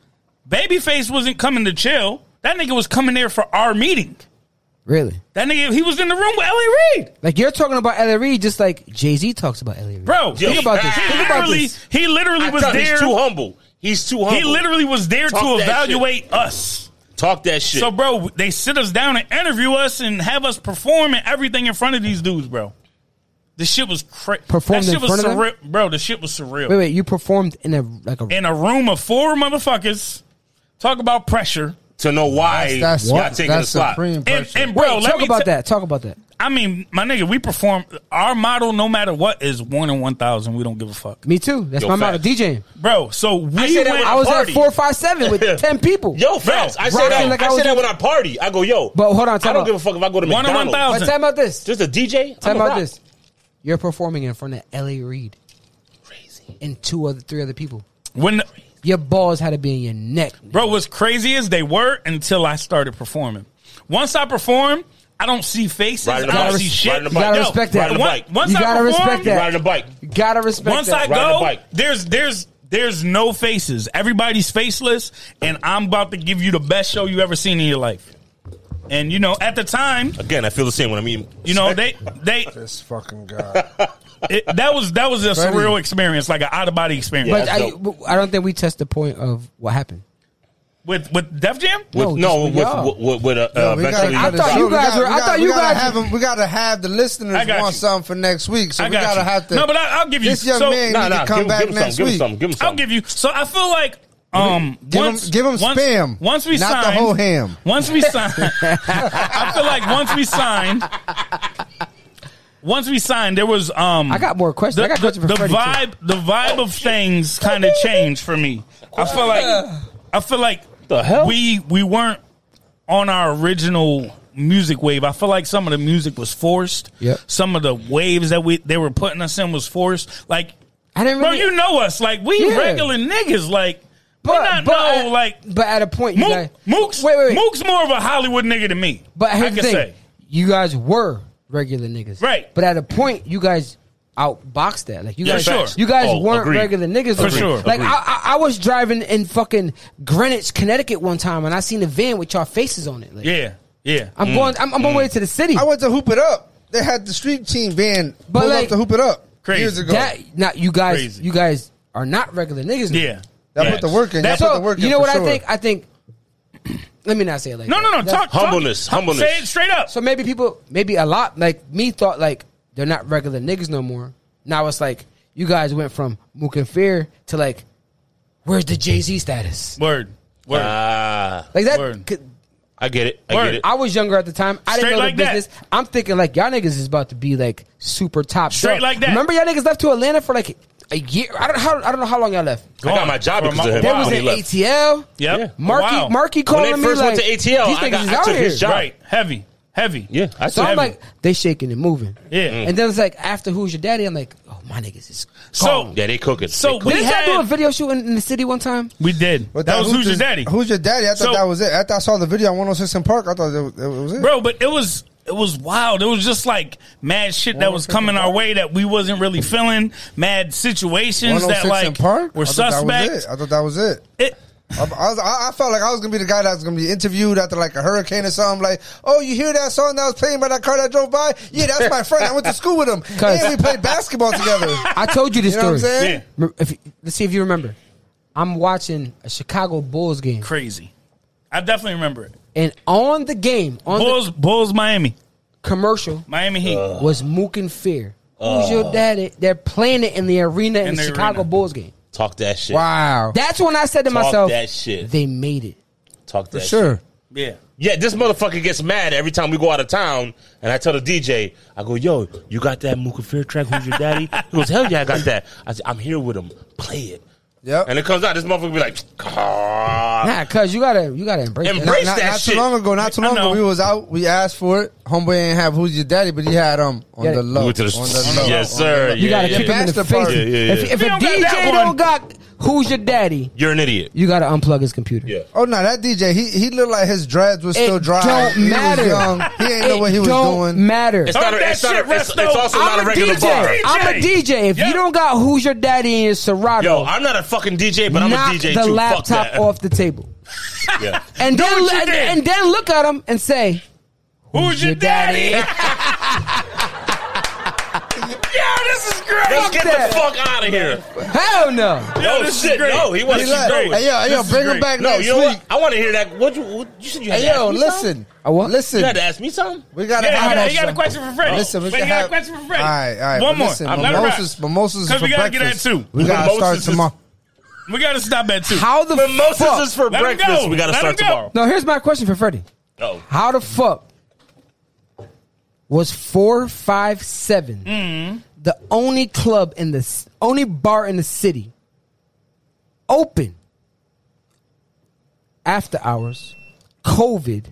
Speaker 1: Babyface wasn't coming to chill. That nigga was coming there for our meeting.
Speaker 4: really.
Speaker 1: That nigga, he was in the room with Ellie Reid,
Speaker 4: Like you're talking about Elliot Reed, just like Jay Z talks about Elliot Reed.
Speaker 1: bro.
Speaker 3: Yo,
Speaker 1: he,
Speaker 4: think about this.
Speaker 1: he
Speaker 4: Think about
Speaker 1: literally,
Speaker 4: this.
Speaker 1: he literally
Speaker 3: I
Speaker 1: was
Speaker 3: tell-
Speaker 1: there.
Speaker 3: He's too humble. He's too humble.
Speaker 1: He literally was there
Speaker 3: Talk
Speaker 1: to
Speaker 3: that shit.
Speaker 1: evaluate us.
Speaker 3: talk that shit.
Speaker 1: So, bro, they sit us down and interview us and have us perform and everything in front of these dudes, bro. The shit was crazy.
Speaker 4: Performed
Speaker 1: that shit
Speaker 4: in
Speaker 1: was
Speaker 4: front of them?
Speaker 1: surreal, bro. The shit was surreal.
Speaker 4: Wait, wait. You performed in a like a.
Speaker 1: In a room of four motherfuckers, talk about pressure.
Speaker 3: to know why
Speaker 2: That's
Speaker 3: you got
Speaker 2: that's,
Speaker 3: taken the
Speaker 2: that's
Speaker 3: slot.
Speaker 2: supreme
Speaker 1: And,
Speaker 2: pressure.
Speaker 1: and
Speaker 4: Wait,
Speaker 1: bro, let
Speaker 4: talk
Speaker 1: me
Speaker 4: about
Speaker 1: t-
Speaker 4: that. Talk about that.
Speaker 1: I mean, my nigga, we perform. Our model, no matter what, is one in one thousand. We don't give a fuck,
Speaker 4: Me too. That's
Speaker 3: Yo,
Speaker 4: my motto.
Speaker 3: facts.
Speaker 4: DJing.
Speaker 1: bro. So we
Speaker 3: said that
Speaker 1: went-
Speaker 3: when
Speaker 4: I was
Speaker 3: party.
Speaker 4: at four five seven with ten people.
Speaker 3: Yo, facts. I
Speaker 4: Rock
Speaker 3: say that.
Speaker 4: it like I
Speaker 3: I
Speaker 4: was
Speaker 3: say that
Speaker 4: doing-
Speaker 3: when I party. I go, yo.
Speaker 4: But hold on,
Speaker 3: I
Speaker 4: time
Speaker 3: don't
Speaker 4: out.
Speaker 3: give a fuck if I go to
Speaker 1: One in 1,000.
Speaker 3: McDonald's.
Speaker 4: But time out this.
Speaker 3: Just a DJ.
Speaker 4: Time
Speaker 3: I'm a
Speaker 4: out
Speaker 3: rock.
Speaker 4: this. You're performing in front of L.A. Reid and two other three other people.
Speaker 1: when,
Speaker 4: Your balls had to be in your neck.
Speaker 1: bro, what's crazy as they were until I started performing. Once I perform, I don't see faces. I
Speaker 3: Riding the
Speaker 1: don't
Speaker 4: bike.
Speaker 1: see shit.
Speaker 3: Riding the
Speaker 4: You
Speaker 3: bike.
Speaker 4: gotta
Speaker 3: Yo,
Speaker 4: respect that.
Speaker 3: Riding the
Speaker 1: One-
Speaker 3: bike.
Speaker 1: Once
Speaker 4: You
Speaker 1: I
Speaker 4: gotta
Speaker 1: perform,
Speaker 4: respect
Speaker 3: You
Speaker 4: that.
Speaker 3: riding a bike.
Speaker 4: You gotta respect
Speaker 1: Once I
Speaker 4: that.
Speaker 3: Ride the
Speaker 1: go,
Speaker 3: bike.
Speaker 1: there's there's there's no faces. Everybody's faceless, and I'm about to give you the best show you ever seen in your life. And you know, at the time,
Speaker 3: Again, I feel the same when I'm eating.
Speaker 1: you know, they they
Speaker 2: this fucking guy.
Speaker 1: it, that was that was a
Speaker 2: Freddie.
Speaker 1: surreal experience, like an out of body experience
Speaker 4: but
Speaker 3: Yeah,
Speaker 4: I,
Speaker 3: dope.
Speaker 4: but I don't think we touched the point of what happened.
Speaker 1: with with Def Jam.
Speaker 3: With,
Speaker 4: No,
Speaker 3: no,
Speaker 4: just
Speaker 3: with,
Speaker 4: we are.
Speaker 3: with, with, with a, uh,
Speaker 2: we gotta
Speaker 3: eventually.
Speaker 2: cut
Speaker 4: I
Speaker 2: it
Speaker 4: thought
Speaker 2: out.
Speaker 4: you
Speaker 2: We gotta-
Speaker 4: guys were-
Speaker 2: we
Speaker 4: I
Speaker 2: gotta-
Speaker 4: thought
Speaker 2: we
Speaker 4: you
Speaker 2: gotta
Speaker 4: guys were-
Speaker 2: Have them, we gotta have the listeners
Speaker 1: I got
Speaker 2: want
Speaker 1: you.
Speaker 2: something for next week, so
Speaker 1: I
Speaker 2: we
Speaker 1: got
Speaker 2: gotta
Speaker 1: you.
Speaker 2: have to.
Speaker 1: No, but I, will give you.
Speaker 2: this young
Speaker 1: So
Speaker 2: man
Speaker 3: Nah,
Speaker 2: need
Speaker 3: nah.
Speaker 2: to come
Speaker 3: Give him,
Speaker 2: back
Speaker 3: give him
Speaker 2: next
Speaker 3: some. Give him
Speaker 2: week.
Speaker 3: some. Give him some.
Speaker 1: I'll give you. So I feel like. Um,
Speaker 2: Give him-
Speaker 1: once,
Speaker 2: give him
Speaker 1: once-
Speaker 2: spam,
Speaker 1: Once we
Speaker 2: not the
Speaker 1: signed,
Speaker 2: whole ham.
Speaker 1: Once we signed, I feel like once we signed, once we signed, there was um.
Speaker 4: I got more questions. I got questions for
Speaker 1: the
Speaker 4: Freddie, too.
Speaker 1: vibe, the vibe of things kind of changed for me. I feel like, I feel like
Speaker 3: The hell?
Speaker 1: we we weren't on our original music wave. I feel like some of the music was forced.
Speaker 4: Yep.
Speaker 1: Some of the waves that we they were putting us in was forced. Like,
Speaker 4: I didn't
Speaker 1: bro,
Speaker 4: really.
Speaker 1: you know us. Like, we
Speaker 4: Yeah.
Speaker 1: regular niggas. Like, but, not know.
Speaker 4: at,
Speaker 1: like,
Speaker 4: but at a point, you
Speaker 1: Mook,
Speaker 4: guys,
Speaker 1: Mook's,
Speaker 4: wait, wait, wait.
Speaker 1: Mook's more of a Hollywood nigga than me.
Speaker 4: But
Speaker 1: I
Speaker 4: here's the
Speaker 1: can
Speaker 4: thing:
Speaker 1: say.
Speaker 4: you guys were regular niggas,
Speaker 1: Right.
Speaker 4: But at a point, you guys outboxed that. Like you
Speaker 1: Yeah,
Speaker 4: guys,
Speaker 1: sure.
Speaker 4: you guys
Speaker 3: Oh,
Speaker 4: weren't
Speaker 3: agreed.
Speaker 4: regular niggas
Speaker 1: For
Speaker 4: me.
Speaker 1: sure.
Speaker 4: Like I,
Speaker 3: Agreed.
Speaker 4: I, I was driving in fucking Greenwich, Connecticut one time, and I seen a van with y'all faces on it. Like,
Speaker 1: Yeah, Mm-hmm. yeah.
Speaker 4: I'm going. I'm, I'm on my way to the city.
Speaker 2: I went to hoop it up. They had the street team band
Speaker 4: But,
Speaker 2: but pull
Speaker 4: like,
Speaker 2: up to hoop it up
Speaker 1: Crazy.
Speaker 2: years ago.
Speaker 4: that now you guys,
Speaker 1: Crazy.
Speaker 4: you guys are not regular niggas. now.
Speaker 1: yeah.
Speaker 2: Y'all
Speaker 1: yeah.
Speaker 2: put the work in. Y'all
Speaker 1: That's-
Speaker 2: put
Speaker 4: So
Speaker 2: the work in
Speaker 4: you know
Speaker 2: for
Speaker 4: what I
Speaker 2: sure.
Speaker 4: think? I think. Let me not say it like
Speaker 1: No,
Speaker 4: that.
Speaker 1: no, no.
Speaker 4: That's-
Speaker 1: Talk, talk-
Speaker 3: Humbleness,
Speaker 1: hum-
Speaker 3: humbleness.
Speaker 1: Say it straight up.
Speaker 4: So maybe people, maybe a lot, like me thought like they're not regular niggas no more. Now it's like you guys went from Mook and Fear to like, where's the Jay Z status?
Speaker 1: Word, word.
Speaker 3: Ah,
Speaker 4: Like that.
Speaker 1: Word.
Speaker 4: could-
Speaker 3: I get it. I
Speaker 1: Word.
Speaker 3: get it.
Speaker 4: I was younger at the time. I
Speaker 1: Straight
Speaker 4: didn't know
Speaker 1: like
Speaker 4: the
Speaker 1: that.
Speaker 4: business. I'm thinking like y'all niggas is about to be like super top.
Speaker 1: Straight
Speaker 4: dog.
Speaker 1: like that.
Speaker 4: Remember y'all niggas left to Atlanta for like a year. I don't. How, I don't know how long y'all left.
Speaker 3: I got my job
Speaker 1: For
Speaker 3: because of him.
Speaker 4: There
Speaker 3: Wow.
Speaker 4: was
Speaker 3: When Oh, he
Speaker 4: an
Speaker 3: left.
Speaker 4: ATL.
Speaker 1: Yep.
Speaker 3: Yeah.
Speaker 4: Marky,
Speaker 1: Wow.
Speaker 4: Marky
Speaker 3: When they
Speaker 4: calling me
Speaker 3: first
Speaker 4: like
Speaker 3: went to ATL,
Speaker 4: these
Speaker 3: I
Speaker 4: niggas
Speaker 3: got-
Speaker 4: is
Speaker 3: I
Speaker 4: out
Speaker 3: took
Speaker 4: here.
Speaker 3: his job.
Speaker 1: Right. Heavy. Heavy.
Speaker 3: Yeah, I
Speaker 4: So
Speaker 3: took
Speaker 4: I'm
Speaker 3: him.
Speaker 4: like, they shaking and moving.
Speaker 1: Yeah.
Speaker 2: Mm.
Speaker 4: And then it's like, after who's your daddy? I'm like, oh, my niggas is
Speaker 1: So-
Speaker 4: gone.
Speaker 3: yeah, they cooking.
Speaker 1: So
Speaker 3: They
Speaker 1: we
Speaker 3: cooking.
Speaker 4: Didn't y'all do a
Speaker 1: had
Speaker 4: video shoot in, in the city one time?
Speaker 1: we did.
Speaker 2: But
Speaker 1: that, was who's your daddy,
Speaker 2: Who's your daddy? I thought
Speaker 1: So-
Speaker 2: that was it. After I saw the video on 106 in Park, I thought that was, that was it.
Speaker 1: bro. But it was it was wild. It was just like mad shit that was coming our way that we wasn't really feeling. Mad situations that
Speaker 2: 106 in
Speaker 1: like
Speaker 2: Park?
Speaker 1: were
Speaker 2: I thought that was
Speaker 1: suspect.
Speaker 2: it. I thought that was it.
Speaker 1: It-
Speaker 2: I, I, was- I- I felt like I was gonna be the guy that was gonna be interviewed after like a hurricane or something. Like, oh, you hear that song that was playing by that car that drove by? Yeah, that's my friend. I went to school with him,
Speaker 4: Cuz-
Speaker 2: and we played basketball together.
Speaker 4: I told you this
Speaker 2: You know what I'm
Speaker 4: story.
Speaker 2: saying?
Speaker 4: Rem- if you- let's see if you remember. I'm watching a Chicago Bulls game.
Speaker 1: crazy. I definitely remember it.
Speaker 4: And on the game, on
Speaker 1: Bulls, Bulls, Miami,
Speaker 4: the commercial,
Speaker 1: Miami Heat.
Speaker 3: Uh,
Speaker 4: was Mook and Fear. Who's
Speaker 2: Oh.
Speaker 4: your daddy? They're playing it in the arena in,
Speaker 1: In
Speaker 4: the,
Speaker 1: the
Speaker 4: Chicago
Speaker 1: arena.
Speaker 4: Bulls game.
Speaker 3: talk that shit.
Speaker 2: Wow.
Speaker 4: That's when I said to
Speaker 3: Talk
Speaker 4: myself,
Speaker 3: that shit.
Speaker 4: they made it.
Speaker 3: Talk that shit.
Speaker 4: Sure.
Speaker 1: yeah.
Speaker 3: Yeah, this motherfucker gets mad every time we go out of town, and I tell the DJ, I go, "Yo, you got that Mooka Fear track? Who's your daddy?" He goes, "Hell yeah, I got that." I said, "I'm here with him. Play it."
Speaker 2: Yep.
Speaker 3: And it comes out, this motherfucker be like, "Ah."
Speaker 4: Nah, cuz you gotta you gotta embrace that.
Speaker 3: Embrace-
Speaker 2: not,
Speaker 3: that
Speaker 2: not
Speaker 3: shit.
Speaker 2: too long ago, not too
Speaker 1: I
Speaker 2: long
Speaker 1: know.
Speaker 2: ago, we was out. We asked for it. Homeboy ain't have who's your daddy, but he had um on
Speaker 4: Yeah.
Speaker 2: the
Speaker 4: We
Speaker 2: low.
Speaker 3: went to the-
Speaker 2: on the low. on
Speaker 3: Yes,
Speaker 2: the
Speaker 3: sir.
Speaker 2: low.
Speaker 3: You
Speaker 4: You
Speaker 3: Yeah,
Speaker 4: gotta
Speaker 3: yeah,
Speaker 4: kick
Speaker 3: yeah.
Speaker 4: him in the
Speaker 2: Bachelor
Speaker 4: face.
Speaker 2: party.
Speaker 3: Yeah, yeah,
Speaker 4: If,
Speaker 3: yeah.
Speaker 4: if a
Speaker 1: You don't got
Speaker 4: DJ
Speaker 1: that
Speaker 4: don't
Speaker 1: one.
Speaker 4: got who's your daddy,
Speaker 3: You're an idiot.
Speaker 4: you gotta unplug his computer.
Speaker 3: Yeah.
Speaker 2: Oh no, that DJ, he he looked like his dreads was still
Speaker 4: It
Speaker 2: dry.
Speaker 4: don't
Speaker 2: he
Speaker 4: matter.
Speaker 2: Was young. He ain't know
Speaker 4: It
Speaker 2: what he was
Speaker 4: don't
Speaker 2: doing.
Speaker 4: matter.
Speaker 3: It's
Speaker 1: Talk
Speaker 3: not. A,
Speaker 1: that
Speaker 3: it's, not a,
Speaker 1: shit,
Speaker 3: it's,
Speaker 1: Resto.
Speaker 3: it's also
Speaker 4: I'm
Speaker 3: not a regular
Speaker 4: DJ.
Speaker 3: bar.
Speaker 4: I'm a DJ. If
Speaker 1: Yep.
Speaker 4: you don't got who's your daddy in Serato,
Speaker 3: Yo, I'm not a fucking DJ, but I'm a
Speaker 4: knock
Speaker 3: DJ
Speaker 4: the
Speaker 3: too. Fuck
Speaker 4: laptop
Speaker 3: that.
Speaker 4: off the table.
Speaker 3: Yeah.
Speaker 4: And then
Speaker 1: what you
Speaker 4: and,
Speaker 1: did.
Speaker 4: and then look at him and say,
Speaker 1: Who's your
Speaker 4: your daddy?
Speaker 1: daddy? Yo, this is great.
Speaker 3: Let's get
Speaker 4: that.
Speaker 3: the fuck out of here.
Speaker 4: "Hell no."
Speaker 1: Yo,
Speaker 3: No
Speaker 1: this is
Speaker 3: shit.
Speaker 1: great.
Speaker 3: No, he wants
Speaker 1: This
Speaker 3: to
Speaker 1: is
Speaker 3: go.
Speaker 1: great.
Speaker 2: Hey yo, hey, yo,
Speaker 1: This is
Speaker 2: bring him
Speaker 1: great.
Speaker 2: back
Speaker 3: No,
Speaker 2: next
Speaker 3: you know
Speaker 2: week.
Speaker 3: what? I want to hear that. What you? What, you said you had
Speaker 2: Hey
Speaker 3: to
Speaker 2: yo,
Speaker 3: ask me something?
Speaker 2: listen,
Speaker 4: I Uh, what?
Speaker 2: listen,
Speaker 3: You had to ask me something.
Speaker 2: we gotta
Speaker 1: Yeah,
Speaker 2: have
Speaker 1: you got,
Speaker 2: that
Speaker 1: you got a
Speaker 2: show.
Speaker 1: question for Freddie.
Speaker 2: Listen, we
Speaker 1: Wait, you
Speaker 2: can
Speaker 1: got a
Speaker 2: have-
Speaker 1: question for Freddie.
Speaker 2: All right, all right.
Speaker 1: One
Speaker 2: but
Speaker 1: more.
Speaker 2: Listen,
Speaker 1: Let it ride.
Speaker 2: mimosas, mimosas
Speaker 1: Because
Speaker 2: for
Speaker 1: we gotta get
Speaker 2: breakfast.
Speaker 1: that too.
Speaker 2: We gotta start
Speaker 3: Mimosas is-
Speaker 2: tomorrow.
Speaker 1: We got to stop at two.
Speaker 4: How the
Speaker 3: Mimosas
Speaker 4: fuck?
Speaker 3: is for
Speaker 1: Let him
Speaker 3: breakfast.
Speaker 1: go.
Speaker 3: We got to
Speaker 1: Let
Speaker 3: start
Speaker 1: him go.
Speaker 3: tomorrow.
Speaker 4: no, here's my question for Freddie.
Speaker 3: No.
Speaker 4: How the fuck was four five seven the only club in the c- only bar in the city open after hours, COVID,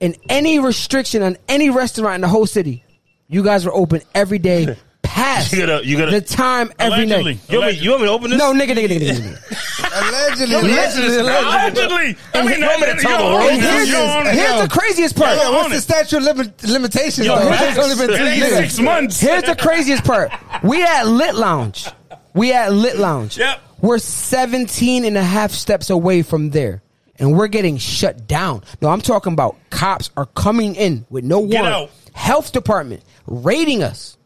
Speaker 4: and any restriction on any restaurant in the whole city? You guys were open every day past
Speaker 3: You gotta- you gotta-
Speaker 4: the time every
Speaker 1: Allegedly.
Speaker 4: night.
Speaker 3: You want, me, you want me to open this?
Speaker 4: No, nigga, nigga, nigga, nigga. nigga.
Speaker 2: Allegedly,
Speaker 3: listen to this
Speaker 2: allegedly,
Speaker 3: guy.
Speaker 1: Allegedly.
Speaker 2: allegedly.
Speaker 1: I
Speaker 3: And
Speaker 1: mean,
Speaker 3: he- I'm gonna
Speaker 1: that-
Speaker 3: tell
Speaker 1: yo,
Speaker 3: the
Speaker 1: yo,
Speaker 3: world
Speaker 1: yo,
Speaker 3: this.
Speaker 1: yo, on it.
Speaker 4: Here's
Speaker 2: Yo.
Speaker 4: the craziest part.
Speaker 2: Yo,
Speaker 1: on
Speaker 2: what's
Speaker 1: it.
Speaker 2: the statute of lim- limitations?
Speaker 1: Yo,
Speaker 2: though?
Speaker 1: that's-
Speaker 2: It's only been
Speaker 1: it
Speaker 2: three
Speaker 1: ain't
Speaker 2: years.
Speaker 1: six months.
Speaker 4: Here's the craziest part. We at Lit Lounge. We at Lit Lounge.
Speaker 1: Yep.
Speaker 4: We're 17 and a half steps away from there. And we're getting shut down. No, I'm talking about cops are coming in with no
Speaker 1: Get
Speaker 4: warrant.
Speaker 1: out.
Speaker 4: Health department raiding us.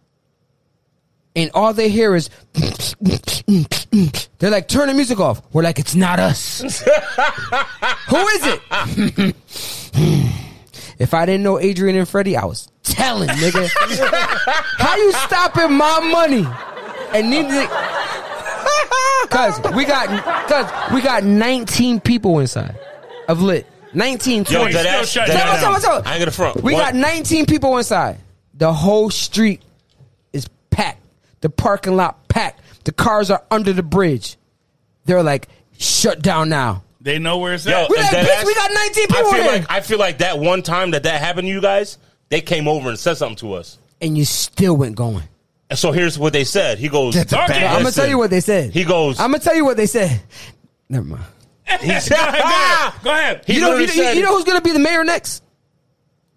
Speaker 4: And all they hear is they're like, turn the music off. We're like, it's not us. Who is it? If I didn't know Adrian and Freddie, I was telling, nigga. How you stopping my money? And need to, cause we got, cause we got 19 people inside of lit. 19,
Speaker 3: Yo,
Speaker 4: 20.
Speaker 3: that
Speaker 1: Still
Speaker 3: ass.
Speaker 1: shut
Speaker 3: that
Speaker 1: down.
Speaker 3: ass-
Speaker 4: Tell me, tell me, tell me.
Speaker 3: I ain't gonna front.
Speaker 4: we
Speaker 3: One-
Speaker 4: got 19 people inside. The whole street is packed. The parking lot packed. The cars are under the bridge. They're like, shut down now.
Speaker 1: They know where it's
Speaker 3: Yo,
Speaker 1: at.
Speaker 4: We
Speaker 3: and
Speaker 4: got
Speaker 3: dead
Speaker 4: bitch,
Speaker 3: ass,
Speaker 4: we got 19
Speaker 3: I
Speaker 4: people
Speaker 3: feel
Speaker 4: there.
Speaker 3: like I feel like that one time that that happened to you guys, they came over and said something to us.
Speaker 4: and you still went going.
Speaker 3: And so here's what they said. He goes,
Speaker 2: Get the
Speaker 3: "Dark
Speaker 1: bag.
Speaker 3: ass
Speaker 4: I'm gonna tell
Speaker 3: in."
Speaker 4: you what they said.
Speaker 3: He goes-
Speaker 4: I'm gonna tell you what they said. Never mind.
Speaker 3: He
Speaker 1: go ahead. Go ahead.
Speaker 3: He
Speaker 4: You know, you,
Speaker 3: literally
Speaker 4: know-
Speaker 3: said,
Speaker 4: you know who's gonna be the mayor next?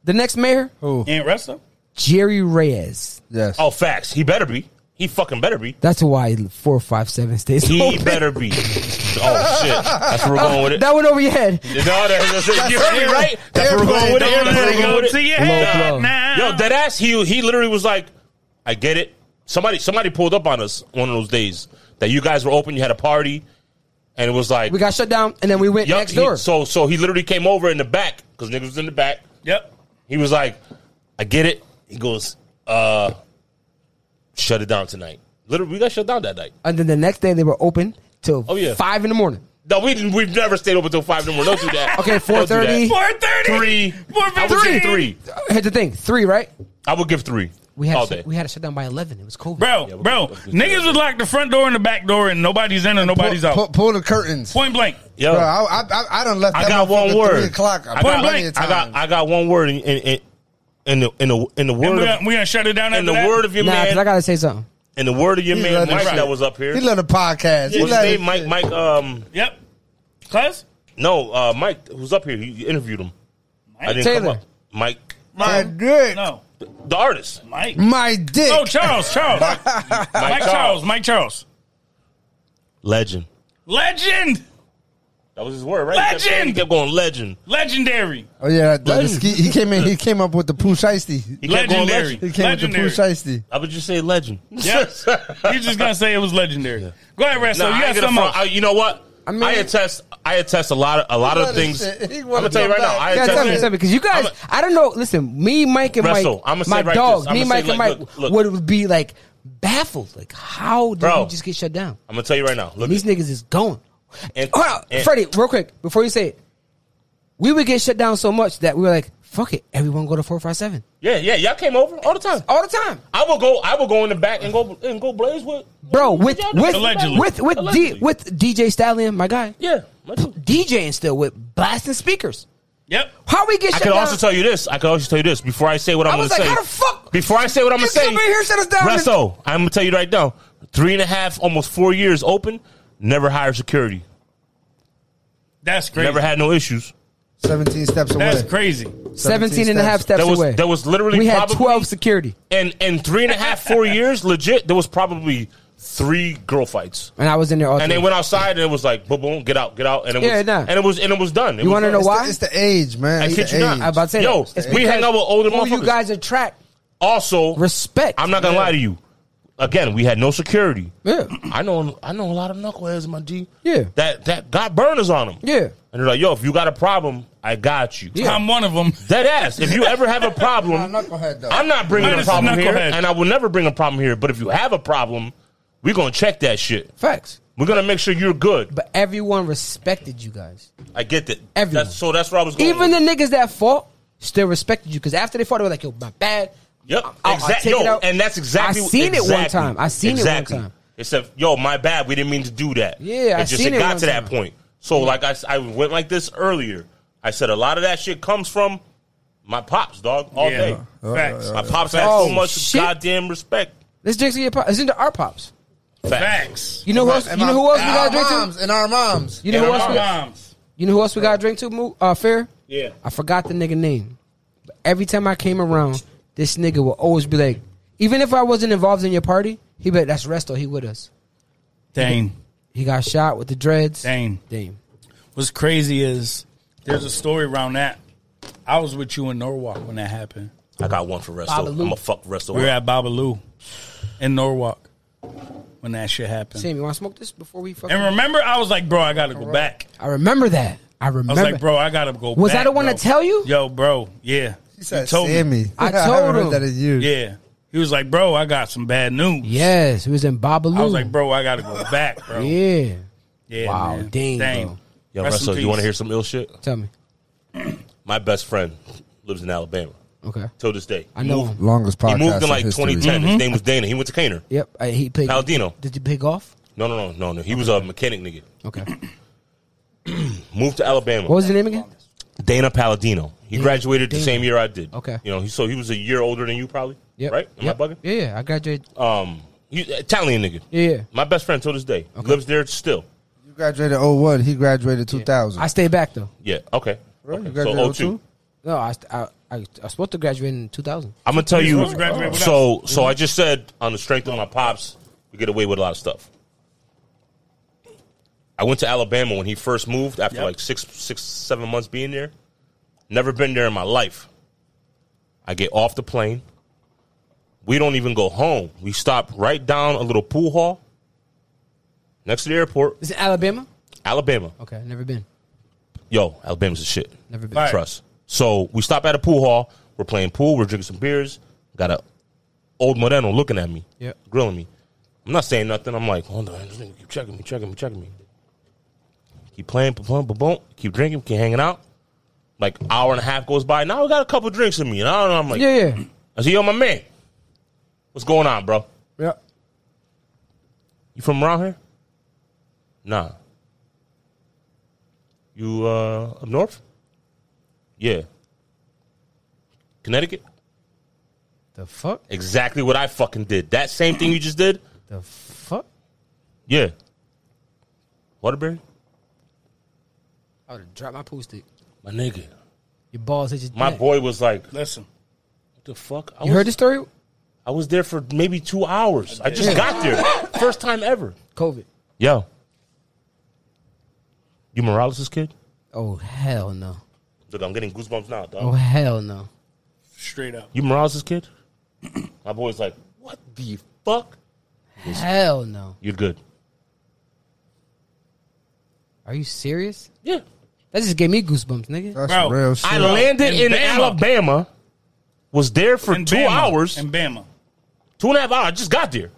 Speaker 4: The next mayor,
Speaker 1: Ain't wrestler.
Speaker 4: Jerry Reyes.
Speaker 2: Yes.
Speaker 3: "Oh, facts. He better be. He fucking better be.
Speaker 4: That's why four, five, seven stays.
Speaker 3: He
Speaker 4: open.
Speaker 3: better be." Oh shit, that's where we're going with it.
Speaker 4: That went over your head.
Speaker 3: No, that's, that's, you heard me right. That's where we're
Speaker 2: Airplane,
Speaker 3: going with it.
Speaker 2: airplane.
Speaker 3: That's where we're going
Speaker 1: Go
Speaker 3: with
Speaker 1: to
Speaker 3: it.
Speaker 1: your
Speaker 4: Low
Speaker 1: head
Speaker 4: blow.
Speaker 1: now.
Speaker 3: Yo, that ass, he he literally was like, I get it. Somebody somebody pulled up on us one of those days that you guys were open, you had a party, and it was like
Speaker 4: We got shut down, and then we went
Speaker 3: yup,
Speaker 4: next
Speaker 3: he-
Speaker 4: door.
Speaker 3: so so he literally came over in the back, because niggas was in the back.
Speaker 1: Yep.
Speaker 3: He was like, I get it. He goes, uh shut it down tonight. Literally we got shut down that night.
Speaker 4: and then the next day they were open till
Speaker 3: Oh, yeah.
Speaker 4: five in the morning.
Speaker 3: No, we didn't- we've never stayed open until five in the morning. Don't do that.
Speaker 4: Okay,
Speaker 3: Don't do that.
Speaker 4: 4:30.
Speaker 1: Four thirty.
Speaker 3: Three.
Speaker 1: Four
Speaker 3: I would
Speaker 1: fifteen.
Speaker 3: give three.
Speaker 4: Here's the thing: three, right?
Speaker 3: I would give three.
Speaker 4: We had
Speaker 3: all
Speaker 4: to
Speaker 3: day.
Speaker 4: shut, we had to shut down by eleven. It was COVID.
Speaker 1: Bro,
Speaker 3: we'll-
Speaker 1: bro,
Speaker 3: we'll just do
Speaker 1: niggas
Speaker 3: that.
Speaker 1: would lock the front door and the back door, and nobody's in and nobody's
Speaker 2: pull,
Speaker 1: out.
Speaker 2: Pull, pull the curtains.
Speaker 1: Point blank.
Speaker 3: Yo.
Speaker 2: Bro, I, I, I, I done left.
Speaker 3: I
Speaker 2: that
Speaker 3: got
Speaker 2: motherfucker
Speaker 3: one word.
Speaker 2: Three o'clock.
Speaker 3: I got,
Speaker 2: plenty of
Speaker 3: I got
Speaker 2: times.
Speaker 3: I got one word in in in, in the in the in the
Speaker 1: And
Speaker 3: word
Speaker 1: we're
Speaker 3: of,
Speaker 1: gonna, we gonna shut it down
Speaker 3: in
Speaker 1: after
Speaker 3: the
Speaker 1: that.
Speaker 3: word of your
Speaker 4: nah, because I
Speaker 3: man
Speaker 4: gotta say something.
Speaker 3: in the word of your
Speaker 2: He
Speaker 3: man
Speaker 2: let it
Speaker 3: Mike
Speaker 2: ride.
Speaker 3: that was up here.
Speaker 2: he let the podcast. He
Speaker 3: What's his
Speaker 2: let
Speaker 3: name?
Speaker 2: it-
Speaker 3: Mike Mike um
Speaker 1: Yep. Cuz?
Speaker 3: no uh Mike who's up here. You you interviewed him. I didn't
Speaker 4: Taylor.
Speaker 3: come up. Mike
Speaker 2: My
Speaker 1: No.
Speaker 2: dick.
Speaker 1: No.
Speaker 3: the artist.
Speaker 1: Mike.
Speaker 2: My dick.
Speaker 1: Oh, Charles, Charles. Mike
Speaker 3: Mike
Speaker 1: Charles, Mike Charles.
Speaker 3: Legend.
Speaker 1: Legend.
Speaker 3: That was his word, right? He kept-
Speaker 1: Legend!
Speaker 3: He kept going legend.
Speaker 1: Legendary.
Speaker 2: Oh, yeah, that- that- the
Speaker 3: Legend.
Speaker 2: ski, he came in. He came up with the poo shiesty.
Speaker 3: He kept going
Speaker 1: Legendary.
Speaker 3: legend.
Speaker 2: He came
Speaker 1: Legendary.
Speaker 2: with the poo shiesty.
Speaker 3: I would just say legend.
Speaker 1: Yep. You're just gonna say it was legendary. Go ahead, Resto.
Speaker 3: Nah,
Speaker 1: you
Speaker 3: I
Speaker 1: got
Speaker 3: ain't gonna
Speaker 1: some
Speaker 3: front.
Speaker 1: else.
Speaker 3: I, you know what? I,
Speaker 4: mean-
Speaker 3: attest. I attest a lot of a lot of
Speaker 2: wanna
Speaker 3: things.
Speaker 2: say- he
Speaker 3: I'm
Speaker 2: wanna
Speaker 3: gonna tell you
Speaker 2: go
Speaker 3: right now.
Speaker 2: back.
Speaker 3: I
Speaker 4: Yeah,
Speaker 3: attest.
Speaker 4: tell me, tell me, because you guys,
Speaker 3: I'm
Speaker 4: I don't know. Listen, me, Mike, and
Speaker 3: Russell,
Speaker 4: Mike,
Speaker 3: I'ma say
Speaker 4: my
Speaker 3: it like
Speaker 4: dog,
Speaker 3: this.
Speaker 4: me,
Speaker 3: I'ma
Speaker 4: Mike,
Speaker 3: say it
Speaker 4: and
Speaker 3: like-
Speaker 4: Mike
Speaker 3: look, look.
Speaker 4: would be like baffled, like how did
Speaker 3: Bro.
Speaker 4: we just get shut down?
Speaker 3: I'm gonna tell you right now. Look,
Speaker 4: These niggas is going.
Speaker 3: And-
Speaker 4: Hold on,
Speaker 3: and-
Speaker 4: Freddie, real quick before you say it, we would get shut down so much that we were like, fuck it, everyone go to four five seven
Speaker 3: yeah, yeah, y'all came over all the time.
Speaker 4: all the time,
Speaker 3: I will go. I will go in the back and go and go blaze with
Speaker 4: bro. With
Speaker 3: y'all
Speaker 4: with
Speaker 3: do.
Speaker 1: Allegedly.
Speaker 4: with with
Speaker 3: Allegedly.
Speaker 4: D, with DJ Stallion, my guy,
Speaker 3: yeah. I could
Speaker 4: DJing still with blasting speakers.
Speaker 1: Yep.
Speaker 4: How we get shut down?
Speaker 3: also tell you this. I could also tell you this before I say what I'm
Speaker 4: I
Speaker 3: gonna
Speaker 4: was like,
Speaker 3: say.
Speaker 4: how the fuck?
Speaker 3: before I say what I'm
Speaker 4: You
Speaker 3: gonna say,
Speaker 4: come in here, shut us down, and-
Speaker 3: Resto, I'm gonna tell you right now. Three and a half, almost four years open. Never hired security.
Speaker 1: That's crazy.
Speaker 3: Never had no issues.
Speaker 2: Seventeen steps away.
Speaker 1: That's crazy.
Speaker 4: 17 and a half steps
Speaker 3: There was
Speaker 4: away.
Speaker 3: there was literally
Speaker 4: we had
Speaker 3: probably-
Speaker 4: 12 security.
Speaker 3: and and three and a half, four years, legit, there was probably three girl fights.
Speaker 4: And I was in there all
Speaker 3: And they
Speaker 4: day.
Speaker 3: went outside and it was like boom, boom, get out, get out, and it was
Speaker 4: Yeah, nah.
Speaker 3: and it was and it was done. It
Speaker 4: You
Speaker 3: was
Speaker 4: wanna
Speaker 3: done.
Speaker 4: know
Speaker 2: It's
Speaker 4: why?
Speaker 2: the, it's the age, man.
Speaker 3: I
Speaker 2: It's
Speaker 3: kid
Speaker 2: the
Speaker 3: you not.
Speaker 2: age.
Speaker 4: I was about to say
Speaker 3: Yo,
Speaker 4: that. It's
Speaker 3: we hang
Speaker 4: because
Speaker 3: out with older
Speaker 4: who you
Speaker 3: motherfuckers.
Speaker 4: guys attract
Speaker 3: Also,
Speaker 4: respect.
Speaker 3: I'm not gonna lie to you. Again, we had no security.
Speaker 4: Yeah.
Speaker 3: I know I know a lot of knuckleheads, my G.
Speaker 4: Yeah.
Speaker 3: That that got burners on them.
Speaker 4: Yeah.
Speaker 3: And they're like, yo, if you got a problem, I got you.
Speaker 4: Yeah.
Speaker 1: I'm one of them.
Speaker 3: Dead ass. If you ever have a problem,
Speaker 2: Nah, knucklehead, though.
Speaker 3: I'm not bringing a
Speaker 1: Minus the
Speaker 3: problem here,
Speaker 1: knucklehead.
Speaker 3: and I will never bring a problem here. But if you have a problem, we're gonna check that shit.
Speaker 4: Facts.
Speaker 3: We're gonna make sure you're good.
Speaker 4: But everyone respected you guys.
Speaker 3: I get that.
Speaker 4: Everyone.
Speaker 3: That's, so that's where I was going.
Speaker 4: Even
Speaker 3: with
Speaker 4: the
Speaker 3: it.
Speaker 4: niggas that fought still respected you because after they fought, they were like, yo, my bad.
Speaker 3: yep,
Speaker 4: I'll- I'll
Speaker 3: exact-
Speaker 4: take it
Speaker 3: yo,
Speaker 4: out.
Speaker 3: and that's exactly.
Speaker 4: I seen it one
Speaker 3: exactly-
Speaker 4: time. I seen it one
Speaker 3: exactly.
Speaker 4: time.
Speaker 3: It said, "Yo, my bad. We didn't mean to do that."
Speaker 4: Yeah, I
Speaker 3: it just
Speaker 4: seen
Speaker 3: it
Speaker 4: it
Speaker 3: got
Speaker 4: one
Speaker 3: to that
Speaker 4: time.
Speaker 3: point. So like I, s- I went like this earlier. I said a lot of that shit comes from my pops, dog, all
Speaker 1: yeah. Uh,
Speaker 3: day.
Speaker 1: Facts.
Speaker 3: My pops had
Speaker 4: Oh,
Speaker 3: so much
Speaker 4: shit.
Speaker 3: goddamn respect.
Speaker 4: Let's drink to your pops. It's into our pops.
Speaker 3: Facts.
Speaker 1: Facts.
Speaker 4: You know who else? You
Speaker 2: And
Speaker 4: know
Speaker 2: my-
Speaker 4: who else we
Speaker 2: and
Speaker 4: gotta
Speaker 2: our
Speaker 4: drink
Speaker 2: moms,
Speaker 4: to?
Speaker 2: And our moms.
Speaker 4: You know who
Speaker 3: And
Speaker 4: else?
Speaker 3: our
Speaker 4: We,
Speaker 3: moms.
Speaker 1: Moms.
Speaker 4: you know who else we gotta drink to? Mo- Uh, Fair.
Speaker 1: Yeah.
Speaker 4: I forgot the nigga name. But every time I came around, this nigga would always be like, even if I wasn't involved in your party, he be like, that's Resto. He with us.
Speaker 1: Dang.
Speaker 4: He got shot with the dreads.
Speaker 1: Dame.
Speaker 4: Dame.
Speaker 1: What's crazy is there's a story around that. I was with you in Norwalk when that happened.
Speaker 3: I got one for Resto.
Speaker 4: Baba
Speaker 3: I'm
Speaker 4: Lou.
Speaker 3: gonna fuck Resto.
Speaker 1: We were at
Speaker 3: up.
Speaker 1: Babalu in Norwalk when that shit happened.
Speaker 4: Sam, you want to smoke this before we fucking?
Speaker 1: And remember, I was like, bro, I gotta go back.
Speaker 4: I remember that. I
Speaker 1: I
Speaker 4: remember.
Speaker 1: was like, bro, I gotta go.
Speaker 4: Was
Speaker 1: back,
Speaker 4: I the one
Speaker 1: bro.
Speaker 4: to tell you?
Speaker 1: Yo, bro, yeah.
Speaker 2: He said,
Speaker 1: told me.
Speaker 2: Sammy.
Speaker 4: I
Speaker 2: haven't
Speaker 4: told
Speaker 2: heard
Speaker 4: him.
Speaker 2: that in years.
Speaker 1: Yeah, he was like, bro, I got some bad news.
Speaker 4: Yes, he was in Babalu.
Speaker 1: I was like, bro, I gotta go back, bro. Yeah,
Speaker 4: Yeah. Wow,
Speaker 1: man.
Speaker 4: dang,
Speaker 1: Dang.
Speaker 4: bro.
Speaker 3: Yo,
Speaker 1: Rest in
Speaker 3: Russell, you want
Speaker 1: peace.
Speaker 3: to hear some ill shit?
Speaker 4: Tell me.
Speaker 3: My best friend lives in Alabama
Speaker 4: Okay.
Speaker 3: till this day.
Speaker 4: I know
Speaker 3: Moved-
Speaker 4: him.
Speaker 2: Longest
Speaker 3: He
Speaker 2: podcast
Speaker 3: moved in
Speaker 2: in
Speaker 3: like
Speaker 2: history.
Speaker 3: 2010. His name was Dana. He went to Caner.
Speaker 4: Yep. I, he played.
Speaker 3: Paladino.
Speaker 4: Did you play golf?
Speaker 3: No, no, no, no, no. He was a mechanic nigga.
Speaker 4: Okay.
Speaker 3: Moved to Alabama.
Speaker 4: What was his name again?
Speaker 3: Dana Palladino. He graduated the same year I did.
Speaker 4: Okay.
Speaker 3: You know, he, so he was a year older than you probably.
Speaker 4: Yep.
Speaker 3: Right? Am
Speaker 4: Yep.
Speaker 3: I bugging?
Speaker 4: Yeah, yeah. I graduated.
Speaker 3: Um, he, Italian nigga.
Speaker 4: Yeah, yeah.
Speaker 3: My best friend till this day. Lives there still.
Speaker 2: You graduated 01. He graduated 2000.
Speaker 4: I stayed back though.
Speaker 3: Yeah. Okay.
Speaker 2: Really? You
Speaker 3: okay.
Speaker 2: graduated
Speaker 4: oh
Speaker 3: So
Speaker 2: 02?
Speaker 3: 02.
Speaker 4: No, I st- I, I, I was supposed to graduate in 2000.
Speaker 3: I'm gonna tell
Speaker 1: You're
Speaker 3: you.
Speaker 1: supposed to graduate with
Speaker 3: So, so I just said on the strength of my pops, we get away with a lot of stuff. I went to Alabama when he first moved after
Speaker 1: Yep.
Speaker 3: like six, six, seven months being there. Never been there in my life. I get off the plane. We don't even go home. We stop right down a little pool hall next to the airport,
Speaker 4: Is it Alabama?
Speaker 3: Alabama.
Speaker 4: Okay, never been.
Speaker 3: Yo, Alabama's the shit.
Speaker 4: Never been.
Speaker 1: All right.
Speaker 3: Trust. So we stop at a pool hall. We're playing pool. We're drinking some beers. Got a old Moreno looking at me,
Speaker 4: Yeah.
Speaker 3: grilling me. I'm not saying nothing. I'm like, hold on, this nigga keep checking me, checking me, checking me. Keep playing, boom, boom, boom, boom. Keep drinking, keep hanging out. Like hour and a half goes by. Now we got a couple drinks in me, and I don't know. I'm like,
Speaker 4: Yeah, yeah.
Speaker 3: I said, yo, my man, what's going on, bro?
Speaker 4: Yeah.
Speaker 3: You from around here? Nah. You uh up north? Yeah. Connecticut?
Speaker 4: The fuck?
Speaker 3: Exactly what I fucking did. That same thing you just did?
Speaker 4: The fuck?
Speaker 3: Yeah. Waterbury?
Speaker 4: I would have dropped my pool stick.
Speaker 3: My nigga.
Speaker 4: Your balls hit your
Speaker 3: My
Speaker 4: neck.
Speaker 3: boy was like, what
Speaker 1: Listen,
Speaker 3: the fuck? I
Speaker 4: You
Speaker 3: was,
Speaker 4: heard the story?
Speaker 3: I was there for maybe two hours. I just got there. First time ever.
Speaker 4: COVID.
Speaker 3: Yo. You Morales' kid?
Speaker 4: Oh hell no.
Speaker 3: Look, I'm getting goosebumps now, dog.
Speaker 4: Oh hell no.
Speaker 1: straight up.
Speaker 3: You Morales' kid? My boy's like, what the fuck?
Speaker 4: Hell no.
Speaker 3: You're good.
Speaker 4: Are you serious?
Speaker 3: Yeah.
Speaker 4: That just gave me goosebumps, nigga.
Speaker 2: That's
Speaker 1: Bro,
Speaker 2: real shit.
Speaker 3: I landed
Speaker 1: In
Speaker 3: in,
Speaker 1: Bama.
Speaker 3: Alabama, was there for
Speaker 1: In
Speaker 3: two
Speaker 1: Bama.
Speaker 3: hours,
Speaker 1: In Bama.
Speaker 3: two and a half hours. I just got there.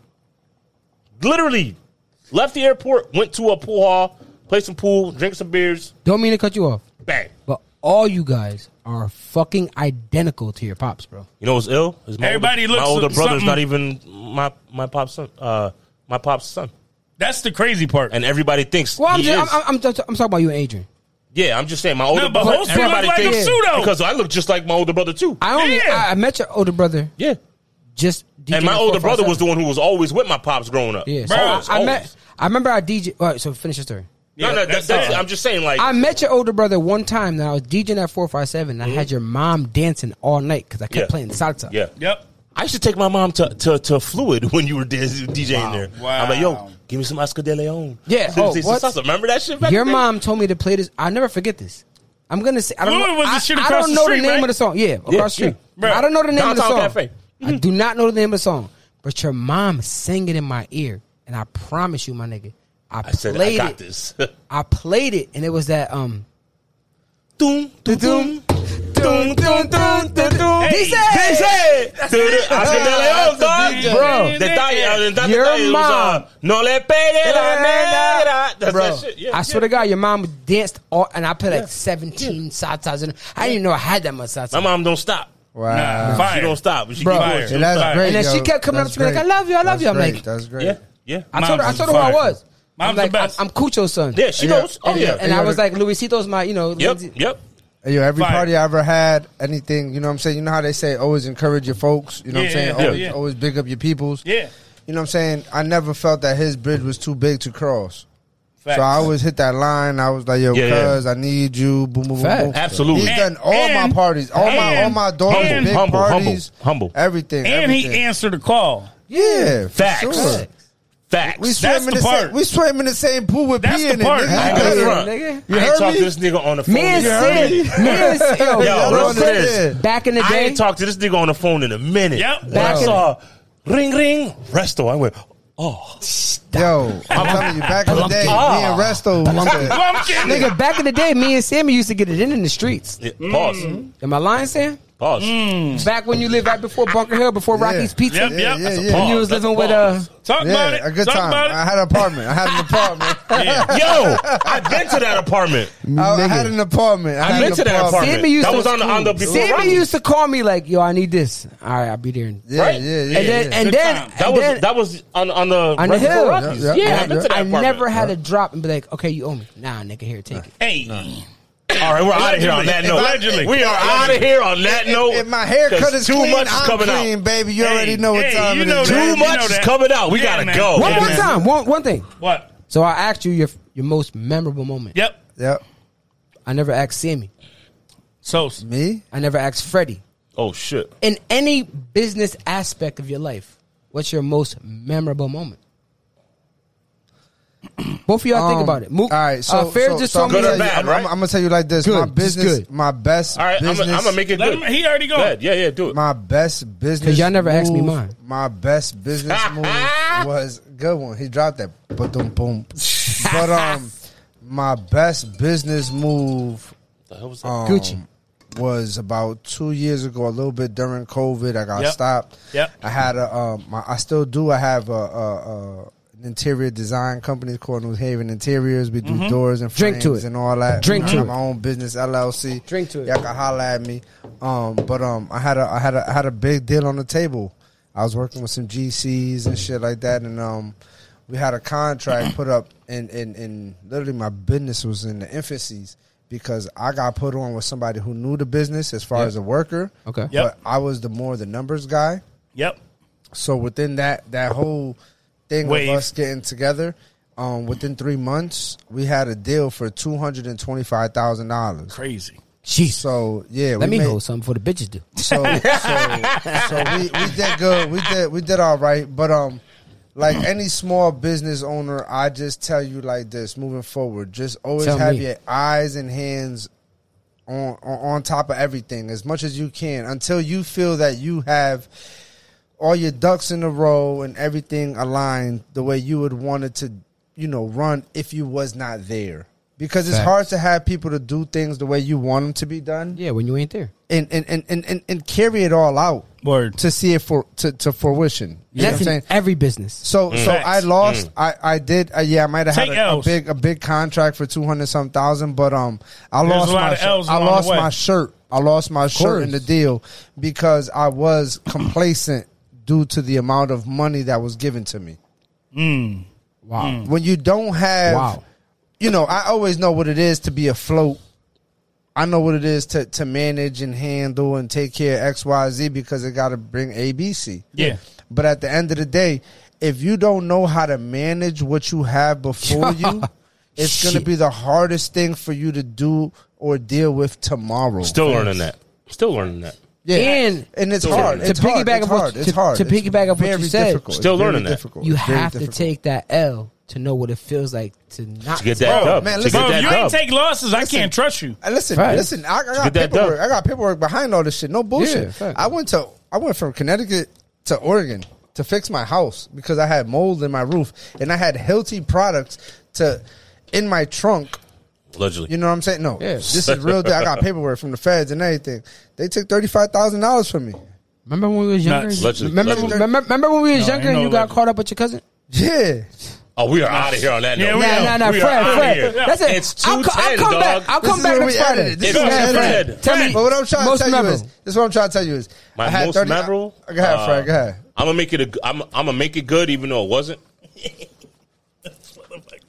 Speaker 3: Literally left the airport, went to a pool hall, played some pool, drank some beers,
Speaker 4: Don't mean to cut you off,
Speaker 3: bang.
Speaker 4: but all you guys are fucking identical to your pops, bro.
Speaker 3: You know what's ill? Is my
Speaker 1: Everybody
Speaker 3: older,
Speaker 1: looks
Speaker 3: my older
Speaker 1: so-
Speaker 3: brother's
Speaker 1: something-
Speaker 3: not even my my pop's son. Uh, my pop's son,
Speaker 1: That's the crazy part.
Speaker 3: and everybody thinks.
Speaker 4: Well, I'm
Speaker 3: he is.
Speaker 4: just, I'm, I'm, I'm, just- I'm talking about you and Adrian.
Speaker 3: yeah, I'm just saying my older
Speaker 1: no, but
Speaker 3: brother.
Speaker 1: Holston
Speaker 3: everybody
Speaker 1: looks like a
Speaker 3: thinks
Speaker 1: pseudo.
Speaker 3: because I look just like my older brother too.
Speaker 4: I only
Speaker 1: Yeah.
Speaker 4: I, I met your older brother
Speaker 3: yeah,
Speaker 4: just DJing
Speaker 3: and my
Speaker 4: at
Speaker 3: older brother was the Oh.
Speaker 4: 457.
Speaker 3: one who was always with my pops growing up.
Speaker 4: yeah. So
Speaker 1: Bro,
Speaker 4: I,
Speaker 3: Always,
Speaker 4: I
Speaker 3: always.
Speaker 4: met I remember I DJ. All right, so finish your story.
Speaker 1: Yeah,
Speaker 3: No, no,
Speaker 1: that's
Speaker 3: that's, that's,
Speaker 1: all.
Speaker 3: I'm just saying, like,
Speaker 4: I met your older brother one time that I was DJing at 457. And I had your mom dancing all night because I kept
Speaker 3: Mm-hmm. Yeah.
Speaker 4: playing salsa.
Speaker 3: yeah.
Speaker 1: Yep.
Speaker 3: I used to take my mom to, to, to Fluid when you were dan- DJing there.
Speaker 1: Wow.
Speaker 3: I'm like, yo, give me some Oscar De Leon.
Speaker 4: Yeah,
Speaker 3: Some-
Speaker 4: oh,
Speaker 3: some
Speaker 4: what?
Speaker 3: salsa. Remember that shit? Back
Speaker 4: Your
Speaker 3: in the day?
Speaker 4: mom told me to play this. I'll never forget this. I'm gonna say I don't
Speaker 1: Fluid
Speaker 4: know.
Speaker 1: was the
Speaker 4: I,
Speaker 1: shit
Speaker 4: I
Speaker 1: across
Speaker 4: don't
Speaker 1: the
Speaker 4: know
Speaker 1: street,
Speaker 4: the name
Speaker 1: right?
Speaker 4: of the song. Yeah, across
Speaker 3: Yeah,
Speaker 4: the street.
Speaker 3: yeah. Bruh.
Speaker 4: I don't know the name of the
Speaker 3: Downtown
Speaker 4: song.
Speaker 3: Cafe.
Speaker 4: I do not know the name of the song, but your mom sang it in my ear, and I promise you, my nigga, I,
Speaker 3: I said,
Speaker 4: played
Speaker 3: I got
Speaker 4: it.
Speaker 3: this.
Speaker 4: I played it, and it was that um.
Speaker 3: doom, doom, doom. Doom, doom, doom, doom, doom.
Speaker 4: Hey,
Speaker 3: DJ! To the Oscar De Leon, dog.
Speaker 4: Bro.
Speaker 3: The diet, the
Speaker 4: Your
Speaker 3: diet was, uh,
Speaker 4: mom.
Speaker 3: no le pegue la negra. That's
Speaker 4: Bro,
Speaker 3: that shit. Yeah,
Speaker 4: I
Speaker 3: yeah.
Speaker 4: swear to God, your mom danced all, and I played like 17 salsas. in- I didn't even know I had that much salsa.
Speaker 3: My mom don't stop.
Speaker 2: wow.
Speaker 1: Nah,
Speaker 2: Yeah,
Speaker 1: fire.
Speaker 3: She don't stop. She keep
Speaker 4: Bro.
Speaker 3: going.
Speaker 1: Yeah,
Speaker 3: She don't
Speaker 2: that's
Speaker 1: Fire.
Speaker 2: great.
Speaker 4: And then
Speaker 2: yo.
Speaker 4: she kept coming up
Speaker 2: That's
Speaker 4: to me like,
Speaker 2: great.
Speaker 4: "I love you, I love
Speaker 2: That's
Speaker 4: you." I'm
Speaker 2: great.
Speaker 4: like-
Speaker 2: that's great.
Speaker 3: Yeah, yeah.
Speaker 4: I told her, I
Speaker 1: Mom's
Speaker 4: told her who I
Speaker 1: fire.
Speaker 4: was.
Speaker 1: Mom's
Speaker 4: I'm
Speaker 1: the
Speaker 4: like, I'm,
Speaker 1: best.
Speaker 4: I'm Cucho's son.
Speaker 3: Yeah, she
Speaker 2: Yeah.
Speaker 3: knows. Oh,
Speaker 4: and,
Speaker 3: yeah.
Speaker 4: and I was like, Luisito's my, you know,
Speaker 3: Yep,
Speaker 4: Lindsay-
Speaker 3: yep.
Speaker 2: And, yo, every
Speaker 1: Fire.
Speaker 2: party I ever had, anything, you know what I'm saying? You know how they say always encourage your folks, you know
Speaker 1: Yeah,
Speaker 2: what I'm saying?
Speaker 1: yeah,
Speaker 2: always,
Speaker 1: yeah.
Speaker 2: always big up your peoples.
Speaker 1: Yeah.
Speaker 2: You know what I'm saying? I never felt that his bridge was too big to cross.
Speaker 1: Facts.
Speaker 2: So I always hit that line. I was like, yo,
Speaker 3: Yeah, yeah.
Speaker 2: cuz, I need you. Boom, boom, boom,
Speaker 4: Facts.
Speaker 2: boom.
Speaker 3: Absolutely.
Speaker 2: He's done
Speaker 1: And-
Speaker 2: all
Speaker 1: and-
Speaker 2: my parties, all my all
Speaker 1: and-
Speaker 2: my daughters,
Speaker 1: humble,
Speaker 2: big
Speaker 3: humble, humble,
Speaker 2: parties,
Speaker 3: humble.
Speaker 2: everything.
Speaker 1: And
Speaker 2: everything.
Speaker 1: he answered the call.
Speaker 2: yeah, for
Speaker 3: Facts.
Speaker 2: sure.
Speaker 3: Facts.
Speaker 2: We
Speaker 1: That's
Speaker 2: swam in
Speaker 1: the
Speaker 2: the
Speaker 1: part.
Speaker 2: same, we swam in the same pool with
Speaker 1: That's
Speaker 2: pee
Speaker 1: the
Speaker 2: in it.
Speaker 1: part.
Speaker 2: nigga.
Speaker 3: I
Speaker 4: I
Speaker 3: ain't
Speaker 4: ain't
Speaker 3: gonna
Speaker 4: Yeah,
Speaker 3: front.
Speaker 4: nigga.
Speaker 3: I ain't
Speaker 2: heard
Speaker 3: talked
Speaker 2: me?
Speaker 3: to this nigga on the phone.
Speaker 4: Me and
Speaker 3: in a
Speaker 4: Sid,
Speaker 3: minute.
Speaker 4: me and Sid, yo,
Speaker 3: Yo,
Speaker 4: real
Speaker 3: listen
Speaker 4: quick,
Speaker 3: to this.
Speaker 4: back in the
Speaker 3: I
Speaker 4: day,
Speaker 3: ain't talked to this nigga on the phone in a minute.
Speaker 1: Yep.
Speaker 3: When
Speaker 4: Back
Speaker 3: I
Speaker 4: in-
Speaker 3: saw ring ring resto. I went, oh,
Speaker 2: Yo, I'm telling you, back in the day, me and Resto, nigga,
Speaker 1: Pumpkin.
Speaker 4: nigga, back in the day, me and Sammy used to get it in in the streets.
Speaker 3: Yeah, pause.
Speaker 4: Am I lying, Sam?
Speaker 3: Pause.
Speaker 4: Back when you lived right before Bunker Hill, before
Speaker 2: Yeah.
Speaker 4: Rocky's Pizza,
Speaker 1: Yep, yep.
Speaker 2: Yeah,
Speaker 3: That's a
Speaker 2: yeah,
Speaker 4: when
Speaker 3: pause.
Speaker 4: you was
Speaker 3: That's
Speaker 4: living
Speaker 3: a
Speaker 4: with uh,
Speaker 3: pause.
Speaker 1: Talk about it.
Speaker 2: yeah, a good
Speaker 1: Talk
Speaker 2: time.
Speaker 1: about it.
Speaker 2: I had an apartment. I had an apartment.
Speaker 1: Yeah.
Speaker 3: Yo, I've been to that apartment.
Speaker 2: I, I
Speaker 4: nigga.
Speaker 2: had an apartment. I,
Speaker 3: I've
Speaker 2: had
Speaker 3: been
Speaker 2: an
Speaker 3: to that
Speaker 2: apartment.
Speaker 3: apartment.
Speaker 4: Sammy used
Speaker 3: That
Speaker 4: to
Speaker 3: was on the- on the before
Speaker 4: Sammy
Speaker 3: Rockies.
Speaker 4: used to call me like, "Yo, I need this. All right, I'll be there." in-"
Speaker 2: Yeah, yeah,
Speaker 3: Right?
Speaker 2: yeah.
Speaker 4: And then,
Speaker 1: yeah.
Speaker 4: and
Speaker 1: Good
Speaker 4: then,
Speaker 1: time.
Speaker 4: and
Speaker 3: That was
Speaker 4: then
Speaker 3: that was on on the
Speaker 4: on the
Speaker 3: right before
Speaker 4: hill.
Speaker 3: Rockies.
Speaker 2: Yeah,
Speaker 3: Yeah,
Speaker 2: yeah,
Speaker 3: I've been to that
Speaker 4: I
Speaker 3: apartment.
Speaker 4: never had a drop and be like, "Okay, you owe me." Nah, nigga, here, take it.
Speaker 1: Hey.
Speaker 3: All right, we're out of here on that
Speaker 1: If
Speaker 3: note.
Speaker 1: I- Allegedly.
Speaker 3: we are out of here on that note.
Speaker 2: If my haircut
Speaker 3: 'cause
Speaker 2: is
Speaker 3: too
Speaker 2: clean,
Speaker 3: much is
Speaker 2: I'm
Speaker 3: coming
Speaker 2: clean,
Speaker 3: out.
Speaker 2: baby. You already know what
Speaker 1: hey,
Speaker 2: time
Speaker 1: you
Speaker 2: it
Speaker 1: know
Speaker 2: is.
Speaker 1: that.
Speaker 3: Too
Speaker 1: You
Speaker 3: much
Speaker 1: know
Speaker 3: is
Speaker 1: that.
Speaker 3: coming out. We
Speaker 1: Yeah,
Speaker 3: gotta
Speaker 1: man.
Speaker 3: go.
Speaker 4: One
Speaker 3: Yeah,
Speaker 4: one
Speaker 3: man.
Speaker 4: time, one one thing.
Speaker 1: What?
Speaker 4: So I asked you your your most memorable moment.
Speaker 1: Yep.
Speaker 2: Yep.
Speaker 4: I never asked Sammy.
Speaker 1: So
Speaker 2: Me?
Speaker 4: I never asked Freddie.
Speaker 3: Oh shit.
Speaker 4: In any business aspect of your life, what's your most memorable moment? Both of y'all think
Speaker 2: Um,
Speaker 4: about it. Move,
Speaker 2: All right. So,
Speaker 4: uh, Fair
Speaker 2: so,
Speaker 4: just
Speaker 2: so
Speaker 4: told
Speaker 2: I'm
Speaker 4: me.
Speaker 3: Good or
Speaker 2: gonna
Speaker 3: bad,
Speaker 2: tell you- I'm-
Speaker 3: right?
Speaker 2: I'm, I'm gonna tell you like this.
Speaker 4: Good,
Speaker 2: My
Speaker 4: just
Speaker 2: business.
Speaker 4: good.
Speaker 2: My best.
Speaker 3: All right, I'm
Speaker 2: business,
Speaker 3: gonna make it
Speaker 1: let
Speaker 3: good.
Speaker 1: him, he already gone.
Speaker 3: Good. Yeah, yeah, do it.
Speaker 2: My best business.
Speaker 4: 'Cause y'all never asked me
Speaker 2: move-
Speaker 4: mine.
Speaker 2: My best business move was good one. He dropped that. But boom, boom. But um, my best business move
Speaker 3: That was-
Speaker 2: um,
Speaker 4: Gucci.
Speaker 2: was about two years ago, a little bit during COVID. I got
Speaker 1: Yep.
Speaker 2: stopped.
Speaker 1: Yep.
Speaker 2: I had a, um, my, I still do. I have a, a, a an interior design company called New Haven Interiors. We do
Speaker 1: Mm-hmm.
Speaker 2: doors and
Speaker 4: Drink to
Speaker 2: frames
Speaker 4: it.
Speaker 2: and all that.
Speaker 4: Drink
Speaker 2: I
Speaker 4: to
Speaker 2: have
Speaker 4: it.
Speaker 2: my own business LLC.
Speaker 4: Drink to it.
Speaker 2: Y'all can holla at me. Um, but um, I had a, I had a, I had a big deal on the table. I was working with some GCs and shit like that, and um, we had a contract put up, and and and literally my business was in the infancies because I got put on with somebody who knew the business as far as a worker.
Speaker 4: Okay.
Speaker 1: Yep.
Speaker 2: but I was the more the numbers guy.
Speaker 1: Yep.
Speaker 2: So within that that whole thing
Speaker 1: Wave.
Speaker 2: of us getting together, um, within three months we had a deal for two hundred and twenty five thousand dollars.
Speaker 1: Crazy.
Speaker 4: Jeez.
Speaker 2: So yeah,
Speaker 4: Let
Speaker 2: we
Speaker 4: me
Speaker 2: made-
Speaker 4: hold something for the bitches do.
Speaker 2: So so, so we, we did good. We did we did all right. But um, like any small business owner, I just tell you like this: moving forward, just always
Speaker 4: Tell
Speaker 2: have
Speaker 4: me.
Speaker 2: your eyes and hands on, on on top of everything as much as you can until you feel that you have all your ducks in a row and everything aligned the way you would want it to, you know, run if you was not there. Because it's
Speaker 4: Facts.
Speaker 2: hard to have people to do things the way you want them to be done
Speaker 4: Yeah, when you ain't there.
Speaker 2: and and, and, and, and and carry it all out
Speaker 1: Word.
Speaker 2: to see it for to, to fruition. You know what
Speaker 4: That's
Speaker 2: I'm saying?
Speaker 4: in every business.
Speaker 2: So so
Speaker 1: Mm. Facts.
Speaker 2: I lost. I I did. Uh, yeah, I might have had
Speaker 1: Take
Speaker 2: a, a
Speaker 1: L's.
Speaker 2: big a big contract for two hundred some thousand, but um, I
Speaker 1: There's
Speaker 2: lost
Speaker 1: a lot
Speaker 2: my
Speaker 1: of
Speaker 2: shirt.
Speaker 1: L's
Speaker 2: I
Speaker 1: along the
Speaker 2: lost
Speaker 1: way.
Speaker 2: my shirt. I lost my shirt
Speaker 4: course.
Speaker 2: in the deal because I was complacent due to the amount of money that was given to me.
Speaker 4: Wow.
Speaker 3: Mm.
Speaker 2: When you don't have,
Speaker 4: Wow.
Speaker 2: you know, I always know what it is to be afloat I know what it is to, to manage and handle and take care of X, Y, Z because it got to bring ABC.
Speaker 1: Yeah.
Speaker 2: But at the end of the day, if you don't know how to manage what you have before you, it's going to
Speaker 4: Shit.
Speaker 2: be the hardest thing for you to do or deal with tomorrow.
Speaker 3: Still learning that. Still learning that.
Speaker 2: yeah.
Speaker 4: And-
Speaker 2: and it's hard.
Speaker 4: To
Speaker 2: It's hard.
Speaker 4: piggyback
Speaker 2: It's
Speaker 4: off what
Speaker 2: hard.
Speaker 4: you-
Speaker 2: It's
Speaker 4: to-
Speaker 2: hard.
Speaker 4: to
Speaker 2: It's
Speaker 4: piggyback off what you
Speaker 2: very
Speaker 4: said,
Speaker 2: difficult. It's
Speaker 3: Still
Speaker 2: very
Speaker 3: learning that.
Speaker 2: difficult.
Speaker 4: You
Speaker 2: It's very
Speaker 4: have to
Speaker 2: difficult.
Speaker 4: take that L to know what it feels like to not
Speaker 3: To get that
Speaker 1: Bro,
Speaker 3: dub.
Speaker 2: man,
Speaker 3: to
Speaker 2: listen-
Speaker 1: Bro,
Speaker 3: get
Speaker 1: if
Speaker 3: that
Speaker 1: you
Speaker 3: dub.
Speaker 1: ain't take losses, I can't trust you.
Speaker 2: Uh, Listen,
Speaker 4: Facts.
Speaker 2: listen. I, I got
Speaker 3: get that
Speaker 2: paperwork.
Speaker 3: done.
Speaker 2: I got paperwork behind all this shit. No bullshit.
Speaker 4: facts.
Speaker 2: I went to I went from Connecticut to Oregon to fix my house because I had mold in my roof and I had healthy products to in my trunk.
Speaker 3: Allegedly.
Speaker 2: You know what I'm saying? No, this is real. deal. I got paperwork from the feds and everything. They took thirty five thousand dollars from me.
Speaker 4: Remember when we was younger?
Speaker 1: Nuts.
Speaker 3: Allegedly.
Speaker 4: Remember,
Speaker 3: Allegedly.
Speaker 4: remember, remember when we was
Speaker 1: No,
Speaker 4: younger
Speaker 1: ain't
Speaker 4: and
Speaker 1: no
Speaker 4: you got
Speaker 1: legend.
Speaker 4: caught up with your cousin?
Speaker 2: Yeah,
Speaker 3: Oh, we are out of here on that
Speaker 1: Yeah,
Speaker 3: note.
Speaker 1: we
Speaker 4: Nah,
Speaker 1: out.
Speaker 4: nah, nah,
Speaker 3: We are
Speaker 4: Fred,
Speaker 3: outta
Speaker 4: Fred.
Speaker 3: here.
Speaker 4: That's it.
Speaker 3: It's
Speaker 4: I'll, co-
Speaker 3: 2:10,
Speaker 4: I'll come
Speaker 3: dog.
Speaker 4: back. I'll
Speaker 2: This
Speaker 4: come
Speaker 2: is
Speaker 4: back
Speaker 2: where
Speaker 4: next
Speaker 2: we edited
Speaker 4: Friday.
Speaker 2: it. This
Speaker 3: is where we
Speaker 4: Fred.
Speaker 3: edited it.
Speaker 4: Tell me,
Speaker 2: but what I'm trying
Speaker 4: most
Speaker 2: to tell you
Speaker 4: memorable.
Speaker 2: is this. Is what I'm trying to tell you is
Speaker 3: My
Speaker 2: I had
Speaker 3: most
Speaker 2: 30
Speaker 3: memorable. Uh,
Speaker 2: Go ahead, Frank. Go ahead.
Speaker 3: I'm gonna make it. A, I'm. I'm gonna make it good, even though it wasn't.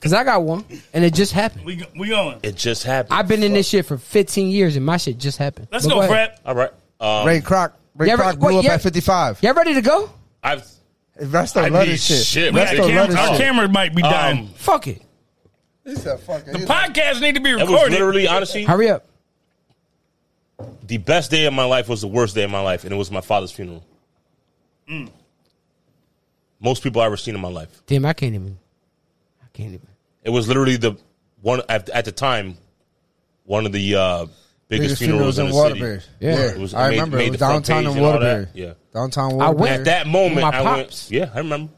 Speaker 4: Cause I got one, and it just happened.
Speaker 1: We, we going.
Speaker 3: It just happened.
Speaker 4: I've been in this shit for 15 years, and my shit just happened.
Speaker 1: Let's
Speaker 4: But
Speaker 1: go,
Speaker 4: ahead.
Speaker 1: Fred.
Speaker 3: All right. Um,
Speaker 2: Ray Kroc. Ray
Speaker 4: Yeah,
Speaker 2: Kroc
Speaker 4: what-
Speaker 2: blew up
Speaker 4: yeah.
Speaker 2: at 55.
Speaker 4: Y'all ready to go?
Speaker 3: I've.
Speaker 2: That's the
Speaker 3: I
Speaker 2: love
Speaker 3: need
Speaker 2: this shit.
Speaker 3: shit,
Speaker 1: We
Speaker 3: That's
Speaker 1: got
Speaker 3: the
Speaker 1: cameras.
Speaker 3: love
Speaker 1: Our
Speaker 3: shit.
Speaker 1: camera might be dying.
Speaker 3: Um,
Speaker 4: Fuck it.
Speaker 2: He's a fucking. he's a-
Speaker 1: Podcasts need to be
Speaker 3: It was
Speaker 1: recorded.
Speaker 3: literally, honestly,
Speaker 4: Hurry up.
Speaker 3: the best day of my life was the worst day of my life, and it was my father's funeral.
Speaker 1: Mm.
Speaker 3: Most people I ever seen in my life.
Speaker 4: Damn, I can't even. I can't even.
Speaker 3: It was literally the one at, at the time, one of the uh, biggest,
Speaker 2: biggest
Speaker 3: funerals, in, the city.
Speaker 2: Waterbury.
Speaker 4: Yeah.
Speaker 2: Yeah,
Speaker 3: It was-
Speaker 2: I
Speaker 3: made-
Speaker 2: remember
Speaker 3: made
Speaker 2: it was
Speaker 3: the front
Speaker 2: downtown
Speaker 3: page
Speaker 2: in
Speaker 3: and all that.
Speaker 2: Waterbury.
Speaker 3: Yeah.
Speaker 2: Downtown
Speaker 4: I went-
Speaker 2: Waterbury.
Speaker 3: At that moment,
Speaker 4: My
Speaker 3: I
Speaker 4: pops.
Speaker 3: went. Yeah, I remember.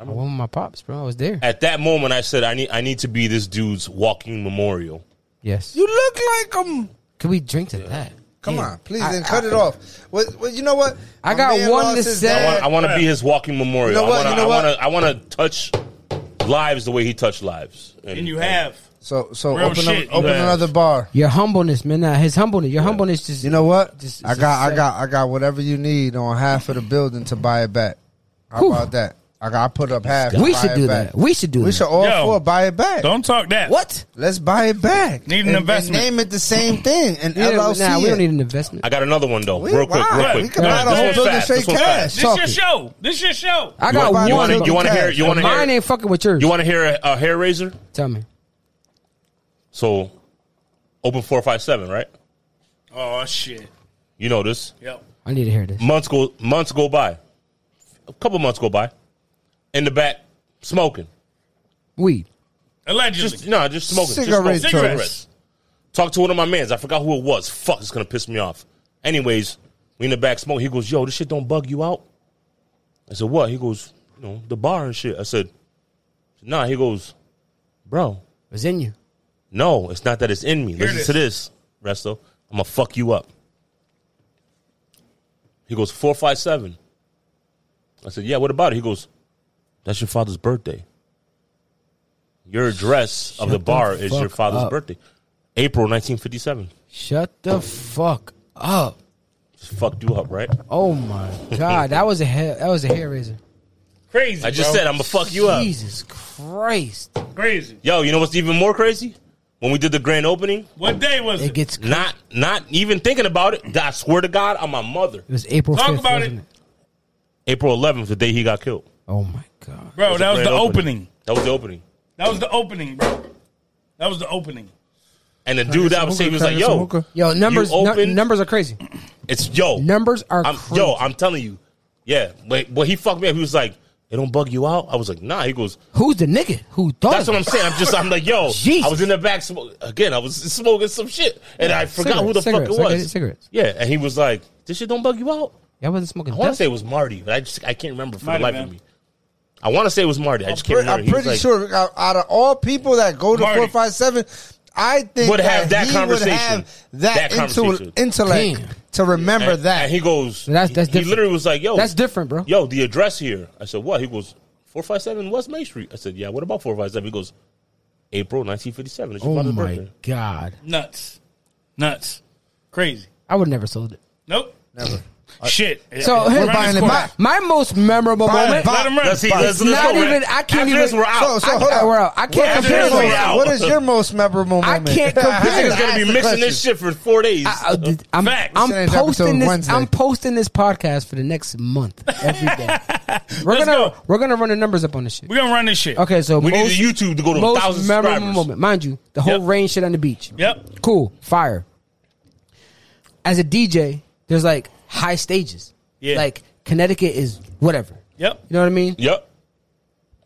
Speaker 4: I went with my pops, bro. I was there.
Speaker 3: At that moment, I said, "I need. I need to be this dude's walking memorial."
Speaker 4: Yes.
Speaker 2: you look like him.
Speaker 4: Could we drink to that?
Speaker 2: Come
Speaker 4: Yeah.
Speaker 2: on, please,
Speaker 4: I-
Speaker 2: and cut
Speaker 4: I-
Speaker 2: it off. Well, well, you know what?
Speaker 4: I
Speaker 2: My
Speaker 4: got
Speaker 2: man
Speaker 4: one
Speaker 2: lost
Speaker 4: to
Speaker 2: his
Speaker 4: say.
Speaker 2: dad.
Speaker 3: I want, I want to be his walking memorial.
Speaker 2: You know what?
Speaker 3: I want
Speaker 2: You
Speaker 3: to
Speaker 2: know
Speaker 3: I
Speaker 2: what?
Speaker 3: want to I want to touch lives the way he touched lives.
Speaker 1: And you have.
Speaker 2: So, so
Speaker 1: Real
Speaker 2: open, up-
Speaker 1: shit, you
Speaker 2: open
Speaker 3: guys.
Speaker 2: another bar.
Speaker 4: Your humbleness, man. Nah, his humbleness. Your humbleness just
Speaker 2: You know what?
Speaker 4: Just-
Speaker 2: I
Speaker 4: just
Speaker 2: got, I
Speaker 4: say-
Speaker 2: got, I got whatever you need on half of the building to buy it back. How
Speaker 4: Whew.
Speaker 2: about that? I got, I put up half. to
Speaker 4: We
Speaker 2: buy
Speaker 4: should
Speaker 2: it
Speaker 4: do
Speaker 2: back.
Speaker 4: that. We should do
Speaker 2: We
Speaker 4: that.
Speaker 2: should all
Speaker 1: Yo.
Speaker 2: four buy it back.
Speaker 1: Don't talk that.
Speaker 4: what?
Speaker 2: Let's buy it back.
Speaker 1: Need an
Speaker 2: And- and
Speaker 1: investment.
Speaker 2: name it the same thing. And
Speaker 4: Yeah,
Speaker 2: LLC.
Speaker 4: nah, we
Speaker 2: it.
Speaker 4: don't need an investment.
Speaker 3: I got another one though.
Speaker 2: We-
Speaker 3: real quick,
Speaker 2: why?
Speaker 3: real
Speaker 1: We
Speaker 3: quick.
Speaker 1: could buy the
Speaker 3: This
Speaker 1: whole
Speaker 3: one's
Speaker 2: building
Speaker 3: fast.
Speaker 2: straight
Speaker 3: This one's fast.
Speaker 2: cash.
Speaker 1: This your
Speaker 2: Talking.
Speaker 1: show. This your show.
Speaker 4: I
Speaker 3: You
Speaker 4: got
Speaker 3: wanna-
Speaker 4: one.
Speaker 3: you want to
Speaker 2: wanna-
Speaker 3: you want to hear you want to
Speaker 4: Mine
Speaker 3: hear
Speaker 4: ain't fucking with yours.
Speaker 3: you want to hear a, a hair raiser?
Speaker 4: Tell me.
Speaker 3: So open four five seven right?
Speaker 1: Oh shit.
Speaker 3: You know this.
Speaker 1: Yep.
Speaker 4: I need to hear this.
Speaker 3: months go months go by, a couple months go by, in the back smoking,
Speaker 4: Weed.
Speaker 1: Allegedly.
Speaker 3: just no, just smoking, just
Speaker 2: Cigarette
Speaker 3: smoking.
Speaker 1: tourists.
Speaker 3: cigarettes. Talk to one of my mans. I forgot who it was. Fuck, it's gonna piss me off. Anyways, we in the back smoke. He goes, "Yo, this shit don't bug you out." I said, "What?" He goes, "You know, the bar and shit." I said, "Nah." He goes, "Bro,
Speaker 4: It's in you.
Speaker 3: no, it's not that it's in me. Listen
Speaker 1: this.
Speaker 3: to this, Resto. I'm gonna fuck you up. He goes, four five seven. I said, Yeah, what about it? He goes, That's your father's birthday. Your address of the bar is your
Speaker 4: fuck
Speaker 3: father's
Speaker 4: up.
Speaker 3: birthday. April nineteen fifty seven.
Speaker 4: Shut the fuck up.
Speaker 3: Just fucked you up, right?
Speaker 4: Oh my god, that was a hair, that was a hair raiser.
Speaker 1: crazy.
Speaker 3: I just
Speaker 1: bro.
Speaker 3: said I'm gonna fuck you up.
Speaker 4: Jesus Christ!
Speaker 1: crazy.
Speaker 3: Yo, you know what's even more crazy? When we did the grand opening,
Speaker 1: What day was it?
Speaker 4: It gets. It
Speaker 3: not not even thinking about it, I swear to God, on my mother.
Speaker 4: was April.
Speaker 1: Talk
Speaker 4: 5th,
Speaker 1: about
Speaker 4: wasn't
Speaker 1: it.
Speaker 3: April eleventh, the day he got killed.
Speaker 4: Oh my god.
Speaker 1: bro, that was
Speaker 3: grand
Speaker 1: the opening.
Speaker 3: That was the opening.
Speaker 1: That was the opening, bro. That was the opening.
Speaker 3: And the dude that was saying was like, "Yo,
Speaker 4: Yo, numbers
Speaker 3: You
Speaker 4: nu-
Speaker 3: opened-
Speaker 4: numbers are crazy.
Speaker 3: it's yo,
Speaker 4: Numbers are
Speaker 3: I'm,
Speaker 4: crazy.
Speaker 3: yo, I'm telling you, yeah." But but he fucked me up. He was like, "It don't bug you out." I was like, "Nah." He goes,
Speaker 4: Who's the nigga who thought?
Speaker 3: "That's what
Speaker 4: of
Speaker 3: I'm saying." I'm just, I'm like, "Yo,
Speaker 4: Jesus.
Speaker 3: I was in the back sm- again. I was smoking some shit, and I forgot who the fuck
Speaker 4: cigarettes,
Speaker 3: it was."
Speaker 4: cigarettes, cigarettes.
Speaker 3: Yeah, and he was like, "This shit don't bug you out."
Speaker 4: it? Y'all wasn't smoking.
Speaker 3: I want to
Speaker 4: dust?
Speaker 3: say it was Marty, but I just I can't remember for
Speaker 1: Might have
Speaker 3: the life
Speaker 1: been.
Speaker 3: of me. I want to say it was Marty. I just can't
Speaker 2: Pre-
Speaker 3: remember.
Speaker 2: I'm
Speaker 3: He was
Speaker 2: pretty
Speaker 3: like-
Speaker 2: sure out, out of all people that go to
Speaker 1: Marty.
Speaker 2: four five seven, I think
Speaker 3: Would have that
Speaker 2: he
Speaker 3: conversation.
Speaker 2: Would have that
Speaker 3: That conversation.
Speaker 2: intel- intellect
Speaker 4: Damn.
Speaker 2: to remember
Speaker 3: and,
Speaker 2: that.
Speaker 3: and he goes,
Speaker 4: That's- that's
Speaker 3: he, he
Speaker 4: different.
Speaker 3: literally was like, "Yo,
Speaker 4: That's different, bro.
Speaker 3: Oh. Yo, the address here. I said, what? He goes, 457 West Main Street. I said, yeah, what about 457? He goes, April 1957. It's your
Speaker 4: Oh
Speaker 3: father's
Speaker 4: my
Speaker 3: birthday.
Speaker 4: god!
Speaker 1: Nuts. Nuts. Crazy.
Speaker 4: I would never sold it.
Speaker 1: Nope.
Speaker 2: Never.
Speaker 1: Shit.
Speaker 4: So
Speaker 1: We're
Speaker 4: him,
Speaker 1: running
Speaker 2: buying it
Speaker 1: square.
Speaker 2: back.
Speaker 4: my most memorable
Speaker 2: Buy it
Speaker 4: moment.
Speaker 2: back.
Speaker 1: Let him run.
Speaker 3: Let's see,
Speaker 1: Fuck.
Speaker 3: let's, let's
Speaker 4: Not
Speaker 3: go, right?
Speaker 4: even- I can't
Speaker 3: After this,
Speaker 4: even-
Speaker 3: we're out.
Speaker 2: So, so
Speaker 4: I-
Speaker 2: hold
Speaker 4: I-
Speaker 2: on.
Speaker 4: we're out. I can't
Speaker 2: What is
Speaker 3: compare
Speaker 2: your
Speaker 3: this
Speaker 2: most-
Speaker 3: right now.
Speaker 2: What is your most memorable
Speaker 4: I
Speaker 2: moment?
Speaker 4: can't compare.
Speaker 3: this nigga's gonna be
Speaker 2: Ask the
Speaker 3: mixing this
Speaker 2: question.
Speaker 3: shit for four days.
Speaker 4: I, am
Speaker 1: Facts.
Speaker 4: I'm
Speaker 2: Send it up
Speaker 4: posting
Speaker 2: until
Speaker 4: this.
Speaker 2: Wednesday.
Speaker 4: I'm posting this podcast for the next month every day. we're
Speaker 1: Let's
Speaker 4: gonna
Speaker 1: go.
Speaker 4: we're gonna run the numbers up on this shit.
Speaker 1: We're gonna run this shit.
Speaker 4: Okay, so
Speaker 3: we
Speaker 4: most,
Speaker 3: need the YouTube to go to a
Speaker 4: most
Speaker 3: thousand
Speaker 4: memorable
Speaker 3: subscribers.
Speaker 4: moment, mind you, the whole
Speaker 3: Yep.
Speaker 4: rain shit on the beach.
Speaker 1: Yep.
Speaker 4: Cool, fire. As a DJ, there's like high stages.
Speaker 1: Yeah.
Speaker 4: Like Connecticut is whatever.
Speaker 1: Yep.
Speaker 4: You know what I mean?
Speaker 3: Yep.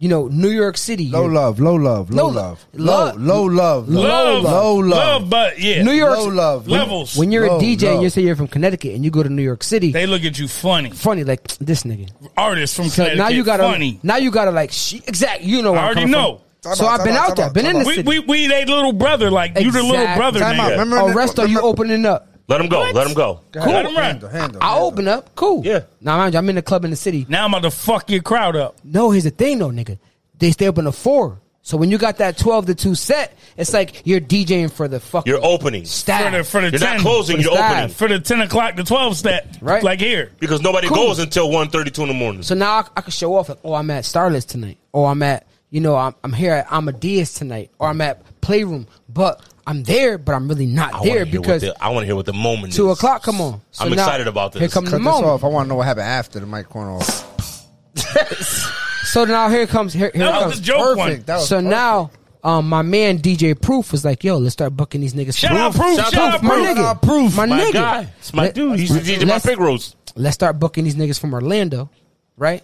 Speaker 4: You know, New York City.
Speaker 2: Low
Speaker 4: you're-
Speaker 2: love, low love, low
Speaker 4: Low
Speaker 2: love, low,
Speaker 4: love.
Speaker 2: low love,
Speaker 1: Love.
Speaker 2: low love,
Speaker 1: Love, but yeah.
Speaker 4: New York
Speaker 2: low love.
Speaker 1: levels.
Speaker 4: When you're
Speaker 2: Low
Speaker 4: a DJ
Speaker 2: love.
Speaker 4: and you say you're from Connecticut and you go to New York City,
Speaker 1: they look at you funny.
Speaker 4: funny like this nigga.
Speaker 1: Artists from
Speaker 4: So
Speaker 1: Connecticut.
Speaker 4: now you gotta
Speaker 1: funny.
Speaker 4: now you gotta like she, exact. You know where
Speaker 1: I
Speaker 4: I'm
Speaker 1: already
Speaker 4: coming
Speaker 1: know.
Speaker 4: From.
Speaker 2: Time
Speaker 4: so
Speaker 2: out,
Speaker 4: I've
Speaker 2: time
Speaker 4: been
Speaker 2: out,
Speaker 4: out there,
Speaker 2: time
Speaker 4: been
Speaker 2: out,
Speaker 4: in the
Speaker 2: time
Speaker 1: We
Speaker 4: city.
Speaker 1: we we they little brother. Like you the little
Speaker 4: Exact-
Speaker 1: brother.
Speaker 2: Time out.
Speaker 1: nigga.
Speaker 2: Remember,
Speaker 4: oh, resto, you opening up.
Speaker 3: Let him go. Let him go.
Speaker 1: Cool. Let 'em run.
Speaker 2: Handle, handle,
Speaker 4: I
Speaker 2: handle.
Speaker 4: open up, cool.
Speaker 3: Yeah.
Speaker 4: Now mind you, I'm in the club in the city.
Speaker 1: Now I'm about to fuck your crowd up.
Speaker 4: No, here's the thing though, nigga. They stay open to four. So when you got that twelve to two set, it's like you're DJing for the fucking
Speaker 3: You're opening.
Speaker 4: staff.
Speaker 1: For the, for the
Speaker 3: You're
Speaker 1: 10,
Speaker 3: not closing.
Speaker 4: for the
Speaker 3: You're
Speaker 4: staff.
Speaker 3: opening
Speaker 1: For the 10 o'clock to 12 step.
Speaker 4: Right.
Speaker 1: Like here.
Speaker 3: because nobody
Speaker 4: Cool.
Speaker 3: goes until 1.32 in the morning.
Speaker 4: so now I, I can show off like, oh, I'm at Starless tonight, or I'm at you know I'm, I'm here at Amadeus tonight, or I'm at Playroom, but I'm there, but I'm really not
Speaker 3: I
Speaker 4: there
Speaker 3: wanna hear what
Speaker 4: because
Speaker 3: the- I want to hear what the moment
Speaker 4: two
Speaker 3: is.
Speaker 4: o'clock. Come on, So
Speaker 3: I'm
Speaker 4: now-
Speaker 3: excited about this.
Speaker 4: Here comes the
Speaker 2: Cut this off.
Speaker 4: moment.
Speaker 2: I want to know what happened after the mic went off.
Speaker 4: So now here comes here, here
Speaker 1: That was
Speaker 4: comes
Speaker 1: the joke one.
Speaker 2: Perfect. That was
Speaker 4: so
Speaker 2: perfect.
Speaker 4: now, um, my man DJ Proof was like, "Yo, let's start booking these niggas."
Speaker 1: Shout out Proof. Shout out
Speaker 4: my
Speaker 1: Proof.
Speaker 4: nigga.
Speaker 1: Shout
Speaker 2: out Proof.
Speaker 4: my,
Speaker 3: my
Speaker 4: nigga.
Speaker 3: guy. It's my
Speaker 4: Let-
Speaker 3: dude. He's the DJ my
Speaker 4: let's,
Speaker 3: pig rolls.
Speaker 4: let's start booking these niggas from Orlando, right?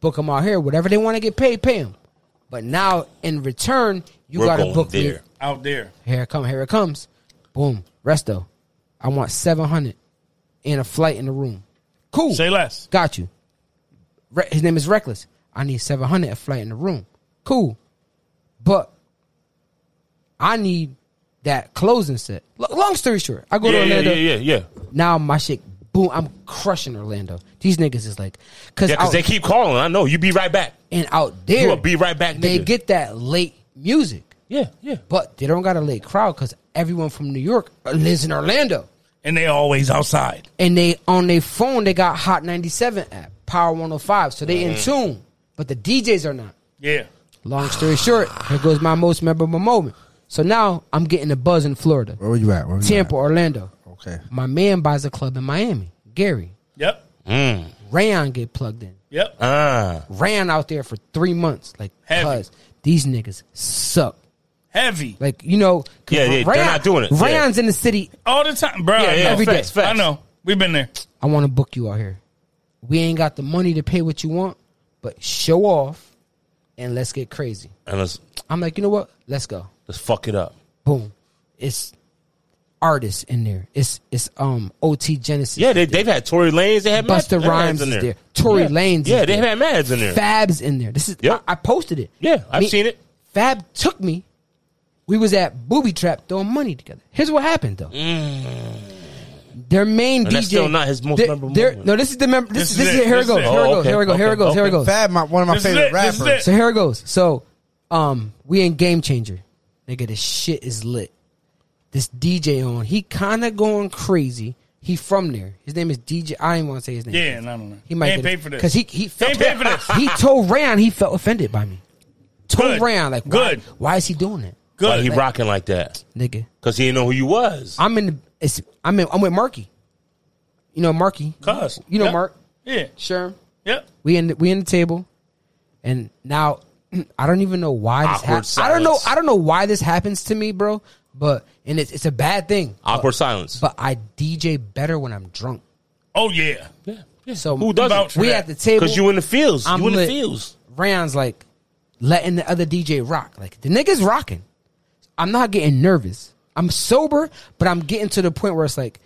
Speaker 4: Book them out here. Whatever they want to get paid, pay them. But now in return, you
Speaker 3: We're
Speaker 4: got to
Speaker 3: going
Speaker 4: book
Speaker 3: there.
Speaker 4: me.
Speaker 1: Out there.
Speaker 4: Here it come. Here it comes. Boom. Resto. I want seven hundred and a flight in the room. Cool.
Speaker 1: Say less.
Speaker 4: Got you. Re- his name is Reckless. I need 700 a flight in the room. Cool. But I need that closing set. Lo- long story short, I
Speaker 3: Yeah,
Speaker 4: go to
Speaker 3: yeah,
Speaker 4: Orlando.
Speaker 3: yeah, yeah, yeah.
Speaker 4: Now my shit, boom, I'm crushing Orlando. These niggas is like, cause,
Speaker 3: Yeah,
Speaker 4: out,
Speaker 3: because they keep calling. I know. You be right back.
Speaker 4: and out there,
Speaker 3: You a be right back
Speaker 4: They
Speaker 3: nigga.
Speaker 4: get that late music,
Speaker 3: Yeah, yeah.
Speaker 4: but they don't got a late crowd because everyone from New York lives in Orlando,
Speaker 1: and they always outside.
Speaker 4: and they on their phone they got Hot 97 app, Power 105, so they
Speaker 3: Mm.
Speaker 4: in tune, but the DJs are not.
Speaker 1: Yeah.
Speaker 4: Long story short, here goes my most memorable moment. So now I'm getting a buzz in Florida,
Speaker 3: Oh,
Speaker 2: Where were you at? Where were you
Speaker 4: Tampa, Orlando.
Speaker 2: Okay.
Speaker 4: My man buys a club in Miami, Gary.
Speaker 1: Yep.
Speaker 4: Rayon get plugged in.
Speaker 1: Yep.
Speaker 3: Ah.
Speaker 4: Ran out there for three months, like
Speaker 1: Heavy.
Speaker 4: cuz these niggas suck.
Speaker 1: Heavy
Speaker 4: Like you know, 'cause
Speaker 3: Yeah, yeah, they're not doing it. Yeah.
Speaker 4: Rayon's in the city.
Speaker 1: all the time, bro.
Speaker 3: Yeah,
Speaker 1: I
Speaker 3: yeah,
Speaker 1: know.
Speaker 4: every
Speaker 3: facts,
Speaker 4: day.
Speaker 3: facts.
Speaker 1: I know. We've been there.
Speaker 4: I want to book you out here. We ain't got the money to pay what you want, but show off and let's get crazy.
Speaker 3: And let's,
Speaker 4: I'm like, you know what? Let's go.
Speaker 3: let's fuck it up.
Speaker 4: boom. It's artists in there. It's it's um OT Genesis.
Speaker 3: Yeah, they, they've had Tory Lanez. They had
Speaker 4: Busta
Speaker 3: Mad-
Speaker 4: Rhymes
Speaker 3: Mads in
Speaker 4: is
Speaker 3: there.
Speaker 4: there. Tory
Speaker 3: yeah.
Speaker 4: Lanez
Speaker 3: Yeah,
Speaker 4: is
Speaker 3: they
Speaker 4: there.
Speaker 3: had Mads in there.
Speaker 4: Fabs in there. This is
Speaker 3: Yep.
Speaker 4: I, I posted it.
Speaker 3: Yeah, I've
Speaker 4: Me-
Speaker 3: seen it.
Speaker 4: Fab took me. We was at Booby Trap throwing money together. Here's what happened though. Their main
Speaker 3: Mm. And
Speaker 4: DJ.
Speaker 3: that's still not his most
Speaker 4: their-
Speaker 3: memorable
Speaker 4: their-
Speaker 3: moment.
Speaker 4: No, this is the mem-
Speaker 1: This
Speaker 4: this, this,
Speaker 1: is
Speaker 4: this
Speaker 1: it.
Speaker 4: is here it
Speaker 1: This is
Speaker 4: goes.
Speaker 1: it.
Speaker 4: Here it
Speaker 3: Oh,
Speaker 4: goes.
Speaker 3: okay,
Speaker 4: Here it goes. Here
Speaker 3: okay,
Speaker 4: it goes. Here it
Speaker 3: okay.
Speaker 4: goes.
Speaker 2: Fab, my, one of my
Speaker 1: This is
Speaker 2: favorite
Speaker 1: it, this is
Speaker 2: rappers.
Speaker 4: So here it goes. So um we in Game Changer. Nigga, this shit is lit. This DJ on, he kinda going crazy. He from there. His name is DJ. I didn't want to say his name.
Speaker 1: Yeah, no, no, no.
Speaker 4: He might
Speaker 1: They ain't
Speaker 4: get
Speaker 1: paid
Speaker 4: it.
Speaker 1: for this.
Speaker 4: Cause he he
Speaker 1: They
Speaker 4: felt
Speaker 1: ain't paid for this.
Speaker 4: he told Rayon he felt offended by me. Told
Speaker 1: Good.
Speaker 4: Rayon like why-
Speaker 1: Good.
Speaker 4: Why, is he doing that,
Speaker 1: Good.
Speaker 3: Why he rocking like that?
Speaker 4: nigga?
Speaker 3: Because he didn't know who you was.
Speaker 4: I'm in. The, it's I'm in. I'm with Marky. You know Marky.
Speaker 1: Cuz.
Speaker 4: You know
Speaker 1: Yep.
Speaker 4: Mark.
Speaker 1: Yeah.
Speaker 4: Sure.
Speaker 1: Yep.
Speaker 4: We in the, we in the table, and now I don't even know why this
Speaker 3: Awkward
Speaker 4: happens. I don't know.
Speaker 3: silence.
Speaker 4: I don't know why this happens to me, bro. But and it's it's a bad thing.
Speaker 3: Awkward silence.
Speaker 4: But I DJ better when I'm drunk.
Speaker 1: Oh yeah.
Speaker 4: So
Speaker 3: Who doesn't?
Speaker 1: Vouch for
Speaker 4: we
Speaker 1: that.
Speaker 4: at the table.
Speaker 3: Because you in the fields.
Speaker 4: I'm
Speaker 3: you in
Speaker 4: lit.
Speaker 3: the fields.
Speaker 4: Rounds like letting the other DJ rock. Like the niggas rocking. I'm not getting nervous. I'm sober, but I'm getting to the point where it's like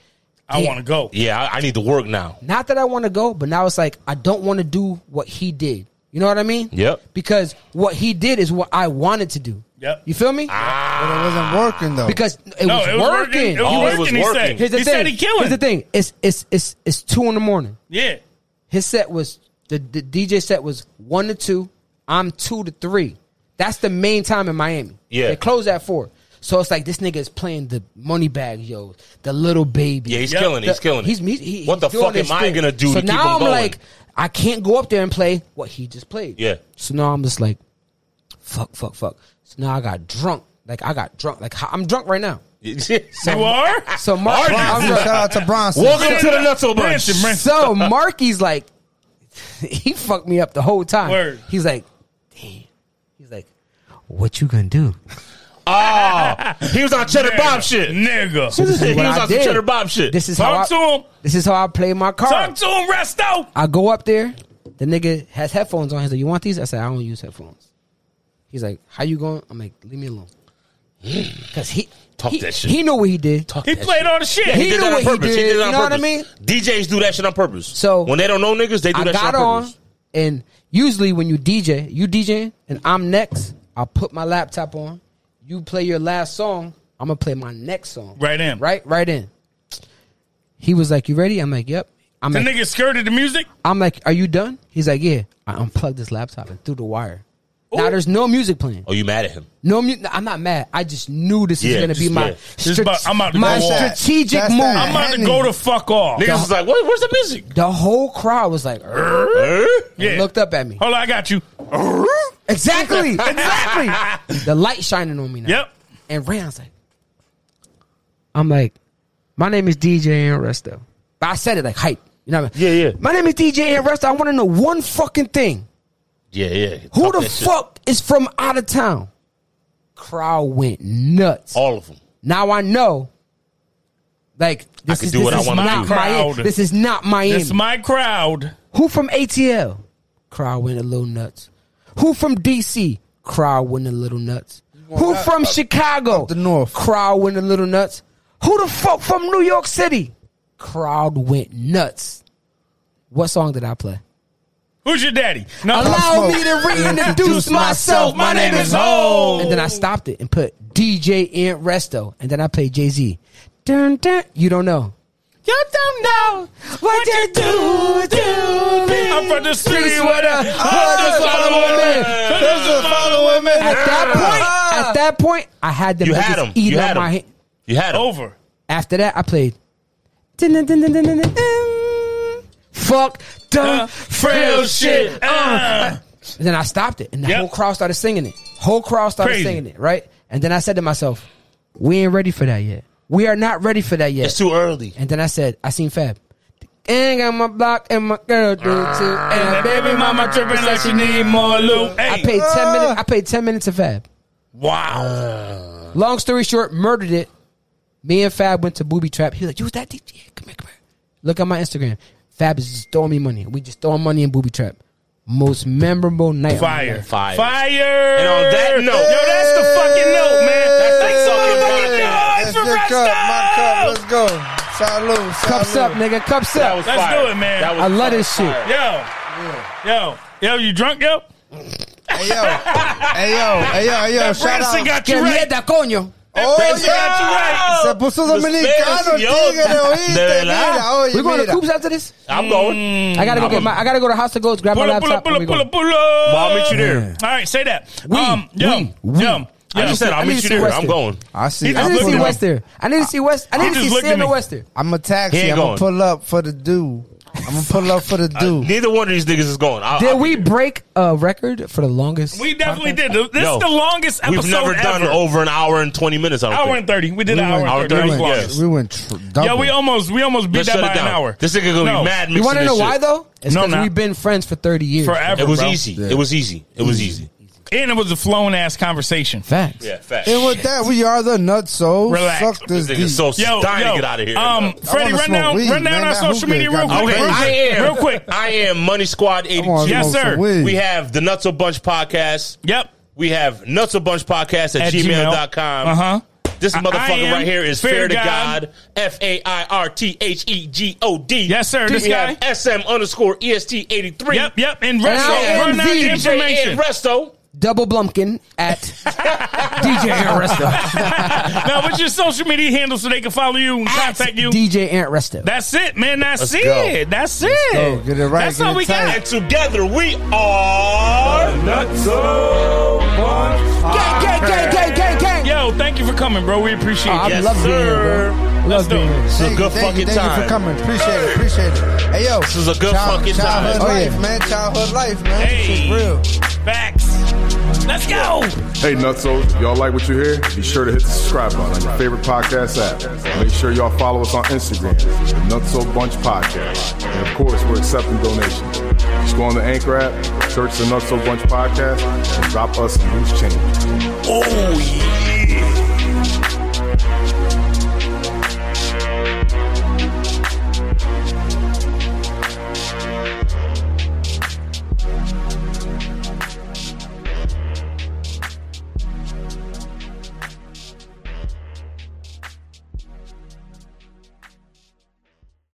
Speaker 1: I
Speaker 4: damn.
Speaker 1: want to go.
Speaker 3: Yeah, I, I need to work now.
Speaker 4: not that I want to go, but now it's like I don't want to do what he did. You know what I mean?
Speaker 3: Yep.
Speaker 4: Because what he did is what I wanted to do.
Speaker 1: Yep.
Speaker 4: You feel me?
Speaker 2: But it wasn't working though.
Speaker 4: Because it,
Speaker 1: No,
Speaker 4: was
Speaker 1: it was working.
Speaker 4: working.
Speaker 1: It was
Speaker 3: Oh, it
Speaker 1: working.
Speaker 3: was
Speaker 1: he
Speaker 3: working.
Speaker 1: said.
Speaker 4: Here's the
Speaker 1: he
Speaker 4: thing.
Speaker 1: said he killing.
Speaker 4: Here's the thing. It's it's it's it's two in the morning.
Speaker 1: Yeah.
Speaker 4: His set was the, the DJ set was one to two. I'm two to three. That's the main time in Miami.
Speaker 3: Yeah.
Speaker 4: They close at four. So it's like this nigga is playing the money bag, yo, the little baby.
Speaker 3: Yeah, he's
Speaker 1: Yep.
Speaker 3: killing it. He's
Speaker 4: The-
Speaker 3: killing it.
Speaker 4: He's, he's, he's
Speaker 3: what the
Speaker 4: doing
Speaker 3: fuck
Speaker 4: his
Speaker 3: am I
Speaker 4: thing.
Speaker 3: going to do
Speaker 4: So
Speaker 3: to keep
Speaker 4: now
Speaker 3: him
Speaker 4: I'm
Speaker 3: going?
Speaker 4: like, I can't go up there and play what he just played.
Speaker 3: yeah.
Speaker 4: So now I'm just like, fuck, fuck, fuck. So now I got drunk. Like I got drunk. Like I'm drunk right now.
Speaker 1: You are.
Speaker 3: Ah,
Speaker 4: So Mark, I'm
Speaker 2: Bronson,
Speaker 4: drunk.
Speaker 2: shout out to Bronson.
Speaker 3: Welcome to the Nutso Bunch.
Speaker 1: Branson, Branson.
Speaker 4: So Marky's like, he fucked me up the whole time.
Speaker 1: Word.
Speaker 4: He's like, damn. He's like, what you gonna do?
Speaker 3: Ah, he was on Cheddar
Speaker 1: Nigga.
Speaker 3: Bob shit.
Speaker 1: Nigga.
Speaker 3: He was
Speaker 4: is what I
Speaker 3: on some
Speaker 4: did.
Speaker 3: Cheddar Bob shit.
Speaker 4: This is
Speaker 1: Talk
Speaker 4: how I,
Speaker 1: to him.
Speaker 4: this is how I play my
Speaker 1: Talk
Speaker 4: card.
Speaker 1: to him, Resto.
Speaker 4: I go up there. The nigga has headphones on. He's like, you want these? I said, I don't use headphones. He's like, how you going? I'm like, leave me alone. Cause he
Speaker 3: Talk
Speaker 4: he,
Speaker 3: that shit.
Speaker 4: he knew what he did.
Speaker 1: He played all the shit.
Speaker 4: He
Speaker 3: did
Speaker 4: knew
Speaker 3: that on
Speaker 4: what he
Speaker 3: purpose.
Speaker 4: did,
Speaker 3: that on
Speaker 4: you know what I
Speaker 3: purpose.
Speaker 4: mean?
Speaker 3: DJs do that shit on purpose.
Speaker 4: So-
Speaker 3: when they don't know niggas, they do
Speaker 4: I
Speaker 3: that
Speaker 4: got
Speaker 3: shit on
Speaker 4: on,
Speaker 3: purpose.
Speaker 4: and usually when you DJ, you DJing, and I'm next. I'll put my laptop on. You play your last song. I'm gonna play my next song.
Speaker 1: Right in.
Speaker 4: Right, right in. He was like, "You ready?" I'm like, "Yep." I'm
Speaker 1: The
Speaker 4: like,
Speaker 1: nigga skirted the music.
Speaker 4: I'm like, "Are you done?" He's like, "Yeah." I unplugged his laptop and threw the wire. Now there's no music playing.
Speaker 3: Oh, you mad at him?
Speaker 4: No, mu- I'm not mad. I just knew this
Speaker 3: Yeah,
Speaker 4: was gonna be
Speaker 3: just-
Speaker 4: my
Speaker 3: yeah.
Speaker 1: Just about- I'm about to
Speaker 4: my
Speaker 1: go off.
Speaker 4: strategic
Speaker 2: That's
Speaker 4: move.
Speaker 2: that.
Speaker 1: I'm about to go to fuck off.
Speaker 3: Niggas is like, what, where's the music?
Speaker 4: The whole crowd was like, "Err,"
Speaker 3: Eh?
Speaker 1: Yeah.
Speaker 4: looked up at me.
Speaker 1: Hold on, I got you.
Speaker 4: Exactly, exactly. the light shining on me now.
Speaker 1: Yep.
Speaker 4: And Rayon's like, I'm like, my name is DJ and Resto. But I said it like hype. You know what I mean?
Speaker 3: Yeah, yeah.
Speaker 4: My name is DJ and Resto. I want to know one fucking thing.
Speaker 3: Yeah, yeah.
Speaker 4: Who
Speaker 3: Talk
Speaker 4: the
Speaker 3: that shit.
Speaker 4: fuck is from out of town? Crowd went nuts.
Speaker 3: All of them.
Speaker 4: Now I know. Like this
Speaker 3: can
Speaker 4: is
Speaker 3: do
Speaker 4: this
Speaker 3: what I
Speaker 4: is
Speaker 3: wanna
Speaker 4: not
Speaker 3: do.
Speaker 4: Miami.
Speaker 1: Crowd.
Speaker 4: This is not Miami.
Speaker 1: It's my crowd.
Speaker 4: Who from ATL? Crowd went a little nuts. Who from DC? Crowd went a little nuts. Who from Chicago?
Speaker 2: the north.
Speaker 4: Crowd went a little nuts. Who the fuck from New York City? Crowd went nuts. What song did I play?
Speaker 1: Who's your daddy? No.
Speaker 4: Allow
Speaker 2: Smoke.
Speaker 4: me to reintroduce
Speaker 2: Introduce myself.
Speaker 4: myself. My name is
Speaker 1: Ho.
Speaker 4: Ho. And then I stopped it and put DJ Ant Resto. And then I played Jay Z. Dun, dun. You don't know. You don't know what you do to me.
Speaker 1: I'm from the city
Speaker 4: Streets
Speaker 1: where the
Speaker 4: with a-
Speaker 1: hustlers follow women. Hustlers follow women.
Speaker 4: At that point, at that point, I had them
Speaker 3: You
Speaker 4: niggas
Speaker 3: had him.
Speaker 4: eating
Speaker 3: You
Speaker 4: up
Speaker 3: had
Speaker 4: my hand.
Speaker 3: him. You had him.
Speaker 1: Over.
Speaker 4: After that, I played. Dun, dun, dun, dun, dun, dun, dun. Fuck the Uh, frail shit.
Speaker 1: Uh.
Speaker 4: And then I stopped it, and the
Speaker 1: Yep.
Speaker 4: whole crowd started singing it. Whole crowd started
Speaker 1: Crazy.
Speaker 4: singing it, right? And then I said to myself, "We ain't ready for that yet. We are not ready for that yet."
Speaker 3: It's too early.
Speaker 4: and then I said, "I seen Fab." And got my block and my girl do too. And my
Speaker 1: Ah, Baby mama tripping like she need Ah. more loot. Hey.
Speaker 4: I paid ten minutes. I paid ten minutes to Fab.
Speaker 1: Wow.
Speaker 4: Long story short, murdered it. Me and Fab went to Booby Trap. He was like, "You was that DJ? Come here, come here. Look at my Instagram. Fab is just throwing me money. We just throwing money in Booby Trap. Most memorable night. of my
Speaker 1: Fire.
Speaker 4: life.
Speaker 3: Fire.
Speaker 1: Fire.
Speaker 3: And on that note-
Speaker 1: Yo, that's the fucking note, man.
Speaker 3: That's
Speaker 1: Thanks
Speaker 3: the
Speaker 1: all the fucking
Speaker 3: note.
Speaker 1: noise
Speaker 2: That's
Speaker 1: for
Speaker 2: your
Speaker 1: Resto.
Speaker 2: cup, my cup. Let's go. Salud.
Speaker 4: Cups
Speaker 2: salud.
Speaker 4: up, nigga. Cups
Speaker 3: That
Speaker 4: up.
Speaker 3: was
Speaker 1: Let's
Speaker 3: fire.
Speaker 1: do it, man.
Speaker 3: That was
Speaker 4: I love
Speaker 3: fire.
Speaker 4: this shit.
Speaker 1: Yo. Yo. Yo, you drunk, yo?
Speaker 2: Hey yo, hey yo, hey yo, hey yo!
Speaker 1: That
Speaker 2: Shout
Speaker 1: Branson
Speaker 2: out.
Speaker 1: got
Speaker 4: Que
Speaker 1: you right.
Speaker 4: mierda, coño.
Speaker 2: oh
Speaker 1: Branson got you
Speaker 2: yeah,
Speaker 1: right.
Speaker 2: se puso
Speaker 3: Los
Speaker 2: dominicano,
Speaker 3: Bears, yo.
Speaker 2: tigre,
Speaker 3: De
Speaker 2: oíste,
Speaker 3: verdad.
Speaker 2: mira, oye,
Speaker 4: Ah, We going to
Speaker 2: mira.
Speaker 4: Coops after this?
Speaker 3: I'm going.
Speaker 4: I gotta go get my. I gotta go to House of Ghosts. Grab
Speaker 1: Mm,
Speaker 4: my
Speaker 1: Pull up, pull
Speaker 4: laptop.
Speaker 1: up, pull
Speaker 4: and
Speaker 1: up,
Speaker 4: we
Speaker 1: pull
Speaker 4: go.
Speaker 1: up, pull up.
Speaker 3: Well, I'll meet you there.
Speaker 1: All right, say that.
Speaker 4: We,
Speaker 1: um, yo,
Speaker 4: we, we.
Speaker 1: yo,
Speaker 3: I
Speaker 1: yo.
Speaker 3: just said I'll
Speaker 4: I
Speaker 3: meet
Speaker 4: need to
Speaker 3: you
Speaker 4: see
Speaker 3: there.
Speaker 4: Weston.
Speaker 3: I'm going.
Speaker 2: I see.
Speaker 1: I
Speaker 4: I
Speaker 2: I'm
Speaker 4: need
Speaker 1: Look at
Speaker 4: to see
Speaker 2: pulling
Speaker 1: him.
Speaker 2: up.
Speaker 4: West there. I need to see West. I need to
Speaker 1: just
Speaker 4: see
Speaker 1: looked at
Speaker 4: Sam
Speaker 1: me.
Speaker 4: and West there.
Speaker 2: I'm a
Speaker 3: He
Speaker 2: taxi.
Speaker 3: ain't
Speaker 2: I'm gonna
Speaker 3: going. Uh,
Speaker 2: pull up for the dude. I'm gonna pull up for the dude.
Speaker 3: Neither one of these niggas is going. I'll, I'll
Speaker 4: Did
Speaker 3: be
Speaker 4: we
Speaker 3: there.
Speaker 4: break a record for the longest?
Speaker 1: We definitely did. This
Speaker 3: Yo,
Speaker 1: is the longest episode
Speaker 3: We've never done
Speaker 1: ever.
Speaker 3: over an hour and twenty minutes. I don't
Speaker 1: Hour
Speaker 3: think.
Speaker 1: and thirty. We did an hour,
Speaker 3: Hour
Speaker 1: and thirty. That
Speaker 3: and
Speaker 1: was
Speaker 3: 30,
Speaker 1: longest.
Speaker 3: yes.
Speaker 2: We went tr- double.
Speaker 1: Yo, we almost we almost beat
Speaker 3: Let's
Speaker 1: that
Speaker 3: shut
Speaker 1: by
Speaker 3: it
Speaker 1: an
Speaker 3: down.
Speaker 1: hour.
Speaker 3: This nigga gonna
Speaker 1: No.
Speaker 3: be mad.
Speaker 4: You
Speaker 3: want to
Speaker 4: know why though? It's
Speaker 1: No,
Speaker 4: because
Speaker 1: not.
Speaker 4: we've been friends for thirty years.
Speaker 1: forever.
Speaker 3: It was
Speaker 1: bro.
Speaker 3: easy. It was easy. It was easy.
Speaker 1: and it was a flown ass conversation.
Speaker 4: Facts.
Speaker 3: Yeah, facts.
Speaker 2: And with that, we are the nuts. So
Speaker 1: Relax.
Speaker 2: suck this
Speaker 3: This
Speaker 2: deep.
Speaker 3: nigga's so
Speaker 1: Yo,
Speaker 3: dying
Speaker 1: yo,
Speaker 3: to get out of here.
Speaker 1: Um, Freddie,
Speaker 2: wanna
Speaker 1: run
Speaker 2: smoke
Speaker 1: down,
Speaker 2: weed,
Speaker 1: run down
Speaker 2: man.
Speaker 1: our
Speaker 2: That
Speaker 1: social
Speaker 2: hookah
Speaker 1: media real
Speaker 2: got me
Speaker 1: quick,
Speaker 3: Okay,
Speaker 2: crazy.
Speaker 1: real quick,
Speaker 3: I am
Speaker 1: real quick.
Speaker 3: I am Money Squad eighty
Speaker 2: Come on,
Speaker 3: two.
Speaker 1: Yes,
Speaker 2: smoke some
Speaker 1: sir.
Speaker 2: weed.
Speaker 3: We have the Nuts a Bunch podcast.
Speaker 1: Yep.
Speaker 3: We have Nuts a Bunch podcast at,
Speaker 1: At
Speaker 3: gmail.com.
Speaker 1: Uh huh.
Speaker 3: This
Speaker 1: I- I
Speaker 3: motherfucker
Speaker 1: am
Speaker 3: right here is
Speaker 1: Fair
Speaker 3: fair, to
Speaker 1: God.
Speaker 3: God. F A I R T H E G O D.
Speaker 1: Yes, sir, this
Speaker 3: we
Speaker 1: guy.
Speaker 3: have SM underscore EST eighty three.
Speaker 1: Yep, yep. And
Speaker 4: And
Speaker 1: Resto,
Speaker 4: I am
Speaker 1: run out the
Speaker 4: DJ
Speaker 1: information.
Speaker 3: Resto.
Speaker 4: Double Blumpkin at DJ Ant Resto.
Speaker 1: now, what's your social media handle so they can follow you and contact you?
Speaker 4: DJ Ant Resto.
Speaker 1: That's it, man. That's
Speaker 3: Let's
Speaker 1: it.
Speaker 3: go.
Speaker 1: That's it.
Speaker 2: go. Get it right.
Speaker 1: That's
Speaker 2: Get
Speaker 1: all
Speaker 2: it
Speaker 1: we
Speaker 2: tight.
Speaker 1: got.
Speaker 3: And together we are
Speaker 5: Nuts Bunch
Speaker 4: Gang, gang, gang, gang, gang, gang.
Speaker 1: Yo, thank you for coming, bro. We
Speaker 2: Oh,
Speaker 1: appreciate
Speaker 4: I
Speaker 1: you.
Speaker 3: Yes,
Speaker 4: love being
Speaker 3: sir.
Speaker 4: here,
Speaker 1: Let's
Speaker 4: bro. Love
Speaker 1: do
Speaker 4: being
Speaker 1: it.
Speaker 4: here.
Speaker 3: This is a
Speaker 2: Thank
Speaker 3: good
Speaker 2: you, thank
Speaker 3: fucking
Speaker 2: you, thank you for
Speaker 3: time.
Speaker 2: coming. Appreciate it. Appreciate it. Hey yo,
Speaker 3: This is a good fucking
Speaker 2: childhood
Speaker 3: time.
Speaker 4: Oh, yeah.
Speaker 2: life, man. Childhood life, man. This
Speaker 1: Hey.
Speaker 2: is real.
Speaker 1: Facts. Let's go.
Speaker 5: Hey Nutsos, y'all like what you hear? Be sure to hit the subscribe button on your favorite podcast app. Make sure y'all follow us on Instagram, the Nutso Bunch Podcast. And of course, we're accepting donations. Just go on the Anchor app, search the Nutso Bunch Podcast, and drop us some loose change.
Speaker 3: Oh, yeah.